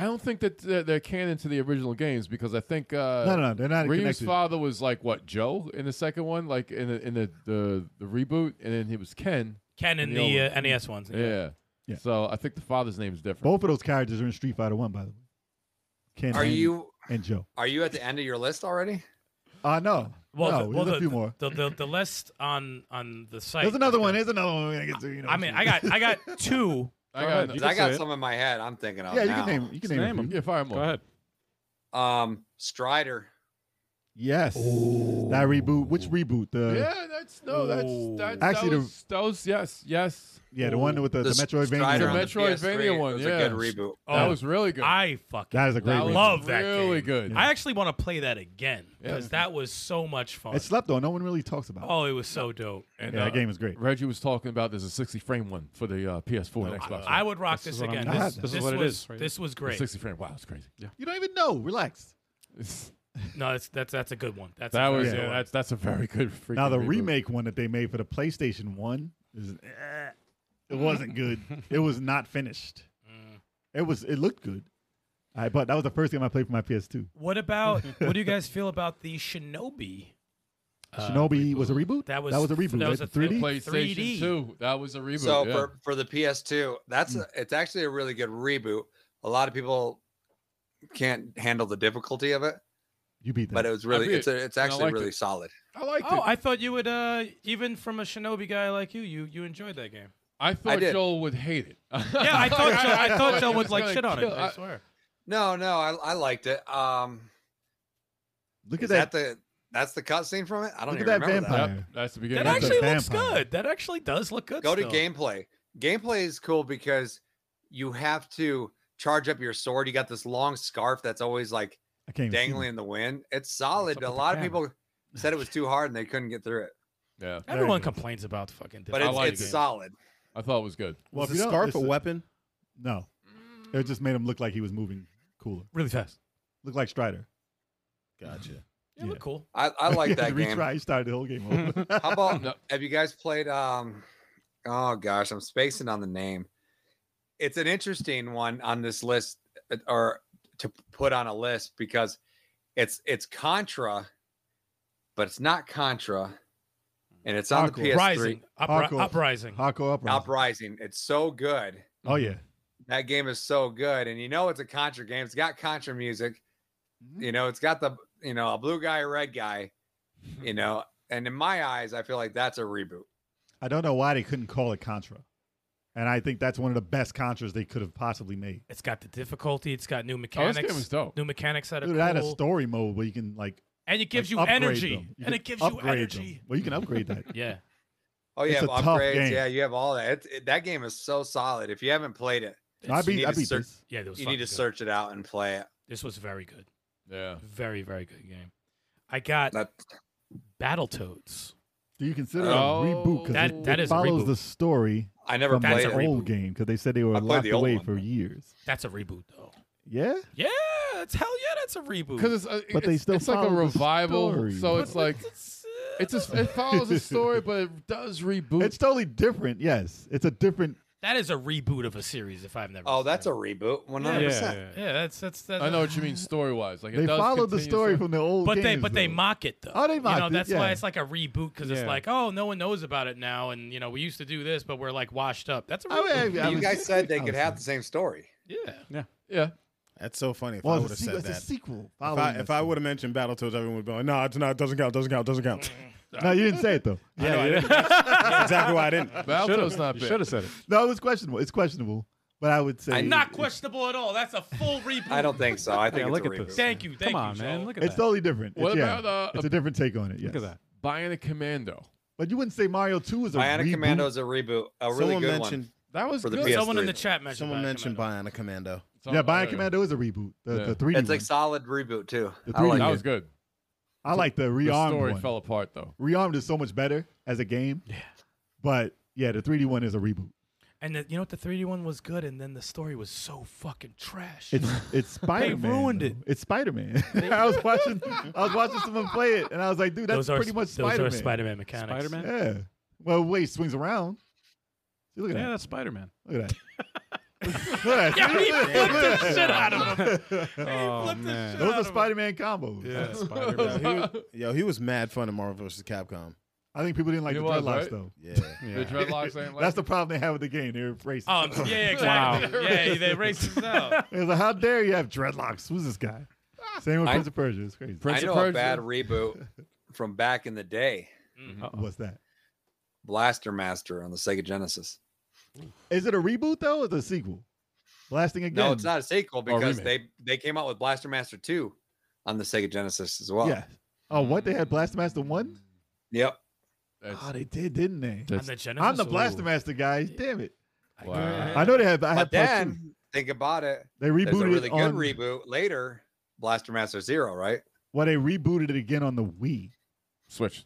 Speaker 4: I don't think that they're, they're canon to the original games because I think uh,
Speaker 7: No, no, no, they're not
Speaker 4: Ryu's
Speaker 7: connected.
Speaker 4: father was like what Joe in the second one, like in the in the the, the reboot, and then he was Ken.
Speaker 6: Ken in
Speaker 4: The old
Speaker 6: the uh, NES ones.
Speaker 4: Yeah.
Speaker 7: Yeah.
Speaker 4: So I think the father's name is different.
Speaker 7: Both of those characters are in Street Fighter One, by the way. Ken
Speaker 5: Are
Speaker 7: and-
Speaker 5: you
Speaker 7: and Joe?
Speaker 5: are you at the end of your list already?
Speaker 7: Uh no.
Speaker 6: Well,
Speaker 7: no,
Speaker 6: the, well,
Speaker 7: there's
Speaker 6: the,
Speaker 7: a few more.
Speaker 6: The, the, the list on on the site.
Speaker 7: There's another one. There's another one we're gonna get to. You know,
Speaker 6: I mean, I got I got two.
Speaker 4: I
Speaker 2: Go
Speaker 4: got
Speaker 2: ahead.
Speaker 4: no-
Speaker 5: 'Cause
Speaker 2: You can
Speaker 5: I got
Speaker 2: say it.
Speaker 5: some in my head. I'm thinking of
Speaker 7: yeah, you
Speaker 5: now.
Speaker 7: can name. You can
Speaker 2: Just
Speaker 7: name,
Speaker 2: name
Speaker 7: a few.
Speaker 4: yeah, fire him
Speaker 2: Go ahead.
Speaker 5: Um, Strider.
Speaker 7: Yes. That reboot. Which reboot? The
Speaker 4: Yeah, that's no, that's that's
Speaker 7: Actually,
Speaker 4: that
Speaker 7: the-
Speaker 4: was, that was yes, yes.
Speaker 7: yeah, the one with the, the,
Speaker 5: s-
Speaker 7: Metroidvania.
Speaker 5: Strider
Speaker 4: The
Speaker 5: on the
Speaker 4: Metroidvania
Speaker 5: PS3
Speaker 4: one,
Speaker 5: was
Speaker 4: yeah.
Speaker 5: a good reboot.
Speaker 4: that
Speaker 6: Oh,
Speaker 4: was really good.
Speaker 6: I fucking
Speaker 7: That is a great
Speaker 4: That was
Speaker 7: reboot.
Speaker 6: love that
Speaker 4: really
Speaker 6: game.
Speaker 4: good.
Speaker 6: I actually want to play that again because
Speaker 4: Yeah.
Speaker 6: that was so much fun.
Speaker 7: It slept on. No one really talks about. it.
Speaker 6: oh, it was so dope.
Speaker 4: and,
Speaker 7: yeah,
Speaker 4: uh,
Speaker 7: that game is great.
Speaker 4: Reggie was talking about there's a 60 frame one for the uh, PS4 and Xbox.
Speaker 6: I would rock
Speaker 2: This
Speaker 6: this,
Speaker 2: is what I'm
Speaker 6: again.
Speaker 2: doing.
Speaker 6: This,
Speaker 2: This is
Speaker 6: this
Speaker 2: what it
Speaker 6: was,
Speaker 2: is right
Speaker 6: This was
Speaker 4: One.
Speaker 6: great.
Speaker 4: 60 frame. Wow, it's crazy. Yeah.
Speaker 7: You don't even know. Relax.
Speaker 6: No, that's that's that's a good one. That's
Speaker 4: that
Speaker 6: a
Speaker 4: was yeah,
Speaker 6: very good one.
Speaker 4: that's that's a very good freaking
Speaker 7: Now the
Speaker 4: reboot.
Speaker 7: remake one that they made for the PlayStation One is eh, it wasn't good. it was not finished. It was it looked good. I but that was the first game I played for my PS2.
Speaker 6: What about what do you guys feel about the Shinobi?
Speaker 7: Shinobi was a reboot.
Speaker 6: Uh, That was-
Speaker 7: that was a reboot.
Speaker 6: that was
Speaker 7: right?
Speaker 6: a thing.
Speaker 7: 3D.
Speaker 6: Play-
Speaker 4: PlayStation
Speaker 6: 3D.
Speaker 4: 2. That was a reboot.
Speaker 5: So
Speaker 4: yeah.
Speaker 5: for, for the PS2, that's
Speaker 7: Hmm.
Speaker 5: a, it's actually a really good reboot. A lot of people can't handle the difficulty of it,
Speaker 7: You beat that.
Speaker 5: but it was really
Speaker 4: beat
Speaker 5: it's a, it's
Speaker 4: and I
Speaker 5: actually
Speaker 4: liked
Speaker 5: really
Speaker 4: it.
Speaker 5: solid.
Speaker 4: I liked
Speaker 6: Oh,
Speaker 4: it.
Speaker 6: I thought you would uh even from a Shinobi guy like you, you you enjoyed that game.
Speaker 4: I thought
Speaker 5: did.
Speaker 4: Joel would hate it. yeah,
Speaker 6: Yeah, I thought Joe, I thought Joe
Speaker 4: he
Speaker 6: would like
Speaker 4: gonna
Speaker 6: shit on it.
Speaker 4: kill-
Speaker 6: I
Speaker 4: I-
Speaker 6: swear.
Speaker 5: No, no, I, I liked it. Um,
Speaker 7: look at
Speaker 5: is that
Speaker 7: that.
Speaker 5: the that's the cutscene from it? I don't
Speaker 7: Look at
Speaker 5: even
Speaker 7: that
Speaker 5: remember
Speaker 7: vampire.
Speaker 4: Yep, that's the beginning.
Speaker 6: That
Speaker 7: that's
Speaker 4: of it.
Speaker 6: actually looks
Speaker 7: vampire.
Speaker 6: good. That actually does look good.
Speaker 5: Go to
Speaker 6: still.
Speaker 5: gameplay. Gameplay is cool because you have to charge up your sword. You got this long scarf that's always like
Speaker 7: I can't even see
Speaker 5: dangling in the wind. It's solid.
Speaker 2: up
Speaker 5: A
Speaker 2: with the
Speaker 5: lot of
Speaker 2: camera?
Speaker 5: people said it was too hard and they couldn't get through it,
Speaker 4: Yeah,
Speaker 6: Everyone complains about fucking.
Speaker 5: but
Speaker 4: I
Speaker 5: it's,
Speaker 4: like
Speaker 5: it's
Speaker 4: it.
Speaker 5: solid.
Speaker 4: I thought it was good. Oh,
Speaker 7: Well,
Speaker 8: Is
Speaker 7: if you
Speaker 8: the
Speaker 7: don't-
Speaker 8: scarf
Speaker 7: it's
Speaker 8: a
Speaker 7: a-
Speaker 8: weapon?
Speaker 7: it. No, it just made him look like he was moving cooler.
Speaker 6: really fast.
Speaker 7: Look like Strider.
Speaker 8: Gotcha.
Speaker 6: Yeah, it looked cool.
Speaker 5: I, I like
Speaker 7: You had
Speaker 5: that
Speaker 7: to
Speaker 5: game.
Speaker 7: Retry. You started the whole game over.
Speaker 5: How about
Speaker 4: No.
Speaker 5: have you guys played um oh gosh, I'm spacing on the name. It's an interesting one on this list uh, or to put on a list because it's it's Contra, but it's not Contra. And it's on the
Speaker 7: Hardcore.
Speaker 5: PS3
Speaker 6: Rising, Upri-
Speaker 7: Hardcore.
Speaker 6: uprising.
Speaker 7: Hardcore Uprising.
Speaker 5: Uprising. It's so good.
Speaker 7: Oh yeah.
Speaker 5: That game is so good. And you know it's a Contra game. It's got Contra music. You know, it's got the you know, a blue guy, a red guy, you know. And in my eyes, I feel like that's a reboot.
Speaker 7: I don't know why they couldn't call it Contra. And I think that's one of the best Contras they could have possibly made.
Speaker 6: It's got the difficulty. It's got new
Speaker 4: Oh, this
Speaker 6: mechanics.
Speaker 4: game was dope.
Speaker 6: New mechanics that are
Speaker 7: Dude, it had a
Speaker 6: cool.
Speaker 7: story mode where you can like
Speaker 6: and it gives
Speaker 7: like,
Speaker 6: you
Speaker 7: upgrade
Speaker 6: energy.
Speaker 7: them.
Speaker 6: and
Speaker 7: can
Speaker 6: it gives you
Speaker 7: upgrade
Speaker 6: energy.
Speaker 7: Them. Well, you can upgrade that.
Speaker 6: Yeah.
Speaker 5: Oh
Speaker 7: It's
Speaker 5: yeah,
Speaker 7: a
Speaker 5: upgrades.
Speaker 7: tough game.
Speaker 5: Yeah, you have all that. It's, it, that game is so solid. If you haven't played it,
Speaker 7: No, I
Speaker 5: you need
Speaker 7: beat, I
Speaker 5: to
Speaker 7: beat
Speaker 5: search-
Speaker 7: this.
Speaker 6: Yeah, there was
Speaker 5: you need to
Speaker 6: fucking good.
Speaker 5: search it out and play it.
Speaker 6: This was very good.
Speaker 4: Yeah.
Speaker 6: Very, very good game. I got
Speaker 5: That,
Speaker 6: Battletoads.
Speaker 7: Do you consider it a
Speaker 4: Oh,
Speaker 7: reboot? Because
Speaker 6: That-
Speaker 7: it,
Speaker 6: that
Speaker 7: it
Speaker 6: is a
Speaker 7: follows
Speaker 6: reboot.
Speaker 7: the story
Speaker 5: I never
Speaker 7: from
Speaker 6: That's
Speaker 5: played
Speaker 6: a
Speaker 7: the
Speaker 5: it.
Speaker 7: old game because they said they
Speaker 5: I
Speaker 7: were
Speaker 5: played
Speaker 7: locked
Speaker 5: the old
Speaker 7: away
Speaker 5: one.
Speaker 7: for years.
Speaker 6: That's a reboot though.
Speaker 7: Yeah,
Speaker 6: Yeah, it's hell yeah, that's a reboot.
Speaker 4: Because it's, uh,
Speaker 7: But they
Speaker 4: it's,
Speaker 7: still
Speaker 4: it's like a
Speaker 7: follow the
Speaker 4: revival,
Speaker 7: story.
Speaker 4: so it's like
Speaker 6: it's, uh,
Speaker 4: it's a, it follows the story, but it does reboot.
Speaker 7: it's totally different. Yes, it's a different.
Speaker 6: that is a reboot of a series if I've never.
Speaker 5: Oh,
Speaker 6: seen
Speaker 5: that's a
Speaker 6: it.
Speaker 5: reboot. One
Speaker 6: Yeah,
Speaker 5: hundred
Speaker 6: yeah,
Speaker 5: percent.
Speaker 6: yeah, that's that's that's.
Speaker 4: I know what you mean story wise. Like it
Speaker 7: They
Speaker 4: does
Speaker 7: followed the
Speaker 4: continue
Speaker 7: story
Speaker 4: some-
Speaker 7: from the old.
Speaker 6: But they
Speaker 7: games,
Speaker 6: but they
Speaker 7: though.
Speaker 6: mock it though.
Speaker 7: Oh, they
Speaker 6: You
Speaker 7: mocked
Speaker 6: know
Speaker 7: it,
Speaker 6: that's why
Speaker 7: yeah.
Speaker 6: it's like a reboot because it's
Speaker 2: Yeah.
Speaker 6: like oh no one knows about it now and you know we used to do this but we're like washed up. That's a
Speaker 7: Oh,
Speaker 6: reboot.
Speaker 7: yeah, I
Speaker 5: You
Speaker 7: was-
Speaker 5: guys said they
Speaker 7: I
Speaker 5: could
Speaker 7: was
Speaker 5: have the
Speaker 7: like,
Speaker 5: same story.
Speaker 6: yeah.
Speaker 4: Yeah,
Speaker 8: That's so funny. If I
Speaker 7: Well,
Speaker 8: would
Speaker 7: it's a,
Speaker 8: have
Speaker 7: sequel,
Speaker 8: said
Speaker 7: it's a
Speaker 8: that,
Speaker 7: sequel.
Speaker 8: if
Speaker 7: following
Speaker 8: I,
Speaker 7: that
Speaker 8: if I
Speaker 7: story.
Speaker 8: would have mentioned Battletoads, everyone would be like, "No, it's not. Doesn't count. Doesn't count. Doesn't count."
Speaker 7: no, you didn't say it though.
Speaker 8: I know, I didn't. That's exactly why I didn't.
Speaker 4: Balto's not bad.
Speaker 2: Should have said it.
Speaker 7: No, it was questionable. It's questionable, but I would say
Speaker 5: I-
Speaker 6: Not questionable at all. That's a full reboot.
Speaker 5: I don't think so. I think
Speaker 2: Yeah,
Speaker 5: it's
Speaker 2: look
Speaker 5: a
Speaker 2: at
Speaker 5: reboot.
Speaker 2: this.
Speaker 6: Thank you.
Speaker 2: Come
Speaker 6: Thank you,
Speaker 2: on, man.
Speaker 6: Joel.
Speaker 2: Look at
Speaker 7: It's
Speaker 2: that.
Speaker 7: totally different.
Speaker 4: What
Speaker 7: it's, yeah,
Speaker 4: about, uh,
Speaker 7: it's a different take on it. Yes.
Speaker 2: Look at that.
Speaker 4: Bionic Commando.
Speaker 7: But you wouldn't say Mario Two is a
Speaker 5: Bionic
Speaker 7: reboot?
Speaker 5: Commando is a reboot. A really
Speaker 8: someone
Speaker 5: good
Speaker 8: mentioned.
Speaker 5: one.
Speaker 4: That was
Speaker 5: For the
Speaker 4: good.
Speaker 5: PS3.
Speaker 6: Someone in the chat mentioned.
Speaker 8: Someone
Speaker 6: Bionic
Speaker 8: mentioned
Speaker 6: Commando.
Speaker 8: Bionic Commando.
Speaker 7: Yeah,
Speaker 4: Bionic
Speaker 7: Bionic Commando is a reboot. The,
Speaker 4: Oh, Yeah.
Speaker 7: the 3D
Speaker 5: It's
Speaker 7: one.
Speaker 5: a solid reboot too.
Speaker 7: The
Speaker 5: I
Speaker 7: 3D
Speaker 5: like
Speaker 4: That
Speaker 5: it.
Speaker 7: one.
Speaker 4: was good.
Speaker 7: I like the
Speaker 4: The
Speaker 7: Rearmed
Speaker 4: story
Speaker 7: one.
Speaker 4: fell apart though.
Speaker 7: Rearmed is so much better as a game. Yeah. But yeah, the 3D one is a reboot.
Speaker 6: And the, you know what? The 3D one was good, and then the story was so fucking trash.
Speaker 7: It's it's Spider Man.
Speaker 6: ruined it.
Speaker 7: It's Spider Man. I was watching I was watching someone play it and I was like, dude, that's
Speaker 6: those are
Speaker 7: pretty much Spider Man.
Speaker 6: Those are Spider-Man mechanics.
Speaker 2: Spider Man.
Speaker 7: Yeah. Well, wait, swings around. See, look at
Speaker 2: Yeah, that's Spider Man.
Speaker 7: that. Look at that. look at that.
Speaker 6: Yeah, he flipped the shit out of him.
Speaker 2: Oh
Speaker 6: flipped his shit.
Speaker 2: man.
Speaker 7: Those are Spider Man combos.
Speaker 2: Yeah, Spider-Man.
Speaker 8: Yo he, yo, he was mad fun in Marvel vs. Capcom.
Speaker 7: I think people didn't like
Speaker 4: It
Speaker 7: the
Speaker 4: was,
Speaker 7: dreadlocks
Speaker 4: right?
Speaker 7: though.
Speaker 8: Yeah.
Speaker 4: The dreadlocks ain't like
Speaker 7: That's the problem they had with the game. They're racist.
Speaker 6: Oh, yeah, yeah, exactly. Yeah, they raced us out.
Speaker 7: It was like, how dare you have dreadlocks? Who's this guy?
Speaker 6: Ah.
Speaker 7: Same with
Speaker 5: I-
Speaker 7: Prince of Persia. It's crazy.
Speaker 4: Prince
Speaker 5: I
Speaker 4: of
Speaker 5: know a
Speaker 4: Persia.
Speaker 5: bad reboot from back in the day.
Speaker 7: Uh-uh. What's that?
Speaker 5: Blaster Master on the Sega Genesis.
Speaker 7: Is it a reboot though, or is it a sequel? Blasting again?
Speaker 5: No, it's not a sequel because
Speaker 4: remake.
Speaker 5: they they came out with Blaster Master 2 on the Sega Genesis as well.
Speaker 7: Yeah, Oh, what they had Blastmaster one?
Speaker 5: Yep.
Speaker 4: That's,
Speaker 7: Oh, they did, didn't they?
Speaker 4: that's-
Speaker 6: I'm the Genesis.
Speaker 7: I'm the
Speaker 6: Ooh.
Speaker 7: Blastmaster guy. Damn it!
Speaker 4: wow.
Speaker 7: I know they had. I
Speaker 5: But
Speaker 7: had plus two.
Speaker 5: then think about it.
Speaker 7: They
Speaker 5: There's
Speaker 7: rebooted
Speaker 5: a really
Speaker 7: it
Speaker 5: good
Speaker 7: on.
Speaker 5: reboot later, Blaster Master Zero, right?
Speaker 7: well, they rebooted it again on the Wii.
Speaker 4: Switch.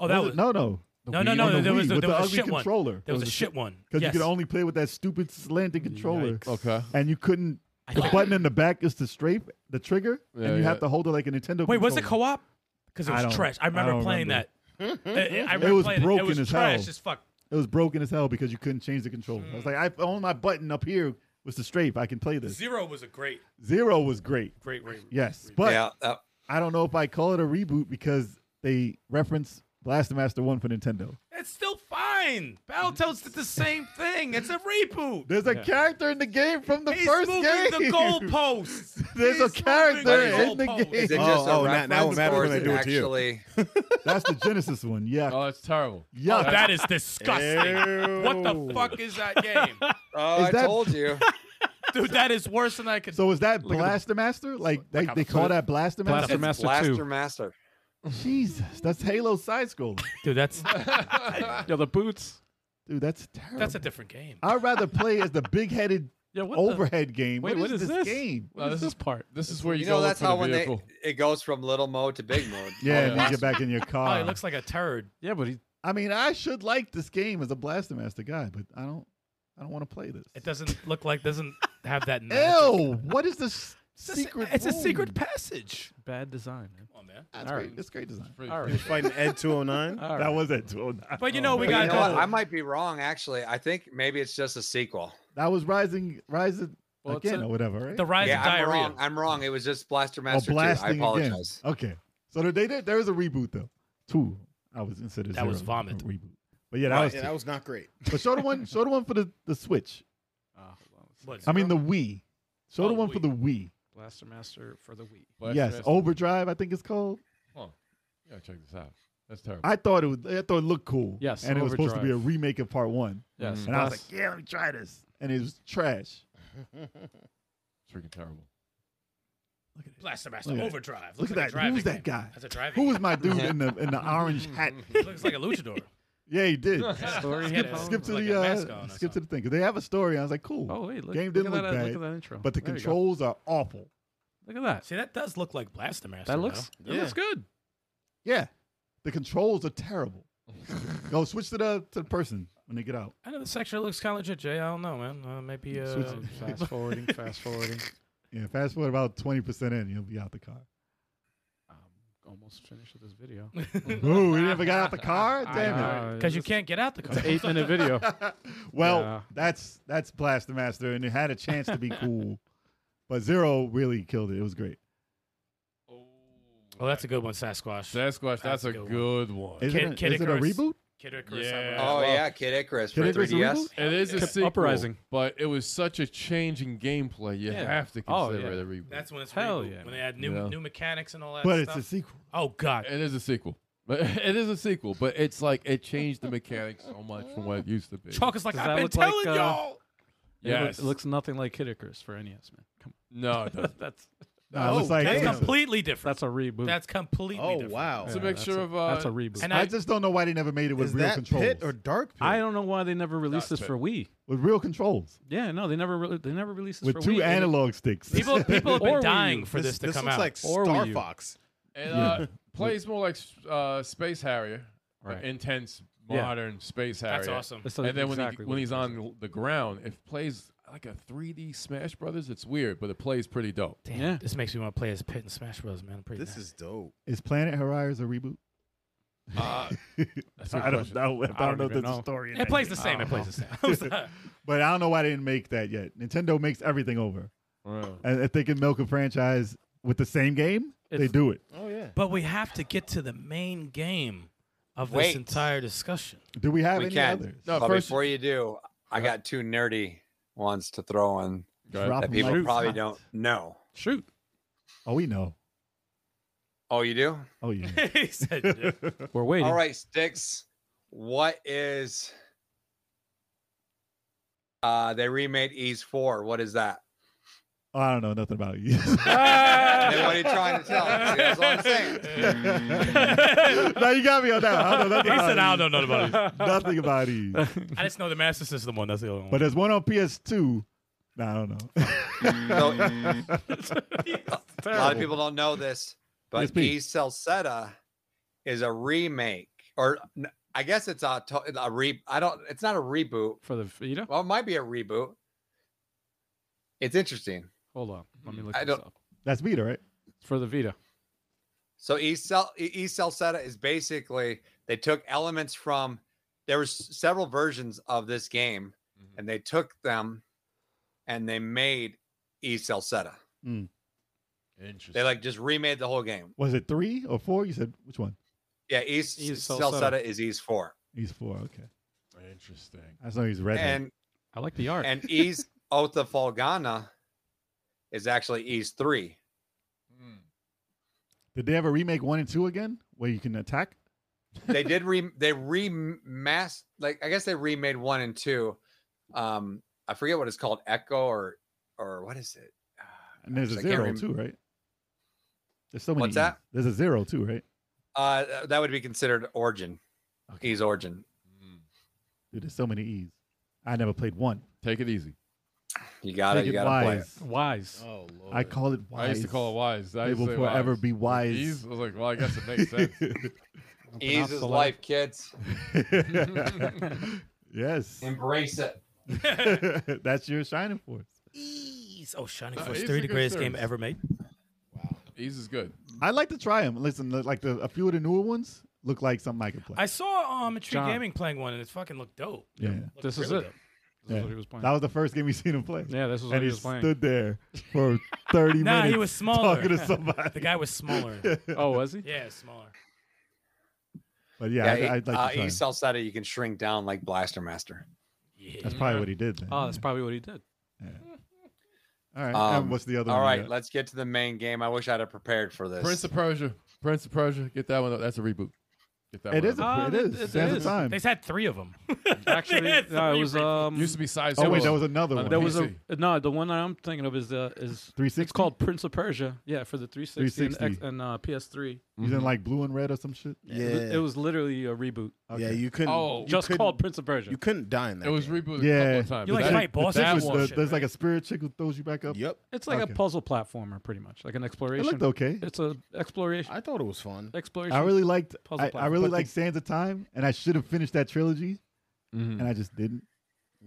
Speaker 6: Oh, that
Speaker 7: Was
Speaker 6: was
Speaker 7: it? no, no.
Speaker 6: No, no,
Speaker 7: Wii-
Speaker 6: no,
Speaker 7: on
Speaker 6: there
Speaker 7: Wii
Speaker 6: was a- there
Speaker 7: with the
Speaker 6: was a
Speaker 7: ugly
Speaker 6: shit one.
Speaker 7: controller.
Speaker 6: there was
Speaker 7: It
Speaker 6: a shit one.
Speaker 7: because
Speaker 6: yes.
Speaker 7: you could only play with that stupid slanted controller,
Speaker 6: Yikes.
Speaker 4: Okay.
Speaker 7: and you couldn't.
Speaker 6: I
Speaker 7: The
Speaker 6: think-
Speaker 7: button in the back is the strafe, the trigger,
Speaker 4: Yeah,
Speaker 7: and you
Speaker 4: yeah.
Speaker 7: have to hold it like a Nintendo.
Speaker 6: Wait, was it
Speaker 7: controller.
Speaker 6: co-op? Because it
Speaker 7: I
Speaker 6: was
Speaker 7: don't-
Speaker 6: trash. I
Speaker 7: I
Speaker 6: remember
Speaker 7: don't
Speaker 6: playing
Speaker 7: remember.
Speaker 6: that. I- I, I remember
Speaker 7: was
Speaker 6: playing it.
Speaker 7: broken
Speaker 6: It was
Speaker 7: as
Speaker 6: trash
Speaker 7: hell.
Speaker 6: as fuck.
Speaker 7: It was broken as hell because you couldn't change the controller. I was like, I only my button up here was the strafe. I can play this.
Speaker 6: Zero was a great,
Speaker 7: Zero was great.
Speaker 6: great reboot.
Speaker 7: Yes, but
Speaker 5: yeah. uh, that-
Speaker 7: I don't know if I call it a reboot because they reference Blaster Master One for Nintendo.
Speaker 6: It's still fine. Battletoads did the same thing. It's a reboot.
Speaker 7: There's a character in the game from the
Speaker 6: He's
Speaker 7: first
Speaker 6: moving
Speaker 7: game.
Speaker 6: the goalposts.
Speaker 7: There's
Speaker 6: He's
Speaker 7: a
Speaker 6: moving
Speaker 7: character
Speaker 6: the
Speaker 7: in the
Speaker 6: goalposts.
Speaker 7: game.
Speaker 5: is it
Speaker 8: Oh,
Speaker 5: just a
Speaker 8: oh, now-
Speaker 5: reference
Speaker 8: now it matters
Speaker 5: or is
Speaker 8: when they
Speaker 5: it
Speaker 8: do it to you.
Speaker 5: actually?
Speaker 7: That's the Genesis one. Yeah,
Speaker 4: Oh, that's terrible.
Speaker 7: yeah.
Speaker 6: Oh, that is disgusting. what the
Speaker 8: Ew.
Speaker 6: fuck is that game?
Speaker 5: Oh,
Speaker 7: Is
Speaker 5: I
Speaker 7: that-
Speaker 5: told you.
Speaker 6: Dude, that is worse than I could.
Speaker 7: so is that
Speaker 4: at the-
Speaker 7: Blaster Master? Like they,
Speaker 4: Look how
Speaker 7: they
Speaker 4: the
Speaker 7: call
Speaker 4: footage-
Speaker 7: that Blaster
Speaker 2: Blaster
Speaker 7: Master?
Speaker 5: It's
Speaker 2: Master
Speaker 5: Blaster
Speaker 2: 2.
Speaker 5: Master.
Speaker 7: Jesus, that's Halo side scroller,
Speaker 6: Dude, that's
Speaker 2: Yo, the boots.
Speaker 7: dude. That's terrible.
Speaker 6: that's a different game.
Speaker 7: I'd rather play as the big-headed
Speaker 2: Yo, what the-
Speaker 7: overhead game.
Speaker 2: Wait,
Speaker 7: what is, this game?
Speaker 2: What is
Speaker 4: this
Speaker 2: this
Speaker 4: is-
Speaker 2: part?
Speaker 4: This is where you,
Speaker 5: You know
Speaker 4: go
Speaker 5: that's
Speaker 4: look
Speaker 5: how
Speaker 4: for
Speaker 5: when
Speaker 4: the
Speaker 5: they
Speaker 4: vehicle.
Speaker 5: it goes from little mode to big mode.
Speaker 7: Yeah, and then you
Speaker 5: Blaster-
Speaker 7: get back in your
Speaker 6: Oh,
Speaker 7: car.
Speaker 6: he looks like a turd.
Speaker 2: Yeah, but he
Speaker 7: I mean, I should like this game as a Blaster Master guy, but I don't. I don't want to play this.
Speaker 6: It doesn't look like doesn't have that. magic.
Speaker 7: Ew! What is this
Speaker 6: It's a se-
Speaker 7: secret?
Speaker 6: It's a secret
Speaker 7: room?
Speaker 6: passage.
Speaker 2: bad design. Man.
Speaker 6: Come on, man.
Speaker 7: That's
Speaker 2: All
Speaker 7: great.
Speaker 2: right.
Speaker 7: That's great design.
Speaker 4: Pretty-
Speaker 2: All
Speaker 8: He
Speaker 2: right.
Speaker 8: was fighting Ed 209.
Speaker 2: All right.
Speaker 7: That was at 209.
Speaker 6: But you know we
Speaker 5: But
Speaker 6: got
Speaker 5: you know what?
Speaker 6: that.
Speaker 5: I might be wrong. Actually, I think maybe it's just a sequel.
Speaker 7: That was Rising, Rising
Speaker 2: Well, it's
Speaker 7: again
Speaker 2: a-
Speaker 7: or whatever, right?
Speaker 6: The rise
Speaker 5: yeah,
Speaker 6: of
Speaker 5: I'm
Speaker 6: diarrhea.
Speaker 5: wrong. I'm wrong. It was just Blaster
Speaker 7: oh,
Speaker 5: Master 2. I
Speaker 7: blasting again.
Speaker 5: apologize.
Speaker 7: Okay, so there- they did. There is a reboot though. Two. I was considered
Speaker 6: That was
Speaker 7: zero,
Speaker 6: vomit.
Speaker 7: a Reboot. But yeah, that
Speaker 8: Wow,
Speaker 7: was.
Speaker 8: yeah,
Speaker 7: two.
Speaker 8: that was not great.
Speaker 7: But show the one. Show the one for the, the Switch.
Speaker 6: What,
Speaker 7: I mean
Speaker 6: zero?
Speaker 7: the Wii. Show
Speaker 6: Oh,
Speaker 7: the one for the Wii.
Speaker 2: Blaster Master for the Wii.
Speaker 4: Blaster
Speaker 7: yes, oh.
Speaker 4: Master.
Speaker 7: Overdrive. I think it's called.
Speaker 4: Yeah, check this out. That's terrible.
Speaker 7: I thought it was. I thought it looked cool.
Speaker 2: Yes,
Speaker 7: and it was supposed to be a
Speaker 2: Overdrive.
Speaker 7: remake of Part One.
Speaker 2: Yes,
Speaker 5: Mm.
Speaker 4: Mhm.
Speaker 7: And I was like,
Speaker 2: Blast-
Speaker 7: yeah, let me try this. And it was trash.
Speaker 4: It's freaking terrible.
Speaker 7: Look at
Speaker 6: Blaster Master
Speaker 7: Look at that.
Speaker 6: Overdrive. Looks
Speaker 7: Look at
Speaker 6: like
Speaker 7: that.
Speaker 6: a driving
Speaker 7: Who's that
Speaker 6: game.
Speaker 7: guy?
Speaker 6: That's a driving.
Speaker 7: Who was my dude in the in the orange hat?
Speaker 6: game. Looks like a luchador.
Speaker 7: Yeah, he did.
Speaker 2: Story
Speaker 6: Skip-
Speaker 2: head.
Speaker 7: skip to
Speaker 6: like
Speaker 7: the
Speaker 6: a mask
Speaker 7: uh,
Speaker 6: on or
Speaker 7: skip to the thing because they have a story. I was like, cool.
Speaker 2: Oh wait, look,
Speaker 7: Game
Speaker 2: look
Speaker 7: didn't
Speaker 2: at
Speaker 7: look
Speaker 2: that,
Speaker 7: bad,
Speaker 2: Look at that intro.
Speaker 7: but the
Speaker 2: There you go.
Speaker 7: controls are awful.
Speaker 2: Look at that.
Speaker 6: See, that does look like Blaster Master.
Speaker 2: That
Speaker 6: though.
Speaker 2: looks. That looks good.
Speaker 7: Yeah, the controls are terrible. Go switch to the to the person when they get out.
Speaker 6: I know this actually looks kind of legit, Jay. I don't know, man. Uh, maybe uh,
Speaker 7: Switch-
Speaker 2: Fast forwarding. Fast forwarding.
Speaker 7: Yeah, fast forward about twenty percent in, you'll be out the car.
Speaker 2: I'm almost finished with this video.
Speaker 7: Ooh, we never got out the car. Damn
Speaker 2: Uh,
Speaker 6: because you can't get out the car.
Speaker 2: It's an eight-minute video.
Speaker 7: it. well,
Speaker 2: Yeah.
Speaker 7: that's that's Blaster Master, and it had a chance to be cool, but Zero really killed it. It was great.
Speaker 6: Oh, that's a good one, Sasquatch.
Speaker 4: Sasquatch. That's,
Speaker 6: That's
Speaker 4: a
Speaker 6: a
Speaker 4: good one.
Speaker 7: Is
Speaker 6: Kid-
Speaker 7: it,
Speaker 6: Kid
Speaker 7: a, is it a
Speaker 6: Icarus.
Speaker 7: reboot?
Speaker 6: Kid Icarus.
Speaker 4: Yeah.
Speaker 5: Oh
Speaker 4: Well,
Speaker 5: yeah, Kid Icarus for
Speaker 7: Kid Icarus
Speaker 5: 3DS.
Speaker 7: reboot?
Speaker 4: It is a sequel,
Speaker 2: uprising.
Speaker 4: but it was such a change in gameplay. You
Speaker 2: Yeah.
Speaker 4: have to
Speaker 2: Oh,
Speaker 4: consider
Speaker 2: yeah.
Speaker 4: it a reboot.
Speaker 6: That's when it's
Speaker 2: Hell
Speaker 6: reboot,
Speaker 2: yeah,
Speaker 6: when they add new
Speaker 4: Yeah.
Speaker 6: new mechanics and all that
Speaker 7: But it's
Speaker 6: stuff.
Speaker 7: a sequel.
Speaker 6: oh god.
Speaker 4: it is a sequel. But it is a sequel, but it's like it changed the mechanics so much from what it used to be.
Speaker 6: Chalk is like
Speaker 2: Does
Speaker 6: I've
Speaker 2: that
Speaker 6: been
Speaker 2: look like,
Speaker 6: telling
Speaker 2: uh,
Speaker 6: y'all.
Speaker 2: It loo-
Speaker 4: Yes.
Speaker 2: It looks nothing like Kid Icarus for NES, man. Come
Speaker 4: No, it
Speaker 2: on.
Speaker 4: doesn't.
Speaker 2: that's
Speaker 7: No, it looks
Speaker 8: Oh,
Speaker 7: like
Speaker 6: That's
Speaker 8: damn.
Speaker 6: completely different.
Speaker 2: that's a reboot.
Speaker 6: That's completely
Speaker 8: Oh,
Speaker 6: different.
Speaker 8: wow.
Speaker 4: It's
Speaker 2: Yeah,
Speaker 4: a mixture
Speaker 2: that's
Speaker 4: of, uh,
Speaker 2: that's a reboot.
Speaker 6: And
Speaker 7: I
Speaker 6: I-
Speaker 7: just don't know why they never made it with
Speaker 8: Is
Speaker 7: real
Speaker 8: that
Speaker 7: controls.
Speaker 8: pit or dark pit?
Speaker 2: I don't know why they never released
Speaker 4: Not
Speaker 2: this for Wii.
Speaker 7: with real controls,
Speaker 2: Yeah, no, they never re- they never released this
Speaker 7: with
Speaker 2: for
Speaker 7: two
Speaker 2: Wii. They-
Speaker 7: analog sticks.
Speaker 6: People people have
Speaker 2: Or Wii
Speaker 6: been
Speaker 2: U.
Speaker 6: dying for this, to
Speaker 8: this
Speaker 6: come
Speaker 8: looks
Speaker 6: out.
Speaker 8: like
Speaker 2: Or
Speaker 8: Star
Speaker 2: Wii U.
Speaker 8: Fox.
Speaker 4: And
Speaker 7: Yeah.
Speaker 4: uh, plays more like uh, Space Harrier,
Speaker 2: Right.
Speaker 4: intense
Speaker 2: Yeah.
Speaker 4: modern Space Harrier.
Speaker 6: That's awesome.
Speaker 2: That's
Speaker 4: and then
Speaker 2: exactly
Speaker 4: when, he, when
Speaker 2: what
Speaker 4: he's
Speaker 2: it is.
Speaker 4: on the ground, it plays like a 3D Smash Brothers. It's weird, but it plays pretty dope.
Speaker 6: Damn,
Speaker 2: Yeah.
Speaker 6: this makes me want to play as Pit and Smash Bros. Man, I'm pretty
Speaker 8: This
Speaker 6: mad.
Speaker 8: is dope.
Speaker 7: Is Planet Horizons a reboot?
Speaker 4: Uh, that's a good
Speaker 7: I don't
Speaker 4: question.
Speaker 7: know. I don't,
Speaker 2: I don't
Speaker 7: know
Speaker 2: even
Speaker 7: the
Speaker 2: know.
Speaker 7: story. in
Speaker 6: It
Speaker 7: that
Speaker 6: plays the
Speaker 7: game.
Speaker 6: same. It plays the same. I'm sorry.
Speaker 7: but I don't know why they didn't make that yet. Nintendo makes everything over,
Speaker 4: Wow.
Speaker 7: and if they can milk a franchise with the same game, they
Speaker 2: It's-
Speaker 7: do it.
Speaker 8: Oh yeah.
Speaker 6: But we have to get to the main game of this
Speaker 5: Wait.
Speaker 6: entire discussion.
Speaker 7: Do we have
Speaker 5: We
Speaker 7: any
Speaker 5: can.
Speaker 7: others?
Speaker 4: No,
Speaker 5: but
Speaker 4: first-
Speaker 5: before you do, I
Speaker 7: Uh,
Speaker 5: got two nerdy ones to throw in
Speaker 4: Go ahead.
Speaker 7: Drop
Speaker 5: that
Speaker 7: 'em
Speaker 5: people
Speaker 7: like
Speaker 5: probably
Speaker 7: hot.
Speaker 5: don't know.
Speaker 2: Shoot.
Speaker 7: Oh, we know.
Speaker 5: Oh, you do?
Speaker 7: Oh yeah.
Speaker 6: he said, "Yeah."
Speaker 2: We're waiting.
Speaker 5: All right, Sticks. What is uh they remade Ease 4? What is that?
Speaker 7: Oh, I don't know nothing about you.
Speaker 2: Ah!
Speaker 5: Then what are you trying to tell us? That's what I'm saying.
Speaker 7: now you got me on that. I don't know
Speaker 6: He
Speaker 7: nothing
Speaker 6: said, I
Speaker 7: about
Speaker 6: don't know none about it.
Speaker 7: you. Nothing about you.
Speaker 6: I just know the Master System one. That's the only one.
Speaker 7: But there's one on PS2. Nah, I don't
Speaker 5: So,
Speaker 7: know.
Speaker 5: a lot of
Speaker 6: Terrible.
Speaker 5: people don't know this, but
Speaker 7: Yes, please.
Speaker 5: Geese Salsetta is a remake, or n- I guess it's a, to- a re. I don't. It's not a reboot.
Speaker 2: for the Vita.
Speaker 5: Well, it might be a reboot. It's interesting.
Speaker 2: Hold on, let me look
Speaker 5: I
Speaker 2: this
Speaker 5: don't-
Speaker 2: up.
Speaker 7: That's Vita, right?
Speaker 2: For the Vita,
Speaker 5: So East Cel- E- East Salsetta is basically they took elements from there was several versions of this game, and they took them and they made East Salsetta.
Speaker 4: Interesting.
Speaker 5: They like just remade the whole game.
Speaker 7: Was it three or four? You said which one?
Speaker 5: Yeah, East,
Speaker 2: East
Speaker 5: Salsetta.
Speaker 2: Salsetta.
Speaker 5: is East Four,
Speaker 7: He's four. Okay.
Speaker 4: Interesting.
Speaker 7: I just know he's redhead.
Speaker 5: and
Speaker 2: I like the art.
Speaker 5: and East Otha Falgana is actually East Three.
Speaker 7: Did they ever remake one and two again, where you can attack?
Speaker 5: they did re they remass like I guess they remade one and two. Um, I forget what it's called, Echo or or what is it? Ah,
Speaker 7: And there's a
Speaker 5: actually, I can't
Speaker 7: zero
Speaker 5: rem-
Speaker 7: too, right? There's so many.
Speaker 5: What's that?
Speaker 7: E's. There's a zero too, right?
Speaker 5: Uh, that would be considered origin.
Speaker 7: Okay.
Speaker 5: He's origin.
Speaker 7: Dude, there's so many E's. I never played one.
Speaker 4: Take it easy.
Speaker 5: You got to
Speaker 7: Take
Speaker 5: You
Speaker 7: it
Speaker 5: got to play. It.
Speaker 7: wise.
Speaker 2: Wise.
Speaker 8: Oh lord.
Speaker 7: I call it wise.
Speaker 4: I used to call it wise. I
Speaker 7: They
Speaker 4: used to
Speaker 7: will
Speaker 4: say
Speaker 7: forever
Speaker 4: wise.
Speaker 7: be
Speaker 4: With
Speaker 7: wise.
Speaker 4: these, I was like, well, I guess it makes sense.
Speaker 5: Ease
Speaker 2: Pronounce
Speaker 5: is
Speaker 2: the
Speaker 5: life, kids.
Speaker 7: yes.
Speaker 5: Embrace it.
Speaker 7: That's your shining force.
Speaker 6: Ease. Oh, Shining
Speaker 4: Uh,
Speaker 6: Force
Speaker 4: Ease
Speaker 6: 3,
Speaker 4: is a
Speaker 6: the
Speaker 4: good
Speaker 6: greatest game
Speaker 4: series.
Speaker 6: ever made.
Speaker 4: Ease is good.
Speaker 7: I'd like to try them. Listen, the- like the a few of the newer ones look like something I could play.
Speaker 6: I saw um, Tree
Speaker 2: John.
Speaker 6: Gaming playing one, and it fucking looked dope.
Speaker 7: yeah.
Speaker 6: Looked
Speaker 2: This is
Speaker 6: really
Speaker 2: it.
Speaker 6: dope.
Speaker 2: This is
Speaker 7: Yeah.
Speaker 2: what he was playing.
Speaker 7: That was the first game we seen him play.
Speaker 2: yeah, this was what
Speaker 7: and
Speaker 2: he
Speaker 7: he
Speaker 2: was playing.
Speaker 7: stood there for 30
Speaker 6: Nah,
Speaker 7: minutes.
Speaker 6: he was smaller.
Speaker 7: Talking to somebody.
Speaker 6: Oh, The guy was smaller.
Speaker 2: oh, was he?
Speaker 6: yeah, smaller.
Speaker 7: But
Speaker 5: Yeah,
Speaker 7: yeah,
Speaker 5: it-
Speaker 7: I, I'd like
Speaker 5: uh,
Speaker 7: to try.
Speaker 5: East
Speaker 7: 'em.
Speaker 5: Salsetta, you can shrink down like Blaster Master.
Speaker 6: Yeah.
Speaker 7: That's probably what he did then.
Speaker 2: Oh, that's probably what he did.
Speaker 7: all right.
Speaker 5: Um,
Speaker 7: and what's the other
Speaker 5: All
Speaker 7: one?
Speaker 5: right,
Speaker 7: you got?
Speaker 5: let's get to the main game. I wish I'd have prepared for this.
Speaker 4: Prince of Persia. Prince of Persia. Get that one up. That's a reboot. Get that one
Speaker 7: It is.
Speaker 4: up.
Speaker 7: A,
Speaker 2: Uh,
Speaker 7: it
Speaker 2: it-
Speaker 7: is.
Speaker 2: it- it
Speaker 7: Sands of
Speaker 2: is.
Speaker 7: time.
Speaker 6: They've had three of them.
Speaker 2: Actually, no, it was um. uh,
Speaker 4: Used to be size.
Speaker 7: Oh
Speaker 4: zero.
Speaker 7: wait, there was another
Speaker 4: on
Speaker 7: one.
Speaker 4: the
Speaker 2: there was a
Speaker 4: PC.
Speaker 2: no. The one I'm thinking of is uh, is
Speaker 7: 360?
Speaker 2: It's called Prince of Persia. Yeah, for the 360, and, X,
Speaker 7: 360.
Speaker 2: and uh, PS3.
Speaker 7: He's
Speaker 4: Mm-hmm.
Speaker 7: in like blue and red or some shit.
Speaker 8: yeah.
Speaker 2: It was- It was literally a reboot.
Speaker 8: Yeah, you couldn't.
Speaker 4: Oh.
Speaker 8: you
Speaker 2: Just
Speaker 8: couldn't-
Speaker 2: called Prince of Persia.
Speaker 8: You couldn't die in that.
Speaker 4: It was
Speaker 8: game.
Speaker 4: rebooted a couple
Speaker 7: Yeah.
Speaker 4: of times.
Speaker 6: You
Speaker 4: but
Speaker 6: like
Speaker 4: that-
Speaker 6: fight bosses
Speaker 4: That
Speaker 6: and
Speaker 7: There's,
Speaker 6: That's
Speaker 4: one.
Speaker 7: the,
Speaker 6: shit,
Speaker 7: there's like
Speaker 6: right?
Speaker 7: a spirit chick who throws you back up.
Speaker 8: Yep.
Speaker 2: it's like
Speaker 7: okay.
Speaker 2: a puzzle platformer, pretty much, like an
Speaker 7: It
Speaker 2: exploration.
Speaker 7: looked okay.
Speaker 2: It's a exploration.
Speaker 8: I thought it was fun.
Speaker 2: exploration.
Speaker 7: I really liked.
Speaker 2: Puzzle
Speaker 7: I, I
Speaker 2: platform.
Speaker 7: really
Speaker 2: But the-
Speaker 7: liked Sands of Time, and I should have finished that trilogy,
Speaker 4: Mhm.
Speaker 7: and I just didn't.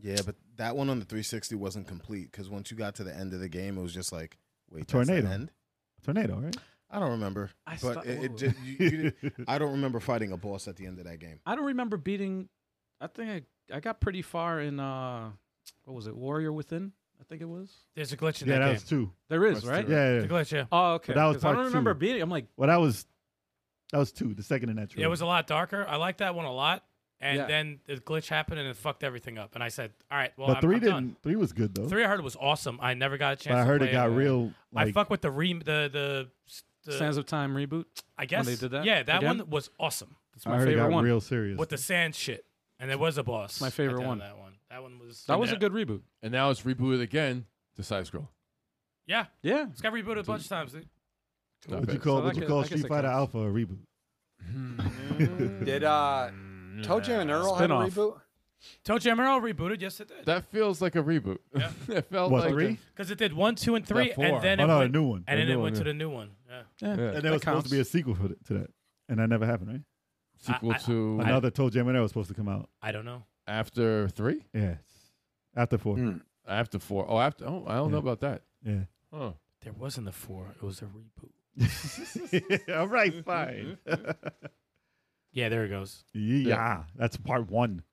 Speaker 8: Yeah, but that one on the 360 wasn't complete because once you got to the end of the game, it was just like, wait, That's
Speaker 7: tornado.
Speaker 8: the end?
Speaker 7: Tornado, right?
Speaker 8: I don't remember.
Speaker 2: I
Speaker 8: but
Speaker 2: stu-
Speaker 8: it, it
Speaker 2: Ooh.
Speaker 8: just, you, you didn't- I don't remember fighting a boss at the end of that game.
Speaker 2: I don't remember beating. I think I, I got pretty far in. uh What was it? Warrior Within. I think it was.
Speaker 6: There's a glitch in that,
Speaker 7: yeah, that
Speaker 6: game.
Speaker 7: was two.
Speaker 2: There is
Speaker 4: That's
Speaker 2: right.
Speaker 4: true.
Speaker 7: Yeah, yeah.
Speaker 6: There's a glitch, yeah.
Speaker 2: Oh, okay.
Speaker 7: But that was
Speaker 2: 'cause I don't
Speaker 7: part
Speaker 2: remember
Speaker 7: two.
Speaker 2: beating. I'm like,
Speaker 7: Well, that was that was two. The second in that trilogy.
Speaker 6: Yeah, it was a lot darker. I liked that one a lot. And
Speaker 2: Yeah.
Speaker 6: then the glitch happened and it fucked everything up. And I said, all right, well,
Speaker 7: but
Speaker 6: I'm,
Speaker 7: 3
Speaker 6: I'm
Speaker 7: didn't.
Speaker 6: done.
Speaker 7: Three was good though.
Speaker 6: Three I heard was awesome. I never got a chance.
Speaker 7: but I
Speaker 6: to
Speaker 7: heard
Speaker 6: play uh,
Speaker 7: it got real.
Speaker 6: I
Speaker 7: Like,
Speaker 6: fuck with the re the the. the
Speaker 2: Sands of Time reboot.
Speaker 6: I guess
Speaker 2: they did that
Speaker 6: Yeah, that
Speaker 2: again?
Speaker 6: one was awesome
Speaker 2: It's
Speaker 7: I
Speaker 2: my
Speaker 7: heard it
Speaker 2: favorite
Speaker 7: got
Speaker 2: one.
Speaker 7: real serious.
Speaker 6: with the sand shit. And there was a boss.
Speaker 2: My
Speaker 6: at
Speaker 2: favorite
Speaker 6: the end
Speaker 2: one.
Speaker 6: of That one. That one was.
Speaker 2: That was a
Speaker 6: Yeah.
Speaker 2: good reboot.
Speaker 4: And now it's rebooted again to side scroll.
Speaker 6: Yeah,
Speaker 2: Yeah.
Speaker 6: it's got rebooted a bunch of times. dude.
Speaker 4: Not
Speaker 7: would you
Speaker 4: bad.
Speaker 7: call
Speaker 2: So
Speaker 7: would
Speaker 2: I
Speaker 7: you
Speaker 2: guess-
Speaker 7: call
Speaker 2: I guess
Speaker 7: Street
Speaker 2: it
Speaker 7: Fighter
Speaker 2: counts.
Speaker 7: Alpha a reboot?
Speaker 5: Did uh, Toe Jam and Earl have a
Speaker 2: Spinoff.
Speaker 5: reboot?
Speaker 6: Toe Jam Earl rebooted. Yes, it did.
Speaker 4: That feels like a reboot.
Speaker 6: Yeah.
Speaker 4: it felt
Speaker 7: What
Speaker 4: like
Speaker 7: three?
Speaker 6: Because it did one, two, and three,
Speaker 4: four.
Speaker 6: and then
Speaker 7: Oh,
Speaker 6: it
Speaker 7: no,
Speaker 6: went,
Speaker 7: a new one.
Speaker 6: and
Speaker 7: A
Speaker 6: then
Speaker 7: new
Speaker 6: it
Speaker 7: one,
Speaker 6: went
Speaker 7: yeah.
Speaker 6: to the new one. Yeah.
Speaker 2: Yeah.
Speaker 4: Yeah.
Speaker 7: And there was supposed to be a
Speaker 2: counts.
Speaker 7: sequel for th- to that, and that never happened, right?
Speaker 4: sequel
Speaker 6: I- I-
Speaker 4: to
Speaker 7: Another Toe Jam and Earl was supposed to come out.
Speaker 6: I don't know.
Speaker 4: after three,
Speaker 7: Yeah, after four.
Speaker 5: Mm.
Speaker 4: after four. Oh, after. Oh, I don't know
Speaker 7: Yeah.
Speaker 4: about that.
Speaker 7: Yeah.
Speaker 4: Huh.
Speaker 6: There wasn't a four. It was a reboot.
Speaker 7: All right, fine.
Speaker 6: Yeah, there it goes.
Speaker 7: yeah, that's part one.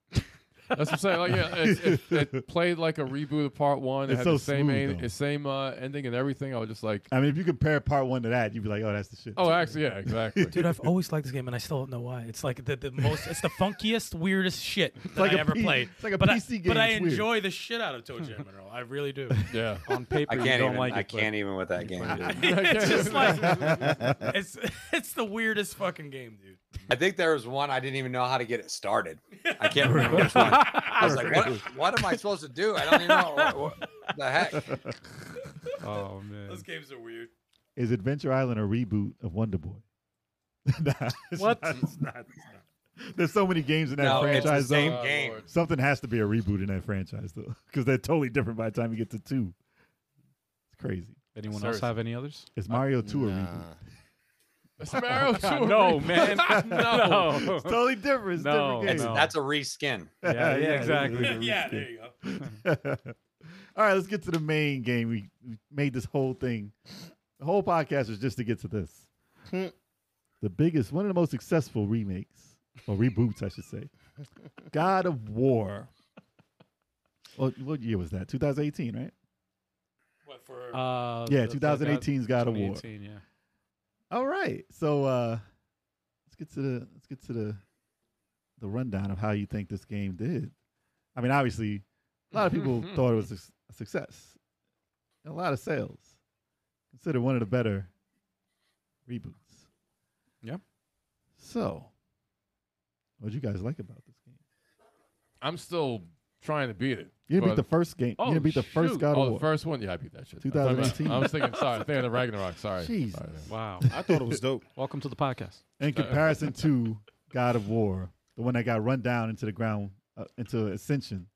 Speaker 4: That's what I'm saying. Like, yeah, it, it, it played like a reboot of part one. It
Speaker 7: It's
Speaker 4: had
Speaker 7: so
Speaker 4: the same
Speaker 7: smooth,
Speaker 4: end-
Speaker 7: though.
Speaker 4: the same uh, ending and everything. I was just like,
Speaker 7: I mean, if you compare part one to that, you'd be like, "Oh, that's the shit."
Speaker 4: oh, actually, yeah, exactly.
Speaker 6: Dude, I've always liked this game, and I still don't know why. It's like the, the most, it's the funkiest, weirdest shit that
Speaker 7: like
Speaker 6: I
Speaker 7: a
Speaker 6: ever
Speaker 7: P-
Speaker 6: played.
Speaker 7: it's like a
Speaker 6: but I,
Speaker 7: PC game,
Speaker 6: But I
Speaker 7: it's weird.
Speaker 6: enjoy the shit out of Toe Jam and Earl. I really do.
Speaker 4: yeah.
Speaker 2: On paper,
Speaker 5: I
Speaker 2: you
Speaker 5: can't
Speaker 2: don't
Speaker 5: even.
Speaker 2: like
Speaker 5: I
Speaker 2: it. but-
Speaker 5: can't even with that game. dude.
Speaker 6: it's just like it's it's the weirdest fucking game, dude.
Speaker 5: I think there was one I didn't even know how to get it started. I can't remember which one. I was like, what, what am I supposed to do? I don't even know. What, what the heck?
Speaker 2: Oh man.
Speaker 6: Those games are weird.
Speaker 7: Is Adventure Island a reboot of Wonder Boy? Nah, it's
Speaker 2: What?
Speaker 7: not- it's not- it's not. There's so many games in that
Speaker 5: No, it's the
Speaker 7: franchise. though.
Speaker 5: same
Speaker 4: Oh,
Speaker 5: game.
Speaker 4: Lord.
Speaker 7: Something has to be a reboot in that franchise though, because they're totally different by the time you get to two. It's crazy.
Speaker 2: Anyone else
Speaker 4: Seriously.
Speaker 2: have any others?
Speaker 7: Is Mario Two a reboot?
Speaker 8: Uh, Nah.
Speaker 4: It's Mario Tour.
Speaker 2: no, man. no.
Speaker 7: It's totally different. It's
Speaker 2: No,
Speaker 7: different
Speaker 2: no.
Speaker 7: game.
Speaker 5: That's a reskin.
Speaker 2: Yeah, yeah,
Speaker 7: it's a
Speaker 2: exactly.
Speaker 7: different
Speaker 6: yeah,
Speaker 7: game.
Speaker 6: there you go.
Speaker 7: All right, let's get to the main game. We, we made this whole thing. The whole podcast was just to get to this.
Speaker 8: Hmm.
Speaker 7: the biggest, one of the most successful remakes or reboots, I should say. God of War. What, what year was that? 2018, right?
Speaker 6: What for?
Speaker 2: Uh,
Speaker 7: Yeah,
Speaker 2: the- the
Speaker 7: 2018's God of War.
Speaker 2: 2018, yeah.
Speaker 7: All right. So uh let's get to the let's get to the the rundown of how you think this game did. I mean, obviously, a lot of people thought it was a s- a success. A lot of sales. Considered one of the better reboots.
Speaker 2: Yep.
Speaker 7: So, what would you guys like about this game?
Speaker 4: I'm still trying to beat it.
Speaker 7: You didn't
Speaker 4: But-
Speaker 7: beat the first game.
Speaker 2: Oh,
Speaker 7: you didn't beat the first
Speaker 2: shoot.
Speaker 7: God
Speaker 4: Oh,
Speaker 7: of
Speaker 4: the
Speaker 7: War.
Speaker 4: first one? Yeah, I beat that shit. I thought about-
Speaker 7: 2018.
Speaker 4: I was thinking, sorry, thinking of Ragnarok. Sorry.
Speaker 7: Jesus.
Speaker 4: Sorry.
Speaker 2: Wow.
Speaker 8: I thought it was dope.
Speaker 2: Welcome to the podcast.
Speaker 7: In comparison to God of War, the one that got run down into the ground, uh, into Ascension,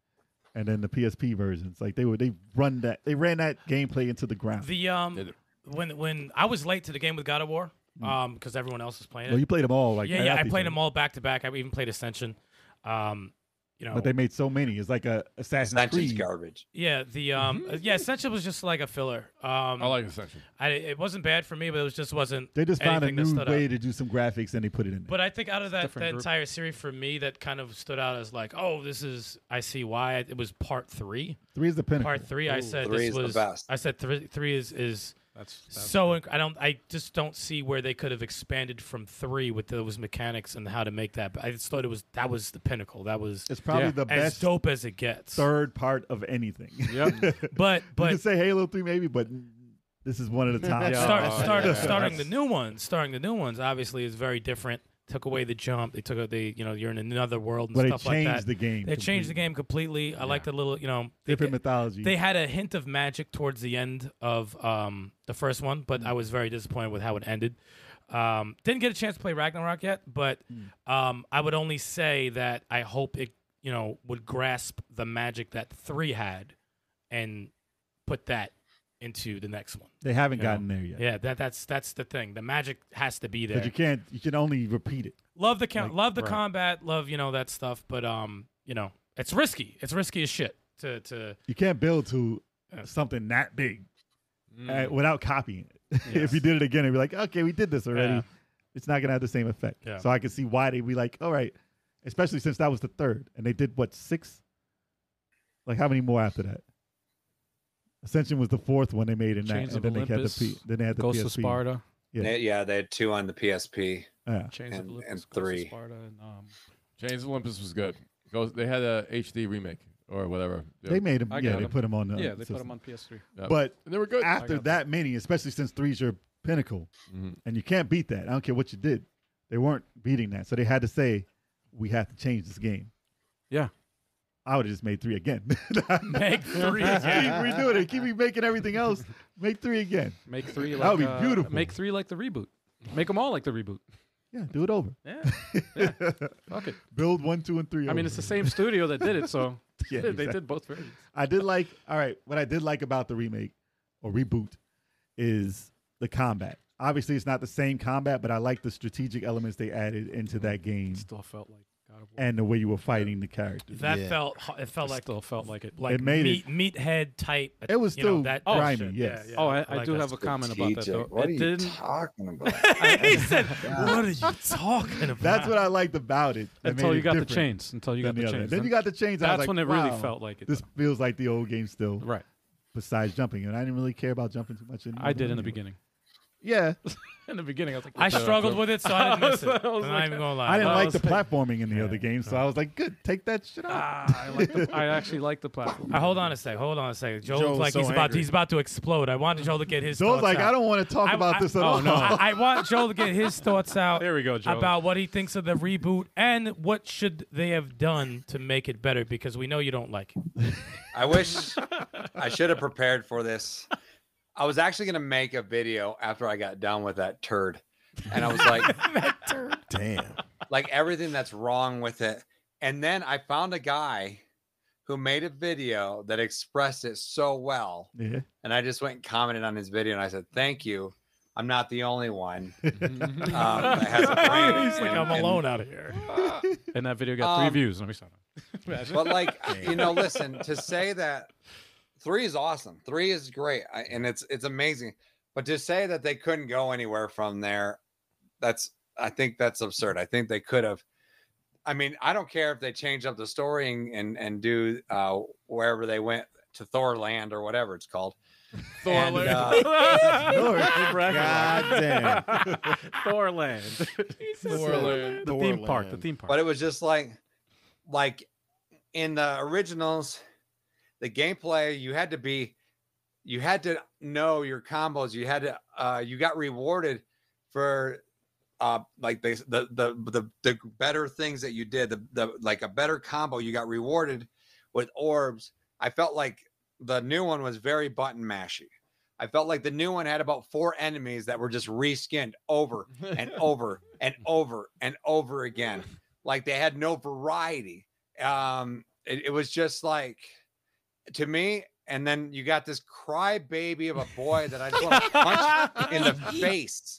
Speaker 7: and then the PSP versions, like they were they run that they ran that gameplay into the ground.
Speaker 6: The
Speaker 4: Did
Speaker 6: um,
Speaker 4: it.
Speaker 6: when when I was late to the game with God of War, um, because everyone else was playing it.
Speaker 7: well, you played them all, like
Speaker 6: yeah,
Speaker 7: right
Speaker 6: yeah, I
Speaker 7: after each
Speaker 6: played
Speaker 7: other.
Speaker 6: them all back to back. I even played Ascension. Um, you know,
Speaker 7: but they made so many. It's like a Assassin's
Speaker 5: Ascension's
Speaker 7: Creed.
Speaker 5: garbage.
Speaker 6: yeah, the um, yeah, Ascension was just like a filler. Um,
Speaker 4: I like Ascension.
Speaker 6: I, it wasn't bad for me, but it was, just wasn't.
Speaker 7: They just found a
Speaker 6: anything that
Speaker 7: new
Speaker 6: stood out.
Speaker 7: way to do some graphics, and they put it in. There.
Speaker 6: But I think out of that,
Speaker 2: different
Speaker 6: that
Speaker 2: group.
Speaker 6: entire series for me, that kind of stood out as like, oh, this is I see why it was part three.
Speaker 7: three is the pinnacle.
Speaker 6: Part three, I said
Speaker 5: Three
Speaker 6: this
Speaker 5: is the
Speaker 6: was.
Speaker 5: best.
Speaker 6: I said three, three is is
Speaker 2: That's, that's
Speaker 6: so. Inc- I don't. I just don't see where they could have expanded from three with those mechanics and how to make that. But I just thought it was that was the pinnacle. That was
Speaker 7: It's probably
Speaker 2: Yeah.
Speaker 7: the
Speaker 6: as
Speaker 7: best
Speaker 6: dope as it gets.
Speaker 7: third part of anything.
Speaker 2: Yep.
Speaker 6: But
Speaker 7: you
Speaker 6: but
Speaker 7: can say Halo Three maybe, but this is one of the top.
Speaker 2: Yeah.
Speaker 6: start,
Speaker 2: Oh,
Speaker 6: start,
Speaker 2: yeah.
Speaker 6: starting the new ones, starting the new ones, obviously is very different. Took away the jump. They took a, they you know you're in another world and
Speaker 7: but it
Speaker 6: stuff like
Speaker 7: changed
Speaker 6: that.
Speaker 7: the game.
Speaker 6: They changed
Speaker 7: completely.
Speaker 6: the game completely. I like the little, you know, they,
Speaker 7: Different mythology.
Speaker 6: they had a hint of magic towards the end of um, the first one, but I was very disappointed with how it ended. Um, didn't get a chance to play Ragnarok yet, but um, I would only say that I hope it, you know, would grasp the magic that three had and put that into the next one.
Speaker 7: They haven't
Speaker 6: you know.
Speaker 7: gotten there yet.
Speaker 6: Yeah, that that's that's the thing. The magic has to be there.
Speaker 7: But you can't. You can only repeat it.
Speaker 6: love the count,
Speaker 7: like,
Speaker 6: love the
Speaker 2: right.
Speaker 6: combat, love you know that stuff. But um, you know, it's risky. It's risky as shit to to.
Speaker 7: You can't build to
Speaker 6: Yeah.
Speaker 7: something that big uh,
Speaker 4: Mm.
Speaker 7: without copying it. if you did it again, it'd be like, okay, we did this already.
Speaker 6: Yeah.
Speaker 7: It's not gonna have the same effect.
Speaker 6: Yeah.
Speaker 7: So I can see why they'd be like, all right, especially since that was the third, and they did what six? Like how many more after that? Ascension was the fourth one they made in
Speaker 2: Chains
Speaker 7: that,
Speaker 2: of
Speaker 7: and then
Speaker 2: Olympus,
Speaker 7: they had the P, then they had the
Speaker 2: Ghost
Speaker 7: PSP.
Speaker 2: of Sparta.
Speaker 7: Yeah.
Speaker 5: They- yeah, they had two on the PSP.
Speaker 7: Yeah.
Speaker 2: Chains of
Speaker 5: And-
Speaker 2: Olympus.
Speaker 5: and
Speaker 2: Ghost of
Speaker 5: three.
Speaker 2: Sparta and, um,
Speaker 4: Chains of Olympus was good. Goes, they had a HD remake or whatever. Yeah.
Speaker 7: They made them.
Speaker 2: I
Speaker 7: yeah,
Speaker 2: got
Speaker 7: they
Speaker 2: 'em.
Speaker 7: put them on. The
Speaker 2: yeah, they put
Speaker 7: system.
Speaker 2: them on PS3.
Speaker 4: Yeah.
Speaker 7: But
Speaker 4: And they were good.
Speaker 7: after
Speaker 2: got
Speaker 7: that many, especially since three's your pinnacle,
Speaker 2: Mm-hmm.
Speaker 4: Mhm.
Speaker 7: and you can't beat that. I don't care what you did; they weren't beating that, so they had to say, "We have to change this game."
Speaker 2: Yeah.
Speaker 7: I would have just made three again.
Speaker 6: Make three.
Speaker 7: keep redoing it. Keep remaking everything else. Make three again.
Speaker 2: Make three like
Speaker 7: That would be
Speaker 2: uh,
Speaker 7: beautiful.
Speaker 2: Make three like the reboot. Make them all like the reboot.
Speaker 7: Yeah, do it over.
Speaker 2: Yeah. Fuck it.
Speaker 7: Build one, two, and
Speaker 2: I
Speaker 7: three.
Speaker 2: mean,
Speaker 7: over.
Speaker 2: it's the same studio that did it, so
Speaker 7: Yeah,
Speaker 2: they
Speaker 7: exactly.
Speaker 2: did both versions.
Speaker 7: I did like. All right, what I did like about the remake or reboot is the combat. Obviously, it's not the same combat, but I like the strategic elements they added into that game
Speaker 2: Still felt like God of War.
Speaker 7: and the way you were fighting the characters.
Speaker 6: That
Speaker 8: Yeah.
Speaker 6: felt it felt like
Speaker 2: still felt like it.
Speaker 6: like
Speaker 7: It made
Speaker 6: meat, meathead type.
Speaker 7: It was
Speaker 6: you know,
Speaker 7: still
Speaker 6: that
Speaker 7: oh,
Speaker 6: that
Speaker 7: grimy,
Speaker 6: shit.
Speaker 7: yes.
Speaker 6: Yeah, yeah.
Speaker 2: oh, I, I
Speaker 6: like
Speaker 2: do
Speaker 6: that
Speaker 2: have a comment about that though.
Speaker 5: Strategic. What
Speaker 2: it
Speaker 5: are you
Speaker 2: didn't.
Speaker 5: talking about?
Speaker 6: stuff. he said, "What are you talking about?"
Speaker 7: That's what I liked about it. that
Speaker 2: until
Speaker 7: made
Speaker 2: you
Speaker 7: it
Speaker 2: got the
Speaker 7: different
Speaker 2: chains. Until you got
Speaker 7: than
Speaker 2: the
Speaker 7: the other.
Speaker 2: chains.
Speaker 7: Then you got the chains. I was
Speaker 2: That's
Speaker 7: like,
Speaker 2: when it really
Speaker 7: wow,
Speaker 2: felt like it.
Speaker 7: This
Speaker 2: though.
Speaker 7: feels like the old game still,
Speaker 2: Right.
Speaker 7: besides jumping, and I didn't really care about jumping too much. Anymore
Speaker 2: I did in the
Speaker 7: anyway.
Speaker 2: beginning.
Speaker 7: Yeah,
Speaker 2: In the beginning, I was like,
Speaker 6: I
Speaker 2: what the-
Speaker 6: struggled with it, so I didn't miss it.
Speaker 2: I was like-
Speaker 6: I'm not even gonna lie.
Speaker 7: I didn't
Speaker 2: well,
Speaker 7: like
Speaker 2: it's
Speaker 7: the
Speaker 2: like-
Speaker 7: platforming in the
Speaker 6: Yeah.
Speaker 7: other game, so I was like, good, take that shit out.
Speaker 2: Ah, I, like the, I actually like the platform.
Speaker 6: Uh, hold on a sec. Hold on a sec. Joel, looks
Speaker 8: Joel's
Speaker 6: like
Speaker 8: so
Speaker 6: he's about
Speaker 8: angry.
Speaker 6: he's about to explode. I want Joel to get his.
Speaker 7: So I was
Speaker 6: thoughts
Speaker 7: like,
Speaker 6: out.
Speaker 7: I don't want to talk
Speaker 6: I-
Speaker 7: about
Speaker 6: I-
Speaker 7: this at
Speaker 6: oh,
Speaker 7: all.
Speaker 6: no. I, I want Joel to get his thoughts out.
Speaker 2: There we go, Joel.
Speaker 6: About what he thinks of the reboot and what should they have done to make it better because we know you don't like it.
Speaker 7: Um,
Speaker 5: I wish I should have prepared for this. I was actually gonna make a video after I got done with that turd, and I was like,
Speaker 8: Damn.
Speaker 5: like everything that's wrong with it. And then I found a guy who made a video that expressed it so well,
Speaker 7: Yeah.
Speaker 5: and I just went and commented on his video, and I said, "Thank you. I'm not the only one." Um, that has a brain
Speaker 6: He's like,
Speaker 5: and-
Speaker 6: I'm
Speaker 5: and-
Speaker 6: alone out of here.
Speaker 2: "Oh." And that video got
Speaker 5: Um,
Speaker 2: three views. Let me stop.
Speaker 5: but like you know listen to say that three is awesome three is great I- and it's it's amazing but to say that they couldn't go anywhere from there that's i think that's absurd i think they could have i mean i don't care if they change up the story and and, and do uh wherever they went to thorland or whatever it's called And, uh,
Speaker 8: God damn.
Speaker 2: Thorland.
Speaker 4: Thorland.
Speaker 2: The theme park. The theme park.
Speaker 5: but it was just like like in the originals the gameplay you had to be you had to know your combos you had to uh you got rewarded for uh like the the the the, the better things that you did the, the like a better combo you got rewarded with orbs i felt like the new one was very button mashy i felt like the new one had about four enemies that were just reskinned over and over and over and over again. Like they had no variety. Um, it, it was just like to me. And then you got this crybaby of a boy that I just want to punch in the face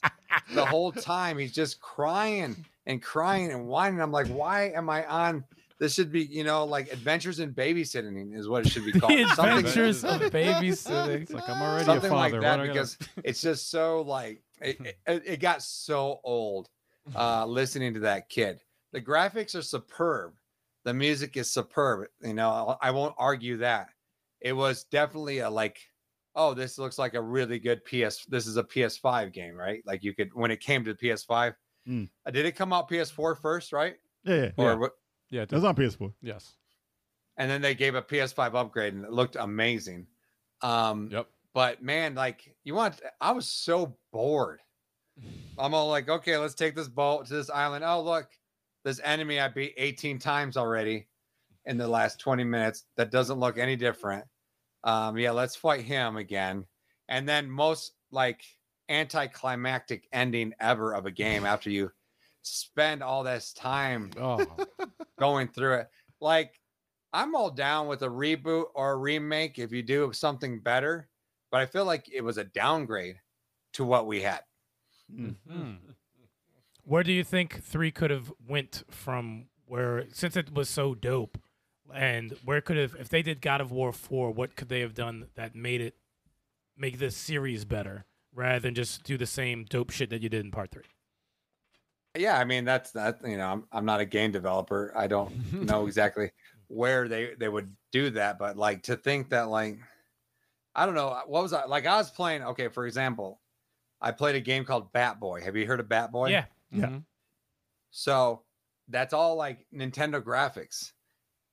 Speaker 5: the whole time. He's just crying and crying and whining. I'm like, why am I on? This should be, you know, like Adventures in Babysitting is what it should be called.
Speaker 2: the
Speaker 5: Something-
Speaker 2: adventures of babysitting. It's like I'm already a
Speaker 5: something like
Speaker 2: father. Why Hmm.
Speaker 5: that
Speaker 2: do I gotta-
Speaker 5: because it's just so like it, it, it got so old uh listening to that kid the graphics are superb the music is superb you know I'll- i won't argue that it was definitely a like oh this looks like a really good ps this is a ps5 game right like you could when it came to ps5
Speaker 2: Hmm.
Speaker 7: Mm.
Speaker 5: uh, did it come out ps4 first right
Speaker 7: Yeah.
Speaker 5: or
Speaker 2: Yeah.
Speaker 5: what
Speaker 2: yeah, it
Speaker 7: That's
Speaker 2: does.
Speaker 7: on PS4.
Speaker 2: yes.
Speaker 5: and then they gave a ps5 upgrade and it looked amazing um
Speaker 4: Yep.
Speaker 5: but man, like you want, I was so bored. I'm all like, okay, let's take this boat to this island. Oh, look, this enemy I beat 18 times already in the last 20 minutes. That doesn't look any different. Um, yeah, let's fight him again. And then most like anticlimactic ending ever of a game after you spend all this time
Speaker 2: Oh,
Speaker 5: going through it. Like, I'm all down with a reboot or a remake if you do something better, but I feel like it was a downgrade to what we had.
Speaker 2: Mm.
Speaker 6: Where do you think three could have went from where since it was so dope, and where could have if they did God of War four, what could they have done that made it make this series better rather than just do the same dope shit that you did in part three?
Speaker 5: Yeah, I mean that's that. You know, I'm I'm not a game developer. I don't know exactly where they they would do that, but like to think that like I don't know what was I like I was playing. Okay, for example, I played a game called Bat Boy. Have you heard of Bat Boy?
Speaker 6: Yeah,
Speaker 5: So that's all like Nintendo graphics.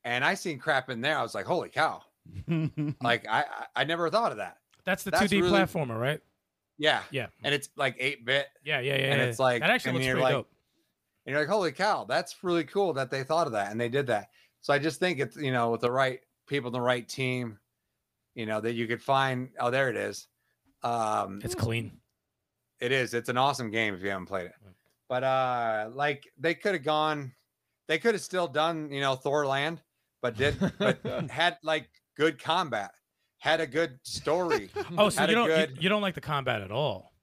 Speaker 5: And I seen crap in there. I was like, holy cow.
Speaker 6: Mm.
Speaker 5: like I I I never thought of that.
Speaker 6: that's the
Speaker 5: That's
Speaker 6: two D
Speaker 5: really-
Speaker 6: platformer, right?
Speaker 5: Yeah.
Speaker 6: Yeah,
Speaker 5: And it's like eight bit.
Speaker 6: yeah, yeah, yeah.
Speaker 5: and
Speaker 6: yeah.
Speaker 5: it's like-
Speaker 6: that actually
Speaker 5: and
Speaker 6: looks
Speaker 5: you're
Speaker 6: pretty
Speaker 5: like-
Speaker 6: dope.
Speaker 5: And you're like, holy cow, that's really cool that they thought of that and they did that. So I just think it's you know, with the right people, the right team, you know, that you could find oh there it is. Um
Speaker 6: It's clean.
Speaker 5: It is. It's an awesome game if you haven't played it.
Speaker 6: Mm.
Speaker 5: But uh like they could have gone they could have still done, you know, Thorland, but did but had like good combat, had a good story.
Speaker 6: Oh,
Speaker 5: Hmm,
Speaker 6: so
Speaker 5: Had
Speaker 6: you
Speaker 5: a
Speaker 6: don't you-
Speaker 5: good-
Speaker 6: you, don't like the combat at all?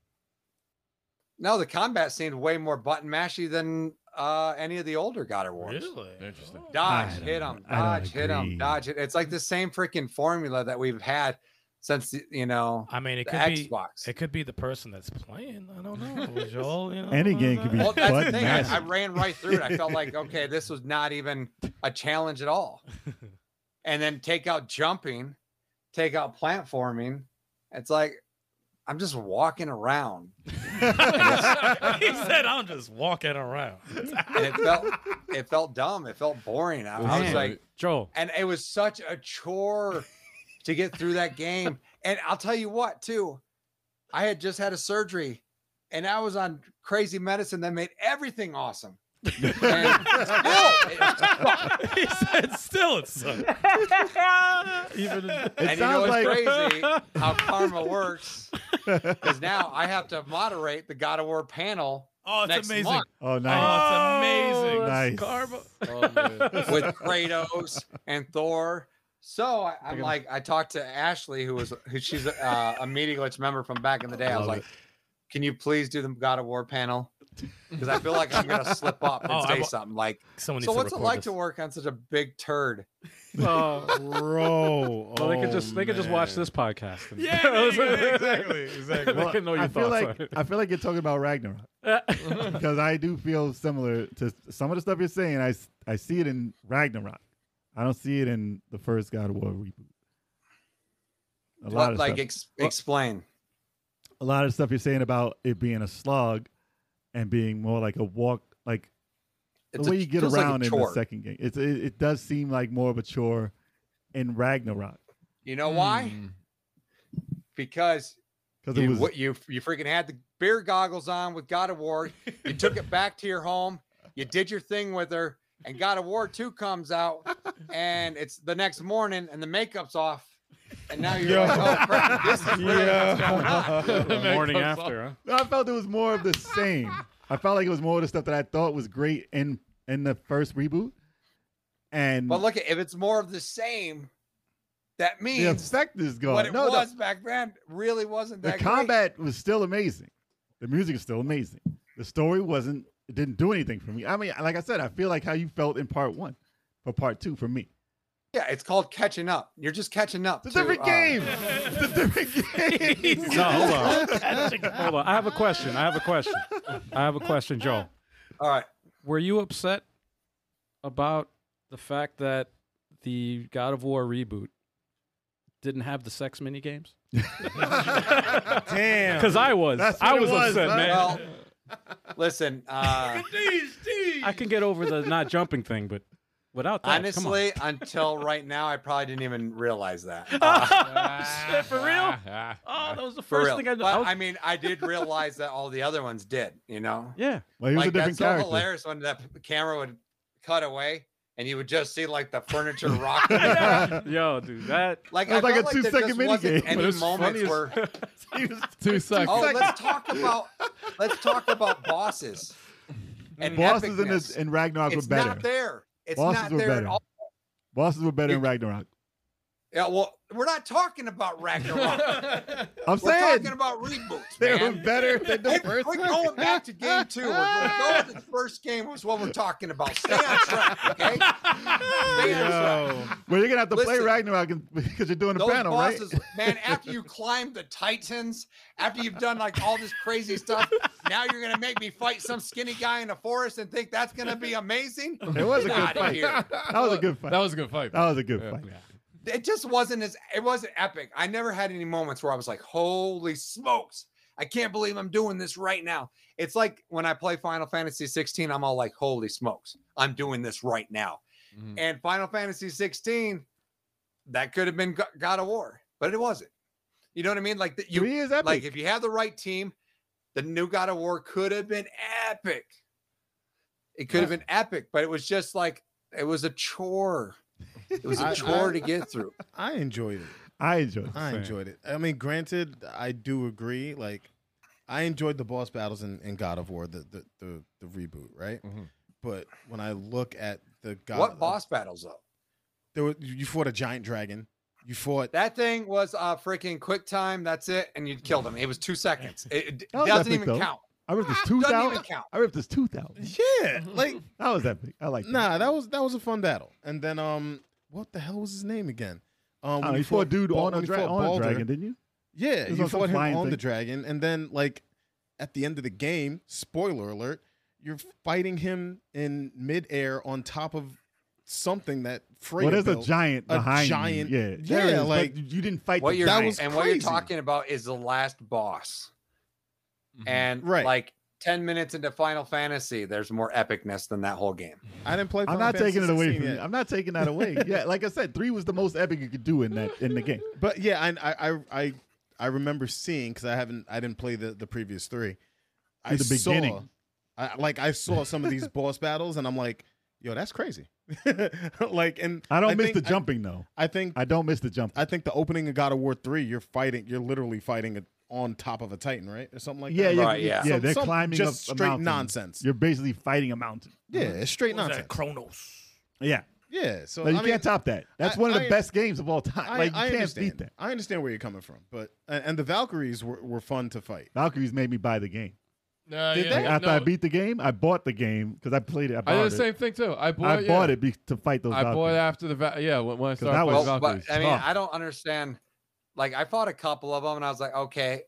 Speaker 5: no, the combat seemed way more button mashy than uh any of the older God of Wars.
Speaker 4: Interesting.
Speaker 5: Dodge,
Speaker 7: I
Speaker 5: hit
Speaker 7: don't-
Speaker 5: him,
Speaker 7: I don't
Speaker 5: dodge, hit him,
Speaker 7: agree.
Speaker 5: dodge it. It's like the same freaking formula that we've had since the- you know
Speaker 6: I mean, it
Speaker 5: the
Speaker 6: could be
Speaker 5: Xbox.
Speaker 6: it could be the person that's playing. I don't know, Oh, Joel. You know,
Speaker 7: Any game could be-
Speaker 5: well, that's the
Speaker 7: Button
Speaker 5: thing. I, I
Speaker 7: mashy.
Speaker 5: ran right through it. I felt like, okay, this was not even a challenge at all. And then take out jumping, take out platforming. It's like I'm just walking around.
Speaker 6: he said, "I'm just walking around."
Speaker 5: and it felt it felt dumb. It felt boring. I, I was
Speaker 2: Man.
Speaker 5: like,
Speaker 2: Joel.
Speaker 5: and it was such a chore to get through that game. And I'll tell you what, too, I had just had a surgery, and I was on crazy medicine that made everything awesome. And still, it-
Speaker 6: he said, "Still, it's so
Speaker 7: It
Speaker 5: and you know it's
Speaker 7: sounds like
Speaker 5: crazy how karma works. because now I have to moderate the God of War panel
Speaker 6: Oh, it's
Speaker 5: next
Speaker 6: amazing.
Speaker 5: month
Speaker 7: Oh, nice.
Speaker 6: Oh, it's amazing.
Speaker 7: Nice.
Speaker 6: Carbo-
Speaker 4: oh,
Speaker 5: with Kratos and Thor. So I, I'm like, I talked to Ashley, who was who she's uh, a Media Glitch member from back in the day. I was like, can you please do the God of War panel? Because I feel like I'm gonna slip up and
Speaker 6: Oh, I
Speaker 5: say
Speaker 6: wa-
Speaker 5: something like,
Speaker 6: Someone needs
Speaker 5: so
Speaker 6: to
Speaker 5: what's it
Speaker 6: record
Speaker 5: like
Speaker 6: this.
Speaker 5: to work on such a big turd?
Speaker 8: Bro.
Speaker 2: Oh.
Speaker 8: oh,
Speaker 2: Well, they could just they could just watch
Speaker 8: man.
Speaker 2: this podcast. and-
Speaker 6: Yeah, there you go. exactly, exactly.
Speaker 2: they can know your
Speaker 7: I feel
Speaker 2: thoughts.
Speaker 7: like I feel like you're talking about Ragnarok because I do feel similar to some of the stuff you're saying. I s- I see it in Ragnarok. I don't see it in the first God of War reboot. A lot
Speaker 5: What,
Speaker 7: of
Speaker 5: like
Speaker 7: stuff,
Speaker 5: ex- explain?
Speaker 7: a lot of stuff you're saying about it being a slog and being more like a walk like the
Speaker 5: It's a-
Speaker 7: way you get
Speaker 5: feels like a
Speaker 7: around in the
Speaker 5: chore.
Speaker 7: second game. It's it, it does seem like more of a chore in Ragnarok
Speaker 5: You know why?
Speaker 7: Hmm.
Speaker 5: Because
Speaker 7: because it
Speaker 5: you,
Speaker 7: was
Speaker 5: what, you you freaking had the beer goggles on with God of War. You took it back to your home. You did your thing with her, and God of War Two comes out, and it's the next morning, and the makeup's off, and now you're like, oh crap, this is really what's going on.
Speaker 2: the morning after, huh?
Speaker 7: No, I felt it was more of the same. I felt like it was more of the stuff that I thought was great in in the first reboot. And
Speaker 5: But look, if it's more of the same, that
Speaker 7: the
Speaker 5: means
Speaker 7: effect is gone.
Speaker 5: what it
Speaker 7: no, the-
Speaker 5: was back then really wasn't
Speaker 7: the,
Speaker 5: that great.
Speaker 7: combat was still amazing. The music is still amazing. The story wasn't it didn't do anything for me. I mean, like I said, I feel like how you felt in part one for part two for me.
Speaker 5: Yeah, it's called catching up. You're just catching up.
Speaker 7: It's
Speaker 5: to,
Speaker 7: a different
Speaker 5: uh,
Speaker 7: game. It's a different game.
Speaker 2: No, hold on. hold on. I have a question. I have a question. I have a question, Joel.
Speaker 5: all right.
Speaker 2: Were you upset about the fact that the God of War reboot didn't have the sex mini games?
Speaker 8: Damn.
Speaker 2: Because I was.
Speaker 7: That's what
Speaker 2: I
Speaker 7: it
Speaker 2: was,
Speaker 7: was,
Speaker 2: upset,
Speaker 7: huh?
Speaker 2: man.
Speaker 5: Well, listen. Uh,
Speaker 2: I can get over the not jumping thing, but without that,
Speaker 5: Honestly, until right now, I probably didn't even realize that.
Speaker 2: come
Speaker 5: Uh,
Speaker 2: on. Ah, Shit, for real? Oh, that was the
Speaker 5: Ah, for
Speaker 2: first
Speaker 5: real.
Speaker 2: thing I know.
Speaker 5: But,
Speaker 2: I was-
Speaker 5: I mean, I did realize that all the other ones did, you know?
Speaker 2: yeah.
Speaker 7: Well, he was
Speaker 5: like,
Speaker 7: a
Speaker 5: that's
Speaker 7: different character.
Speaker 5: so hilarious when that p- camera would cut away and you would just see like the furniture rocking. like,
Speaker 2: Yo, dude, that.
Speaker 5: I
Speaker 7: was like
Speaker 5: felt
Speaker 7: a
Speaker 5: there
Speaker 7: two-second
Speaker 5: just wasn't
Speaker 7: minigame.
Speaker 5: Any
Speaker 2: But it was funny
Speaker 5: moments
Speaker 2: as-
Speaker 5: where,
Speaker 7: He was-
Speaker 4: Two seconds.
Speaker 5: oh, let's talk about, let's talk about bosses. And
Speaker 7: bosses in
Speaker 5: epicness.
Speaker 7: this in Ragnarok
Speaker 5: it's
Speaker 7: were better.
Speaker 5: not there. It's
Speaker 7: Bosses
Speaker 5: not
Speaker 7: were
Speaker 5: there
Speaker 7: better.
Speaker 5: at all.
Speaker 7: Bosses were better in
Speaker 5: It-
Speaker 7: Ragnarok.
Speaker 5: Yeah, well, we're not talking about Ragnarok.
Speaker 7: I'm
Speaker 5: We're
Speaker 7: saying
Speaker 5: talking about reboots,
Speaker 7: they were
Speaker 5: man.
Speaker 7: better than the
Speaker 5: Hey,
Speaker 7: first
Speaker 5: we're
Speaker 7: one.
Speaker 5: going back to game two. We're going to the first game was what we're talking about. Stay on track, okay? Stay on track.
Speaker 7: Well, you're gonna have to play
Speaker 5: Listen.
Speaker 7: Ragnarok in- because you're doing the
Speaker 5: Those
Speaker 7: panel,
Speaker 5: bosses,
Speaker 7: right?
Speaker 5: man, after you climb the Titans, after you've done like all this crazy stuff, now you're gonna make me fight some skinny guy in the forest and think that's gonna be amazing?
Speaker 7: It was a
Speaker 5: Get
Speaker 7: good
Speaker 5: outta
Speaker 7: fight.
Speaker 5: here.
Speaker 7: That was a good fight.
Speaker 4: That was a good fight.
Speaker 7: That was a good
Speaker 4: Yeah.
Speaker 7: fight.
Speaker 5: It just wasn't as it wasn't epic. I never had any moments where I was like, holy smokes. I can't believe I'm doing this right now. It's like when I play Final Fantasy 16, I'm all like, holy smokes, I'm doing this right now.
Speaker 4: Mhm.
Speaker 5: And Final Fantasy 16, that could have been Go- God of War, but it wasn't. You know what I mean? Like that you
Speaker 7: Three is epic.
Speaker 5: like if you had the right team, the new God of War could have been epic. It could have been epic, but it was just like it was a chore. It was
Speaker 8: I-
Speaker 5: a chore to get through.
Speaker 8: I enjoyed it.
Speaker 7: I enjoyed. It.
Speaker 8: I
Speaker 2: Same.
Speaker 8: enjoyed it. I mean, granted, I do agree. Like, I enjoyed the boss battles in, in God of War, the the the, the reboot, right?
Speaker 2: Mm-hmm.
Speaker 4: Mhm.
Speaker 8: But when I look at the God,
Speaker 5: what boss battles though?
Speaker 8: There were, you fought a giant dragon. You fought.
Speaker 5: That thing was uh freaking quick time. That's it, and you'd kill them. It was two seconds. It, it
Speaker 7: That was
Speaker 5: doesn't
Speaker 7: epic,
Speaker 5: even
Speaker 7: though.
Speaker 5: count. Ah,
Speaker 7: I ripped his tooth
Speaker 5: Doesn't even
Speaker 7: out.
Speaker 5: count.
Speaker 7: I ripped his tooth out.
Speaker 8: Yeah, like
Speaker 7: That was epic. I like.
Speaker 8: nah, that was that was a fun battle. And then um, what the hell was his name again?
Speaker 7: That.
Speaker 8: Um, when
Speaker 7: Oh,
Speaker 8: you
Speaker 7: you fought a dude
Speaker 8: Bal-
Speaker 7: on a,
Speaker 8: when you
Speaker 7: dra-
Speaker 8: fought
Speaker 7: on a
Speaker 8: Baldur.
Speaker 7: dragon, didn't you?
Speaker 8: Yeah,
Speaker 7: was
Speaker 8: you
Speaker 7: on some
Speaker 8: fought him
Speaker 7: flying
Speaker 8: on the
Speaker 7: thing.
Speaker 8: dragon, and then like at the end of the game, spoiler alert, you're fighting him in midair on top of something that Freya
Speaker 7: Well, there's a
Speaker 8: built.
Speaker 7: giant
Speaker 8: A
Speaker 7: behind
Speaker 8: giant-
Speaker 7: you. Yeah, there
Speaker 8: yeah,
Speaker 7: it is, but
Speaker 8: like-
Speaker 7: you didn't fight.
Speaker 5: What
Speaker 7: the
Speaker 5: you're
Speaker 8: That
Speaker 7: giant.
Speaker 8: was
Speaker 5: and what you're
Speaker 8: crazy.
Speaker 5: talking about is the last boss.
Speaker 4: Mhm.
Speaker 5: And
Speaker 8: Right.
Speaker 5: like 10 minutes into Final Fantasy, there's more epicness than that whole game.
Speaker 8: I didn't play.
Speaker 7: I'm
Speaker 8: Final
Speaker 7: not
Speaker 8: Fantasy
Speaker 7: taking it away
Speaker 8: 16
Speaker 7: from you.
Speaker 8: yet.
Speaker 7: I'm not taking that away. Yeah, like I said, three was the most epic you could do in that in the game.
Speaker 8: But yeah, I I I, I, I remember seeing because I haven't I didn't play the the previous three. I
Speaker 7: In the
Speaker 8: saw-
Speaker 7: beginning.
Speaker 8: I, like I saw some of these boss battles, and I'm like, yo, that's crazy. like, and
Speaker 7: I don't miss
Speaker 8: think-
Speaker 7: the jumping though.
Speaker 8: I, I think
Speaker 7: I don't miss the jumping.
Speaker 8: I think the opening of God of War three, you're fighting, you're literally fighting a- on top of a titan, right, or something like
Speaker 7: yeah,
Speaker 8: that.
Speaker 7: yeah,
Speaker 5: Right,
Speaker 7: yeah,
Speaker 5: yeah.
Speaker 7: yeah.
Speaker 8: Some-
Speaker 7: They're
Speaker 8: some
Speaker 7: climbing
Speaker 8: just
Speaker 7: up a
Speaker 8: straight
Speaker 7: mountain.
Speaker 8: nonsense.
Speaker 7: You're basically fighting a mountain.
Speaker 8: yeah, it's straight
Speaker 6: What was
Speaker 8: nonsense.
Speaker 6: that? Kronos.
Speaker 7: Yeah,
Speaker 8: yeah, so
Speaker 7: Like, you
Speaker 8: I mean,
Speaker 7: can't top that. That's
Speaker 8: I-
Speaker 7: one of the
Speaker 8: I-
Speaker 7: best games of all time.
Speaker 8: I,
Speaker 7: like you
Speaker 8: I
Speaker 7: can't
Speaker 8: understand.
Speaker 7: beat that.
Speaker 8: I understand where you're coming from, but and, and the Valkyries were, were fun to fight.
Speaker 7: Valkyries made me buy the game.
Speaker 4: Nah,
Speaker 8: Did
Speaker 4: yeah,
Speaker 8: they?
Speaker 7: Like, after
Speaker 4: no,
Speaker 7: I beat the game, I bought the game because I played it. I,
Speaker 4: I
Speaker 7: borrowed
Speaker 4: did the
Speaker 7: it.
Speaker 4: same thing too. I bought.
Speaker 7: I
Speaker 4: yeah.
Speaker 7: bought it be- to fight those.
Speaker 4: I bought
Speaker 7: Valkyries.
Speaker 4: after the va- yeah when, when I started
Speaker 7: that
Speaker 4: fighting
Speaker 7: was-
Speaker 5: Well, but
Speaker 4: Valkyries.
Speaker 5: I mean,
Speaker 7: Tough.
Speaker 5: I don't understand. Like, I fought a couple of them, and I was like, okay,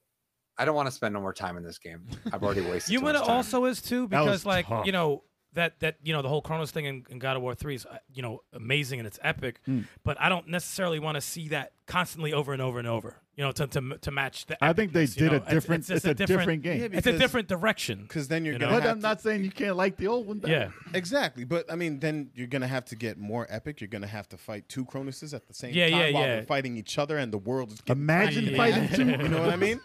Speaker 5: I don't want to spend no more time in this game. I've already wasted.
Speaker 6: You
Speaker 5: too
Speaker 6: want
Speaker 5: much
Speaker 6: to
Speaker 5: time.
Speaker 6: also is too
Speaker 7: That was
Speaker 6: because like
Speaker 7: tough.
Speaker 6: you know that that you know the whole Chronos thing in, in God of War three is uh, you know amazing and it's epic, but I don't necessarily want to see that constantly over and over and over. You know to to, to match the.
Speaker 7: I think they
Speaker 6: epicness, you
Speaker 7: did a
Speaker 6: know? It's-
Speaker 7: different. It's,
Speaker 6: It's, just
Speaker 7: a different, game.
Speaker 8: Yeah,
Speaker 6: It's a
Speaker 8: because-
Speaker 6: different direction.
Speaker 8: Because then you're
Speaker 6: You
Speaker 8: gonna.
Speaker 6: know?
Speaker 7: but
Speaker 8: have
Speaker 7: I'm
Speaker 8: to-
Speaker 7: not saying you can't like the old one. Though.
Speaker 6: Yeah,
Speaker 8: Exactly, but I mean, then you're gonna have to get more epic. You're gonna have to fight two Cronuses at the same
Speaker 6: Yeah,
Speaker 8: time
Speaker 6: yeah,
Speaker 8: while
Speaker 6: yeah.
Speaker 8: they're fighting each other, and the world is getting
Speaker 7: Imagine
Speaker 6: Yeah.
Speaker 7: fighting two.
Speaker 8: You know what I mean?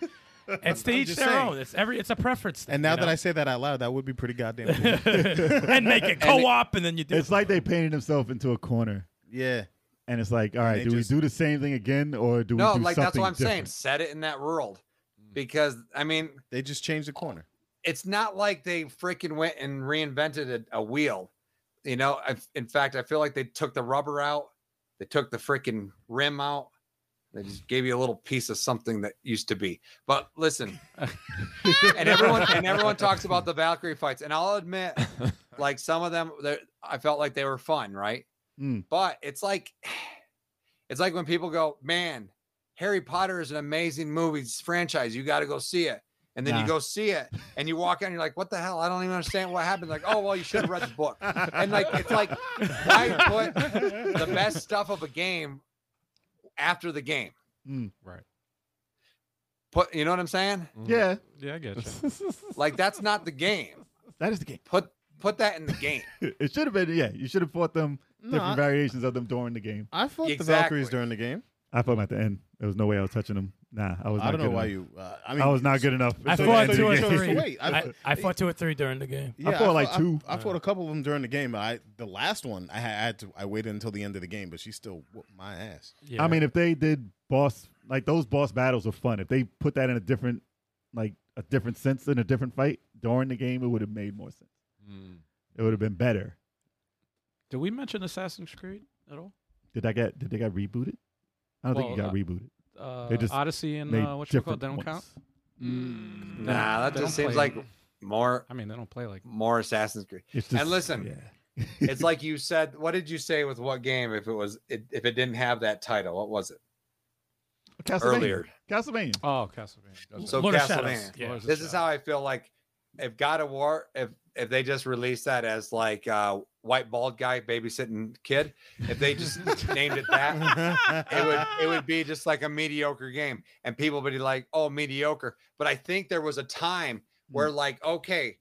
Speaker 6: it's to
Speaker 8: I'm
Speaker 6: each
Speaker 8: just
Speaker 6: their
Speaker 8: saying.
Speaker 6: own. It's every it's a preference. Thing,
Speaker 8: And now
Speaker 6: you
Speaker 8: that I say that out loud, that would be pretty goddamn. cool.
Speaker 6: I and make it co-op and then you do.
Speaker 7: It's like they painted themselves into a corner,
Speaker 8: yeah,
Speaker 7: and it's like, all right,
Speaker 8: they
Speaker 7: do
Speaker 8: just-
Speaker 7: we do the same thing again, or do
Speaker 5: No,
Speaker 7: we do
Speaker 5: like that's
Speaker 7: something
Speaker 5: what I'm saying.
Speaker 7: different?
Speaker 5: Set it in that world, because I mean,
Speaker 8: they just changed the corner.
Speaker 5: it's not like they freaking went and reinvented a, a wheel. You know, I, in fact, I feel like they took the rubber out, they took the freaking rim out, they just gave you a little piece of something that used to be. But listen, and everyone and everyone talks about the Valkyrie fights, and I'll admit, like some of them, they're- I felt like they were fun, right?
Speaker 7: Mm.
Speaker 5: But it's like, it's like when people go, "Man, Harry Potter is an amazing movie franchise. You got to go see it." And then
Speaker 7: Nah.
Speaker 5: you go see it, and you walk out and you're like, what the hell? I don't even understand what happened. Like, oh well, you should have read the book. And like it's like why put the best stuff of a game after the game?
Speaker 7: Mm.
Speaker 2: Right.
Speaker 5: Put you know what I'm saying?
Speaker 7: Yeah,
Speaker 2: Yeah, I get you.
Speaker 5: Like that's not the game.
Speaker 7: that is the game.
Speaker 5: Put put that in the game.
Speaker 7: It should have been. Yeah, you should have fought them different
Speaker 8: I-
Speaker 7: variations of them during the game.
Speaker 8: I fought the
Speaker 5: Exactly.
Speaker 8: Valkyries during the game.
Speaker 7: I fought them at the end. There was no way I was touching them. Nah, I was.
Speaker 8: I
Speaker 7: not
Speaker 8: don't
Speaker 7: good
Speaker 8: know why
Speaker 7: enough.
Speaker 8: you. Uh, I mean,
Speaker 7: I was not good enough.
Speaker 6: I
Speaker 7: So-
Speaker 6: fought
Speaker 7: so
Speaker 6: two
Speaker 7: you
Speaker 6: or
Speaker 7: chose to
Speaker 6: three.
Speaker 7: wait.
Speaker 8: Wait, I,
Speaker 6: I, I fought two or three during the game.
Speaker 8: yeah,
Speaker 7: fought like
Speaker 8: I-
Speaker 7: two.
Speaker 8: I, fought a couple of them during the game, but I the last one I had, I had to. I waited until the end of the game, but she still whooped my ass.
Speaker 6: Yeah.
Speaker 7: I mean, if they did boss like those boss battles were fun. If they put that in a different, like a different sense in a different fight during the game, it would have made more sense.
Speaker 2: Hmm.
Speaker 7: It would have been better.
Speaker 2: Did we mention Assassin's Creed at all?
Speaker 7: Did I get? Did they got rebooted? I don't think it
Speaker 2: Well,
Speaker 7: got
Speaker 2: uh,
Speaker 7: rebooted.
Speaker 2: Uh,
Speaker 7: They just
Speaker 2: Odyssey and
Speaker 7: Made
Speaker 2: uh, what you call it?
Speaker 7: different
Speaker 2: They don't
Speaker 7: ones.
Speaker 2: count. Hmm.
Speaker 5: Mm.
Speaker 2: Mm.
Speaker 5: Nah, that
Speaker 2: They
Speaker 5: just
Speaker 2: don't
Speaker 5: seems
Speaker 2: play-
Speaker 5: like more
Speaker 2: I mean, they don't play like.
Speaker 5: more Assassin's Creed.
Speaker 7: It's
Speaker 5: And
Speaker 7: just,
Speaker 5: listen,
Speaker 7: yeah.
Speaker 5: It's like you said. What did you say with what game? If it was it, if it didn't have that title, what was it?
Speaker 7: Castlevania.
Speaker 5: Earlier.
Speaker 7: Castlevania.
Speaker 2: Oh, Castlevania.
Speaker 5: So
Speaker 6: Lord of Shadows.
Speaker 5: Castlevania.
Speaker 6: Yeah.
Speaker 2: Lord of
Speaker 5: this is
Speaker 2: Shadows.
Speaker 5: how I feel like if God of War, if if they just released that as like uh white bald guy babysitting kid, if they just named it that, it would it would be just like a mediocre game. And people would be like, oh mediocre. But I think there was a time where like, okay,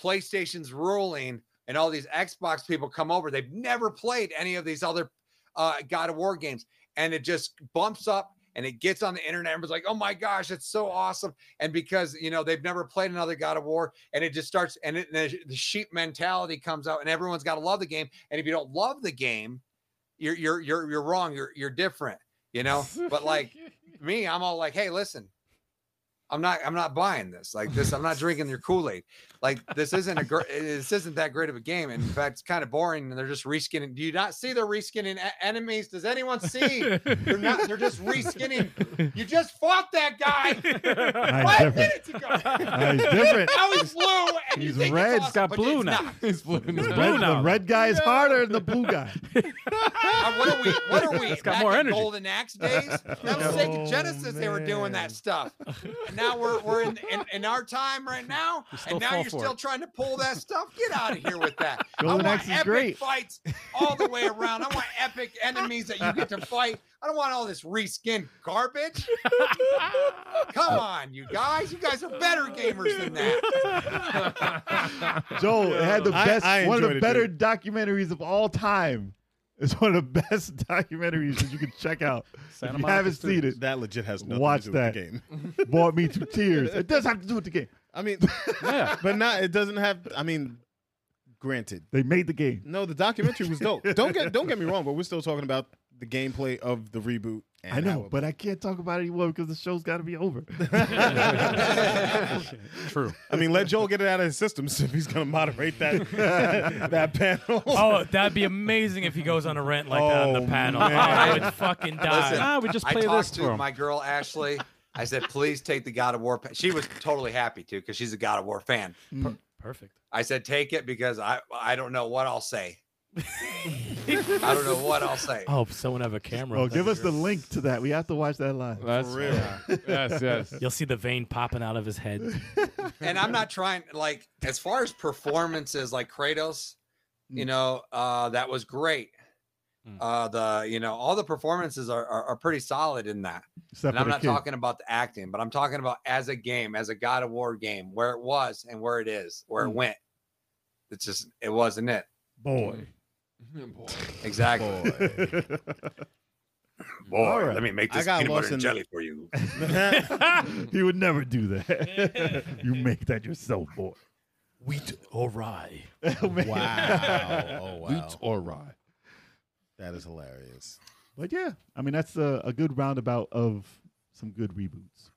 Speaker 5: PlayStation's ruling and all these Xbox people come over. They've never played any of these other uh, God of War games, and it just bumps up and it gets on the internet. and Everyone's like, "Oh my gosh, it's so awesome!" And because you know they've never played another God of War, and it just starts and it, the, the sheep mentality comes out, and everyone's got to love the game. And if you don't love the game, you're you're you're you're wrong. You're you're different, you know. But like me, I'm all like, "Hey, listen." I'm not. I'm not buying this. Like this. I'm not drinking your Kool Aid. Like this isn't a. Gr- this isn't that great of a game. In fact, it's kind of boring. And they're just reskinning. Do you not see they're reskinning e- enemies? Does anyone see? They're not. They're just reskinning. You just fought that guy
Speaker 7: Nice
Speaker 5: five minutes
Speaker 7: different.
Speaker 5: ago.
Speaker 7: Nice different.
Speaker 5: Now he's blue, and you
Speaker 7: He's
Speaker 5: think
Speaker 7: red.
Speaker 5: It's
Speaker 7: He's
Speaker 5: awesome,
Speaker 2: got
Speaker 5: but
Speaker 2: blue
Speaker 5: it's
Speaker 2: now.
Speaker 5: not.
Speaker 4: It's blue
Speaker 7: The
Speaker 4: now.
Speaker 7: red, the
Speaker 2: now.
Speaker 7: red guy is harder than the blue guy.
Speaker 5: Uh, what are we? What are we?
Speaker 2: It's got
Speaker 5: back
Speaker 2: more
Speaker 5: in
Speaker 2: energy.
Speaker 5: Golden Axe days. That was
Speaker 7: Oh,
Speaker 5: Sega Genesis. They were doing that
Speaker 7: man.
Speaker 5: stuff. And now we're we're in in, in our time right now.
Speaker 2: still
Speaker 5: And now
Speaker 2: fall
Speaker 5: you're
Speaker 2: for
Speaker 5: still
Speaker 2: it.
Speaker 5: trying to pull that stuff. Get out of here with that.
Speaker 7: Golden
Speaker 5: I want
Speaker 7: Axe is
Speaker 5: epic
Speaker 7: great.
Speaker 5: fights all the way around. I want epic enemies that you get to fight. I don't want all this reskinned garbage. Come on, you guys. You guys are better gamers than that.
Speaker 7: Joel, it had the
Speaker 8: I-
Speaker 7: best,
Speaker 8: I
Speaker 7: one of
Speaker 8: enjoyed
Speaker 7: the
Speaker 8: it,
Speaker 7: better documentaries of all time. It's one of the best documentaries that you can check out.
Speaker 2: Santa
Speaker 7: if you
Speaker 2: Monica
Speaker 7: haven't seen it,
Speaker 8: That legit has nothing
Speaker 7: Watch
Speaker 8: to do
Speaker 7: that.
Speaker 8: with the game.
Speaker 7: brought me to tears. It does have to do with the game.
Speaker 8: I mean,
Speaker 2: Yeah.
Speaker 8: but not. It doesn't have. I mean, granted,
Speaker 7: They made the game.
Speaker 8: no. The documentary was dope. Don't get don't get me wrong, but we're still talking about the gameplay of the reboot. And
Speaker 7: I
Speaker 8: how
Speaker 7: know,
Speaker 8: it-
Speaker 7: but I can't talk about it anymore because the show's got to be over.
Speaker 2: True.
Speaker 8: I mean, let Joel get it out of his system so if he's going to moderate that that panel.
Speaker 6: Oh, that'd be amazing if he goes on a rant like that on
Speaker 8: Oh,
Speaker 6: the panel.
Speaker 8: man.
Speaker 6: I would fucking die.
Speaker 5: Listen,
Speaker 2: Ah, we just
Speaker 5: I
Speaker 2: play this
Speaker 5: talked
Speaker 2: for
Speaker 5: to
Speaker 2: 'em.
Speaker 5: my girl Ashley. I said, please take the God of War. pa-" She was totally happy to because she's a God of War fan.
Speaker 6: Perfect.
Speaker 5: I said, take it because I I don't know what I'll say. I don't know what I'll say.
Speaker 6: Oh, if someone have a camera.
Speaker 7: Bro, give us the link to that. We have to watch that live.
Speaker 4: That's
Speaker 8: real.
Speaker 4: yes, yes.
Speaker 6: You'll see the vein popping out of his head.
Speaker 5: And I'm not trying like as far as performances like Kratos, you know, uh that was great.
Speaker 6: Mm.
Speaker 5: Uh the you know, all the performances are are, are pretty solid in that.
Speaker 7: Except
Speaker 5: And
Speaker 7: for
Speaker 5: I'm
Speaker 7: the
Speaker 5: not
Speaker 7: kid.
Speaker 5: talking about the acting, but I'm talking about as a game, as a God of War game, where it was and where it is, where
Speaker 6: Mm.
Speaker 5: it went. It's just it wasn't it.
Speaker 7: boy.
Speaker 4: Boy.
Speaker 5: Exactly. Boy,
Speaker 8: Alright.
Speaker 5: let me make
Speaker 8: I
Speaker 5: this
Speaker 8: got
Speaker 5: peanut butter
Speaker 8: lost
Speaker 5: and
Speaker 8: in-
Speaker 5: jelly for you.
Speaker 7: he would never do that. you make that yourself, boy.
Speaker 6: Wheat or rye.
Speaker 7: Oh,
Speaker 8: wow. Oh,
Speaker 4: Wheat or rye.
Speaker 8: That is hilarious.
Speaker 7: But yeah, I mean that's a, a good roundabout of some good reboots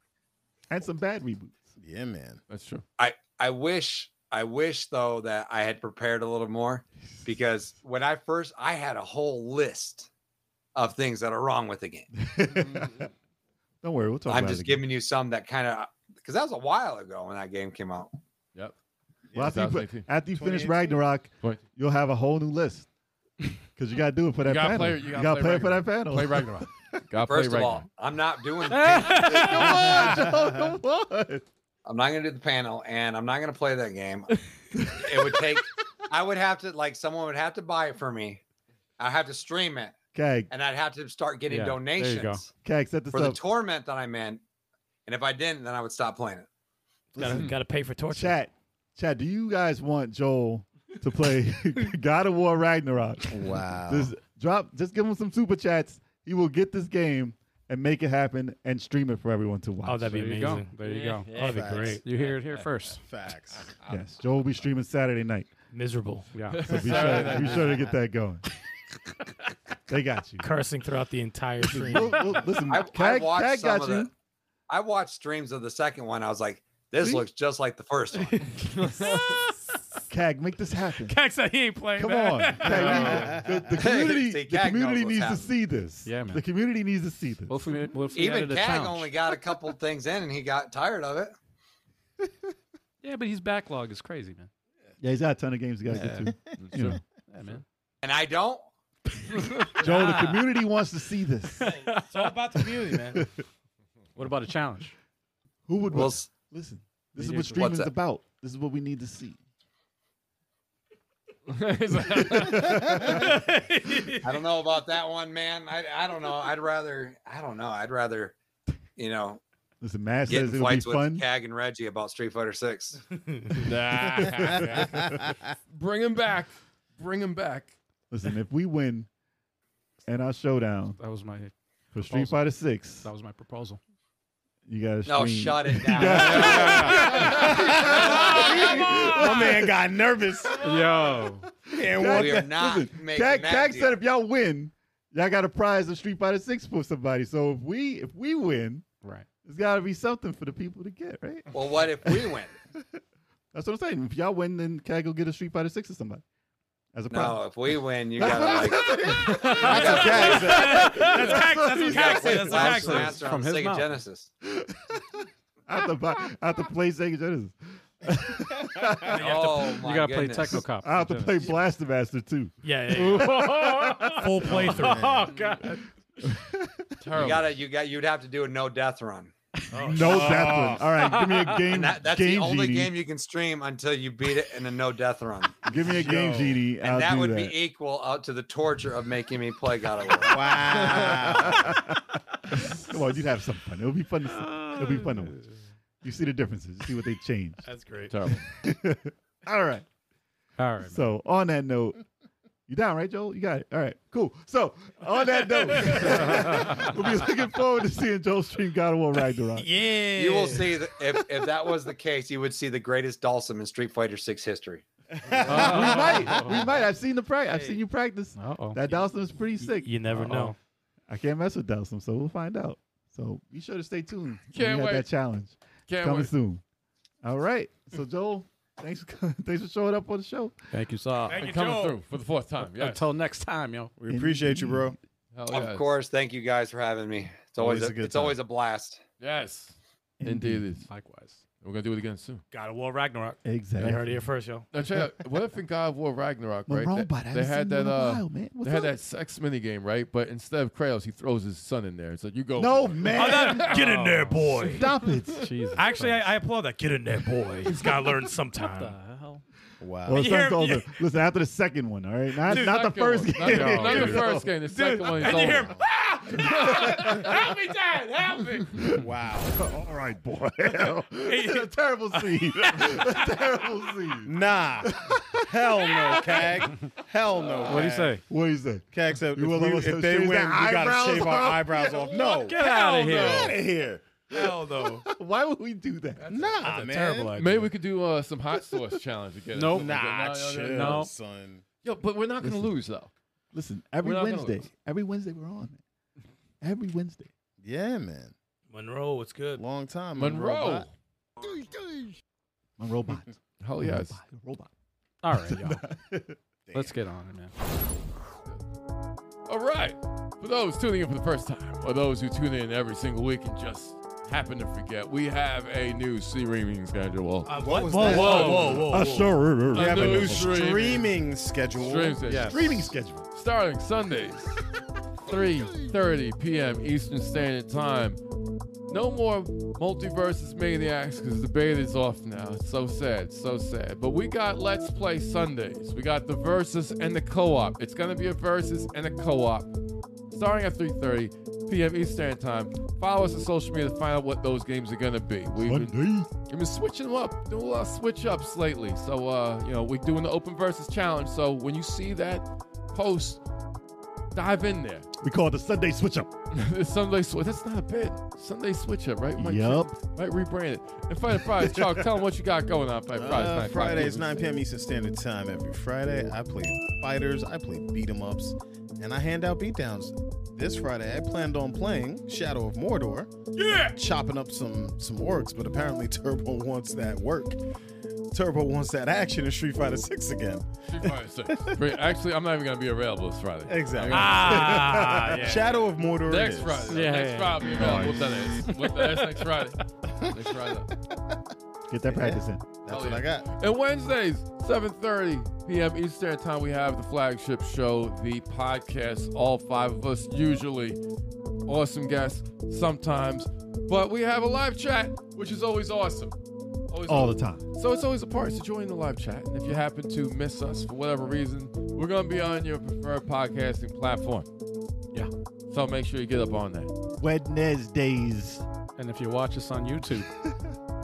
Speaker 7: and some bad reboots.
Speaker 8: Yeah, man.
Speaker 4: That's true.
Speaker 5: I I wish I wish though that I had prepared a little more because when I first I had a whole list of things that are wrong with the game.
Speaker 7: Don't worry, we'll talk
Speaker 5: I'm
Speaker 7: about
Speaker 5: just
Speaker 7: it. again.
Speaker 5: giving you some that kind of because that was a while ago when that game came out.
Speaker 4: Yep.
Speaker 7: Well, after you, put-
Speaker 4: 2018.
Speaker 7: after you finish
Speaker 8: 2018?
Speaker 7: Ragnarok,
Speaker 4: Wait.
Speaker 7: you'll have a whole new list because you got to do it for that
Speaker 4: gotta
Speaker 7: panel.
Speaker 4: play- you
Speaker 7: you
Speaker 4: gotta
Speaker 7: got
Speaker 4: play
Speaker 7: to play, it for that panel.
Speaker 4: Play Ragnarok. Gotta
Speaker 5: First
Speaker 4: play Ragnarok.
Speaker 5: of all, I'm not doing
Speaker 7: come on, Joe, come on.
Speaker 5: I'm not gonna do the panel and I'm not gonna play that game. it would take I would have to like someone would have to buy it for me. I'd have to stream it
Speaker 7: Cag,
Speaker 5: and I'd have to start getting
Speaker 2: Yeah, there you go.
Speaker 5: donations
Speaker 7: Cag, set this
Speaker 5: for the
Speaker 7: up.
Speaker 5: torment that I'm in. And if I didn't, then I would stop playing it.
Speaker 6: Gotta,
Speaker 4: Listen.
Speaker 6: gotta pay for torture.
Speaker 7: Chat, chat. Do you guys want Joel to play God of War Ragnarok?
Speaker 8: Wow.
Speaker 7: Just drop. Just give him some super chats. He will get this game and make it happen and stream it for everyone to watch.
Speaker 6: Oh, that'd be
Speaker 2: There you go.
Speaker 6: amazing.
Speaker 2: There you go.
Speaker 6: Oh, that'd be great.
Speaker 2: You hear it here first.
Speaker 8: Facts.
Speaker 7: yes. Joel will be streaming Saturday night.
Speaker 6: Miserable.
Speaker 2: Yeah.
Speaker 7: So be sure, be sure to get that going. they got you.
Speaker 6: Cursing throughout the entire
Speaker 7: Well,
Speaker 6: stream.
Speaker 7: well, listen,
Speaker 5: I, I
Speaker 7: Cag,
Speaker 5: watched
Speaker 7: Cag
Speaker 5: some
Speaker 7: Mm, got
Speaker 5: of
Speaker 7: you.
Speaker 5: the I watched streams of the second one. I was like, this
Speaker 7: See?
Speaker 5: looks just like the first one.
Speaker 7: Cag, make this happen.
Speaker 6: Cax said he ain't playing.
Speaker 7: Come
Speaker 6: man.
Speaker 7: on. Cag, we- the, the
Speaker 5: Hey,
Speaker 7: community,
Speaker 5: see,
Speaker 7: the
Speaker 5: Cag
Speaker 7: community
Speaker 5: knows what's
Speaker 7: needs to
Speaker 5: happening.
Speaker 7: see this.
Speaker 2: Yeah, man.
Speaker 7: The community needs to see this.
Speaker 2: Well, if we, made- well, if we
Speaker 5: Even
Speaker 2: added a
Speaker 5: Cag
Speaker 2: challenge.
Speaker 5: only got a couple things in and he got tired of it.
Speaker 2: Yeah, but his backlog is crazy, man.
Speaker 7: yeah, he's got a ton of games he got to
Speaker 2: Yeah.
Speaker 7: get to.
Speaker 4: That's
Speaker 7: You
Speaker 4: true.
Speaker 7: know.
Speaker 2: Yeah, man.
Speaker 5: And I don't.
Speaker 7: Joel, the community wants to see this.
Speaker 6: It's all about the music, man.
Speaker 2: What about a challenge?
Speaker 7: Who would
Speaker 5: We'll,
Speaker 7: want-
Speaker 5: s-
Speaker 7: listen?
Speaker 2: Yeah,
Speaker 7: This is
Speaker 2: yeah,
Speaker 7: what
Speaker 2: what's
Speaker 7: streaming's
Speaker 5: that?
Speaker 7: about. This is what we need to see.
Speaker 5: I don't know about that one, man. I, I don't know. I'd rather I don't know. I'd rather you know
Speaker 7: Listen, Matt
Speaker 5: get
Speaker 7: says
Speaker 5: in
Speaker 7: it'll be
Speaker 5: fights with
Speaker 7: fun.
Speaker 5: Cag and Reggie about Street Fighter Six.
Speaker 4: Bring him back. Bring him back.
Speaker 7: Listen, if we win in our showdown
Speaker 2: That was my
Speaker 7: for Street
Speaker 2: Proposal.
Speaker 7: Fighter Six,
Speaker 2: that was my proposal.
Speaker 7: you gotta stream.
Speaker 5: No, shut it down.
Speaker 8: My man got nervous.
Speaker 2: Yo.
Speaker 8: And
Speaker 7: Cag-
Speaker 5: We are not making
Speaker 7: Cag,
Speaker 5: that
Speaker 7: Cag
Speaker 5: deal.
Speaker 7: said if y'all win, y'all got a prize of Street Fighter Six for somebody. So if we if we win,
Speaker 2: Right.
Speaker 7: there's gotta be something for the people to get, right?
Speaker 5: Well, what if we win?
Speaker 7: That's what I'm saying. If y'all win, then Cag will get a Street Fighter Six to somebody as a prize.
Speaker 5: No, if we win, you gotta like
Speaker 7: Cag said.
Speaker 6: That's Cax. That's what Cax said. That's what Cax
Speaker 5: Blast
Speaker 6: said.
Speaker 5: Master
Speaker 2: From
Speaker 5: on
Speaker 2: his
Speaker 5: Sega
Speaker 2: mouth.
Speaker 5: Genesis.
Speaker 7: I have to, I have to play Sega Genesis.
Speaker 5: Oh my
Speaker 2: you got to play
Speaker 5: goodness.
Speaker 2: Techno Cop.
Speaker 7: I have to play Blaster Master too.
Speaker 6: Yeah, yeah, yeah. Full playthrough.
Speaker 2: Oh, God.
Speaker 5: You gotta, you got, you'd have to do a no death run.
Speaker 7: No death
Speaker 6: Oh.
Speaker 7: one. All right, give me a game.
Speaker 5: Oh, And that, that's
Speaker 7: game
Speaker 5: the only
Speaker 7: GD.
Speaker 5: game you can stream until you beat it in a no death run.
Speaker 7: Give me a game
Speaker 8: Yo.
Speaker 7: GD.
Speaker 5: And
Speaker 7: I'll
Speaker 5: that
Speaker 7: do
Speaker 5: would
Speaker 7: that.
Speaker 5: be equal out to the torture of making me play God of War.
Speaker 8: Wow.
Speaker 7: Come on, you'd have some fun. It'll be fun. To see. It'll be fun to watch. You see the differences. You see what they changed.
Speaker 6: That's great.
Speaker 4: Terrible.
Speaker 7: All right.
Speaker 2: All right. man.
Speaker 7: So on that note, you down, right, Joel? You got it. All right, cool. So on that note, we'll be looking forward to seeing Joel stream God of War Ragnarok.
Speaker 6: Yeah.
Speaker 5: You will see that if, if that was the case, you would see the greatest Dalsum in Street Fighter Six history.
Speaker 7: We might. We might. I've seen the practice. I've seen you practice.
Speaker 2: Uh-oh.
Speaker 7: That Dawson is pretty sick.
Speaker 6: You never
Speaker 2: Uh-oh.
Speaker 6: know.
Speaker 7: I can't mess with Delsum, so we'll find out. So be sure to stay tuned. when
Speaker 4: Can't
Speaker 7: we have
Speaker 4: wait.
Speaker 7: that challenge
Speaker 4: Can't
Speaker 7: coming
Speaker 4: wait.
Speaker 7: soon. All right. So Joel, thanks for coming- thanks for showing up on the show.
Speaker 2: Thank you, Saul.
Speaker 6: Thank you,
Speaker 4: Coming
Speaker 6: Joel.
Speaker 4: through for the fourth time. Yes.
Speaker 2: Until next time, yo.
Speaker 8: We appreciate you, bro.
Speaker 4: Hell
Speaker 5: Of
Speaker 4: Oh, yes.
Speaker 5: course. Thank you guys for having me. It's always,
Speaker 8: Always a
Speaker 5: a,
Speaker 8: good
Speaker 5: it's always a blast.
Speaker 4: Yes. Indeed. it is.
Speaker 2: Likewise.
Speaker 4: We're going to do it again soon.
Speaker 6: God of War Ragnarok.
Speaker 7: Exactly.
Speaker 6: You heard it here first, yo.
Speaker 4: Now, check out, what if in God of War Ragnarok,
Speaker 7: My
Speaker 4: right?
Speaker 7: robot. I
Speaker 4: They, they
Speaker 7: haven't
Speaker 4: had
Speaker 7: seen you
Speaker 4: that
Speaker 7: in a
Speaker 4: uh,
Speaker 7: while, man. What's
Speaker 4: they had
Speaker 7: up?
Speaker 4: that sex mini game, right? But instead of Kratos, he throws his son in there. It's like you go.
Speaker 7: No
Speaker 4: boy.
Speaker 7: man.
Speaker 6: Get
Speaker 4: Oh.
Speaker 6: in there, boy.
Speaker 7: Stop it.
Speaker 2: Jesus.
Speaker 6: Actually, I, I applaud that. Get in there, boy. He's got to learn sometime.
Speaker 2: the hell?
Speaker 7: Well,
Speaker 8: Wow.
Speaker 7: it's
Speaker 6: You hear-
Speaker 7: not over. Listen, after the second one, all right? Not,
Speaker 6: Dude,
Speaker 7: not the
Speaker 4: Second
Speaker 7: first
Speaker 4: one.
Speaker 7: game.
Speaker 4: Not the- Not, the
Speaker 7: Yo.
Speaker 4: first game. The second one is
Speaker 6: and you
Speaker 4: over.
Speaker 6: hear him, ah! help me, Dad, help me.
Speaker 8: Wow.
Speaker 7: All right, boy. a terrible scene. a terrible scene.
Speaker 8: Nah. Hell no, Cag. Hell no.
Speaker 2: What do you say?
Speaker 7: What do you say?
Speaker 8: Cag said,
Speaker 7: You
Speaker 8: if,
Speaker 7: will
Speaker 8: we-
Speaker 7: let us
Speaker 8: if they
Speaker 7: shave
Speaker 8: win, we
Speaker 7: their eyebrows
Speaker 8: gotta shave
Speaker 7: off?
Speaker 8: our eyebrows off. No.
Speaker 2: Get out of
Speaker 4: Hell no.
Speaker 2: here.
Speaker 8: Outta here.
Speaker 6: Hell no.
Speaker 7: Why would we do that?
Speaker 8: Nah,
Speaker 6: That's a
Speaker 8: man.
Speaker 6: terrible idea.
Speaker 4: Maybe we could do uh, some hot sauce challenge again.
Speaker 2: Nope.
Speaker 8: Nah,
Speaker 4: no,
Speaker 8: chill,
Speaker 4: no,
Speaker 2: no.
Speaker 8: son.
Speaker 4: Yo, but we're not gonna lose though.
Speaker 7: Listen, every
Speaker 4: We're not gonna
Speaker 7: Wednesday,
Speaker 4: lose.
Speaker 7: every Wednesday we're on, man. Every Wednesday.
Speaker 8: Yeah, man.
Speaker 6: Monroe, it's good?
Speaker 8: Long time. man.
Speaker 4: Monroe.
Speaker 8: Robot.
Speaker 7: My robot.
Speaker 4: Hell
Speaker 7: My
Speaker 4: yes.
Speaker 7: robot, Robot.
Speaker 2: All right, y'all. Let's get on it, man.
Speaker 4: All right. For those tuning in for the first time, or those who tune in every single week and just happen to forget, we have a new streaming schedule.
Speaker 6: Uh, what?
Speaker 8: was
Speaker 6: whoa,
Speaker 8: that?
Speaker 6: whoa, whoa, whoa, whoa.
Speaker 4: we
Speaker 8: We have a new
Speaker 4: stream-
Speaker 8: streaming schedule.
Speaker 4: stream schedule.
Speaker 7: Streaming schedule.
Speaker 4: starting Sundays, 3:30 p.m. Eastern Standard Time. No more multiverses maniacs because the beta is off now. It's so sad, so sad. But we got Let's Play Sundays. We got the versus and the co-op. It's gonna be a versus and a co-op starting at 3:30 p.m. Eastern Standard Time. Follow us on social media to find out what those games are gonna be. We've been- I've been switching them up, doing a lot of switch ups lately. So, uh, you know, we're doing the open versus challenge. So when you see that post, dive in there.
Speaker 7: We call it the Sunday switch up.
Speaker 4: It's Sunday switch. That's not a bit. Sunday switch up, right? Might
Speaker 7: Yup.
Speaker 4: change- Might rebrand it. And Friday Fridays, Chalk, tell them what you got going on Friday Fridays.
Speaker 8: Uh,
Speaker 4: night.
Speaker 8: Fridays, 9 p.m. Eastern Standard Time. Every Friday, I play fighters, I play beat 'em ups, and I hand out beatdowns. This Friday, I planned on playing Shadow of Mordor. Yeah, chopping up some some orcs, but apparently Turbo wants that work. Turbo wants that action in Street Fighter 6 again.
Speaker 4: Street Fighter six. Great. Actually, I'm not even going to be available this Friday.
Speaker 8: Exactly.
Speaker 6: Ah, yeah.
Speaker 8: Shadow of Mordor. it
Speaker 4: Next
Speaker 8: is.
Speaker 4: Friday.
Speaker 2: Yeah,
Speaker 4: next
Speaker 2: yeah,
Speaker 4: Friday. We'll be available. That is. What- That's next Friday. Next Friday.
Speaker 7: Get that practice in.
Speaker 8: That's
Speaker 4: Hell
Speaker 8: what
Speaker 4: yeah.
Speaker 8: I got.
Speaker 4: And Wednesdays, 7.30 p.m. Eastern Standard Time, we have the flagship show, the podcast, all five of us, usually awesome guests sometimes. But we have a live chat, which is always awesome. Always
Speaker 7: All
Speaker 4: awesome.
Speaker 7: the time.
Speaker 4: So it's always a part to join the live chat. And if you happen to miss us for whatever reason, we're going to be on your preferred podcasting platform.
Speaker 2: Yeah.
Speaker 4: So make sure you get up on that.
Speaker 7: Wednesdays.
Speaker 2: And if you watch us on YouTube,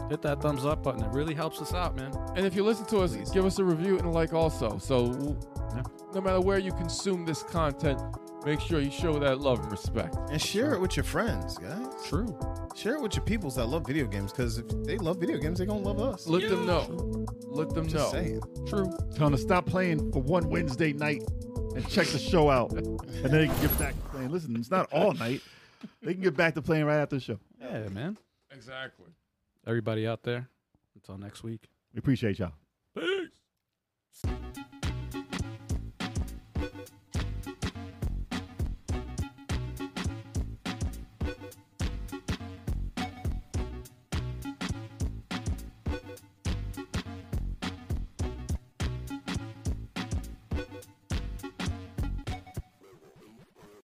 Speaker 2: hit that thumbs up button. It really helps us out, man.
Speaker 4: And if you listen to us, give us a review and a like also. So
Speaker 2: Yeah.
Speaker 4: no matter where you consume this content, make sure you show that love and respect.
Speaker 8: And share it with your friends, guys.
Speaker 2: True.
Speaker 8: Share it with your peoples that love video games, because if they love video games, they're gonna love us.
Speaker 4: Let them know. Let them
Speaker 8: Just
Speaker 4: know.
Speaker 8: saying.
Speaker 4: True.
Speaker 7: Tell them to stop playing for one Wednesday night and check the show out. and then they can get back to playing. Listen, it's not all night. They can get back to playing right after the show.
Speaker 2: Yeah, man.
Speaker 4: Exactly.
Speaker 2: Everybody out there, until next week.
Speaker 7: We appreciate y'all.
Speaker 4: Peace.